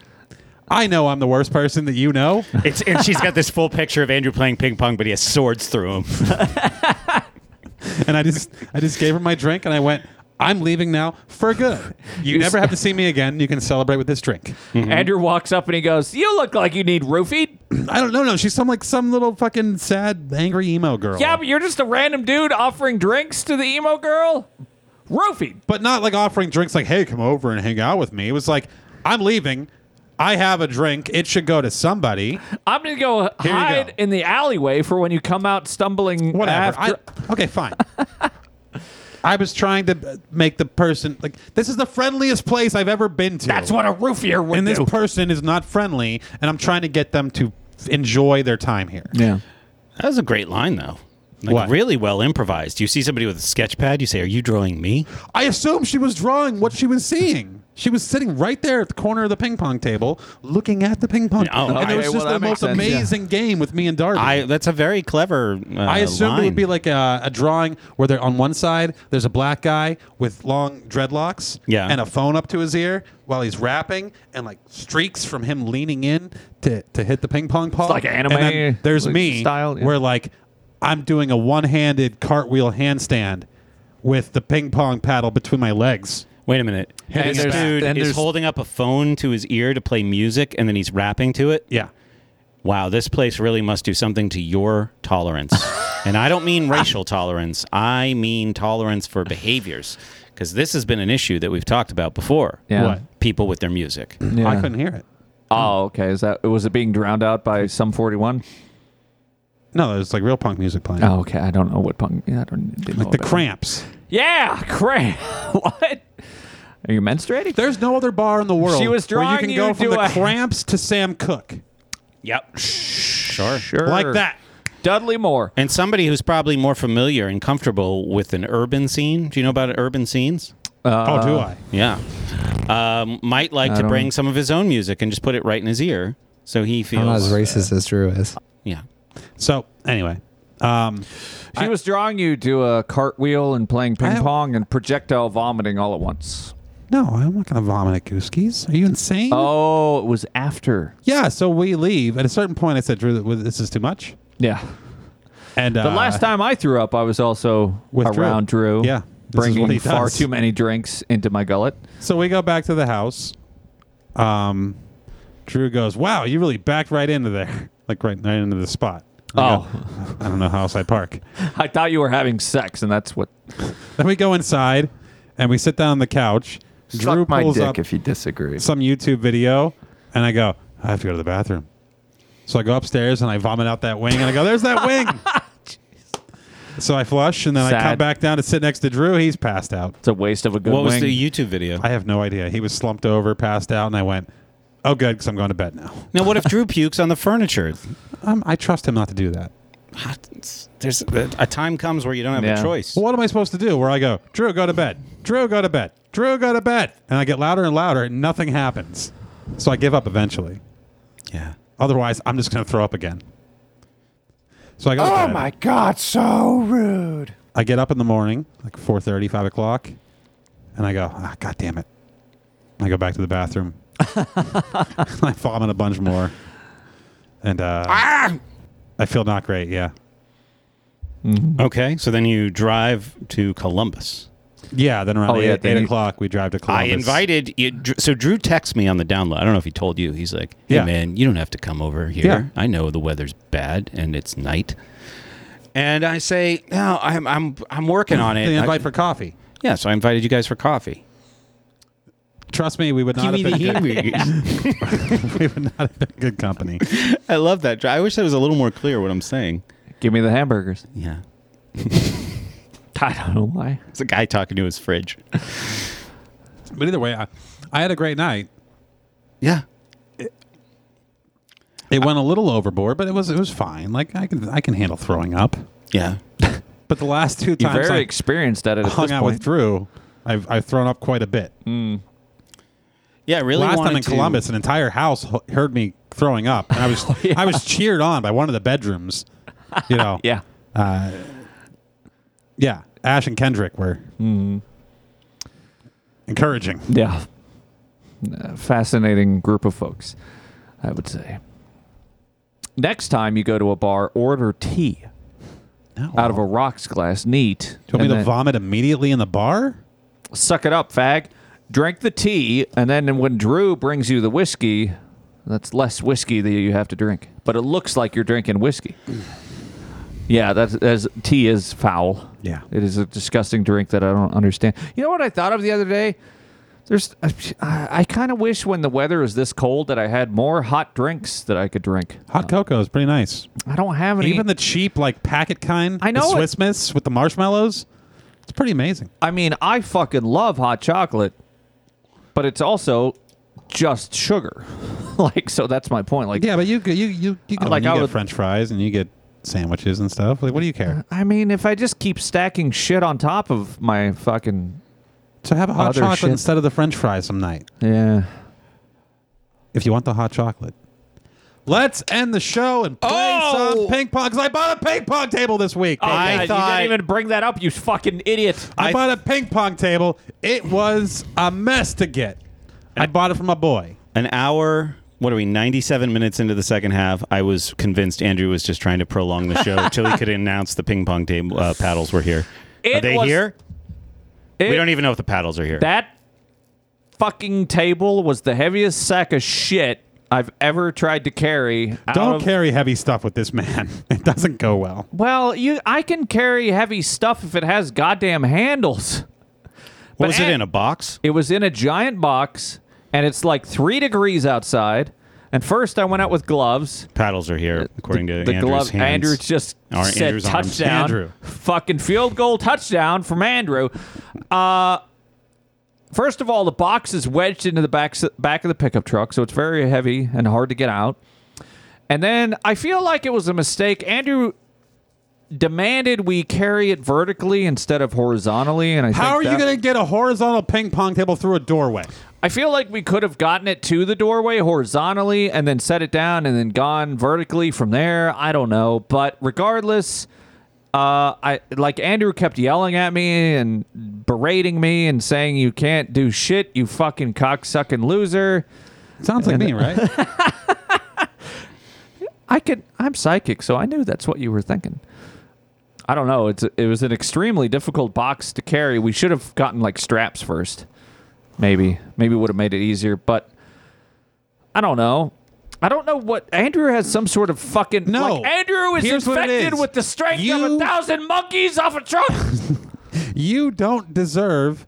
[SPEAKER 2] I know I'm the worst person that you know.
[SPEAKER 5] It's, and she's got this full picture of Andrew playing ping pong, but he has swords through him.
[SPEAKER 2] and I just I just gave her my drink and I went, I'm leaving now for good. You never have to see me again. You can celebrate with this drink.
[SPEAKER 1] Mm-hmm. Andrew walks up and he goes, "You look like you need roofied."
[SPEAKER 2] I don't know. No, she's some like some little fucking sad, angry emo girl.
[SPEAKER 1] Yeah, but you're just a random dude offering drinks to the emo girl. Roofied.
[SPEAKER 2] But not like offering drinks like, hey, come over and hang out with me. It was like, I'm leaving. I have a drink. It should go to somebody.
[SPEAKER 1] I'm gonna go
[SPEAKER 2] you
[SPEAKER 1] hide in the alleyway for when you come out stumbling.
[SPEAKER 2] Whatever.
[SPEAKER 1] After-
[SPEAKER 2] I, okay, fine. I was trying to uh, make the person like this is the friendliest place I've ever been to.
[SPEAKER 1] That's what a roofier would
[SPEAKER 2] And this
[SPEAKER 1] do.
[SPEAKER 2] person is not friendly, and I'm trying to get them to f- enjoy their time here.
[SPEAKER 1] Yeah.
[SPEAKER 5] That was a great line, though. Like
[SPEAKER 2] What?
[SPEAKER 5] really well improvised. You see somebody with a sketch pad, you say, "Are you drawing me?"
[SPEAKER 2] I assume she was drawing what she was seeing. She was sitting right there at the corner of the ping pong table, looking at the ping pong.
[SPEAKER 5] Oh,
[SPEAKER 2] and
[SPEAKER 5] okay.
[SPEAKER 2] it was
[SPEAKER 5] Well,
[SPEAKER 2] just
[SPEAKER 5] that
[SPEAKER 2] the
[SPEAKER 5] makes
[SPEAKER 2] most
[SPEAKER 5] sense, yeah.
[SPEAKER 2] amazing game with me and Darby.
[SPEAKER 5] I. That's a very clever. Uh,
[SPEAKER 2] I assumed it
[SPEAKER 5] line.
[SPEAKER 2] would be like a, a drawing where they're on one side there's a black guy with long dreadlocks
[SPEAKER 5] Yeah.
[SPEAKER 2] and a phone up to his ear while he's rapping and like streaks from him leaning in to, to hit the ping pong ball.
[SPEAKER 1] like anime,
[SPEAKER 2] And then there's
[SPEAKER 1] like,
[SPEAKER 2] me
[SPEAKER 1] style, yeah.
[SPEAKER 2] where like I'm doing a one-handed cartwheel handstand with the ping pong paddle between my legs.
[SPEAKER 5] Wait a minute.
[SPEAKER 2] Hitting
[SPEAKER 5] this
[SPEAKER 2] it back.
[SPEAKER 5] dude
[SPEAKER 2] And
[SPEAKER 5] is
[SPEAKER 2] there's-
[SPEAKER 5] holding up a phone to his ear to play music, and then he's rapping to it.
[SPEAKER 2] Yeah.
[SPEAKER 5] Wow, this place really must do something to your tolerance, and I don't mean racial tolerance. I mean tolerance for behaviors, because this has been an issue that we've talked about before.
[SPEAKER 1] Yeah. What?
[SPEAKER 5] People with their music.
[SPEAKER 1] Yeah.
[SPEAKER 2] I couldn't hear it.
[SPEAKER 1] Oh, okay. Is that was it being drowned out by some 41?
[SPEAKER 2] No, it's like real punk music playing.
[SPEAKER 1] Oh, okay. I don't know what punk. Yeah, I don't. Didn't know
[SPEAKER 2] Like the
[SPEAKER 1] about-
[SPEAKER 2] cramps.
[SPEAKER 1] Yeah, cramp. what? Are you menstruating?
[SPEAKER 2] There's no other bar in the world
[SPEAKER 1] She was
[SPEAKER 2] where
[SPEAKER 1] drawing
[SPEAKER 2] you can go from
[SPEAKER 1] to
[SPEAKER 2] the
[SPEAKER 1] a-
[SPEAKER 2] cramps to Sam Cooke.
[SPEAKER 5] Yep. Sure.
[SPEAKER 1] Sure.
[SPEAKER 2] Like that.
[SPEAKER 1] Dudley Moore.
[SPEAKER 5] And somebody who's probably more familiar and comfortable with an urban scene. Do you know about urban scenes?
[SPEAKER 1] Uh,
[SPEAKER 2] oh, do I?
[SPEAKER 5] Yeah. Um, might like
[SPEAKER 7] I
[SPEAKER 5] to
[SPEAKER 7] don't-
[SPEAKER 5] bring some of his own music and just put it right in his ear so he feels.
[SPEAKER 7] I'm not as racist as Drew is.
[SPEAKER 5] Yeah.
[SPEAKER 2] So anyway, um,
[SPEAKER 1] She was drawing you to a cartwheel and playing ping pong and projectile vomiting all at once.
[SPEAKER 2] no, I'm not going to vomit at Gooskies. Are you insane?
[SPEAKER 1] Oh, it was after.
[SPEAKER 2] Yeah. So we leave. At a certain point, I said, Drew, that- well, this is too much.
[SPEAKER 1] Yeah.
[SPEAKER 2] And
[SPEAKER 1] The
[SPEAKER 2] uh,
[SPEAKER 1] last time I threw up, I was also
[SPEAKER 2] With Drew.
[SPEAKER 1] around Drew.
[SPEAKER 2] Yeah, this is what
[SPEAKER 1] Bringing
[SPEAKER 2] he
[SPEAKER 1] far
[SPEAKER 2] does.
[SPEAKER 1] too many drinks into my gullet.
[SPEAKER 2] So we go back to the house. Um, Drew goes, "Wow, you really backed right into there, like right, right into the spot." And I
[SPEAKER 1] Oh.
[SPEAKER 2] go, I don't know how else I park.
[SPEAKER 1] I thought you were having sex, and that's what.
[SPEAKER 2] then we go inside, and we sit down on the couch. Drew
[SPEAKER 7] Suck my
[SPEAKER 2] pulls
[SPEAKER 7] dick
[SPEAKER 2] up
[SPEAKER 7] if you disagree.
[SPEAKER 2] some YouTube video, and I go, "I have to go to the bathroom." So I go upstairs and I vomit out that wing, and I go, "There's that wing." so I flush, and then I come
[SPEAKER 1] Sad.
[SPEAKER 2] back down to sit next to Drew. He's passed out.
[SPEAKER 1] It's a waste of a good
[SPEAKER 5] What was
[SPEAKER 1] wing.
[SPEAKER 5] the YouTube video?
[SPEAKER 2] I have no idea. He was slumped over, passed out, and I went, "Oh, good, because I'm going to bed now."
[SPEAKER 5] Now, what if Drew pukes on the furniture?
[SPEAKER 2] Um, I trust him not to do that.
[SPEAKER 5] There's a time comes where you don't have
[SPEAKER 1] Yeah.
[SPEAKER 5] a choice.
[SPEAKER 2] Well, what am I supposed to do? Where I go, Drew, go to bed. Drew, go to bed. Drew, go to bed. And I get louder and louder, and nothing happens. So I give up eventually.
[SPEAKER 5] Yeah.
[SPEAKER 2] Otherwise, I'm just going to throw up again. So I go. to
[SPEAKER 7] Oh
[SPEAKER 2] bed.
[SPEAKER 7] my god, so rude.
[SPEAKER 2] I get up in the morning, like 4.30, 5 o'clock, and I go, ah, God damn it. And I go back to the bathroom. and I vomit a bunch more. And uh,
[SPEAKER 7] Ah!
[SPEAKER 2] I feel not great, yeah.
[SPEAKER 5] Okay. So then you drive to Columbus.
[SPEAKER 2] Yeah, then around
[SPEAKER 1] Oh,
[SPEAKER 2] 8,
[SPEAKER 1] yeah, then
[SPEAKER 2] eight
[SPEAKER 1] you-
[SPEAKER 2] o'clock, we drive to Columbus.
[SPEAKER 5] I invited you. Dr- So Drew texts me on the download. I don't know if he told you. He's like, "Hey
[SPEAKER 2] Yeah.
[SPEAKER 5] man, you don't have to come over here.
[SPEAKER 2] Yeah.
[SPEAKER 5] I know the weather's bad and it's night." And I say, "No, I'm I'm I'm working on it."
[SPEAKER 2] the
[SPEAKER 5] I-
[SPEAKER 2] invite for coffee.
[SPEAKER 5] yeah, so I invited you guys for coffee.
[SPEAKER 2] Trust me, we would not have been good. we would not have been good company.
[SPEAKER 5] I love that. I wish that was a little more clear what I'm saying.
[SPEAKER 1] Give me the hamburgers.
[SPEAKER 5] Yeah.
[SPEAKER 1] I don't know why.
[SPEAKER 5] It's a guy talking to his fridge.
[SPEAKER 2] But either way, I, I had a great night.
[SPEAKER 5] Yeah.
[SPEAKER 2] It went a little overboard, but it was it was fine. Like I can I can handle throwing up.
[SPEAKER 22] Yeah.
[SPEAKER 2] but the last two
[SPEAKER 1] You're
[SPEAKER 2] times
[SPEAKER 1] very
[SPEAKER 2] I
[SPEAKER 1] experienced at it. At
[SPEAKER 2] hung
[SPEAKER 1] this
[SPEAKER 2] out
[SPEAKER 1] point.
[SPEAKER 2] with Drew, I've I've thrown up quite a bit.
[SPEAKER 22] Yeah, I really.
[SPEAKER 2] Last time
[SPEAKER 22] wanted
[SPEAKER 2] in
[SPEAKER 22] to-
[SPEAKER 2] Columbus, an entire house h- heard me throwing up, and I was
[SPEAKER 1] Oh,
[SPEAKER 2] I was cheered on by one of the bedrooms. You know.
[SPEAKER 1] yeah.
[SPEAKER 2] Uh, yeah. Ash and Kendrick were
[SPEAKER 1] Mm-hmm.
[SPEAKER 2] encouraging.
[SPEAKER 1] Yeah. Uh, fascinating group of folks, I would say. Next time you go to a bar, order tea out of a rocks glass, neat.
[SPEAKER 2] Do you want me to vomit immediately in the bar?
[SPEAKER 1] Suck it up, fag. Drink the tea, and then when Drew brings you the whiskey, that's less whiskey that you have to drink. But it looks like you're drinking whiskey. Yeah, that's as tea is foul.
[SPEAKER 2] Yeah.
[SPEAKER 1] it is a disgusting drink that I don't understand. You know what I thought of the other day? There's, I, I kind of wish when the weather is this cold that I had more hot drinks that I could drink.
[SPEAKER 2] Hot cocoa is pretty nice.
[SPEAKER 1] I don't have any.
[SPEAKER 2] Even the cheap like packet kind.
[SPEAKER 1] I know
[SPEAKER 2] the
[SPEAKER 1] it-
[SPEAKER 2] Swiss Miss with the marshmallows. It's pretty amazing.
[SPEAKER 1] I mean, I fucking love hot chocolate, but it's also just sugar. like, so that's my point. Like,
[SPEAKER 2] yeah, but you you you, you
[SPEAKER 1] I- like
[SPEAKER 2] Oh, you
[SPEAKER 1] I
[SPEAKER 2] get
[SPEAKER 1] would.
[SPEAKER 2] French fries and you get sandwiches and stuff. Like, what do you care?
[SPEAKER 1] I mean, if I just keep stacking shit on top of my fucking.
[SPEAKER 2] So have a hot
[SPEAKER 1] Other
[SPEAKER 2] chocolate
[SPEAKER 1] shit.
[SPEAKER 2] instead of the French fries some night.
[SPEAKER 1] Yeah.
[SPEAKER 2] If you want the hot chocolate. Let's end the show and play some ping pong because I bought a ping pong table this week.
[SPEAKER 1] Oh, God, you didn't even bring that up, you fucking idiot.
[SPEAKER 2] Oh, I, bought a ping pong table. It was a mess to get. I bought it from a boy.
[SPEAKER 22] An hour. What are we? Ninety-seven minutes into the second half. I was convinced Andrew was just trying to prolong the show until he could announce the ping pong table uh, paddles were here. are
[SPEAKER 1] It
[SPEAKER 22] they
[SPEAKER 1] was-
[SPEAKER 22] here?
[SPEAKER 1] It-
[SPEAKER 22] we don't e- even know if the paddles are here.
[SPEAKER 1] That fucking table was the heaviest sack of shit I've ever tried to carry. out
[SPEAKER 2] Don't
[SPEAKER 1] of-
[SPEAKER 2] carry heavy stuff with this man. It doesn't go well.
[SPEAKER 1] Well, you, I can carry heavy stuff if it has goddamn handles. But
[SPEAKER 22] was it
[SPEAKER 1] a-
[SPEAKER 22] in a box?
[SPEAKER 1] It was in a giant box, and it's like three degrees outside. And first, I went out with gloves.
[SPEAKER 22] Paddles are here, according to
[SPEAKER 1] the
[SPEAKER 22] Andrew's
[SPEAKER 1] glove.
[SPEAKER 22] hands.
[SPEAKER 1] Andrew just
[SPEAKER 22] Or
[SPEAKER 1] said
[SPEAKER 22] Andrew's arms.
[SPEAKER 1] touchdown. Fucking field goal touchdown from Andrew. Uh, first of all, the box is wedged into the back s- back of the pickup truck, so it's very heavy and hard to get out. And then I feel like it was a mistake. Andrew demanded we carry it vertically instead of horizontally, and I think
[SPEAKER 2] How are you
[SPEAKER 1] that-
[SPEAKER 2] going to get a horizontal ping pong table through a doorway?
[SPEAKER 1] I feel like we could have gotten it to the doorway horizontally and then set it down and then gone vertically from there. I don't know, but regardless, uh, I like Andrew kept yelling at me and berating me and saying you can't do shit, you fucking cocksucking loser.
[SPEAKER 2] Sounds like me, right?
[SPEAKER 1] I could. I'm psychic, so I knew that's what you were thinking. I don't know. It's it was an extremely difficult box to carry. We should have gotten like straps first. Maybe maybe would have made it easier, but I don't know. I don't know what Andrew has some sort of fucking
[SPEAKER 2] No.
[SPEAKER 1] Like, Andrew is
[SPEAKER 2] Here's what it
[SPEAKER 1] infected
[SPEAKER 2] is.
[SPEAKER 1] with the strength of a
[SPEAKER 2] You-
[SPEAKER 1] thousand monkeys off a truck.
[SPEAKER 2] You don't deserve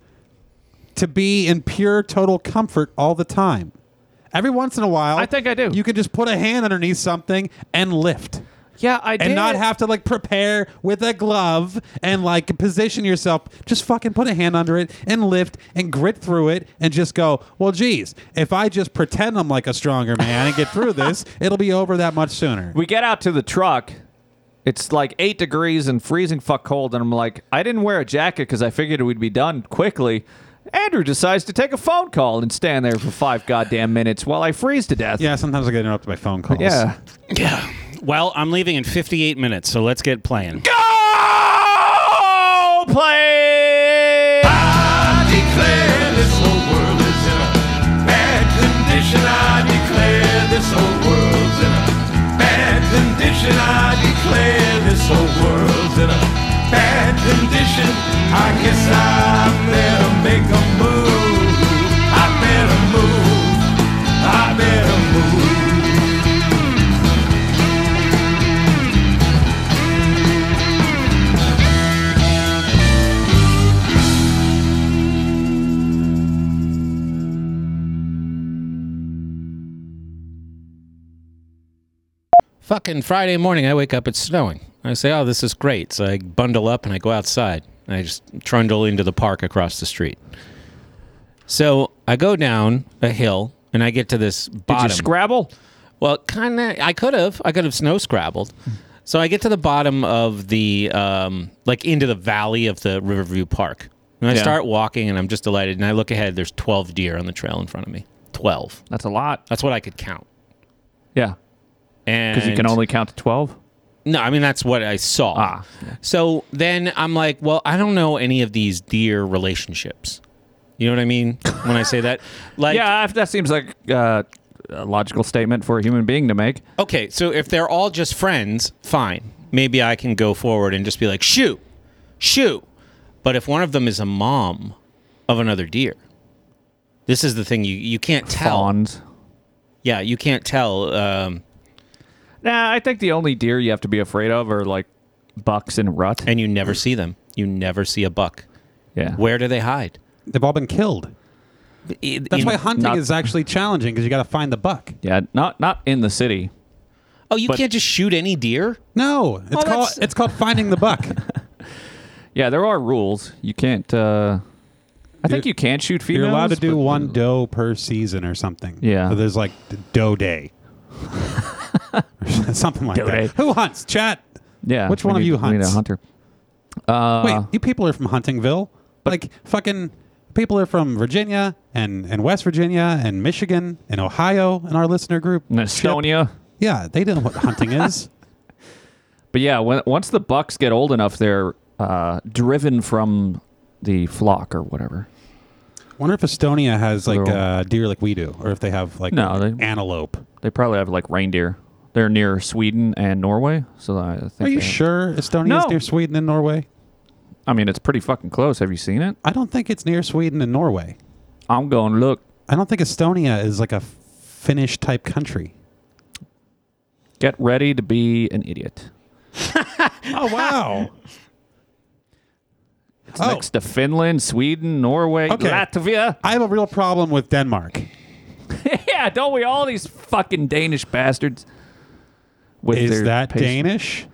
[SPEAKER 2] to be in pure total comfort all the time. Every once in a while, I
[SPEAKER 1] think I do.
[SPEAKER 2] You can just put a hand underneath something and lift.
[SPEAKER 1] yeah, I did.
[SPEAKER 2] and not have to like prepare with a glove and like position yourself. Just fucking put a hand under it and lift and grit through it and just go, well, geez, if I just pretend I'm like a stronger man and get through this, it'll be over that much sooner.
[SPEAKER 1] We get out to the truck. It's like eight degrees and freezing fuck cold, and I'm like, I didn't wear a jacket because I figured we'd be done quickly. Andrew decides to take a phone call and stand there for five goddamn minutes while I freeze to death.
[SPEAKER 2] Yeah, sometimes I get interrupted by phone calls.
[SPEAKER 1] Yeah.
[SPEAKER 22] Well, I'm leaving in 58 minutes, so let's get playing.
[SPEAKER 1] Go play!
[SPEAKER 3] I declare this whole world is in a bad condition. I declare this whole world's in a bad condition. I declare this whole world's in a bad condition. I guess I better make a move. I better move. I better move.
[SPEAKER 5] Fucking Friday morning, I wake up, it's snowing. I say, oh, this is great. So I bundle up and I go outside. And I just trundle into the park across the street. So I go down a hill and I get to this
[SPEAKER 1] Did
[SPEAKER 5] bottom.
[SPEAKER 1] you Scrabble?
[SPEAKER 5] Well, kind of. I could have. I could have snow scrabbled. So I get to the bottom of the um, like into the valley of the Riverview Park, and I
[SPEAKER 1] Yeah.
[SPEAKER 5] start walking, and I'm just delighted. And I look ahead. There's 12 deer on the trail in front of me. 12.
[SPEAKER 1] That's a lot.
[SPEAKER 5] That's what I could count.
[SPEAKER 1] Yeah.
[SPEAKER 5] And
[SPEAKER 1] Because you can only Ah. count to 12?
[SPEAKER 5] No, I mean that's what I saw. So then I'm like, well, I don't know any of these deer relationships. You know what I mean when I say that? Like,
[SPEAKER 1] yeah, if that seems like uh, a logical statement for a human being to make.
[SPEAKER 5] Okay, so if they're all just friends, fine. Maybe I can go forward and just be like, shoo, shoo. But if one of them is a mom of another deer, this is the thing you, you can't tell.
[SPEAKER 1] Fawns.
[SPEAKER 5] Yeah, you can't tell. Um,
[SPEAKER 1] Nah, I think the only deer you have to be afraid of are like bucks and rut.
[SPEAKER 5] And you never see them. You never see a buck.
[SPEAKER 1] Yeah.
[SPEAKER 5] Where do they hide?
[SPEAKER 2] They've all been killed. That's why hunting is actually challenging because you got to find the buck.
[SPEAKER 1] Yeah, not not in the city.
[SPEAKER 5] Oh, you
[SPEAKER 1] But-
[SPEAKER 5] can't just shoot any deer?
[SPEAKER 2] No, it's
[SPEAKER 5] Oh,
[SPEAKER 2] called
[SPEAKER 5] that's-
[SPEAKER 2] it's called finding the buck.
[SPEAKER 1] Yeah, there are rules. You can't. Uh, I think you can shoot females.
[SPEAKER 2] You're allowed to do
[SPEAKER 1] but-
[SPEAKER 2] one doe per season or something.
[SPEAKER 1] Yeah.
[SPEAKER 2] So there's like the doe day, something like
[SPEAKER 1] Doe
[SPEAKER 2] that.
[SPEAKER 1] day.
[SPEAKER 2] Who hunts? Chat.
[SPEAKER 1] Yeah.
[SPEAKER 2] Which
[SPEAKER 1] we
[SPEAKER 2] one of
[SPEAKER 1] need-
[SPEAKER 2] you
[SPEAKER 1] we need
[SPEAKER 2] hunts?
[SPEAKER 1] a hunter. Uh,
[SPEAKER 2] Wait, you people are from Huntingville. like fucking people are from Virginia and and West Virginia and Michigan and Ohio in our listener group.
[SPEAKER 1] And Estonia.
[SPEAKER 2] Yeah, they know what hunting is.
[SPEAKER 1] But yeah, when, once the bucks get old enough, they're uh, driven from the flock or whatever.
[SPEAKER 2] Wonder if Estonia has like
[SPEAKER 1] They're all-
[SPEAKER 2] uh, deer like we do, or if they have like
[SPEAKER 1] No, they,
[SPEAKER 2] antelope.
[SPEAKER 1] They probably have like reindeer. They're near Sweden and Norway, so I think.
[SPEAKER 2] Are you
[SPEAKER 1] they-
[SPEAKER 2] sure Estonia
[SPEAKER 1] No.
[SPEAKER 2] is near Sweden and Norway?
[SPEAKER 1] I mean, it's pretty fucking close. Have you seen it?
[SPEAKER 2] I don't think it's near Sweden and Norway.
[SPEAKER 1] I'm going look.
[SPEAKER 2] I don't think Estonia is like a Finnish type country.
[SPEAKER 1] Get ready to be an idiot.
[SPEAKER 2] Oh wow!
[SPEAKER 1] It's next to Finland, Sweden, Norway,
[SPEAKER 2] Okay.
[SPEAKER 1] Latvia.
[SPEAKER 2] Oh, I have a real problem with Denmark.
[SPEAKER 1] yeah, don't we all these fucking Danish bastards? With
[SPEAKER 2] Is
[SPEAKER 1] their
[SPEAKER 2] that
[SPEAKER 1] pastry.
[SPEAKER 2] Danish?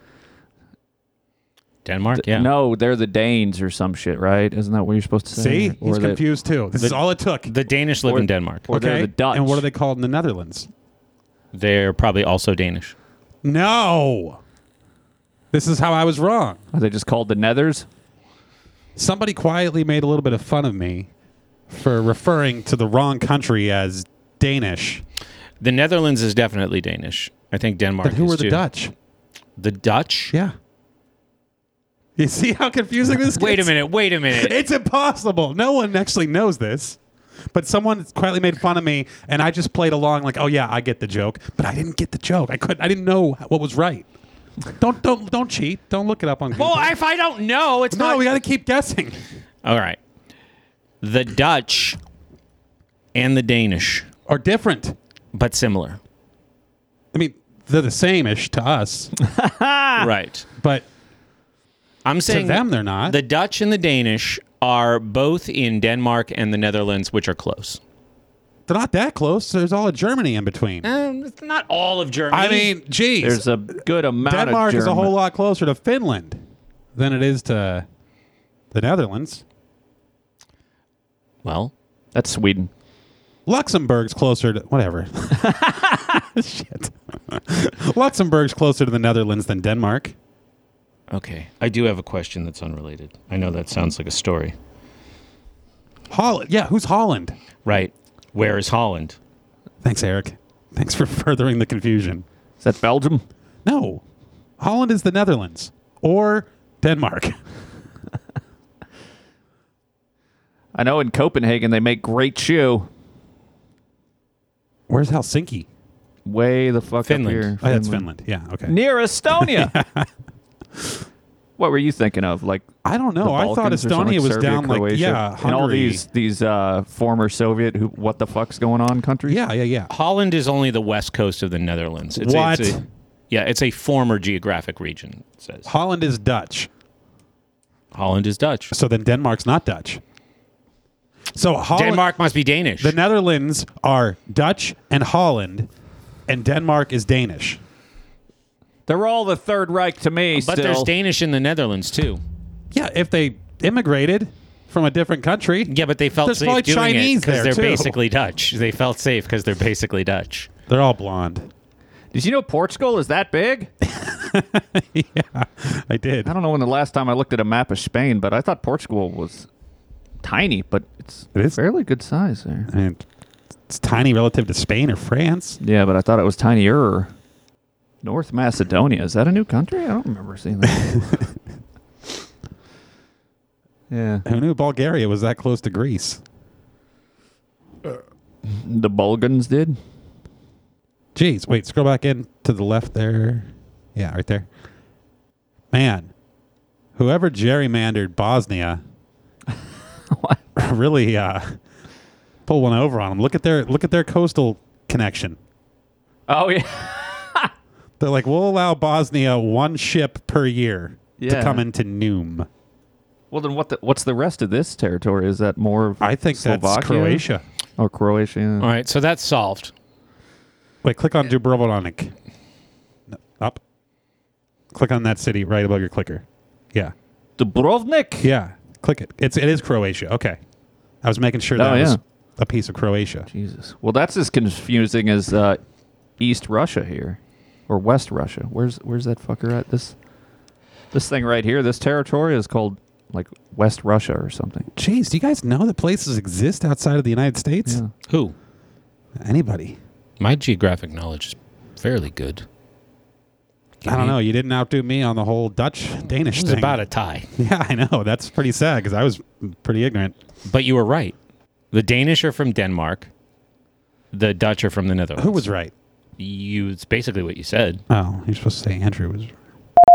[SPEAKER 5] Denmark, yeah.
[SPEAKER 1] No, they're the Danes or some shit, right? Isn't that what you're supposed to say?
[SPEAKER 2] See,
[SPEAKER 1] Uh, Or
[SPEAKER 2] he's
[SPEAKER 1] they-
[SPEAKER 2] confused too. This is all it took.
[SPEAKER 5] The Danish live in Denmark.
[SPEAKER 1] or they're the Dutch.
[SPEAKER 2] And what are they called in the Netherlands?
[SPEAKER 5] They're probably also Danish.
[SPEAKER 2] No. This is how I was wrong.
[SPEAKER 1] Are they just called the Nethers?
[SPEAKER 2] Somebody quietly made a little bit of fun of me for referring to the wrong country as Danish.
[SPEAKER 5] The Netherlands is definitely Danish. I think Denmark.
[SPEAKER 2] But who
[SPEAKER 5] is
[SPEAKER 2] were the
[SPEAKER 5] too.
[SPEAKER 2] Dutch?
[SPEAKER 5] The Dutch?
[SPEAKER 2] Yeah. You see how confusing this
[SPEAKER 5] Wait a
[SPEAKER 2] gets?
[SPEAKER 5] minute. Wait a minute.
[SPEAKER 2] It's impossible. No one actually knows this. But someone quietly made fun of me, and I just played along like, "Oh yeah, I get the joke," but I didn't get the joke. I couldn't. I didn't know what was right. Don't don't don't cheat. Don't look it up on Google.
[SPEAKER 5] well, if I don't know, it's
[SPEAKER 2] no,
[SPEAKER 5] not.
[SPEAKER 2] we got to keep guessing.
[SPEAKER 5] All right. The Dutch and the Danish
[SPEAKER 2] are different,
[SPEAKER 5] but similar.
[SPEAKER 2] I mean, they're the same ish to us,
[SPEAKER 5] right.
[SPEAKER 2] but
[SPEAKER 5] I'm saying
[SPEAKER 2] them, they're not.
[SPEAKER 5] The Dutch and the Danish are both in Denmark and the Netherlands, which are close.
[SPEAKER 2] they're not that close. There's all of Germany in between.
[SPEAKER 5] Um, it's not all of Germany.
[SPEAKER 2] I mean, geez,
[SPEAKER 1] There's a good amount of
[SPEAKER 2] Denmark is a
[SPEAKER 1] German-
[SPEAKER 2] whole lot closer to Finland than it is to the Netherlands.
[SPEAKER 5] Well,
[SPEAKER 1] that's Sweden.
[SPEAKER 2] Luxembourg's closer to whatever. Shit. Luxembourg's closer to the Netherlands than Denmark.
[SPEAKER 5] Okay. I do have a question that's unrelated. I know that sounds like a story.
[SPEAKER 2] Holland. Yeah, who's Holland?
[SPEAKER 5] Right. Where is Holland?
[SPEAKER 2] Thanks, Eric. Thanks for furthering the confusion.
[SPEAKER 1] Is that Belgium?
[SPEAKER 2] No. Holland is the Netherlands or Denmark.
[SPEAKER 1] I know in Copenhagen they make great shoe.
[SPEAKER 2] Where's Helsinki?
[SPEAKER 1] Way the fuck
[SPEAKER 2] Finland.
[SPEAKER 1] up here.
[SPEAKER 2] Oh, that's Finland. Yeah, okay.
[SPEAKER 1] Near Estonia. What were you thinking of? Like
[SPEAKER 2] I don't know.
[SPEAKER 1] the
[SPEAKER 2] I thought
[SPEAKER 1] Balkans or something,
[SPEAKER 2] Estonia was
[SPEAKER 1] Serbia,
[SPEAKER 2] down like
[SPEAKER 1] Croatia,
[SPEAKER 2] yeah,
[SPEAKER 1] and all
[SPEAKER 2] Hungary.
[SPEAKER 1] these these uh, former Soviet who what the fuck's going on countries.
[SPEAKER 2] Yeah, yeah, yeah.
[SPEAKER 5] Holland is only the west coast of the Netherlands. It's A, it's
[SPEAKER 2] What?
[SPEAKER 5] a, yeah, it's a former geographic region. It says
[SPEAKER 2] Holland is Dutch.
[SPEAKER 5] Holland is Dutch.
[SPEAKER 2] So then Denmark's not Dutch. So Holland,
[SPEAKER 5] Denmark must be Danish.
[SPEAKER 2] The Netherlands are Dutch and Holland, and Denmark is Danish.
[SPEAKER 1] They're all the Third Reich to me.
[SPEAKER 5] but there's Danish in the Netherlands too.
[SPEAKER 2] Yeah, if they immigrated from a different country.
[SPEAKER 5] Yeah, but they felt
[SPEAKER 2] There's
[SPEAKER 5] safe
[SPEAKER 2] probably
[SPEAKER 5] doing
[SPEAKER 2] Chinese
[SPEAKER 5] because
[SPEAKER 2] there,
[SPEAKER 5] they're
[SPEAKER 2] too.
[SPEAKER 5] basically Dutch. They felt safe because they're basically Dutch.
[SPEAKER 2] They're all blonde.
[SPEAKER 1] Did you know Portugal is that big? yeah,
[SPEAKER 2] I did.
[SPEAKER 1] I don't know when the last time I looked at a map of Spain, but I thought Portugal was tiny, but it's
[SPEAKER 2] it is
[SPEAKER 1] fairly good size there.
[SPEAKER 2] And it's tiny relative to Spain or France.
[SPEAKER 1] Yeah, but I thought it was tinier. North Macedonia is that a new country? I don't remember seeing that. yeah.
[SPEAKER 2] Who knew Bulgaria was that close to Greece?
[SPEAKER 1] The Bulgans did.
[SPEAKER 2] Jeez, wait, scroll back in to the left there. Yeah, right there. Man, whoever gerrymandered Bosnia really uh, pulled one over on them. Look at their look at their coastal connection.
[SPEAKER 1] Oh yeah.
[SPEAKER 2] They're like, we'll allow Bosnia one ship per year
[SPEAKER 1] Yeah.
[SPEAKER 2] to come into Noom.
[SPEAKER 1] Well, then what? The, what's the rest of this territory? Is that more? Of I
[SPEAKER 2] think that's Croatia.
[SPEAKER 1] Oh, Croatia.
[SPEAKER 5] All right, so that's solved.
[SPEAKER 2] Wait, click on Dubrovnik. No, up. Click on that city right above your clicker. Yeah.
[SPEAKER 1] Dubrovnik.
[SPEAKER 2] Yeah. Click it. It's it is Croatia. Okay. I was making sure that
[SPEAKER 1] Oh, yeah.
[SPEAKER 2] was a piece of Croatia.
[SPEAKER 1] Jesus. Well, that's as confusing as uh, East Russia here, or West Russia. Where's Where's that fucker at? This This thing right here. This territory is called like West Russia or something.
[SPEAKER 2] Jeez, do you guys know that places exist outside of the United States?
[SPEAKER 5] Who?
[SPEAKER 2] Anybody.
[SPEAKER 5] My geographic knowledge is fairly good.
[SPEAKER 2] I don't know. You didn't outdo me on the whole Dutch Danish
[SPEAKER 5] It
[SPEAKER 2] thing.
[SPEAKER 5] was about a tie.
[SPEAKER 2] Yeah, I know. That's pretty sad because I was pretty ignorant.
[SPEAKER 5] But you were right. The Danish are from Denmark. The Dutch are from the Netherlands.
[SPEAKER 2] Who was right?
[SPEAKER 5] You. It's basically what you said.
[SPEAKER 2] Oh, you're supposed to say Andrew was